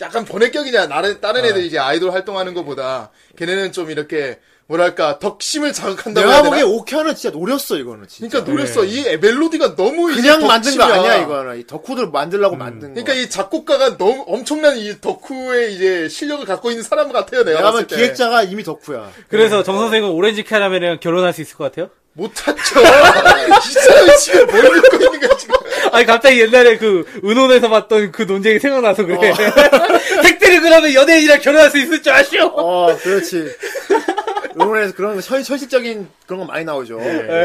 약간 번외격이냐 다른 어. 다른 애들 이제 아이돌 활동하는 것보다 걔네는 좀 이렇게 뭐랄까 덕심을 자극한다고 해야 내가 되나? 보기에 오카는 진짜 노렸어 이거는 진짜. 네. 그러니까 노렸어 이 멜로디가 너무 그러니까 이제 그냥 만든 거 덕심이야. 아니야 이거는 이 덕후들 만들라고 만든 거. 그러니까 이 작곡가가 너무 엄청난 이 덕후의 이제 실력을 갖고 있는 사람 같아요 내가 내가 봤을 보면 때. 기획자가 이미 덕후야. 그래서 정선생은 오렌지 캐러멜이랑 결혼할 수 있을 것 같아요? 못 찾죠. 이 사람이 지금 뭘 듣고 있는 거야 지금. 아니, 갑자기 옛날에 그, 은혼에서 봤던 그 논쟁이 생각나서 그래. 택배를 그러면 연예인이랑 결혼할 수 있을 줄 아시오? 어, 그렇지. 응원에서 그런 현, 현실적인 그런 거 많이 나오죠. 예. 네.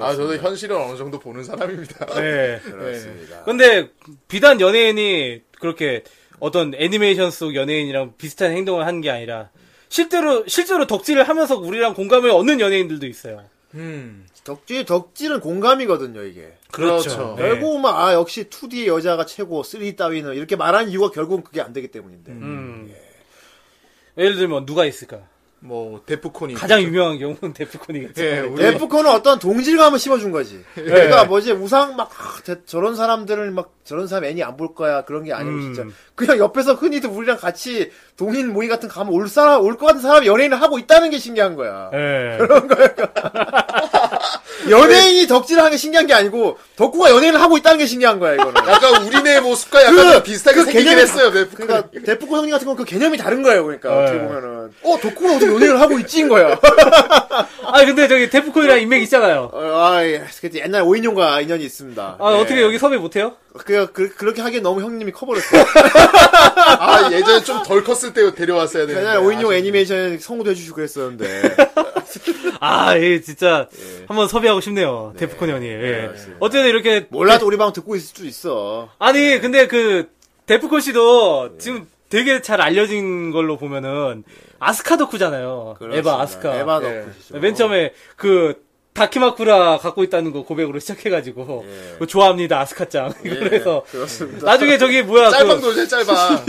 아 저도 현실을 어느 정도 보는 사람입니다. 네. 그렇습니다. 근데 비단 연예인이 그렇게 어떤 애니메이션 속 연예인이랑 비슷한 행동을 한 게 아니라 실제로 실제로 덕질을 하면서 우리랑 공감을 얻는 연예인들도 있어요. 음. 덕질, 덕질은 공감이거든요, 이게. 그렇죠. 네. 결국은 막, 아, 역시 2D의 여자가 최고, 3D 따위는. 이렇게 말하는 이유가 결국은 그게 안 되기 때문인데. 음. 예를 들면 누가 있을까? 뭐 데프콘이 가장 유명한 경우는 데프콘이겠죠. 네, 예, 우리 에프콘은 어떤 동질감을 심어준 거지. 그러니까 뭐지, 우상 막, 아, 대- 저런 사람들은 막, 저런 사람 애니 안 볼 거야. 그런 게 아니고, 음. 진짜. 그냥 옆에서 흔히들 우리랑 같이 동인 모임 같은 거 가면 올 사람, 올 것 같은 사람이 연예인을 하고 있다는 게 신기한 거야. 예. 연예인이 덕질을 하는 게 신기한 게 아니고 덕후가 연예인을 하고 있다는 게 신기한 거야 이거는. 약간 우리네 모습과 약간 좀 비슷하게 그 생기긴 개념이 했어요. 다- 데프콘. 그러니까 데프코 형님 같은 건 그 개념이 다른 거예요. 그러니까 네. 어떻게 보면은 어 덕후는 어떻게 연예인을 하고 있지인 거야. 아 근데 저기 데프콘이랑 인맥 있잖아요. 어, 아 예. 그때 옛날 오인용과 인연이 있습니다. 아 예. 어떻게 여기 섭외 못해요? 그, 그 그렇게 하기엔 너무 형님이 커버렸어. 아 예전에 좀 덜 컸을 때 데려왔어야 되는데. 옛날 오인용 아, 애니메이션 성우도 해주시고 그랬었는데 아, 예, 진짜 한번 섭외하고 싶네요. 데프콘 형님. 예. 어쨌든 이렇게 몰라도 우리 방 듣고 있을 수도 있어. 아니 근데 그 데프콘 씨도 네. 지금 되게 잘 알려진 걸로 보면은 아스카 덕후잖아요. 에바 아스카. 네, 에바 예. 덕후시죠. 맨 처음에 그 다키마쿠라 갖고 있다는 거 고백으로 시작해가지고 뭐 좋아합니다 아스카짱 이걸 해서 예. 그렇습니다. 아, 그렇죠. 나중에 저기 뭐야 그- 짤방 돌제 짤방.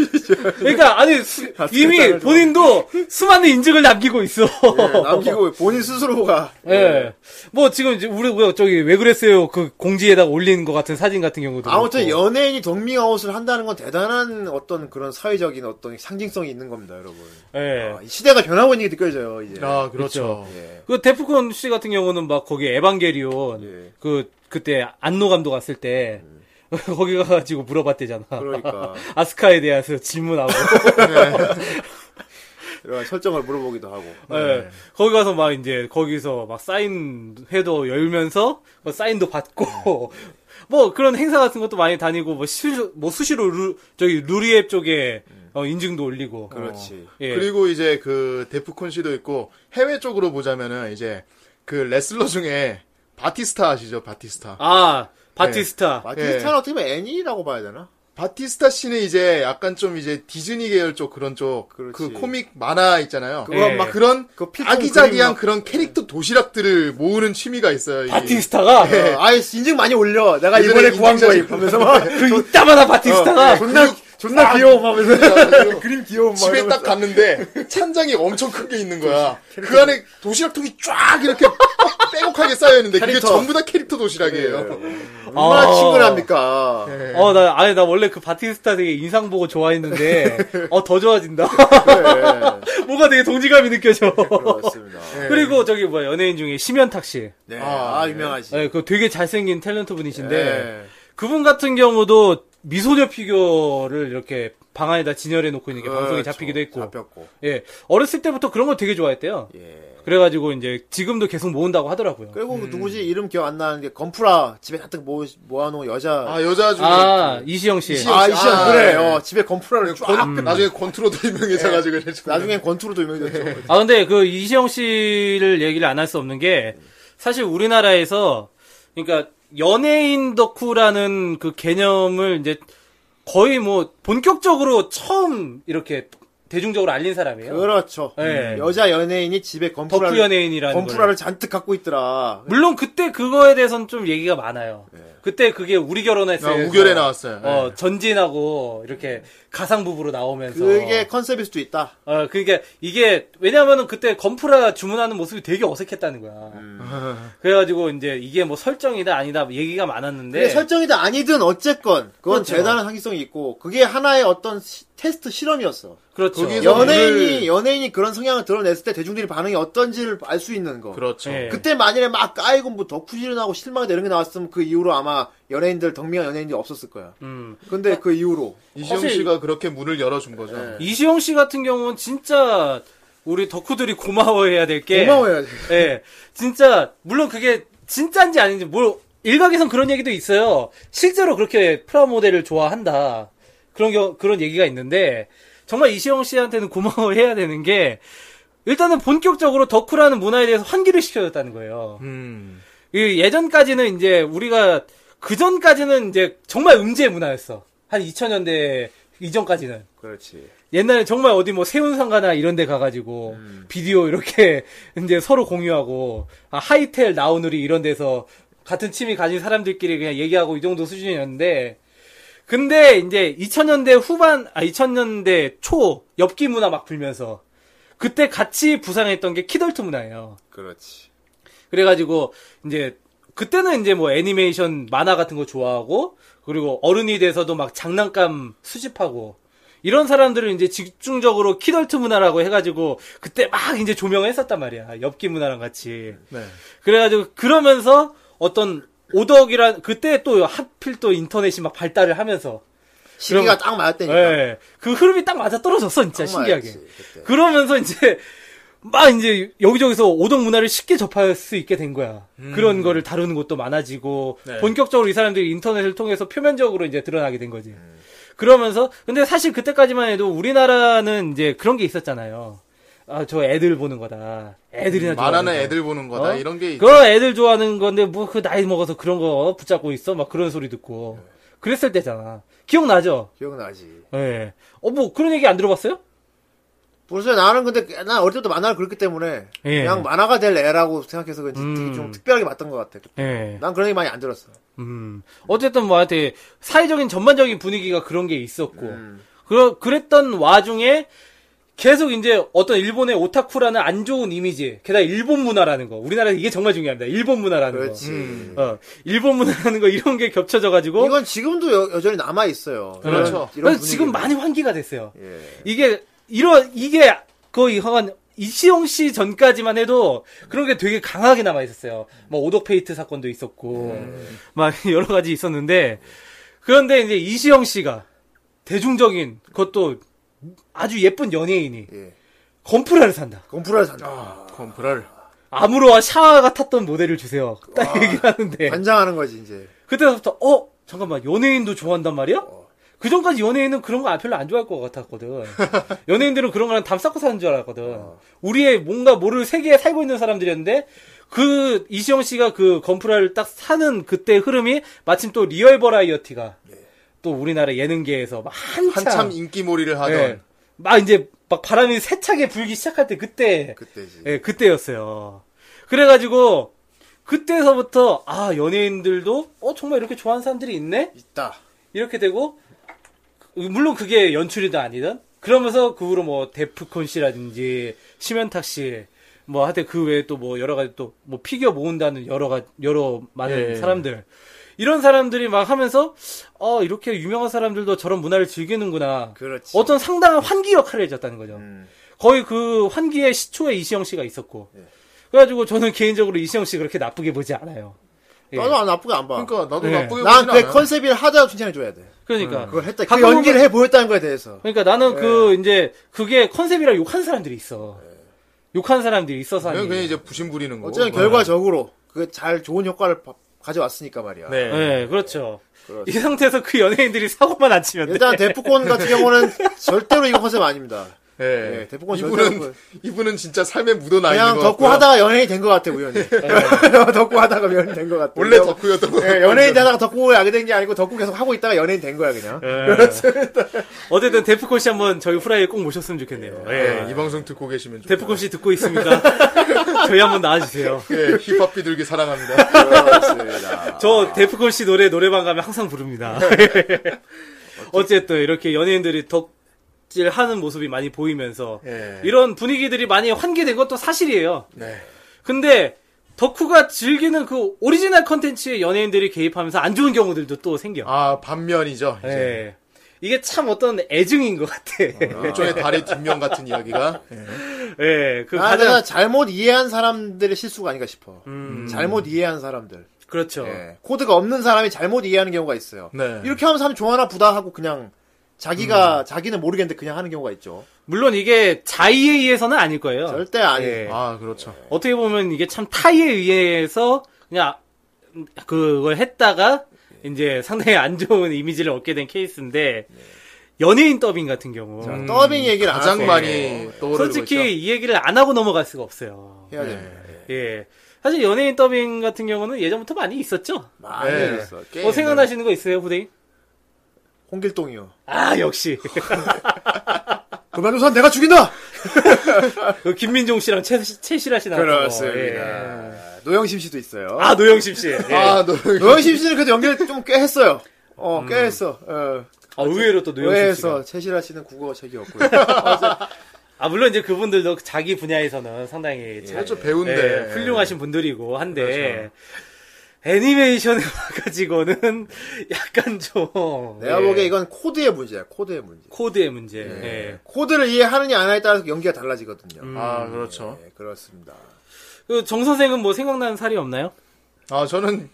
그러니까 아니 수- 이미 아스카짱을 본인도 수많은 인증을 남기고 있어. 예, 남기고 본인 스스로가 예. 뭐 지금 이제 우리 뭐 저기 왜 그랬어요 그 공지에다가 올린 것 같은 사진 같은 경우도 아무튼 그렇고. 연예인이 덕밍아웃을 한다는 건 대단한 어떤 그런 사회적인 어떤 상징성이 있는 겁니다, 여러분. 예. 아, 이 시대가 변하고 있는 게 느껴져요, 이제. 예. 아 그렇죠. 그 데프콘 씨 같은 경우는 막 거기 에반게리온 예. 그 그때 안노 감독 왔을 때 거기 가가지고 물어봤대잖아. 음. 그러니까. 아스카에 대해서 질문하고 이런 설정을 물어보기도 하고. 네, 예. 거기 가서 막 이제 거기서 막 사인 회도 열면서 뭐 사인도 그 받고 뭐 그런 행사 같은 것도 많이 다니고 뭐, 실, 뭐 수시로 루, 저기 루리앱 쪽에 어, 인증도 올리고 음. 그렇지. 어, 예. 그리고 이제 그 데프콘 씨도 있고 해외 쪽으로 보자면은 이제 그 레슬러 중에 바티스타 아시죠? 바티스타. 아 바티스타 마티스탄 어떻게 보면 애니라고 봐야 되나? 바티스타 씨는 이제 약간 좀 이제 디즈니 계열 쪽 그런 쪽 그 그렇지. 코믹 만화 있잖아요. 그거 예. 막 그, 그런 그 필통 그림 아기자기한 막- 그런 캐릭터 도시락들을 모으는 취미가 있어요. 이게. 바티스타가 어, 아이 인증 많이 올려. 내가 예전에 이번에 구한 거야 인증샷 이러면서 막 그 이따마다 바티스타가 아, 어, 존나 존나 귀여워 막 그래가지고 하면서 그림 귀여워 막 집에 이러면서. 딱 갔는데 찬장이 엄청 큰 게 있는 거야. 그 안에 도시락 통이 쫙 이렇게 빼곡하게 쌓여 있는데 그게 캐릭터. 예. 아. 전부 다 캐릭터 도시락이에요. 얼마나 어. 친근합니까? 어, 나, 아니, 나 원래 그 바티스타 되게 인상 보고 좋아했는데, 어, 더 좋아진다. 네, 뭔가 되게 동지감이 느껴져. 예, 그렇습니다. 그리고 저기 뭐야, 연예인 중에 심현탁 씨. 네, 아, 유명하지. 예, 그 되게 잘생긴 탤런트 분이신데, 네. 그분 같은 경우도 미소녀 피규어를 이렇게 방 안에다 진열해 놓고 있는 게 방송에 그렇죠. 잡히기도 했고, 잡혔고. 예, 어렸을 때부터 그런 걸 되게 좋아했대요. 예. 그래가지고 이제 지금도 계속 모은다고 하더라고요. 그리고 그 누구지 이름 기억 안 나는 게 건프라 집에 가득 모아 모아놓은 여자. 아 여자 중에 아, 이시영 씨. 네. 이시영 아, 이시야 아, 그래. 예. 아. 어, 집에 건프라를 쫙. 권, 나중에 권투로도 예. 유명해져가지고 이제 좀- 나중엔 권투로도 유명해졌죠. 아 근데 그 이시영 씨를 얘기를 안 할 수 없는 게 사실 우리나라에서 그러니까 연예인 덕후라는 그 개념을 이제 거의 뭐 본격적으로 처음 이렇게 대중적으로 알린 사람이에요. 그렇죠. 예. 여자 연예인이 집에 건프라를 덕후 연예인이라는 걸. 건프라를 잔뜩 갖고 있더라. 물론 그때 그거에 대해서는 좀 얘기가 많아요. 그때 그게 우리 결혼했을 네. 아, 때 우결에 나왔어요. 네. 어, 전진하고 이렇게 가상 부부로 나오면서 그게 컨셉일 수도 있다. 어, 그러니까 이게 왜냐면은 그때 건프라 주문하는 모습이 되게 어색했다는 거야. 그래가지고 이제 이게 뭐 설정이다 아니다 얘기가 많았는데 근데 설정이든 아니든 어쨌건 그건 네. 그렇죠. 대단한 상기성이 있고 그게 하나의 어떤 시- 테스트 실험이었어. 그렇죠. 거기서- 그래서 연예인이 오늘- 연예인이 그런 성향을 드러냈을 때 대중들이 반응이 어떤지를 알 수 있는 거. 그렇죠. 예. 그때 만일에 막 까이고 뭐 덕후질하고 실망이 되는 게 나왔으면 그 이후로 아마 연예인들 덕미한 연예인들이 없었을 거야. 음. 근데 그 이후로 이시영 사실- 씨가 그렇게 문을 열어준 예. 거죠. 음. 이시영 씨 같은 경우는 진짜 우리 덕후들이 고마워해야 될 게 고마워야 돼. 예. 진짜 물론 그게 진짜인지 아닌지 뭘 일각에선 그런 얘기도 있어요. 실제로 그렇게 프라모델을 좋아한다. 그런 경 그런 얘기가 있는데 정말 이시영 씨한테는 고마워해야 되는 게 일단은 본격적으로 덕후라는 문화에 대해서 환기를 시켜줬다는 거예요. 음. 이 예전까지는 이제 우리가 그 전까지는 이제 정말 음지의 문화였어. 한 2000년대 이전까지는. 그렇지. 옛날에 정말 어디 뭐 세운상가나 이런 데 가가지고 비디오 이렇게 이제 서로 공유하고 아, 하이텔 나우누리 이런 데서 같은 취미 가진 사람들끼리 그냥 얘기하고 이 정도 수준이었는데 근데 이제 2000년대 후반 아 2000년대 초 엽기 문화 막 불면서 그때 같이 부상했던 게 키덜트 문화예요. 그렇지. 그래가지고 이제 그때는 이제 뭐 애니메이션 만화 같은 거 좋아하고 그리고 어른이 돼서도 막 장난감 수집하고 이런 사람들을 이제 집중적으로 키덜트 문화라고 해가지고 그때 막 이제 조명을 했었단 말이야 엽기 문화랑 같이 네. 그래가지고 그러면서 어떤 오덕이란 그때 또 하필 또 인터넷이 막 발달을 하면서 시기가 그럼- 딱 맞았다니까. 예. 그 흐름이 딱 맞아 떨어졌어 진짜 그러니까. 정말 신기하게 알지, 그때. 네. 그러면서 이제 막 이제 여기저기서 오동 문화를 쉽게 접할 수 있게 된 거야. 그런 거를 다루는 것도 많아지고 음. 네. 본격적으로 이 사람들이 인터넷을 통해서 표면적으로 이제 드러나게 된 거지. 음. 그러면서 근데 사실 그때까지만 해도 우리나라는 이제 그런 게 있었잖아요. 아 저 애들 보는 거다. 애들이나 만화는 좋아하는 거. 음, 애들 보는 거다 어? 이런 게 있- 그거 애들 좋아하는 건데 뭐 그 나이 먹어서 그런 거 붙잡고 있어 막 그런 소리 듣고 네. 그랬을 때잖아. 기억나죠? 기억나지. 예. 어뭐 그런 얘기 안 들어봤어요? 벌써 나는 근데 난 어릴 때부터 만화를 그렸기 때문에 예. 그냥 만화가 될 애라고 생각해서 그런지 음. 되게 좀 특별하게 맞던 것 같아. 예. 난 그런 얘기 많이 안 들었어. 음. 어쨌든 뭐 하여튼 사회적인 전반적인 분위기가 그런 게 있었고. 음. 그러, 그랬던 와중에 계속 이제 어떤 일본의 오타쿠라는 안 좋은 이미지, 게다가 일본 문화라는 거. 우리나라에서 이게 정말 중요합니다. 일본 문화라는 그렇지. 음. 거. 어, 일본 문화라는 거 이런 게 겹쳐져가지고. 이건 지금도 여, 전히 남아 있어요. 어? 그렇죠. 그래서 지금 많이 환기가 됐어요. 예. 이게, 이런, 이게 거의 한, 이시영 씨 전까지만 해도 그런 게 되게 강하게 남아 있었어요. 뭐 오독페이트 사건도 있었고 막 여러 가지 있었는데 그런데 이제 이시영 씨가 대중적인 그것도 아주 예쁜 연예인이 예. 건프라를 산다. 건프라를 산다. 아, 건프랄. 아무로와 샤와가 탔던 모델을 주세요. 딱 얘기하는데 관장하는 거지 이제. 그때부터 어 잠깐만 연예인도 좋아한단 말이야? 그 전까지 연예인은 그런 거 별로 안 좋아할 것 같았거든. 연예인들은 그런 거랑 담 쌓고 사는 줄 알았거든. 우리의 뭔가 모를 세계에 살고 있는 사람들이었는데 그 이시영 씨가 그 건프라를 딱 사는 그때 흐름이 마침 또 리얼 버라이어티가 또 우리나라 예능계에서 막 한참, 한참 인기몰이를 하던 예, 막 이제 막 바람이 세차게 불기 시작할 때 그때 그때지. 예, 그때였어요. 그래가지고 그때서부터 아 연예인들도 어 정말 이렇게 좋아하는 사람들이 있네 있다. 이렇게 되고 물론 그게 연출이든 아니든 그러면서 그 후로 뭐 데프콘 씨라든지 심현탁 씨 뭐 하여튼 그 외에 또 뭐 여러 가지 또 뭐 피규어 모은다는 여러 가 여러 많은 예. 사람들 이런 사람들이 막 하면서 어 이렇게 유명한 사람들도 저런 문화를 즐기는구나 그렇지. 어떤 상당한 환기 역할을 해줬다는 거죠 음. 거의 그 환기의 시초에 이시영 씨가 있었고 예. 그래가지고 저는 개인적으로 이시영 씨 그렇게 나쁘게 보지 않아요 예. 나도 안 나쁘게 안 봐. 그러니까 나도 예. 나쁘게 난 보진 그 않아요. 컨셉을 하다 칭찬해줘야 돼. 그러니까 그걸 했다. 그 가끔 보면- 연기를 해 보였다는 거에 대해서. 그러니까 나는 그 예. 이제 그게 컨셉이라 욕한 사람들이 있어. 욕한 사람들이 있어서 그냥, 하는 그냥 일. 이제 부심 부리는 뭐, 거. 어쨌든 결과적으로 그게 잘 좋은 효과를 바- 가져왔으니까 말이야. 네. 네, 그렇죠. 그렇죠. 이 상태에서 그 연예인들이 사고만 안 치면 돼. 일단 데프콘 같은 경우는 절대로 이거 컨셉 아닙니다. 예. 예, 대폭은 절대 이분은 이분은 진짜 삶에 묻어나 있는 그냥 거 덕후 하다가 연예인이 된 것 같아 우연히. 덕후 하다가 연예인 된 것 같아. 네. 원래 그냥- 덕후였던 거. 예, 연예인 되다가 덕후에 하게 된 게 아니고 덕후 계속 하고 있다가 연예인 된 거야 그냥. 네. 어쨌든 데프콘 씨 한번 저희 후라이에 꼭 모셨으면 좋겠네요. 예, 이 방송 듣고 계시면 좀- 데프콘 씨 듣고 있습니다. 저희 한번 나와주세요. 예, 힙합 비둘기 사랑합니다. 예, 그렇습니다. 아. 저 데프콘 씨 노래 노래방 가면 항상 부릅니다. 예. 어쨌든 이렇게 연예인들이 덕질 하는 모습이 많이 보이면서 예. 이런 분위기들이 많이 환기된 것도 사실이에요. 네. 아, 근데 덕후가 즐기는 그 오리지널 컨텐츠에 연예인들이 개입하면서 안 좋은 경우들도 또 생겨. 아, 반면이죠. 예. 이제. 이게 참 어떤 애증인 것 같아. 어. 예. 일종의 달의 예. 뒷면 같은 이야기가. 예. 그 아, 가장 내가 잘못 이해한 사람들의 실수가 아닌가 싶어. 음. 잘못 이해한 사람들. 그렇죠. 예. 코드가 없는 사람이 잘못 이해하는 경우가 있어요. 네. 이렇게 하면 사람 좋아하나 보다 하고 그냥 자기가 음. 자기는 모르겠는데 그냥 하는 경우가 있죠. 물론 이게 자의에 의해서는 아닐 거예요. 절대 아니에요. 예. 아, 그렇죠. 어떻게 보면 이게 참 타의에 의해서 그냥 그걸 했다가 예. 이제 상당히 안 좋은 이미지를 얻게 된 케이스인데 연예인 더빙 같은 경우 음. 자, 더빙 얘기를 안 가장 하세요. 예. 많이 떠오르고 솔직히 이 얘기를 안 하고 넘어갈 수가 없어요. 해야 됩니다. 예. 사실 연예인 더빙 같은 경우는 예전부터 많이 있었죠. 많이 예. 있어. 뭐 생각나시는 거 있어요, 후대인? 홍길동이요. 아, 역시. 금만조선 내가 죽인다. 그 김민종 씨랑 최, 최 씨라 씨 나왔죠. 예. 그렇습니다. 네. 노영심 씨도 있어요. 아, 노영심 씨. 예. 있죠. 아, 너 노영심 씨는 그래도 연기를 좀 꽤 했어요. 어, 꽤 했어. 어. 아, 의외로 또 노영심 씨. 의외에서 가 최시라 씨는 국어 책이 없고요. 아, 물론 이제 그분들도 자기 분야에서는 상당히 잘- 그렇죠. 예, 배운데. 훌륭하신 분들이고 그렇죠. 한데 애니메이션을 가지고는 약간 좀 내가 예. 보기에 이건 코드의 문제야. 코드의 문제. 코드의 문제. 예. 코드를 이해하느냐 안 하느냐에 따라서 연기가 달라지거든요. 아, 그렇죠. 네, 그렇습니다. 그 정 선생은 뭐 생각나는 살이 없나요? 아, 저는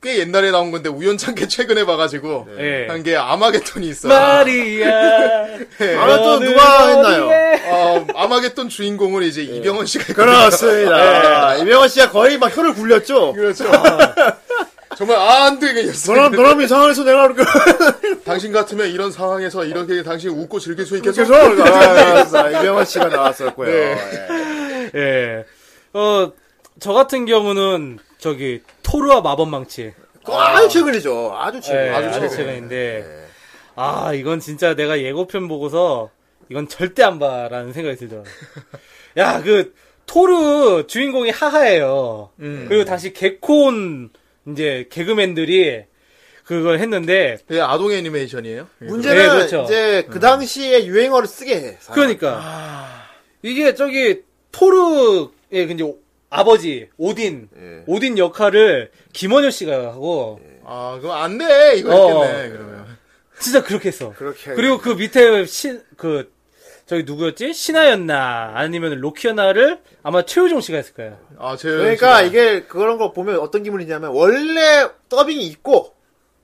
꽤 옛날에 나온 건데 우연찮게 최근에 봐가지고 네. 한 게 아마겟돈이 있어요. 마리아. 아마 또 누가 했나요? 어, 아마겟돈 주인공을 이제 이병헌 씨가 그렇습니다. 아, 이병헌 씨가 거의 막 혀를 굴렸죠. 그렇죠. 정말 아, 안 되겠어. 너랑 너랑 이상해서 내가 그렇게 당신 같으면 이런 상황에서 이렇게 당신 웃고 즐길 수 있겠어? 계속 아, 이병헌 씨가 나왔었고요. 예. 예. 어, 저 같은 경우는 저기 토르와 마법망치. 그거 아주 최근이죠. 네, 아주 네. 최근. 예, 아주 최근인데 아, 이건 진짜 내가 예고편 보고서 이건 절대 안 봐라는 생각이 들더라고요. 야, 그 토르 주인공이 하하예요. 음. 그리고 다시 개콘 이제 개그맨들이 그걸 했는데 예, 아동 애니메이션이에요. 예. 문제는 네, 그렇죠. 이제 그 당시에 유행어를 쓰게 해. 사람. 그러니까 이게 저기 토르의 근데 오- 아버지 오딘 예. 오딘 역할을 김원효 씨가 하고 아, 그럼 안 돼. 이거 어. 있겠네. 그러면. 진짜 그렇게 했어. 그렇게 그리고 그 밑에 신 그 저기 누구였지 신하였나 아니면 로키였나를 아마 최우종 씨가 했을 거예요. 아, 제 그러니까 이게 그런 거 보면 어떤 기분이냐면 원래 더빙이 있고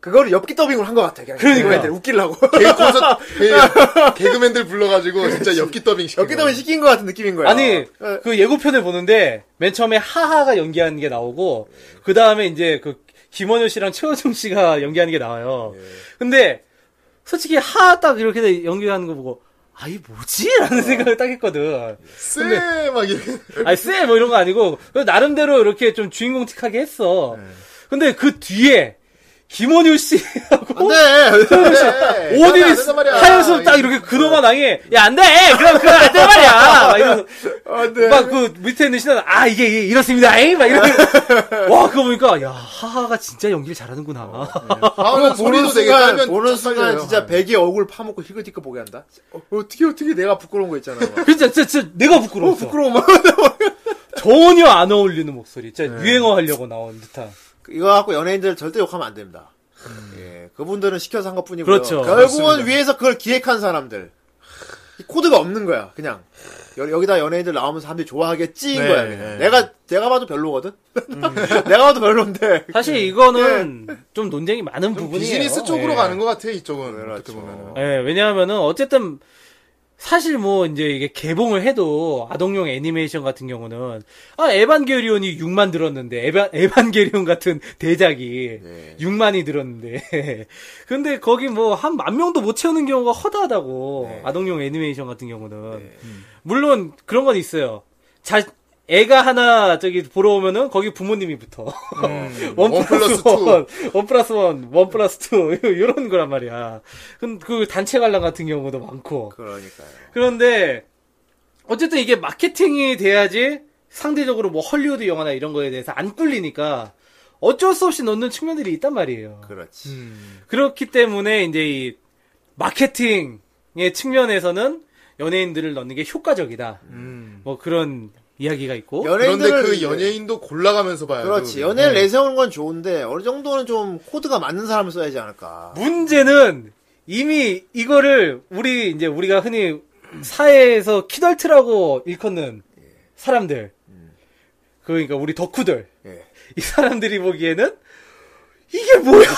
그거를 엽기 더빙으로 한 것 같아. 그냥 그러니까. 개그맨들 웃기려고 개콘서 개, 개그맨들 불러가지고 진짜 엽기 더빙 시켜. 엽기 더빙 시킨 것 같은 느낌인 거야. 아니 어, 그 예고편을 보는데 맨 처음에 하하가 연기하는 게 나오고 그 다음에 이제 그 김원효 씨랑 최호중 씨가 연기하는 게 예. 나와요. 근데 솔직히 하 딱 이렇게 연기하는 거 보고 아 이 뭐지? 어. 라는 생각을 딱 했거든. 쎄막 이렇게 예. 아니 쎄뭐 이런 거 아니고 그래도 나름대로 이렇게 좀 주인공 틱하게 예. 했어. 근데 그 뒤에 김원효 씨하고 아, 네. 네. 안돼 오디리스 하여서 딱 이렇게 그놈아 당해 야 안돼 그럼 그건 안돼 말이야 막 이러면서 아, 네. 안돼. 막 그 밑에 있는 신은 아 이게 이- 이렇습니다 에이 막 이러고 와 그거 보니까 야 하하가 진짜 연기를 잘하는구나 아, 보는 소리도 되게 순간 깔면 보는 쫙 순간 깔려요. 진짜 백이 얼굴 파먹고 희글티끌 보게 한다. 어, 어떻게 어떻게 내가 부끄러운 거 있잖아. 막. 진짜 진짜, 진짜 내가 부끄러워 어, 부끄러워 막. 전혀 안 어울리는 목소리 네. 진짜 유행어 하려고 나온 듯한 이거 갖고 연예인들 절대 욕하면 안 됩니다. 예, 그분들은 시켜서 한 것뿐이고요. 그렇죠. 결국은 맞습니다. 위에서 그걸 기획한 사람들. 이 코드가 없는 거야, 그냥. 여, 기다 연예인들 나오면 사람들이 좋아하겠지인 네, 거야, 그냥. 네. 내가, 내가 봐도 별로거든? 내가 봐도 별론데. 사실 이거는 좀 논쟁이 많은 부분이에요 네. 비즈니스 쪽으로 예. 가는 것 같아 이쪽은 그렇죠. 어떻게 보면 예, 왜냐하면은 어쨌든 사실 뭐 이제 이게 개봉을 해도 아동용 애니메이션 같은 경우는 아 에반게리온이 6만 들었는데 에반 에반게리온 같은 대작이 네. 6만이 들었는데 근데 거기 뭐 한 만 명도 못 채우는 경우가 허다하다고 네. 아동용 애니메이션 같은 경우는 음. 물론 그런 건 있어요. 자 애가 하나 저기 보러 오면은 거기 부모님이 붙어 원 음. 원 플러스 플러스 원, 원 플러스 원, 원 플러스 투 이런 거란 말이야. 근- 그 단체 관람 같은 경우도 많고. 그러니까요. 그런데 어쨌든 이게 마케팅이 돼야지 상대적으로 뭐 헐리우드 영화나 이런 거에 대해서 안 꿀리니까 어쩔 수 없이 넣는 측면들이 있단 말이에요. 그렇지. 그렇기 때문에 이제 이 마케팅의 측면에서는 연예인들을 넣는 게 효과적이다. 뭐 그런 이야기가 있고. 그런데 연예인들을. 그 연예인도 네. 골라가면서 봐야 그렇지. 연예인을 내세우는 건 좋은데, 어느 정도는 좀 코드가 맞는 사람을 써야지 뭐? 않을까. 문제는 이미 이거를 우리 이제 우리가 흔히 사회에서 키덜트라고 일컫는 사람들 그러니까 우리 덕후들 예. 이 사람들이 보기에는 이게 뭐야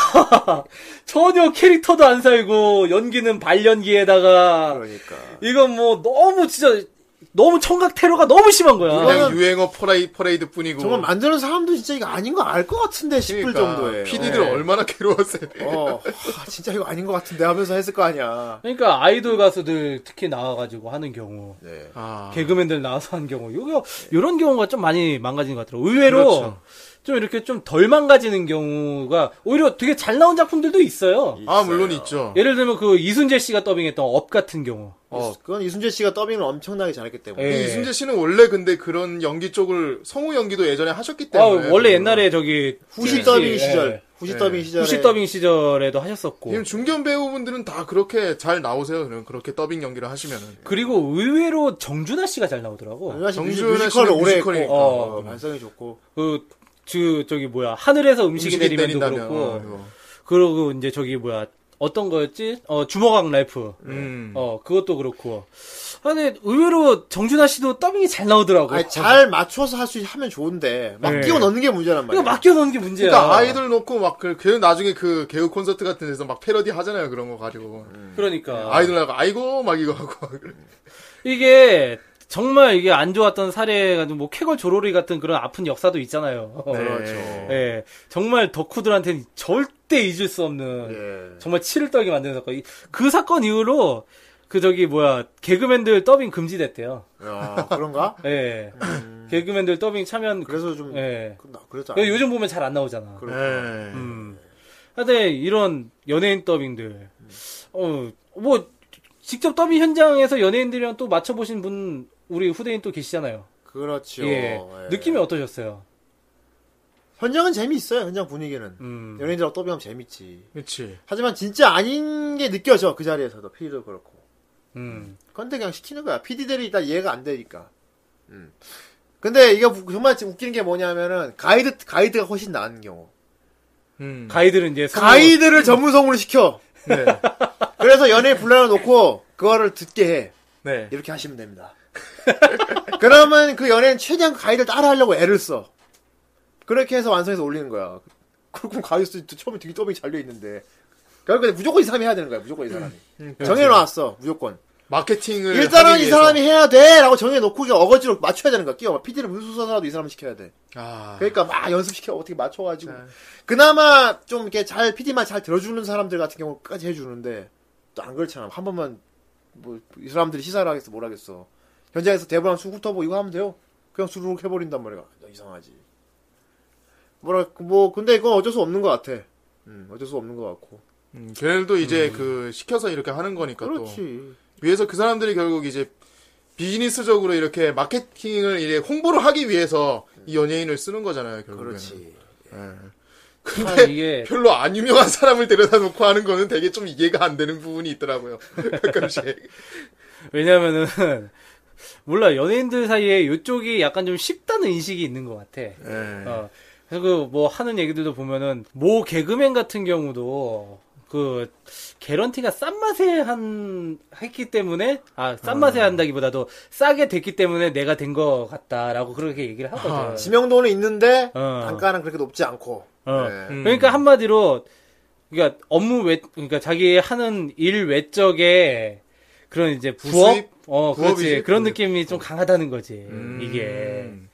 전혀 캐릭터도 안 살고 연기는 발연기에다가 그러니까. 이건 뭐 너무 진짜 너무 청각 테러가 너무 심한 거야 그냥 유행어 퍼레이, 퍼레이드 뿐이고 정말 만드는 사람도 진짜 이거 아닌 거 알 것 같은데 싶을 그러니까. 정도예요. PD들 얼마나 괴로웠어요 어, 와, 진짜 이거 아닌 것 같은데 하면서 했을 거 아니야. 그러니까 아이돌 가수들 특히 나와가지고 하는 경우 네. 아, 개그맨들 나와서 한 경우 요거 요런 경우가 좀 많이 망가지는 것 같더라고 의외로 그렇죠. 좀 이렇게 좀 덜 망가지는 경우가 오히려 되게 잘 나온 작품들도 있어요 아 물론 있죠 예를 들면 그 이순재 씨가 더빙했던 업 같은 경우 어, 그건 이순재 씨가 더빙을 엄청나게 잘했기 때문에. 예. 그 이순재 씨는 원래 근데 그런 연기 쪽을 성우 연기도 예전에 하셨기 아, 때문에 원래 옛날에 저기 후시 씨, 더빙 예. 시절, 후시 더빙 시절에 후시 더빙 시절에도 하셨었고 뭐. 지금 중견 배우분들은 다 그렇게 잘 나오세요 그냥 그렇게 더빙 연기를 하시면은 그리고 의외로 정준하 씨가 잘 아, 나오더라고 정준하 씨 뮤지- 정준하 뮤지컬을 씨는 오래 했고 뮤지컬이니까. 어, 발성이 좋고 그, 저, 저기 뭐야 하늘에서 음식이, 음식이 내리면도 내린다면, 그렇고 어, 이거. 그리고 이제 저기 뭐야 어떤 거였지 어 주먹왕 라이프 음. 어, 그것도 그렇고. 아, 근데 의외로 정준하 씨도 더빙이 잘 나오더라고. 어, 아니, 잘 맞춰서 할 수 하면 좋은데 막 예. 끼워 넣는 게 문제란 말이야. 그러니까 맡겨 넣는 게 문제야. 그러니까 아이돌 놓고 막 그, 걔 나중에 그 개그 콘서트 같은 데서 막 패러디 하잖아요 그런 거 가지고 그러니까. 아이돌 나고 아이고 막 이거 하고 이게 정말 이게 안 좋았던 사례가 좀뭐 쾌걸 조로리 같은 그런 아픈 역사도 있잖아요. 어. 네. 그렇죠. 예. 정말 덕후들한테는 절대 잊을 수 없는 네. 예. 정말 치를 떨게 만드는 사건. 이- 그 사건 이후로 그 저기 뭐야 개그맨들 더빙 금지됐대요. 야, 그런가? 예. 음. 개그맨들 더빙 참여한 그래서 좀 예. 그- 나 그래서 안- 요즘 보면 잘 안 나오잖아. 네. 음. 하여튼 이런 연예인 더빙들 어 뭐 직접 더빙 현장에서 연예인들이랑 또 맞춰보신 분 우리 후대인 또 계시잖아요. 그렇죠. 예. 예. 느낌이 어떠셨어요? 현장은 재미있어요. 현장 분위기는. 음. 연예인들하고 더빙하면 재밌지. 그렇지. 하지만 진짜 아닌 게 느껴져 그 자리에서도 피디도 그렇고. 음. 근데 그냥 시키는 거야. PD들이 일단 이해가 안 되니까. 음. 근데 이게 우- 정말 지금 웃기는 게 뭐냐면은 가이드 가이드가 훨씬 나은 경우. 음. 가이드는 이제 성우- 가이드를 전문성으로 시켜. 네. 그래서 연예인 불러를 놓고 그거를 듣게 해. 네. 이렇게 하시면 됩니다. 그러면 그 연예인 최대한 그 가이드를 따라하려고 애를 써. 그렇게 해서 완성해서 올리는 거야. 그럼 가이드 처음에 음. 되게 더빙이 잘돼 있는데. 그러니까 무조건 이 사람이 해야 되는 거야. 무조건 이 사람이. 정해놨어. 무조건. 마케팅을 일단은 하기 이 위해서. 사람이 해야 돼라고 정해놓고 그냥 어거지로 맞춰야 되는 거야. 끼워. 막 PD를 무슨 수사사라도 이 사람 시켜야 돼. 아, 네. 그러니까 막 연습시켜 어떻게 맞춰가지고 그나마 좀 이렇게 잘 PD만 잘 들어주는 사람들 같은 경우까지 해주는데 또 안 그렇잖아. 한 번만 뭐 이 사람들이 시사를 하겠어 뭘 하겠어. 현장에서 대본랑 수 훑어보고 이거 하면 돼요. 그냥 수루룩 해버린단 말이야. 야, 이상하지. 뭐라 뭐 근데 이건 어쩔 수 없는 것 같아. 음 어쩔 수 없는 것 같고. 음, 걔네들도 이제 그 시켜서 이렇게 하는 거니까 그러니까 또 그렇지. 위에서 그 사람들이 결국 이제 비즈니스적으로 이렇게 마케팅을 이제 홍보를 하기 위해서 이 연예인을 쓰는 거잖아요. 결국에는. 그렇지. 아, 이게 별로 안 유명한 사람을 데려다 놓고 하는 거는 되게 좀 이해가 안 되는 부분이 있더라고요. 가끔씩. 왜냐면은 몰라 연예인들 사이에 이쪽이 약간 좀 쉽다는 인식이 있는 것 같아. 네. 어. 그리고 뭐 하는 얘기들도 보면은 모 개그맨 같은 경우도 그 개런티가 싼 맛에 한 했기 때문에 아 싼 맛에 한다기보다도 싸게 됐기 때문에 내가 된 것 같다라고 그렇게 얘기를 하거든. 지명도는 있는데 어. 단가는 그렇게 높지 않고. 어. 네. 그러니까 한마디로 그러니까 업무 외 그러니까 자기 하는 일 외적에 그런 이제 부업 부수입? 어 그렇지 부업이지. 그런 느낌이 좀 강하다는 거지 이게 음.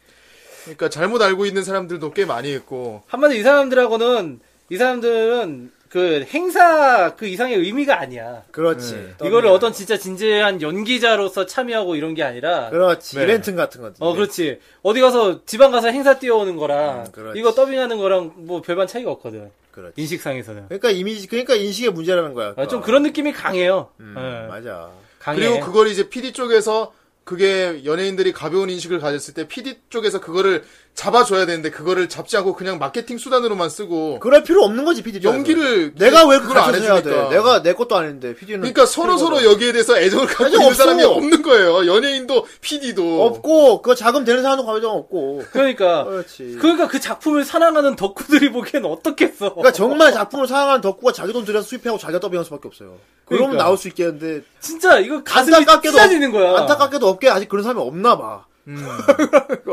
그러니까 잘못 알고 있는 사람들도 꽤 많이 있고. 한마디로 이 사람들하고는 이 사람들은 그 행사 그 이상의 의미가 아니야 그렇지. 네. 이거를 어떤 진짜 진지한 연기자로서 참여하고 이런 게 아니라 그렇지. 네. 이벤트 같은 거. 어 그렇지 어디 가서 지방 가서 행사 뛰어오는 거랑 음, 그렇지. 이거 더빙하는 거랑 뭐 별반 차이가 없거든 그렇지. 인식상에서는 그러니까 이미지, 그러니까 인식의 문제라는 거야. 아, 좀 그러니까. 그런 느낌이 강해요 음, 예. 맞아. 강해. 그리고 그걸 이제 PD 쪽에서 그게 연예인들이 가벼운 인식을 가졌을 때 PD 쪽에서 그거를 잡아줘야 되는데 그거를 잡지 않고 그냥 마케팅 수단으로만 쓰고 그럴 필요 없는 거지, PD. 가 연기를 내가 왜 그걸 그걸 안 안 해줘야 돼? 해주니까. 내가 내 것도 아닌데, PD는. 그러니까 서로 서로 여기에 대해서 애정을 갖고 애정 있는 없어. 사람이 없는 거예요. 연예인도 PD도 없고, 그거 자금 되는 사람도 감정 없고. 그러니까 그렇지. 그... 러 그러니까 그 작품을 사랑하는 덕후들이 보기엔 어떻겠어? 니까 그러니까 정말 작품을 사랑하는 덕후가 자기 돈 들여서 수입하고 자기가 더빙할 수밖에 없어요. 그러면 그러니까. 나올 수 있겠는데 진짜 이거 가슴이 안타깝게도 없- 찢어지는 거야. 안타깝게도 없게 아직 그런 사람이 없나 봐.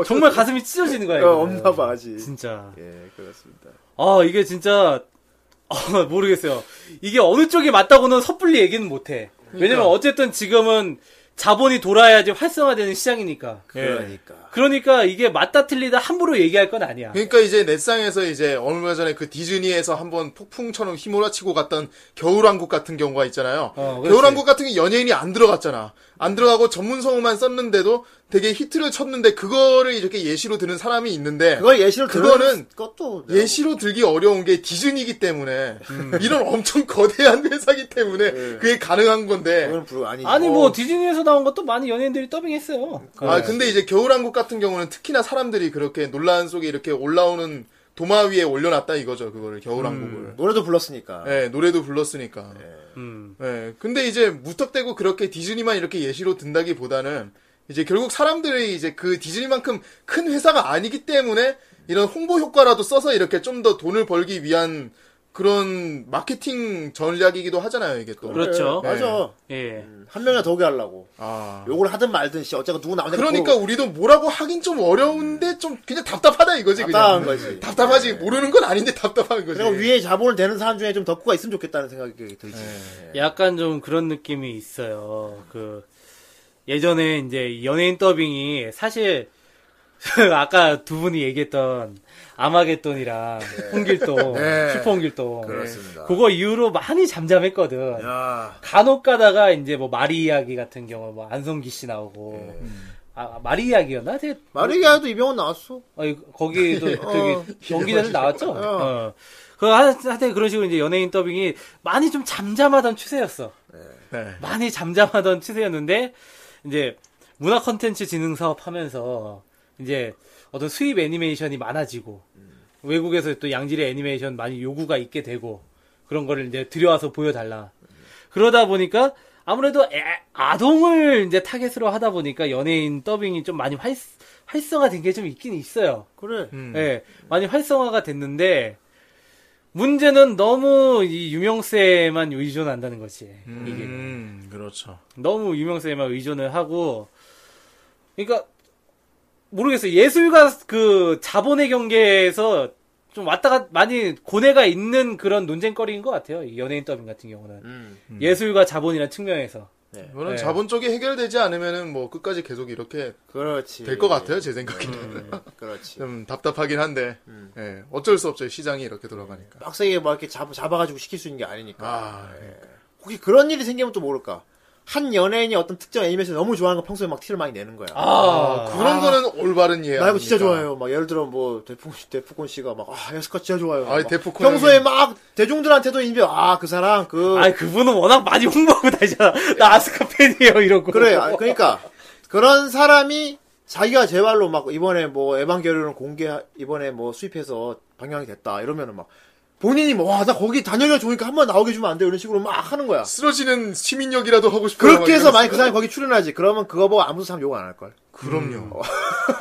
정말 가슴이 찢어지는 거야. 어, 이거는. 없나 봐 아직. 네. 진짜. 예, 그렇습니다. 아 이게 진짜 아, 모르겠어요. 이게 어느 쪽이 맞다고는 섣불리 얘기는 못해. 왜냐면 어쨌든 지금은 자본이 돌아야지 활성화되는 시장이니까. 그러니까. 그러니까 이게 맞다 틀리다 함부로 얘기할 건 아니야. 그러니까 이제 넷상에서 이제 얼마 전에 그 디즈니에서 한번 폭풍처럼 휘몰아치고 갔던 겨울왕국 같은 경우가 있잖아요. 어, 그렇지. 겨울왕국 같은 게 연예인이 안 들어갔잖아. 안 들어가고 전문 성우만 썼는데도 되게 히트를 쳤는데 그거를 이렇게 예시로 드는 사람이 있는데 그걸 예시로 그거는 들은 것도 네. 내가 네. 예시로 들기 어려운 게 디즈니이기 때문에 이런 엄청 거대한 회사기 때문에 그게 가능한 건데 그건 불 아니지. 어, 아니 뭐 디즈니에서 나온 것도 많은 연예인들이 더빙했어요. 아 근데 이제 겨울왕국 같은 경우는 특히나 사람들이 그렇게 논란 속에 이렇게 올라오는 도마 위에 올려놨다 이거죠 그거를 겨울왕국을 노래도 불렀으니까. 예, 노래도 불렀으니까. 예. 음. 근데 이제 무턱대고 그렇게 디즈니만 이렇게 예시로 든다기보다는 이제 결국 사람들이 이제 그 디즈니만큼 큰 회사가 아니기 때문에 이런 홍보 효과라도 써서 이렇게 좀 더 돈을 벌기 위한 그런 마케팅 전략이기도 하잖아요, 이게 또. 그렇죠. 예, 맞아. 예. 한 명이나 더 오게 하려고. 네. 아. 욕을 하든 말든 씨 어쨌건 누구 나오냐 그러니까 우리도 뭐라고 하긴 좀 어려운데 좀 그냥 답답하다 이거지 답답한 그냥. 거지. 네. 답답하지 모르는 건 아닌데 답답한 거지. 그리고 위에 자본을 대는 사람 중에 좀 덕후가 있으면 좋겠다는 생각이 들지. 네. 네. 약간 좀 그런 느낌이 있어요. 그 예전에 이제 연예인 더빙이 사실 아까 두 분이 얘기했던 아마겟돈이랑 홍길동, 슈퍼 홍길동 네. 그렇습니다. 그거 이후로 많이 잠잠했거든. 야, 간혹 가다가 이제 뭐 마리 이야기 같은 경우 뭐 안성기 씨 나오고 아 마리 이야기였나? 되게 네. 마리아도 이병헌 나왔어. 어, 이거 거기도 어. 되게 연기자들 나왔죠. 어. 어. 그 하- 하여튼 그런 식으로 이제 연예인 더빙이 많이 좀 잠잠하던 추세였어. 네. 많이 잠잠하던 추세였는데 이제 문화 콘텐츠 진흥 사업 하면서 이제 어떤 수입 애니메이션이 많아지고 외국에서 또 양질의 애니메이션 많이 요구가 있게 되고 그런 거를 이제 들여와서 보여달라. 그러다 보니까 아무래도 애- 아동을 이제 타겟으로 하다 보니까 연예인 더빙이 좀 많이 활, 활성화된 게 좀 있긴 있어요. 그래. 음. 예, 많이 활성화가 됐는데 문제는 너무 이 유명세에만 의존한다는 거지. 이게. 음, 그렇죠. 너무 유명세에만 의존을 하고, 그러니까 모르겠어. 요 예술가 그 자본의 경계에서 좀 왔다가 많이 고뇌가 음. 음. 있는 그런 논쟁거리인 것 같아요. 이 연예인 더빙 같은 경우는 예술과 자본이라는 측면에서 이거는 네. 자본 쪽이 해결되지 않으면은 뭐 끝까지 계속 이렇게 그렇지. 될 것 같아요 제 생각에는 그렇지. 좀 답답하긴 한데 음. 예, 어쩔 수 없죠 시장이 이렇게 돌아가니까 빡세게 막 이렇게 잡, 잡아가지고 시킬 수 있는 게 아니니까. 아 혹시 그런 일이 생기면 또 모를까. 한 연예인이 어떤 특정 애니메이션 너무 좋아하는 거 평소에 막 티를 많이 내는 거야. 아, 그런 거는 올바른 이해 나 이거 진짜 예, 아닙니까? 좋아해요. 막 예를 들어 뭐 데프콘 씨, 데프콘 씨가 막 아, 여스카 진짜 좋아요. 아이, 막 데프콘 평소에 형님. 막 대중들한테도 인비 아그 사람 그 아 그분은 워낙 많이 홍보하고 다니잖아. 나 아스카 팬이에요 이러고. 그래. 아, 그러니까 그런 사람이 자기가 제발로 막 이번에 뭐 에반게리온 공개 이번에 뭐 수입해서 방영이 됐다 이러면은 막 본인이 뭐 와 나 거기 단열이가 좋으니까 한 번 나오게 주면 안 돼 이런 식으로 막 하는 거야. 쓰러지는 시민력이라도 하고 싶어요 그렇게 해서 만약 그 냥 사람이 거기 출연하지 그러면 그거 보고 아무도 사람 욕 안 할 걸. 음. 그럼요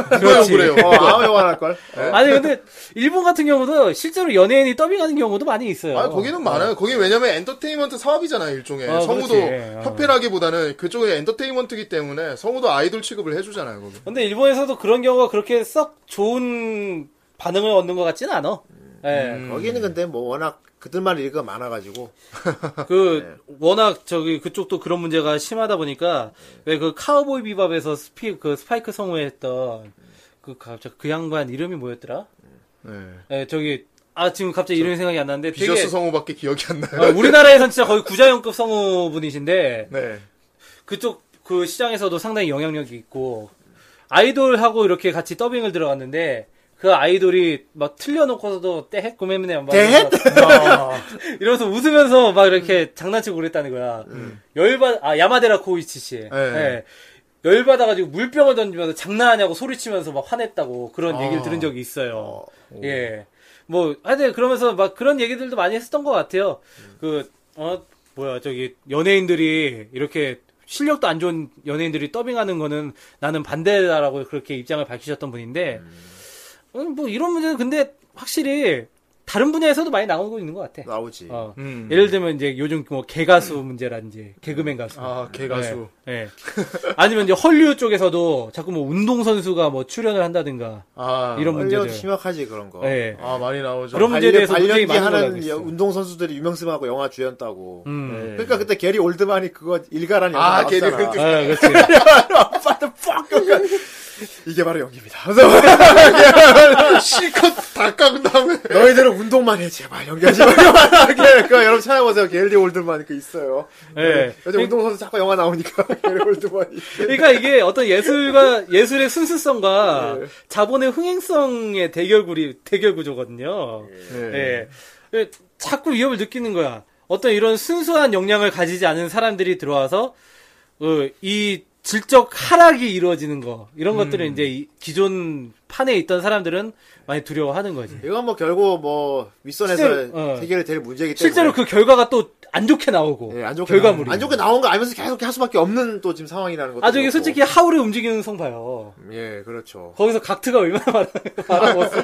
누가 그렇지. 욕을 어, 해요 아무 욕 안 할 걸. 아니 근데 일본 같은 경우도 실제로 연예인이 더빙하는 경우도 많이 있어요. 아 거기는 많아요 거기 왜냐면 엔터테인먼트 사업이잖아요 일종의 아, 성우도 그렇지. 어. 협회라기보다는 그쪽에 엔터테인먼트이기 때문에 성우도 아이돌 취급을 해주잖아요 거기 근데 일본에서도 그런 경우가 그렇게 썩 좋은 반응을 얻는 것 같지는 않아. 음. 예. 네. 거기는 근데 뭐 워낙 그들만 일가 많아가지고 그 네. 워낙 저기 그쪽도 그런 문제가 심하다 보니까 왜 그 카우보이 비밥에서 스피 그 스파이크 성우했던 그 갑자기 그 양반 이름이 뭐였더라? 네. 예, 저기 아 지금 갑자기 이름이 생각이 안 나는데 되게 비저스 성우밖에 기억이 안 나요 어, 우리나라에선 진짜 거의 구자연급 성우분이신데 네. 그쪽 그 시장에서도 상당히 영향력이 있고 아이돌하고 이렇게 같이 더빙을 들어갔는데 그 아이돌이 막 틀려놓고서도 대헷 고매미네 대헷 이러면서 웃으면서 막 이렇게 장난치고 그랬다는 거야 열받 아 야마데라 코이치 씨 예. 열받아가지고 물병을 던지면서 장난하냐고 소리치면서 막 화냈다고 그런 아. 얘기를 들은 적이 있어요 예. 뭐, 하여튼 그러면서 막 그런 얘기들도 많이 했었던 것 같아요. 음. 그, 어, 뭐야, 저기, 연예인들이 이렇게 실력도 안 좋은 연예인들이 더빙하는 거는 나는 반대다라고 그렇게 입장을 밝히셨던 분인데, 음, 뭐 이런 문제는 근데 확실히 다른 분야에서도 많이 나오고 있는 것 같아. 나오지. 어. 음. 예를 들면 이제 요즘 뭐 개가수 문제라든지 개그맨 가수. 아, 개가수. 예. 예. 아니면 이제 헐리우드 쪽에서도 자꾸 뭐 운동선수가 뭐 출연을 한다든가 아, 이런 원래 문제들. 심각하지 그런 거. 예. 아, 많이 나오죠. 그런 문제에 대해서 굉장히 관련기 많은 걸 알고 하는 있어. 운동 선수들이 유명세하고 영화 주연 따고. 음. 네. 그러니까 그때 게리 올드만이 그거 일가라는 영화 아, 게리 나왔잖아. 올드만. 아, 그렇지. 빠다 빡. 그러니까 이게 바로 연기입니다. 그래서 실컷 다 까고 다음에. 너희들은 운동만 해 제발 연기하지 말고. 그러니까 여러분 찾아보세요. 게리 올드만 그 있어요. 예. 요즘 운동 선수 자꾸 영화 나오니까 게리 올드만이. 그러니까 이게 어떤 예술과 예술의 순수성과 네. 자본의 흥행성의 대결구리 대결 구조거든요. 네. 예. 예, 자꾸 위협을 느끼는 거야. 어떤 이런 순수한 역량을 가지지 않은 사람들이 들어와서 어, 이 질적 하락이 이루어지는 거 이런 것들을 음. 이제 이 기존 판에 있던 사람들은 많이 두려워하는 거지. 이건 뭐 결국 뭐 윗선에서 실제로, 어. 해결이 될 문제이기 때문에. 실제로 그 결과가 또 안 좋게 나오고 뭐 예, 네. 안 좋게 결과물이. 나온, 안 좋게 나온 거 알면서 계속 할 수밖에 없는 또 지금 상황이라는 거. 아 저기 솔직히 하울이 움직이는 성 봐요. 예 그렇죠. 거기서 각트가 얼마나 많아서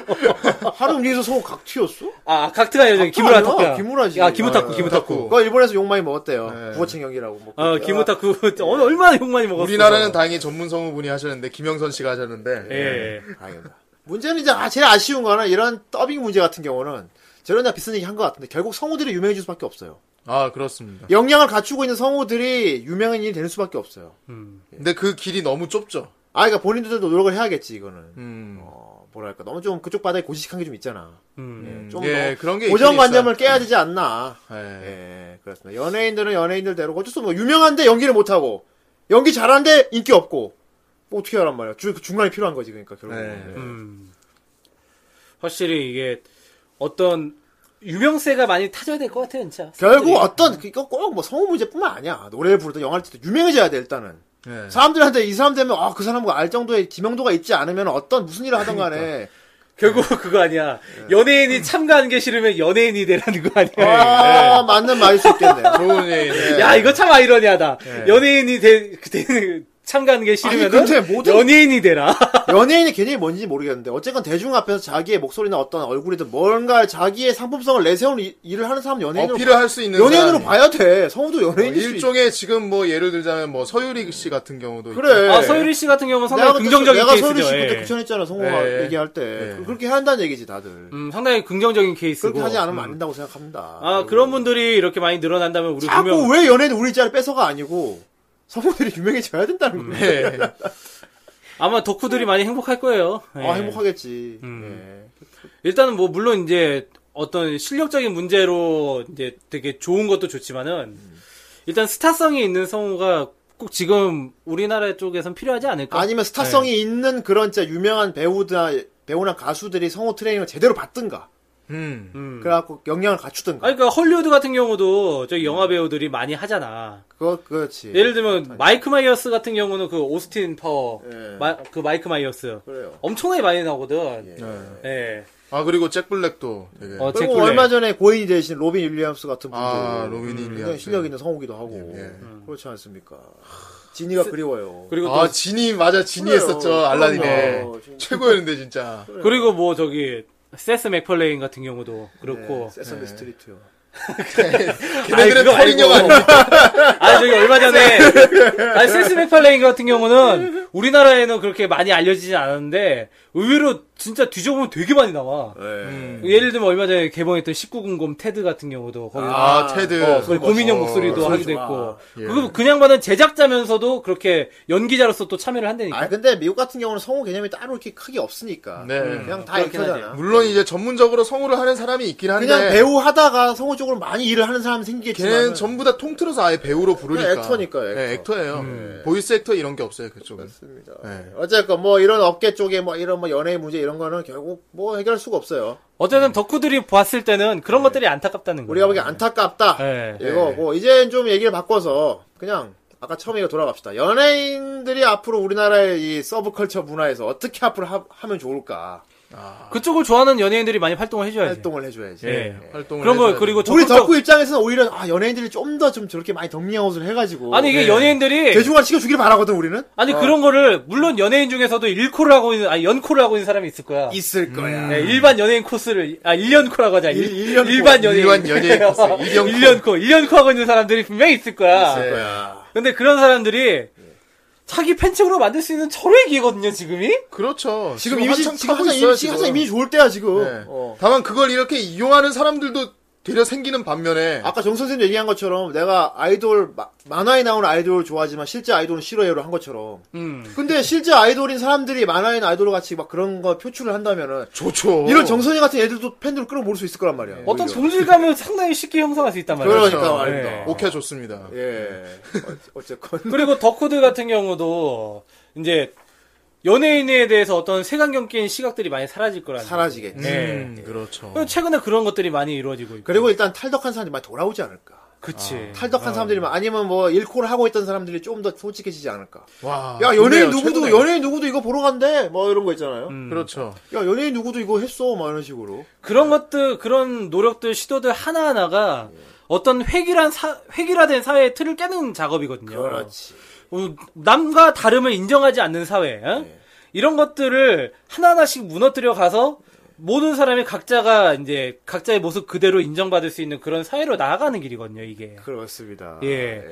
하루 움직여서 소각 튀었어? 아, 각트가 아니라 저기 각트가 기무라 아니라 탁구야. 기무라지. 아, 기무탁구, 아, 기무탁구. 그거 일본에서 욕 많이 먹었대요. 네. 국어책 연기라고. 뭐 어, 그때. 기무탁구. 오늘 얼마나 욕 많이 먹었어. 우리나라는 다행히 전문 성우분이 하셨는데, 김영선 씨가 하셨는데. 예. 아, 알겠다. 문제는 이제 아, 제일 아쉬운 거는 이런 더빙 문제 같은 경우는 저런 다 비슷한 얘기 한 것 같은데 결국 성우들이 유명해질 수밖에 없어요. 아, 그렇습니다. 역량을 갖추고 있는 성우들이 유명인이 될 수밖에 없어요. 음, 예. 근데 그 길이 너무 좁죠. 아, 그러니까 본인들도 노력을 해야겠지 이거는. 음. 어, 뭐랄까 너무 좀 그쪽 바닥에 고지식한 게 좀 있잖아. 음. 예, 좀 예, 더 그런 게 고정관념을 있긴 깨야 되지 않나. 있어요. 예. 예, 그렇습니다. 연예인들은 연예인들대로 어쩔 수 없고 유명한데 연기를 못하고 연기 잘하는데 인기 없고 뭐 어떻게 하란 말이야. 주, 그 중간이 필요한 거지 그러니까 결국. 네. 은 음. 확실히 이게 어떤 유명세가 많이 타져야 될 것 같아요, 진짜. 결국 어떤 이거 꼭 뭐 성우 문제뿐만 아니야. 노래를 부르든 영화를 찍든 유명해져야 돼 일단은. 예. 사람들한테 이 사람 되면 아 그 사람과 알 정도의 기명도가 있지 않으면 어떤 무슨 일을 하던 간에 결국 그거 아니야. 연예인이 참가하는 게 싫으면 연예인이 되라는 거 그러니까. 아니야. 예, 아 맞는 말일 수 있겠네요. 좋은 예. 예. 네. 야, 이거 참 아이러니하다. 연예인이 되, 되- 참가하는 게 싫으면 근데 모든- 연예인이 되라. 연예인이 개념이 뭔지 모르겠는데 어쨌건 대중 앞에서 자기의 목소리나 어떤 얼굴이든 뭔가 자기의 상품성을 내세우는 이- 일을 하는 사람 연예인으로 어필을 할 수 있는. 연예인으로 사람이. 봐야 돼. 성우도 어, 연예인일 수 있- 일종의 지금 뭐 예를 들자면 뭐 서유리 씨 같은 경우도. 그래. 아, 서유리 씨 같은 경우는 상당히 긍정적인 네. 내가 케이스죠. 서유리 씨 그때 예. 극찬했잖아 성우가 예. 얘기할 때 예. 그렇게 한다는 얘기지 다들 음, 상당히 긍정적인 케이스고. 아, 그렇게 하지 않으면 음. 안 된다고 생각합니다. 아, 그런 분들이 이렇게 많이 늘어난다면 우리 자꾸 분명 왜 연예인 우리 자리 뺏어가 아니고 성우들이 유명해져야 음, 된다는 거예요. 네. 아마 덕후들이 많이 행복할 거예요. 예. 아 행복하겠지. 음. 예. 일단은 뭐 물론 이제 어떤 실력적인 문제로 이제 되게 좋은 것도 좋지만은 음. 일단 스타성이 있는 성우가 꼭 지금 우리나라 쪽에선 필요하지 않을까? 예. 아니면 스타성이 있는 그런 진짜 유명한 배우나 배우나 가수들이 성우 트레이닝을 제대로 받든가. 음. 음. 그래갖고 역량을 갖추든가. 아니, 그러니까 헐리우드 같은 경우도 저기 영화 배우들이 많이 하잖아. 그거 그렇지. 예를 들면 마이크 마이어스 같은 경우는 그 오스틴 파워, 예. 마- 그 마이크 마이어스 그래요. 엄청나게 많이 나오거든. 네. 예. 아 그리고 잭 블랙도 되게 어, 그리고 잭 블랙. 얼마 전에 고인이 되신 로빈 윌리엄스 같은 분도 아, 로빈 윌리엄스. 실력 있는 성우기도 하고 음. 예. 그렇지 않습니까? 지니가 그리워요. 그리고 또 아 진이 맞아 진이 그래요. 했었죠 알라님의 그럼요. 진짜. 최고였는데 진짜 그리고 뭐 저기 세스 맥펄레인 같은 경우도 그렇고 네, 세선드 예. 스트리트요. 걔네들은 그거 털인 영화 아니고. 아닙니까? 아 저기 얼마 전에 아니 세스 맥팔레인 같은 경우는 우리나라에는 그렇게 많이 알려지진 않았는데 의외로 진짜 뒤져보면 되게 많이 나와. 음. 예를 들면 얼마 전에 개봉했던 19금곰 테드 같은 경우도 거기 아 테드 어, 거기 고민형 어, 목소리도 목소리 하기도 좋아. 했고 예. 그거 그냥 받은 제작자면서도 그렇게 연기자로서 또 참여를 한다니까. 아 근데 미국 같은 경우는 성우 개념이 따로 이렇게 크게 없으니까 음. 음, 네. 그냥 다 이렇게 그렇긴 하잖아. 물론 이제 전문적으로 성우를 하는 사람이 있긴 한데 그냥 배우 하다가 성우 쪽으로 많이 일을 하는 사람 이 걔는 생기겠지만 전부 다 통틀어서 아예 배우로 부르니까 그냥 액터니까요, 액터. 음. 네, 액터예요 보이스 액터 이런 게 없어요 그쪽은 맞습니다. 네. 어쨌건 뭐 이런 업계 쪽에 뭐 이런 뭐 연예인 문제 이런 거는 결국 뭐 해결할 수가 없어요. 어쨌든 덕후들이 봤을 때는 그런 것들이 안타깝다는 거예요. 우리가 보기 안타깝다. 예. 이거고 이제 좀 얘기를 바꿔서 그냥 아까 처음에 이거 돌아갑시다. 연예인들이 앞으로 우리나라의 이 서브컬처 문화에서 어떻게 앞으로 하, 면 좋을까 그쪽을 좋아하는 연예인들이 많이 활동을 해줘야지. 활동을 해줘야지. 예. 활동을 그런 거 해줘야 그리고 우리 적극적- 덕후 입장에서는 오히려 아 연예인들이 좀 더 좀 저렇게 많이 덕리한 옷을 해가지고 아니 이게 연예인들이 대중화 시켜주길 바라거든 우리는 아니 그런 거를 물론 연예인 중에서도 일코를 하고 있는 아니 연코를 하고 있는 사람이 있을 거야. 있을 거야. 네, 일반 연예인 코스를 아 1년코라고 하자. 일- 일련코. 반 연예인 일반 연예인 코스, 일련코. 1년코. 1년코 하고 있는 사람들이 분명히 있을 거야. 네. 거야. 근데 그런 사람들이 자기 팬층으로 만들 수 있는 철의 기회거든요, 지금이. 그렇죠 지금 이미지 한창 지금 타고 한창 있어요, 이미지 지금 한창 이미지 좋을 때야 지금. 네. 어. 다만 그걸 이렇게 이용하는 사람들도 되려 생기는 반면에 아까 정 선생님 얘기한 것처럼 내가 아이돌 마- 만화에 나오는 아이돌 좋아하지만 실제 아이돌은 싫어해로 한 것처럼. 음. 근데 실제 아이돌인 사람들이 만화인 아이돌 같이 막 그런 거 표출을 한다면은 좋죠 이런 정선이 같은 애들도 팬들을 끌어모을 수 있을 거란 네. 말이야. 어떤 오히려. 동질감을 상당히 쉽게 형성할 수 있단 말이야. 그러니까 그렇죠. 말입니다. 네. 오케이 좋습니다 예. 음. 어- 어쨌건 그리고 덕후들 같은 경우도 이제 연예인에 대해서 어떤 색안경 낀 시각들이 많이 사라질 거라는. 사라지겠지. 네. 음, 그렇죠 거예요. 최근에 그런 것들이 많이 이루어지고 있고. 그리고 일단 탈덕한 사람들이 많이 돌아오지 않을까. 네. 그치. 탈덕한 사람들이 많- 아니면 뭐 일코를 하고 있던 사람들이 좀 더 솔직해지지 않을까. 와 야 연예인 좋네요, 누구도 최고네요. 연예인 누구도 이거 보러 간대. 뭐 이런 거 있잖아요. 음. 그렇죠 야 연예인 누구도 이거 했어. 막 이런 식으로. 그런 것들, 그런 노력들, 시도들 하나하나가 예. 어떤 획일한 사, 획일화된 사회의 틀을 깨는 작업이거든요. 그렇죠. 어, 남과 다름을 인정하지 않는 사회. 어? 이런 것들을 하나하나씩 무너뜨려 가서 모든 사람이 각자가 이제 각자의 모습 그대로 인정받을 수 있는 그런 사회로 나아가는 길이거든요, 이게. 그렇습니다. 예.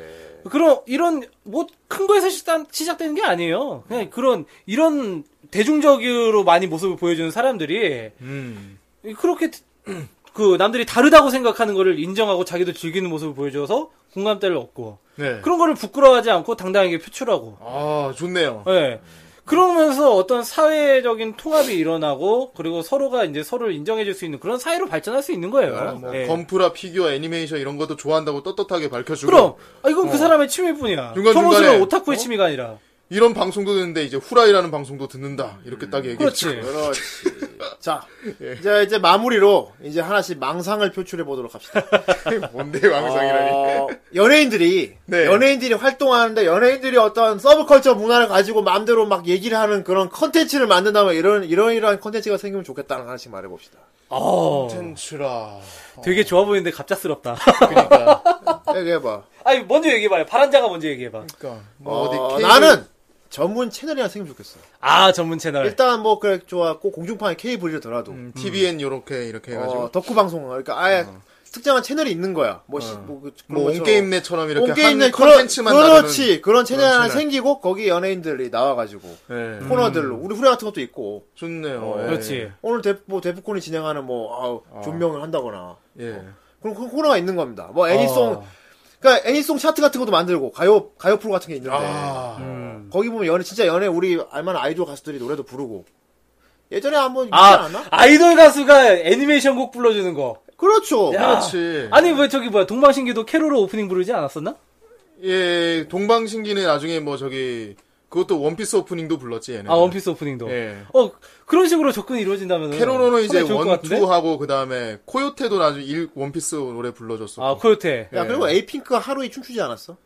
그런 이런 뭐 큰 거에서 시작, 시작되는 게 아니에요. 그냥 그런 이런 대중적으로 많이 모습을 보여주는 사람들이 음. 그렇게 그 남들이 다르다고 생각하는 거를 인정하고 자기도 즐기는 모습을 보여줘서 공감대를 얻고 네. 그런 거를 부끄러워하지 않고 당당하게 표출하고 아 좋네요 예 그러면서 어떤 사회적인 통합이 일어나고 그리고 서로가 이제 서로를 인정해줄 수 있는 그런 사회로 발전할 수 있는 거예요. 뭐 예. 건프라 피규어 애니메이션 이런 것도 좋아한다고 떳떳하게 밝혀주고 그럼 아, 이건 그 사람의 취미뿐이야. 어. 중간중간에- 어? 정우수는 오타쿠의 취미가 아니라 이런 방송도 듣는데 이제 후라이라는 방송도 듣는다 이렇게 딱 얘기했죠 그렇지. 그렇지. 네. 자, 예. 이제 이제 마무리로 이제 하나씩 망상을 표출해 보도록 합시다. 뭔데 왕상이라니 어, 연예인들이 네. 연예인들이 활동하는데 연예인들이 어떤 서브컬처 문화를 가지고 마음대로 막 얘기를 하는 그런 컨텐츠를 만든다면 이런 이런 이런 컨텐츠가 생기면 좋겠다는 하나씩 말해 봅시다. 어, 텐츄라 되게 좋아 보이는데 갑작스럽다. 그러니까 얘기해 네, 봐. 아니 먼저 얘기해봐요. 파란자가 먼저 얘기해봐. 그러니까 뭐 어, 디 나는 전문 채널이 하나 생기면 좋겠어. 아 전문 네. 채널. 일단 뭐 그래 좋았고 공중파의 케이블이더라도 TVN 음, 요렇게 이렇게 해가지고 어. 어, 덕후 방송 그러니까 아예 특정한 채널이 있는 거야. 뭐, 시- 뭐, 그- 그런 뭐 것처럼. 온게임넷처럼 이렇게 온게임넷 한 그런- 컨텐츠만 그렇지 그런 채널 그런 하나 채널. 생기고 거기 연예인들이 나와가지고 나누는 네. 코너들로 우리 후레 같은 것도 있고 좋네요 음. 어, 예. 그렇지. 오늘 대, 뭐 데프콘이 어. 진행하는 뭐 아우, 존명을 한다거나 예. 그런 그 코너가 있는 겁니다. 뭐 애니송 어. 그러니까 애니송 차트 같은 것도 만들고 가요 가요 프로 같은 게 있는데 아, 거기 보면 연애 진짜 연애 우리 알만한 아이돌 가수들이 노래도 부르고 예전에 한번 있지 아, 않았나? 아이돌 가수가 애니메이션 곡 불러주는 거. 그렇죠. 그렇지. 아니, 왜 저기 뭐야, 동방신기도 캐롤로 오프닝 부르지 않았었나? 예, 동방신기는 나중에 뭐 저기 그것도 원피스 오프닝도 불렀지 얘는. 아, 원피스 오프닝도. 네. 예. 어, 그런 식으로 접근이 이루어진다면. 캐로로는 이제 같은데? 원투하고 그 다음에 코요테도 나중에 일 원피스 노래 불러줬었고. 아, 코요테. 예. 야 그리고 에이핑크가 하루에 춤추지 않았어?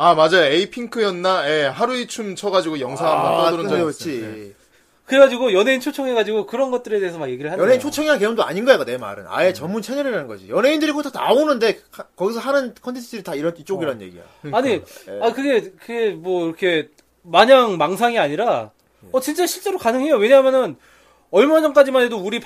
아 맞아요 에이핑크였나 예 하루이 춤 쳐가지고 영상 아, 한번 아, 떠드는 적 그렇지. 있어요 예. 그래가지고 연예인 초청해가지고 그런 것들에 대해서 막 얘기를 하는 연예인 거예요. 초청이나 개념도 아닌 거야, 내 말은. 아예 전문 채널이라는 거지. 연예인들이 거기서 다 나오는데, 가- 거기서 하는 컨텐츠들이 다 이런, 이쪽이란 얘기야. 아니, 예. 아, 그게, 그게 뭐, 이렇게, 마냥 망상이 아니라, 어, 진짜 실제로 가능해요. 왜냐하면은, 얼마 전까지만 해도 우리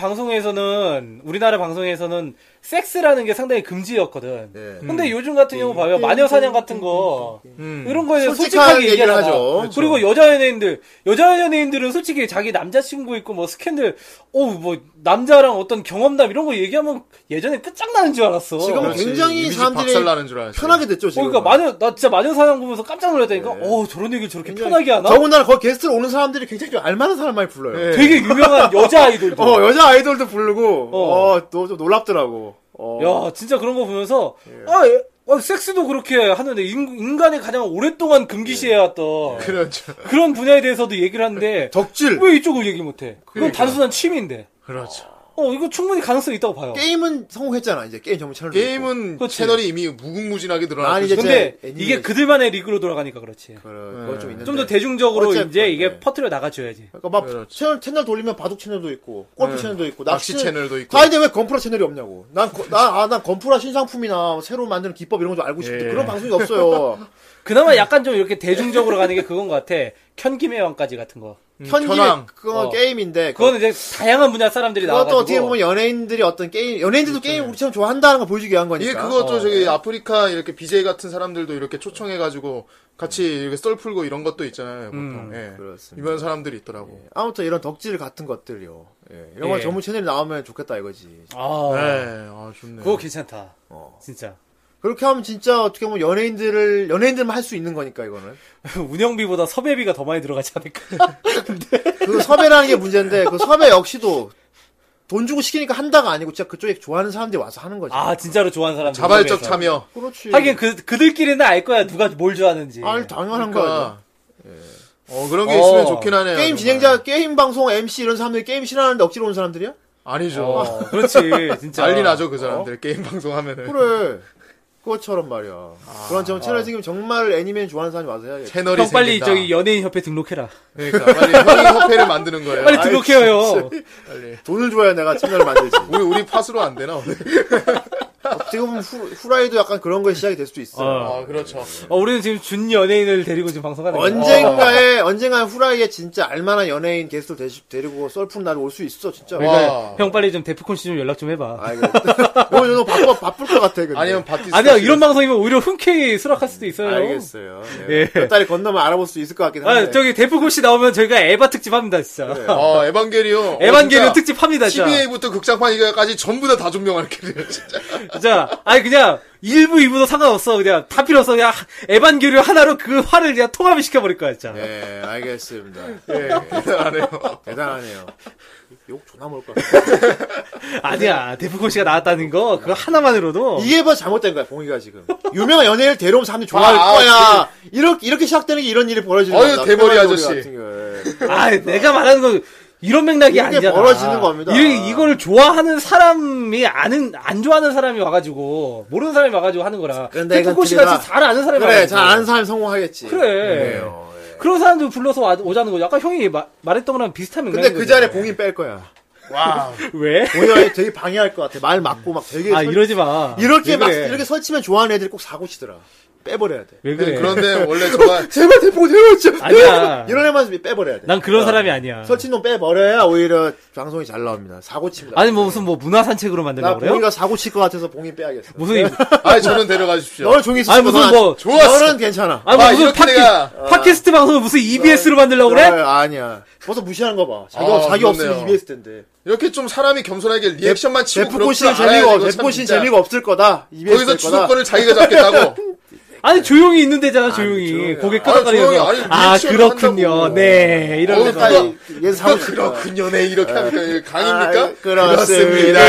방송에서는, 우리나라 방송에서는, 섹스라는 게 상당히 금지였거든. 네. 근데 요즘 같은 경우 봐요. 마녀사냥 같은 거, 음. 이런 거에 대해서 솔직하게 솔직하게 얘기를 얘기하잖아. 하죠. 그 그렇죠. 리고 여자 연예인들, 여자 연예인들은 솔직히 자기 남자친구 있고 뭐 스캔들, 어우, 뭐, 남자랑 어떤 경험담 이런 거 얘기하면 예전에 끝장나는 줄 알았어. 지금은 그렇지. 굉장히 이미지 사람들이 박살나는 줄 알았어요 편하게 됐죠, 어, 지금. 네. 그러니까 마녀 나 진짜 마녀사냥 보면서 깜짝 놀랐다니까. 어 저런 얘기를 저렇게 편하게 하나? 네. 더군다나 거기 게스트로 오는 사람들이 굉장히 좀 알만한 사람 많이 불러요. 예. 되게 유명한 여자 아이돌들. 네. 어, 여자 아이돌도 부르고, 어. 어, 또 좀 놀랍더라고. 어. 야 진짜 그런 거 보면서 아, 예, 아, 섹스도 그렇게 하는데 인, 인간의 가장 오랫동안 금기시해왔던 네. 그렇죠 그런 분야에 대해서도 얘기를 하는데 덕질! 왜 이쪽을 얘기 못해? 그건 단순한 취미인데. 그렇죠 어 이거 충분히 가능성이 있다고 봐요. 게임은 성공했잖아, 이제. 게임 전문 채널. 게임은 그렇지. 채널이 이미 무궁무진하게 네. 아니, 늘어났죠 이제 근데 애니메이션. 이게 그들만의 리그로 돌아가니까 그렇지. 그거 좀 있는데. 좀 더 대중적으로 어쨌든, 이제 이게 네. 퍼뜨려 나가줘야지. 그러니까 막 그렇지. 네. 채널, 채널 돌리면 바둑 채널도 있고, 골프 채널도 있고, 낚시 채널도 있고. 아, 근데 왜 건프라 채널이 없냐고. 난, 거- 나, 아, 난 건프라 신상품이나 새로 만드는 기법 이런 거 좀 알고 싶은데, 예. 그런 방송이 없어요. 그나마 약간 좀 이렇게 대중적으로 가는 게 그건 것 같아. 현김의 왕까지 같은 거. 음, 현기는 현황. 그건 어. 게임인데 그거는 이제 다양한 분야 사람들이 것도 나와가지고. 네, 어떻게 보면 연예인들이 어떤 게임 연예인들도 게임 우리처럼 좋아한다는 걸 보여주기 위한 거니까 이게 예, 그것도 어, 저기 아프리카 이렇게 BJ 같은 사람들도 이렇게 초청해가지고 같이 이렇게 썰 풀고 이런 것도 있잖아요 보통 예. 네, 그렇습니다. 예. 이런 사람들이 있더라고 아무튼 이런 덕질 같은 것들요 예, 이런 거 예. 전문 채널이 나오면 좋겠다 이거지 아, 네, 아 좋네 그거 괜찮다. 어. 진짜. 그렇게 하면 진짜 어떻게 보면 연예인들을 연예인들만 할 수 있는 거니까 이거는 운영비보다 섭외비가 더 많이 들어가지 않을까. 그 섭외라는 게 문제인데 그 섭외 역시도 돈 주고 시키니까 한다가 아니고 진짜 그쪽에 좋아하는 사람들이 와서 하는 거지 아, 진짜로 좋아하는 사람. 자발적 참여 그렇지 하긴 그, 그들끼리는 알 거야. 누가 뭘 좋아하는지. 아니 당연한 거야 그러니까 어 그런 게 어. 있으면 좋긴 하네요 게임 정말. 진행자 게임 방송 MC 이런 사람들이 게임 싫어하는데 억지로 온 사람들이야 아니죠 어, 그렇지. 진짜. 난리 나죠 그 사람들 게임 방송 하면은 그래. 그것처럼 말이야. 그런 점 아. 채널 생기면 정말 애니메이션 좋아하는 사람이 와서 해야겠다. 채널이 형 빨리 생긴다. 저기 연예인 협회 등록해라. 그러니까 빨리 형이 협회를 만드는 거예요. 빨리 네, 아이, 등록해요. 돈을 줘야 내가 채널을 만들지. 우리 우리 팟으로 안 되나? 오늘? 어떻게 보면 후, 후라이도 약간 그런 거에 시작이 될 수도 있어. 요 아 그렇죠. 어, 우리는 지금 준 연예인을 데리고 지금 방송하는 거야. 언젠가에 언젠가 후라이에 진짜 알만한 연예인 게스트 를 데리고 썰풀 날이 올 수 있어 진짜. 그러니까 와. 형 빨리 좀 데프콘 씨 좀 연락 좀 해봐. 아이고. 오늘 너무 바빠 바쁠 것 같아. 근데. 아니면 바티스타. 아니야 이런 방송이면 오히려 흔쾌히 수락할 수도 있어요. 알겠어요. 예. 예. 몇 달이 건너면 알아볼 수 있을 것 같긴 한데. 아 저기 데프콘 씨 나오면 저희가 에바 특집 합니다 진짜. 아 에반게리온. 에반게리온 특집 합니다 진짜. TVA부터 극장판 이거까지 전부 다 다 존명할 게요 진짜. 진짜 아니 그냥 1부 2부도 상관없어 그냥 다 필요 없어 그냥 에반게리온 하나로 그 화를 그냥 통합을 시켜버릴 거야 진짜. 네. 예, 알겠습니다. 예. 대단하네요. 대단하네요. 욕 존나 먹을 것 같아. 아니야 데프콘 씨가 나왔다는 거 그거 하나만으로도 이게 뭐 잘못된 거야, 봉이가 지금. 유명한 연예인을 데려오면 사람들이 좋아할 아, 거야. 이렇게, 이렇게 시작되는 게 이런 일이 벌어지는 어휴, 거야. 대머리 편한 아저씨. 요리 같은 거. 아 내가 말하는 건 이런 맥락이 이렇게 아니잖아. 벌어지는 겁니다. 이, 이거를 좋아하는 사람이 아는 안 좋아하는 사람이 와가지고 모르는 사람이 와가지고 하는 거라. 근데 이건 데프콘 씨 둘이다. 같이 잘 아는 사람이 그래, 와가지고. 잘 아는 사람이 성공하겠지. 그래. 그래요, 예. 그런 사람들 불러서 와- 오자는 거죠. 아까 형이 마- 말했던 거랑 비슷한 맥락인 근데 그 거죠. 자리에 봉이 뺄 거야. 와. 왜? 봉이가 되게 방해할 것 같아. 말 맞고 막 되게. 아 설- 이러지 마. 이렇게 왜 막, 그래? 이렇게 네, 설치면 좋아하는 애들이 꼭 사고 치더라. 빼버려야 돼. 왜 그래? 네, 그런데 원래 저가 제발 대포 제발 진짜. 아니야. 이런 애만 빼버려야 돼. 난 그런 사람이 아니야. 설치놈 빼버려야 오히려 방송이 잘 나옵니다. 사고 칩니다. 아니 뭐 무슨 뭐 문화 산책으로 만들려고 나 그래요? 봉이가 사고 칠 것 같아서 봉이 빼야겠어. 무슨 이- 아 저는 데려가 주십시오. 너는 종이 쓰고 아니, 무슨 뭐- 좋았어. 너는 괜찮아. 아니 뭐 아, 무슨 이렇게 팟캐, 내가- 팟캐스트 방송을 무슨 어. E EBS로 만들려고 그래? 아, 아니야. 벌써 무시하는 거 봐. 자기, 아, 자기 그렇네요. 없으면 EBS 텐데. 이렇게 좀 사람이 겸손하게 리액션만 치고 데프콘 씨는 재미가 없, 데프콘 씨는 재미가 없을 거다. EBS 거기서 될 거다. 주도권을 자기가 잡겠다고. 아니 조용히 있는 데잖아 조용히, 조용히. 고개 아니, 끄덕거리면서 조용히, 아니, 아 리액션을 그렇군요 한다고. 네 이런 어, 데서 그러니까 얘 그 사고 그렇군요네 이렇게 하니까 이게 강입니까? 아, 그렇습니다.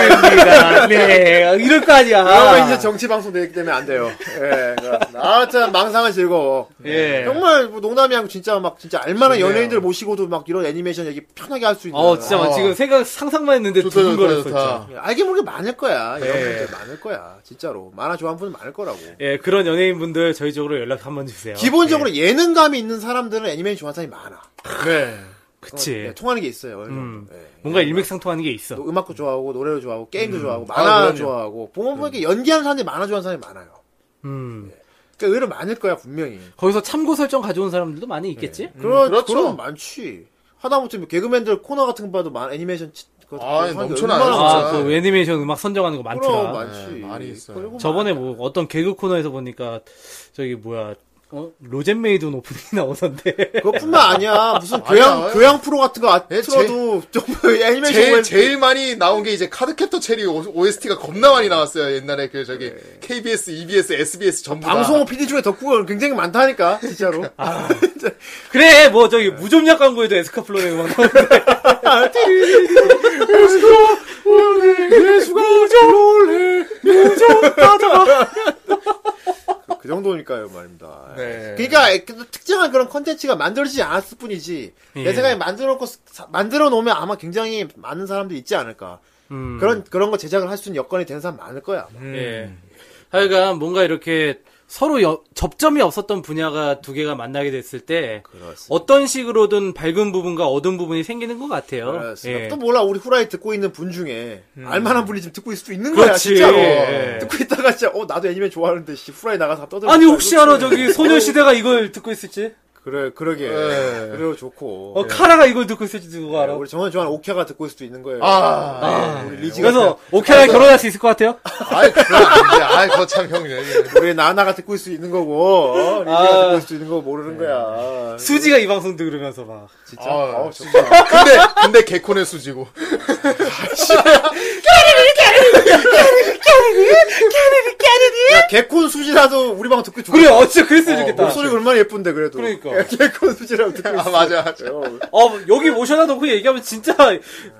그렇습니다 네 이럴 거 그러면 이제 아니야 정치 방송 되기 때문에 안 돼요. 예, 그렇습니다. 아무튼 망상은 즐거워. 예. 정말 뭐 농담이 아니고 진짜 막 진짜 알만한 좋네요. 연예인들 모시고도 막 이런 애니메이션 얘기 편하게 할 수 있는. 어 진짜 막 지금 생각 상상만 했는데 좋다, 좋다, 두근거렸어 진짜. 좋다. 예, 알게 모르게 많을 거야. 네. 이런 예. 분들 많을 거야. 진짜로. 만화 좋아하는 분은 많을 거라고. 예 그런 연예인분들 저희 쪽으로 연락 한번 주세요 기본적으로 예능감이 있는 사람들은 애니메이션 좋아하는 사람이 많아. 네. 그치 예, 통하는 게 있어요. 어느 음. 정도. 예. 뭔가 일맥상통하는 게 있어 노- 음악도 좋아하고 노래도 좋아하고 게임도 좋아하고 아, 만화 그럼요. 음. 좋아하고 보면 보니까 연기하는 사람들이 만화 좋아하는 사람이 많아요. 음 그러니까 의외로 많을 거야 분명히. 거기서 참고 설정 가져온 사람들도 많이 있겠지 그런 그렇죠. 그런 많지. 하다못해 뭐 개그맨들 코너 같은 거 봐도 많 애니메이션 치- 그거 아이, 하는 게 넘쳐나요, 얼마나 진짜. 많아. 아, 그 애니메이션 음악 선정하는 거 그럼 많더라. 많지. 네, 많이 있어요. 그리고 저번에 뭐 어떤 개그 코너에서 보니까 저기 뭐야 어? 로젠메이드 오프닝 나오던데. 그것뿐만 아니야. 무슨 많이 교양 나와요. 교양 프로 같은 거 아- 예, 틀어도 좀 애니메이션 제일 보면 제일 많이 나온 게 이제 카드캡터 체리 OST가 겁나 많이 나왔어요 옛날에 그 저기 KBS, EBS, SBS 전부 다. 네. 그러니까. 방송 PD 중에 덕후가 굉장히 많다니까 진짜로. 그래 뭐 저기 네. 무좀약 광고에도 에스카플로네 음악 나오는데. 그 정도니까요 말입니다. 네. 그러니까 그 특정한 그런 컨텐츠가 만들어지지 않았을 뿐이지 예. 내 생각에 만들어놓고 사- 만들어 놓으면 아마 굉장히 많은 사람들이 있지 않을까 음. 그런 그런 거 제작을 할 수 있는 여건이 되는 사람 많을 거야 아마. 예. 하여간 뭔가 이렇게 서로 여- 접점이 없었던 분야가 두 개가 만나게 됐을 때 그렇습니다. 어떤 식으로든 밝은 부분과 어두운 부분이 생기는 것 같아요. 그렇습니다. 예. 음. 또 몰라 우리 후라이 듣고 있는 분 중에 알만한 분이 지금 듣고 있을 수도 있는 거야 그렇지. 진짜로 예. 듣고 있다가 진짜 어 나도 애니메 좋아하는데 씨 후라이 나가서 떠들 아니 혹시 알아 저기 소녀시대가 네. 이걸 듣고 있을지 그래 그러게 예. 그래요 좋고 어, 카라가 이걸 듣고 있을지 누가 알아? 네. 우리 정원 좋아하는 오케가 듣고 있을 수도 있는 거예요 아, 아, 우리 리지가 그래서 오케랑 결혼할 수 있을 것 같아요? 네. 아이 그럼 안 돼. 아이 그거 참 형. 예, 예. 우리 나나가 듣고 있을 수 있는 거고 어, 리지가 아. 듣고 있을 수 있는 거 모르는 거야 수지가 이 방송 들으면서 막 진짜 아, 어, 진짜. 진짜 근데 근데 개콘의 수지고. 야, 개콘 수지라도 우리 방 듣고 좋겠다. 그래 어째 그랬으면 어, 좋겠다 목소리가 얼마나 예쁜데 그래도 그러니까. 야, 개콘 수지라도 듣고 아 있어 맞아 맞아. 어 여기 모셔놔도 그 얘기하면 진짜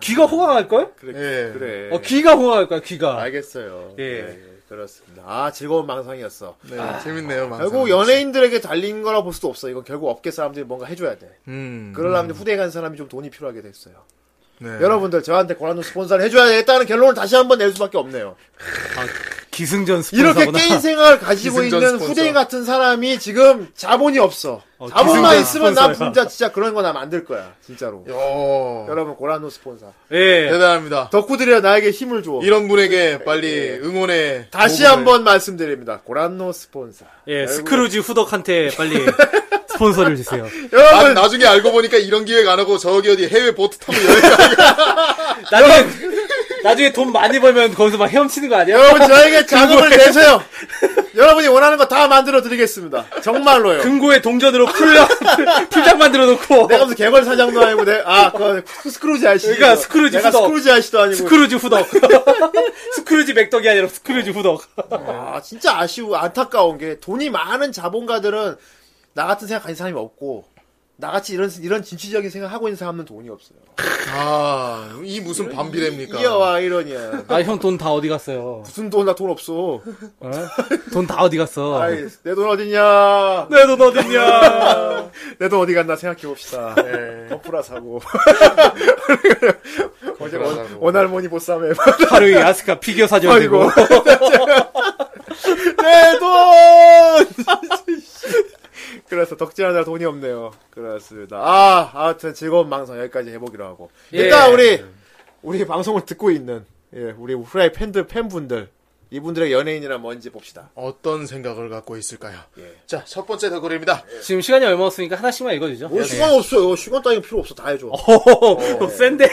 귀가 호강할걸? 예. 아, 그래 아, 어 귀가 호강할걸 귀가 알겠어요 아, 예. 네, 예, 그렇습니다 아 즐거운 망상이었어 네, 재밌네요. 망상. 결국 연예인들에게 달린 거라 볼 수도 없어 이건 결국 업계 사람들이 뭔가 해줘야 돼 음. 그러려면 후대에 간 사람이 좀 돈이 필요하게 됐어요 네. 여러분들 저한테 권한노 스폰서를 해줘야 되겠다는 결론을 다시 한번 낼 수밖에 없네요 기승전 스폰서구나 이렇게 게임 생활을 가지고 기승전 있는 스폰서. 후대인 같은 사람이 지금 자본이 없어. 어, 자본만 기승전 있으면 나 스폰서야. 진짜 진짜 그런 거 나 만들 거야. 진짜로. 요. 여러분 고라노 스폰사. 예 어, 대단합니다. 덕후들이야 나에게 힘을 줘. 이런 분에게 빨리 응원의 다시 모금을- 한번 말씀드립니다. 고란노 스폰사. 예, 스크루지 후덕한테 빨리 스폰서를 주세요 나, 나중에 알고 보니까 이런 기획 안 하고 저기 어디 해외 보트 타고 여행 가 나중에 나중에 돈 많이 벌면 거기서 막 헤엄치는 거 아니야? 여러분 저에게 자금을 내세요. 여러분이 원하는 거 다 만들어 드리겠습니다. 정말로요. 금고에 동전으로 풀려 풀장 만들어 놓고 내가 무슨 개걸 사장도 아니고 내아그 스크루지 아저씨. 그러니까 스크루지 내가 수도. 스크루지 아저씨도 아니고. 스크루지 후덕 스크루지 맥덕이 아니라 스크루지 후덕 아, 진짜 아쉬우, 안타까운 게, 돈이 많은 자본가들은, 나 같은 생각 가진 사람이 없고, 나같이 이런, 이런 진취적인 생각 하고 있는 사람은 돈이 없어요. 아, 이 무슨 그러니까. 반비례입니까? 이어와, 이러냐. 아 형 돈 다 어디 갔어요? 무슨 돈, 나 돈 없어. 돈 다 어디 갔어? 아이, 내 돈 어딨냐. 내 돈 어딨냐? 내 돈 어디 갔나 생각해봅시다. 예. 거꾸라 사고. 어제 원, 사고. 원할머니 보쌈에. 하루이 아스카 피규어 사줘야 아이고. 되고. 내 돈! 그래서 덕질하느라 돈이 없네요. 그렇습니다. 아, 아무튼 즐거운 방송 여기까지 해보기로 하고. 예. 일단 우리, 우리 방송을 듣고 있는, 예, 우리 후라이 팬들, 팬분들, 이분들의 연예인이란 뭔지 봅시다. 어떤 생각을 갖고 있을까요? 예. 자, 첫 번째 덕거리입니다. 지금 시간이 얼마 없으니까 하나씩만 읽어주죠. 네. 뭐 시간 없어요. 시간 따위 필요 없어. 네. 다 해줘. 오, 센데.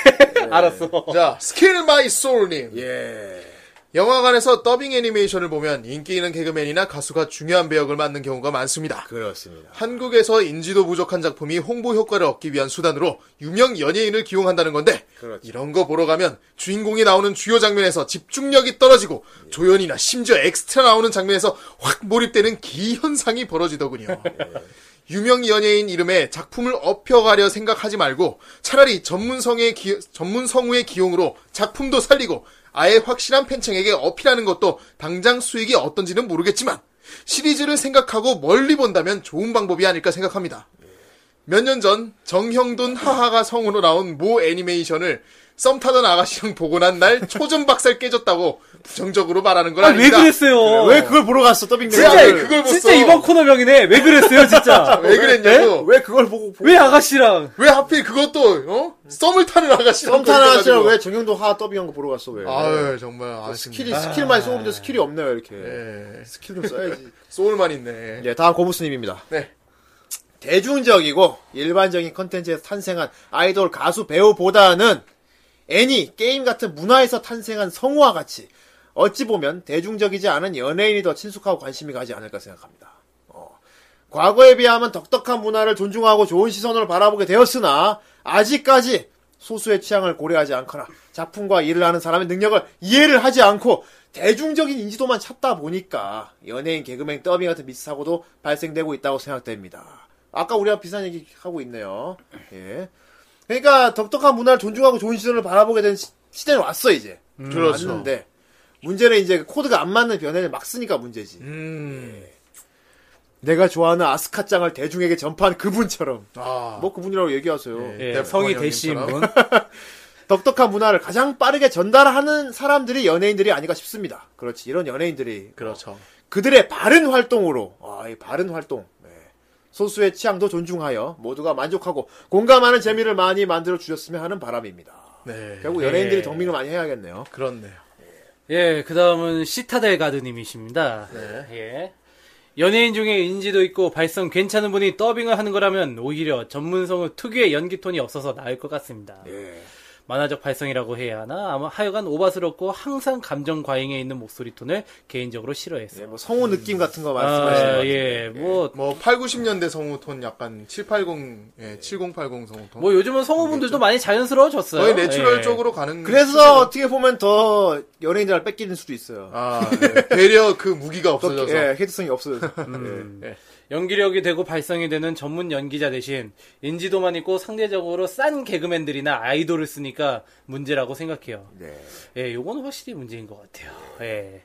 알았어. 자, 스킬 마이 소울님. 예. 영화관에서 더빙 애니메이션을 보면 인기 있는 개그맨이나 가수가 중요한 배역을 맡는 경우가 많습니다. 그렇습니다. 한국에서 인지도 부족한 작품이 홍보 효과를 얻기 위한 수단으로 유명 연예인을 기용한다는 건데 그렇죠. 이런 거 보러 가면 주인공이 나오는 주요 장면에서 집중력이 떨어지고 예. 조연이나 심지어 엑스트라 나오는 장면에서 확 몰입되는 기현상이 벌어지더군요. 예. 유명 연예인 이름에 작품을 업혀가려 생각하지 말고 차라리 전문성의 기, 전문 성우의 기용으로 작품도 살리고 아예 확실한 팬층에게 어필하는 것도 당장 수익이 어떤지는 모르겠지만 시리즈를 생각하고 멀리 본다면 좋은 방법이 아닐까 생각합니다. 몇 년 전 정형돈 하하가 성우로 나온 모 애니메이션을 썸 타던 아가씨랑 보고 난 날 초전 박살 깨졌다고 부정적으로 말하는 건 아, 왜 아닙니다. 그랬어요? 왜 그걸 보러 갔어 더빙 진짜 내가? 그걸 봤어. 네. 진짜 이번 코너명이네. 왜 그랬어요, 진짜? 왜 그랬냐고? 왜 그걸 보고 보고 왜 아가씨랑? 왜 하필 그것도 어? 썸을 타는 아가씨 썸타나 하시라 왜 정영도 하 더빙한 거 보러 갔어 왜? 아유 정말 아쉽네 스킬이 스킬만 쏘는데 스킬이 없네요 이렇게. 예. 스킬 좀 써야지. 소울만 있네 네, 다음 고무스님입니다. 네. 대중적이고 일반적인 컨텐츠에서 탄생한 아이돌 가수 배우보다는 애니, 게임 같은 문화에서 탄생한 성우와 같이 어찌 보면 대중적이지 않은 연예인이 더 친숙하고 관심이 가지 않을까 생각합니다. 어. 과거에 비하면 덕덕한 문화를 존중하고 좋은 시선으로 바라보게 되었으나 아직까지 소수의 취향을 고려하지 않거나 작품과 일을 하는 사람의 능력을 이해를 하지 않고 대중적인 인지도만 찾다 보니까 연예인, 개그맨, 더빙 같은 미스사고도 발생되고 있다고 생각됩니다. 아까 우리가 비슷한 얘기 하고 있네요. 예. 그러니까 덕덕한 문화를 존중하고 좋은 시선을 바라보게 된 시, 대는 왔어 이제. 그렇죠. 왔는데 문제는 이제 코드가 안 맞는 변화를 막 쓰니까 문제지. 예. 음. 내가 좋아하는 아스카짱을 대중에게 전파한 그분처럼 아. 뭐 그분이라고 얘기하세요. 예, 대포 성이 형님처럼. 대신 분. 덕덕한 문화를 가장 빠르게 전달하는 사람들이 연예인들이 아닌가 싶습니다. 그렇지 이런 연예인들이 그렇죠. 그들의 바른 활동으로 아, 이 바른 활동 네. 소수의 취향도 존중하여 모두가 만족하고 공감하는 재미를 많이 만들어 주셨으면 하는 바람입니다. 네. 결국 연예인들이 예. 정민을 많이 해야겠네요. 그렇네요. 예, 그 다음은 시타델 가드님이십니다. 네. 예. 연예인 중에 인지도 있고 발성 괜찮은 분이 더빙을 하는 거라면 오히려 전문성은 특유의 연기톤이 없어서 나을 것 같습니다. 네. 예. 만화적 발성이라고 해야 하나? 아마 하여간 오바스럽고 항상 감정 과잉에 있는 목소리 톤을 개인적으로 네, 싫어했어요. 뭐 성우 느낌 같은 네, 거 말씀하시는 것 아, 같아요. 예, 뭐, 뭐 8, 90년대 성우톤 약간 780, 예, 7080 성우톤. 뭐 요즘은 성우분들도 많이 자연스러워졌어요. 네. 거의 내추럴 예. 쪽으로 가는. 그래서 어떻게 보면 더 연예인들을 뺏기는 수도 있어요. 아, 예. 되려 그 무기가 덕- 없어져서. 음. 예, 헤드성이 없어져서. 예. 연기력이 되고 발성이 되는 전문 연기자 대신 인지도만 있고 상대적으로 싼 개그맨들이나 아이돌을 쓰니까 문제라고 생각해요. 예, 요거는 확실히 문제인 것 같아요. 예.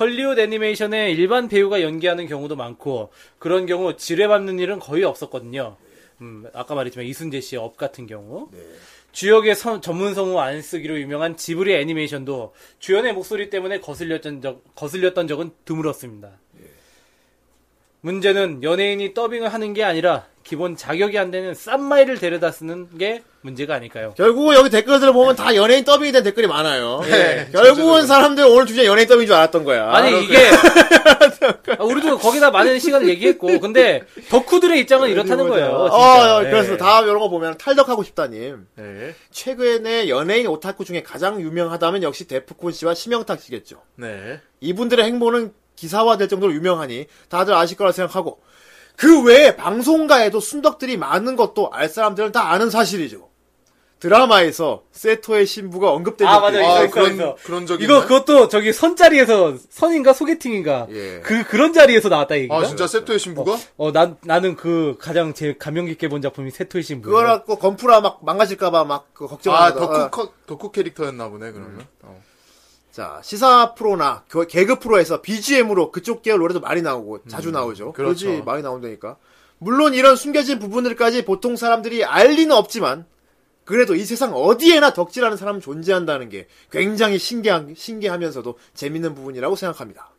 헐리우드 애니메이션에 일반 배우가 연기하는 경우도 많고 그런 경우 지뢰밟는 일은 거의 없었거든요. 음, 아까 말했지만 이순재 씨의 업 같은 경우. 주역의 성- 전문 성우 안 쓰기로 유명한 지브리 애니메이션도 주연의 목소리 때문에 거슬렸던, 적, 거슬렸던 적은 드물었습니다. 문제는 연예인이 더빙을 하는 게 아니라 기본 자격이 안 되는 싼마이를 데려다 쓰는 게 문제가 아닐까요? 결국은 여기 댓글들을 보면 다 연예인 더빙이 된 댓글이 많아요. 네. 예. 결국은 사람들 오늘 주제 연예인 더빙인 줄 알았던 거야. 아니 이게 아, 우리도 거기다 많은 시간을 얘기했고 근데 덕후들의 입장은 이렇다는 거예요. 진짜. 어, 아, 예. 그래서 다음 이런 거 보면 탈덕하고 싶다님. 네. 최근에 연예인 오타쿠 중에 가장 유명하다면 역시 데프콘 씨와 심영탁 씨겠죠. 네. 이분들의 행보는 기사화될 정도로 유명하니 다들 아실 거라 생각하고 그 외에 방송가에도 순덕들이 많은 것도 알 사람들은 다 아는 사실이죠. 드라마에서 세토의 신부가 언급된 아, 적도 맞아요. 있고 아, 있어, 그런, 있어. 그런 적이. 이거 있나? 그것도 저기 선자리에서 선인가 소개팅인가 예. 그 그런 자리에서 나왔다 얘기가. 아, 진짜 세토의 신부가? 어난 나는 그 가장 제일 감명 깊게 본 작품이 세토의 신부. 그거라고 건프라 막 망가질까봐 막그 아, 걱정하다가 덕후, 커- 덕후 캐릭터였나 보네, 그러면. 어. 자 시사 프로나 겨- 개그 프로에서 BGM으로 그쪽 계열 노래도 많이 나오고 자주 나오죠. 그렇죠. 그렇지 많이 나온다니까. 물론 이런 숨겨진 부분들까지 보통 사람들이 알 리는 없지만 그래도 이 세상 어디에나 덕질하는 사람은 존재한다는 게 굉장히 신기한 신기하면서도 재밌는 부분이라고 생각합니다.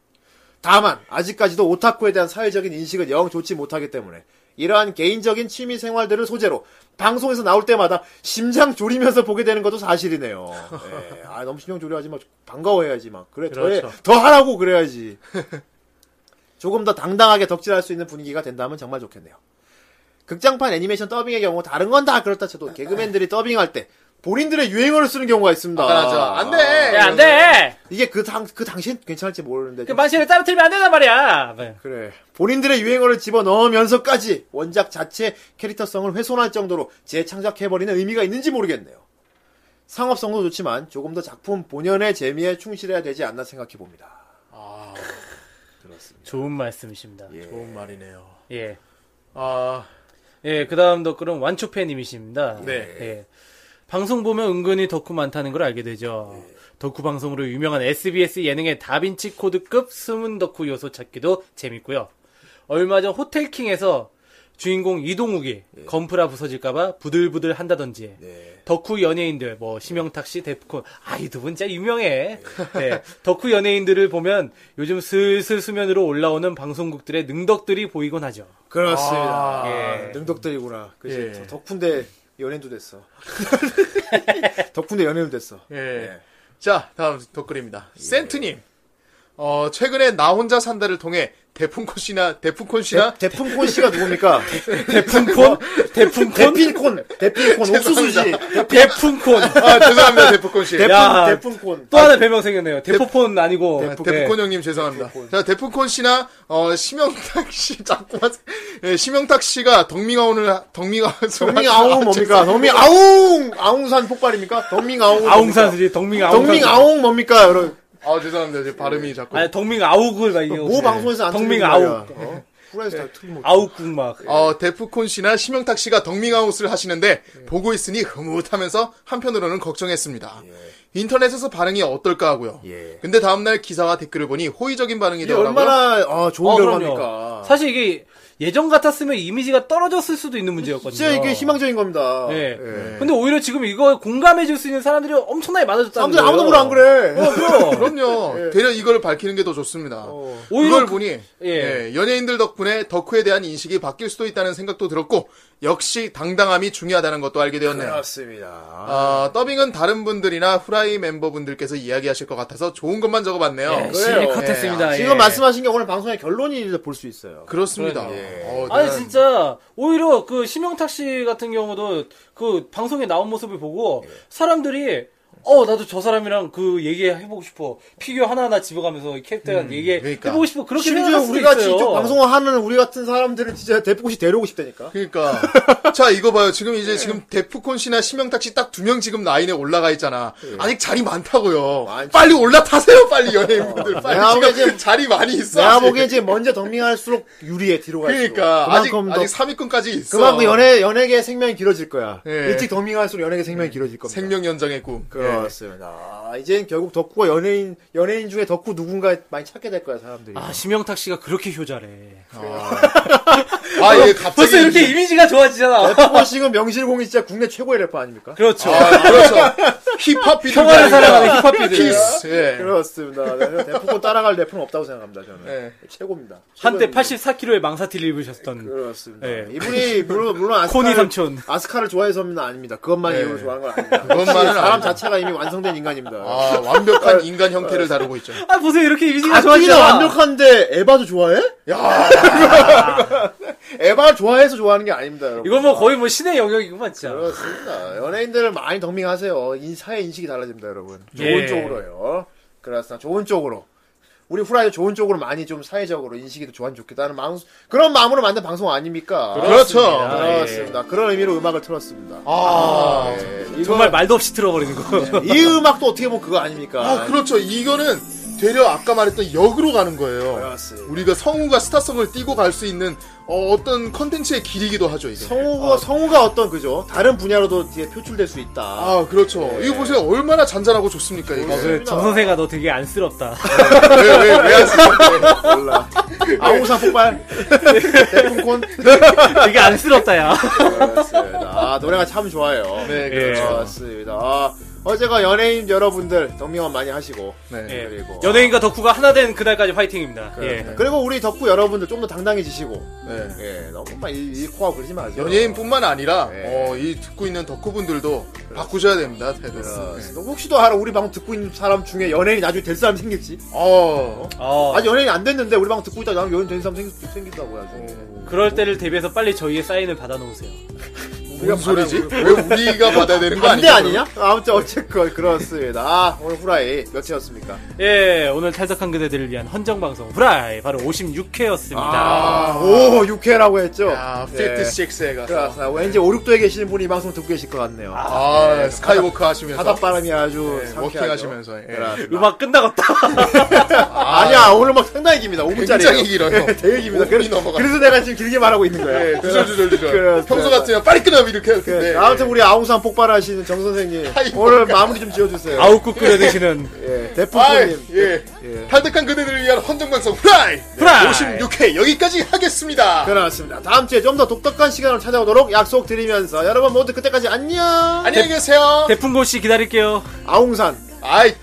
다만 아직까지도 오타쿠에 대한 사회적인 인식은 영 좋지 못하기 때문에 이러한 개인적인 취미 생활들을 소재로 방송에서 나올 때마다 심장 졸이면서 보게 되는 것도 사실이네요. 예. 아 너무 심장 졸여하지 마. 반가워해야지 막 그래 더해 그렇죠. 더 하라고 그래야지. 조금 더 당당하게 덕질할 수 있는 분위기가 된다면 정말 좋겠네요. 극장판 애니메이션 더빙의 경우 다른 건 다 그렇다 쳐도 개그맨들이 더빙할 때 본인들의 유행어를 쓰는 경우가 있습니다. 맞아. 그렇죠. 안 돼! 야, 안 돼! 이게 그 당, 그 당시엔 괜찮을지 모르는데. 그 좀- 만신을 따로 틀면 안 된단 말이야. 네. 그래. 본인들의 유행어를 집어넣으면서까지 원작 자체의 캐릭터성을 훼손할 정도로 재창작해버리는 의미가 있는지 모르겠네요. 상업성도 좋지만 조금 더 작품 본연의 재미에 충실해야 되지 않나 생각해봅니다. 좋은 말씀이십니다. 아, 좋은 말이네요. 예. 예. 아, 예, 그 다음 덕글은 완초패님이십니다. 네. 예. 방송 보면 은근히 덕후 많다는 걸 알게 되죠. 덕후 방송으로 유명한 SBS 예능의 다빈치 코드급 숨은 덕후 요소 찾기도 재밌고요. 얼마 전 호텔킹에서 주인공 이동욱이 건프라 부서질까봐 부들부들 한다든지 덕후 연예인들 뭐 심영탁 씨, 데프콘 아 이 두 분 진짜 유명해. 네. 덕후 연예인들을 보면 요즘 슬슬 수면으로 올라오는 방송국들의 능덕들이 보이곤 하죠. 그렇습니다. 예. 아, 능덕들이구나. 그치. 예. 저 덕분대 연예인도 됐어. 덕분대 연예인도 됐어. 예. 자, 다음 덧글입니다. 센트님. 어, 최근에 나 혼자 산다를 통해 데fun콘 씨나, 데fun콘 씨나, 대, 대품콘 씨가 누굽니까? 대풍콘? 대풍콘? 대핀콘, 대핀콘, 옥수수지. 대풍콘. 아, 죄송합니다, 데fun콘 씨. 대품, 야. 대품콘. 또 하나 별명 생겼네요. 대포폰 아니고. 예. 아, 데프콘 형님 죄송합니다. 자, 데프콘 씨나 어 심영탁 씨 자꾸만 예, 심영탁 씨가 덕밍아운을 덕밍아 덕밍 아웅 뭡니까? 덕밍 아웅! 아웅산 폭발입니까? 덕밍 아웅. 아웅산슬이 덕밍 아웅. 덕밍 아웅 뭡니까, 여러분? 아 죄송합니다. 제 발음이 자꾸 아니, 덕밍 아욱을 막 이거. 모뭐 방송에서 안 예, 덕밍 틀리는 아욱. 말이야. 어? 후라이에서 예. 다 틀리면 아욱국 막. 어 데프콘 씨나 심영탁 씨가 덕밍아웃을 하시는데 보고 있으니 흐뭇하면서 한편으로는 걱정했습니다. 인터넷에서 반응이 어떨까 하고요. 예. 근데 다음날 기사와 댓글을 보니 호의적인 반응이 이게 되더라고요. 얼마나 아, 좋은 어, 결과입니까? 그럼요. 사실 이게 예전 같았으면 이미지가 떨어졌을 수도 있는 문제였거든요. 진짜 이게 희망적인 겁니다. 예. 예. 근데 오히려 지금 이거 공감해줄 수 있는 사람들이 엄청나게 많아졌다는 사람들이 거예요. 아무도 뭐라 안 그래. 어, 그럼. 그럼요. 되려 이걸 밝히는 게 더 좋습니다. 오히려 그걸 보니 예. 예, 연예인들 덕분에 덕후에 대한 인식이 바뀔 수도 있다는 생각도 들었고 역시 당당함이 중요하다는 것도 알게 되었네요. 그렇습니다. 아, 더빙은 다른 분들이나 후라이 멤버분들께서 이야기하실 것 같아서 좋은 것만 적어봤네요. 열심히 그래요. 컷했습니다. 아, 예. 아, 지금 말씀하신 게 오늘 방송의 결론이 볼 수 있어요. 그렇습니다. 예. 어, 아니 대단- 진짜 오히려 그 심영탁 씨 같은 경우도 그 방송에 나온 모습을 보고 예. 사람들이 어 나도 저 사람이랑 그 얘기해보고 싶어 피규어 하나하나 집어가면서 이 캐릭터랑 그러니까. 얘기해보고 싶어 그렇게 음, 심지어 생각할 수도 우리가 있어요 직접 방송을 하는 우리 같은 사람들은 진짜 대포시 데려오고 싶다니까. 그러니까 자 이거 봐요. 지금 네. 이제 지금 데프콘 씨나 심영탁 씨 딱 두 명 지금 라인에 올라가 있잖아. 네. 아직 자리 많다고요. 많죠. 빨리 올라타세요, 빨리 어. 연예인분들. 내가 빨리 보기엔 지금 자리 많이 있어. 내가 아직. 보기엔 이제 먼저 덤빙할수록 유리해 뒤로 갈수록. 그러니까 아직 그만큼 더 아직 3위권까지 있어. 그만큼 연예 연예계 생명이 길어질 거야. 예. 일찍 덤빙할수록 연예계 생명이 길어질 겁니다. 생명 연장의 꿈. 네. 예. 그렇습니다. 아, 이젠 결국 덕후가 연예인 연예인 중에 덕후 누군가 많이 찾게 될 거야 사람들이. 아 심영탁 씨가 그렇게 효자래 아, 예, 갑자기. 벌써 이렇게 이미지가 좋아지잖아 덕후식은 명실공히 진짜 국내 최고의 래퍼 아닙니까? 그렇죠 아, 그렇죠. 힙합 비트. 평화를 사랑하는 힙합 비들 키스. 예. 그렇습니다. 그래서 대포고 따라갈 래퍼는 없다고 생각합니다 저는. 예. 최고입니다. 한때 최고입니다. 84kg의 망사티를 입으셨던 그렇습니다. 예. 이분이 물론 물론 코니 아스카를 삼촌 아스카를 좋아해서는 아닙니다. 그것만 예. 이유로 좋아하는 건 아닙니다. 그것만은 사람 아닙니다. 자체가 이미 완성된 인간입니다. 아, 완벽한 인간 형태를 다루고 있죠. 아 보세요 이렇게 이미지가 아키는 좋아지잖아 완벽한데 에바도 좋아해? 야 에바 좋아해서 좋아하는 게 아닙니다. 여러분. 이건 뭐 거의 뭐 신의 영역이구만 진짜 그렇습니다. 연예인들을 많이 덕밍하세요. 인 사회 인식이 달라집니다, 여러분. 좋은 예. 쪽으로요. 그렇습니다. 좋은 쪽으로. 우리 후라이도 좋은 쪽으로 많이 좀 사회적으로 인식이 더 좋아하면 좋겠다는 마음, 그런 마음으로 만든 방송 아닙니까? 그렇죠. 그렇습니다. 그런 의미로 음악을 틀었습니다. 아, 예. 이거- 예. 정말 말도 없이 틀어버리는 거 이 음악도 어떻게 보면 그거 아닙니까? 아, 그렇죠. 이거는 되려 아까 말했던 역으로 가는 거예요. 그렇습니다. 우리가 성우가 스타성을 띄고 갈 수 있는 어, 떤 컨텐츠의 길이기도 하죠, 이게. 성우가, 성우가 어떤, 그죠? 다른 분야로도 뒤에 표출될 수 있다. 아, 그렇죠. 네. 이거 보세요. 얼마나 잔잔하고 좋습니까, 네, 이게. 그 정선생아 너 되게 안쓰럽다 왜, 왜, 왜 하시는 거예요? 몰라. 아웅산 폭발. 대풍콘. 되게 안쓰럽다 야 그렇습니다. 아, 노래가 참 좋아요. 네, 예. 그렇죠. 좋았습니다. 아, 어제가 연예인 여러분들 덕미원 많이 하시고. 네. 예. 그리고. 연예인과 덕후가 하나 된 그날까지 화이팅입니다. 그렇습니다. 예. 그리고 우리 덕후 여러분들 좀 더 당당해지시고. 네. 예, 너무 막 일- 일코하고 그러지 마세요. 연예인뿐만 아니라 네. 그렇죠. 어, 이 듣고 있는 덕후분들도 바꾸셔야 됩니다 태도. 그렇습니다. 어, 네. 혹시도 알아, 우리 방송 듣고 있는 사람 중에 연예인이 나중에 될 사람 생길지? 어, 어, 아직 연예인이 안 됐는데 우리 방송 듣고 있다가 어, 뭐 나중에 연예인 된 사람 생, 생긴다고 해야지. 그럴 때를 대비해서 빨리 저희의 사인을 받아놓으세요. 무슨 소리지? 왜 우리가 받아야 되는 거 반대 아니야? 아니냐? 아무튼 어쨌건 그렇습니다. 아 오늘 후라이 몇 회였습니까? 예, 오늘 탈덕한 그대들을 위한 헌정방송 후라이, 바로 56회였습니다. 아. 오 6회라고 했죠? 예. 아, 56에 가서. 네. 그렇습니다. 왠지 오륙도에 계시는 분이 이 방송 듣고 계실 것 같네요. 아, 스카이워크 하시면서. 바닷바람이 아주 네, 상쾌하죠. 워킹하시면서. 예. 그렇습니다. 음악 끝나갔다. 아, 아니야 오늘 막 상당히 깁니다. 5분짜리 굉장히 길어요. 되게 깁니다. 오분이 그래서, 넘어가. 그래서 내가 지금 길게 말하고 있는 거야. 예, 주절주절주절. 그렇습니다. 평소 같으면 빨리 끊어 이렇게 예. 할 텐데. 네, 아무튼 우리 아웅산 폭발하시는 정 선생님 아이고. 뭐 오늘 그러니까. 마무리 좀 지어주세요. 아웃국 끓여드시는 예, 아, 대포님 예. 예. 탈덕한 그대들을 위한 헌정방송 후라이! 후라이! 56회 여기까지 하겠습니다. 그렇습니다. 다음 주에 좀 더 독특한 시간을 찾아오도록 약속드리면서 여러분 모두 그때까지 안녕. 안녕히 계세요. 대풍고씨 기다릴게요. 아웅산. 아이,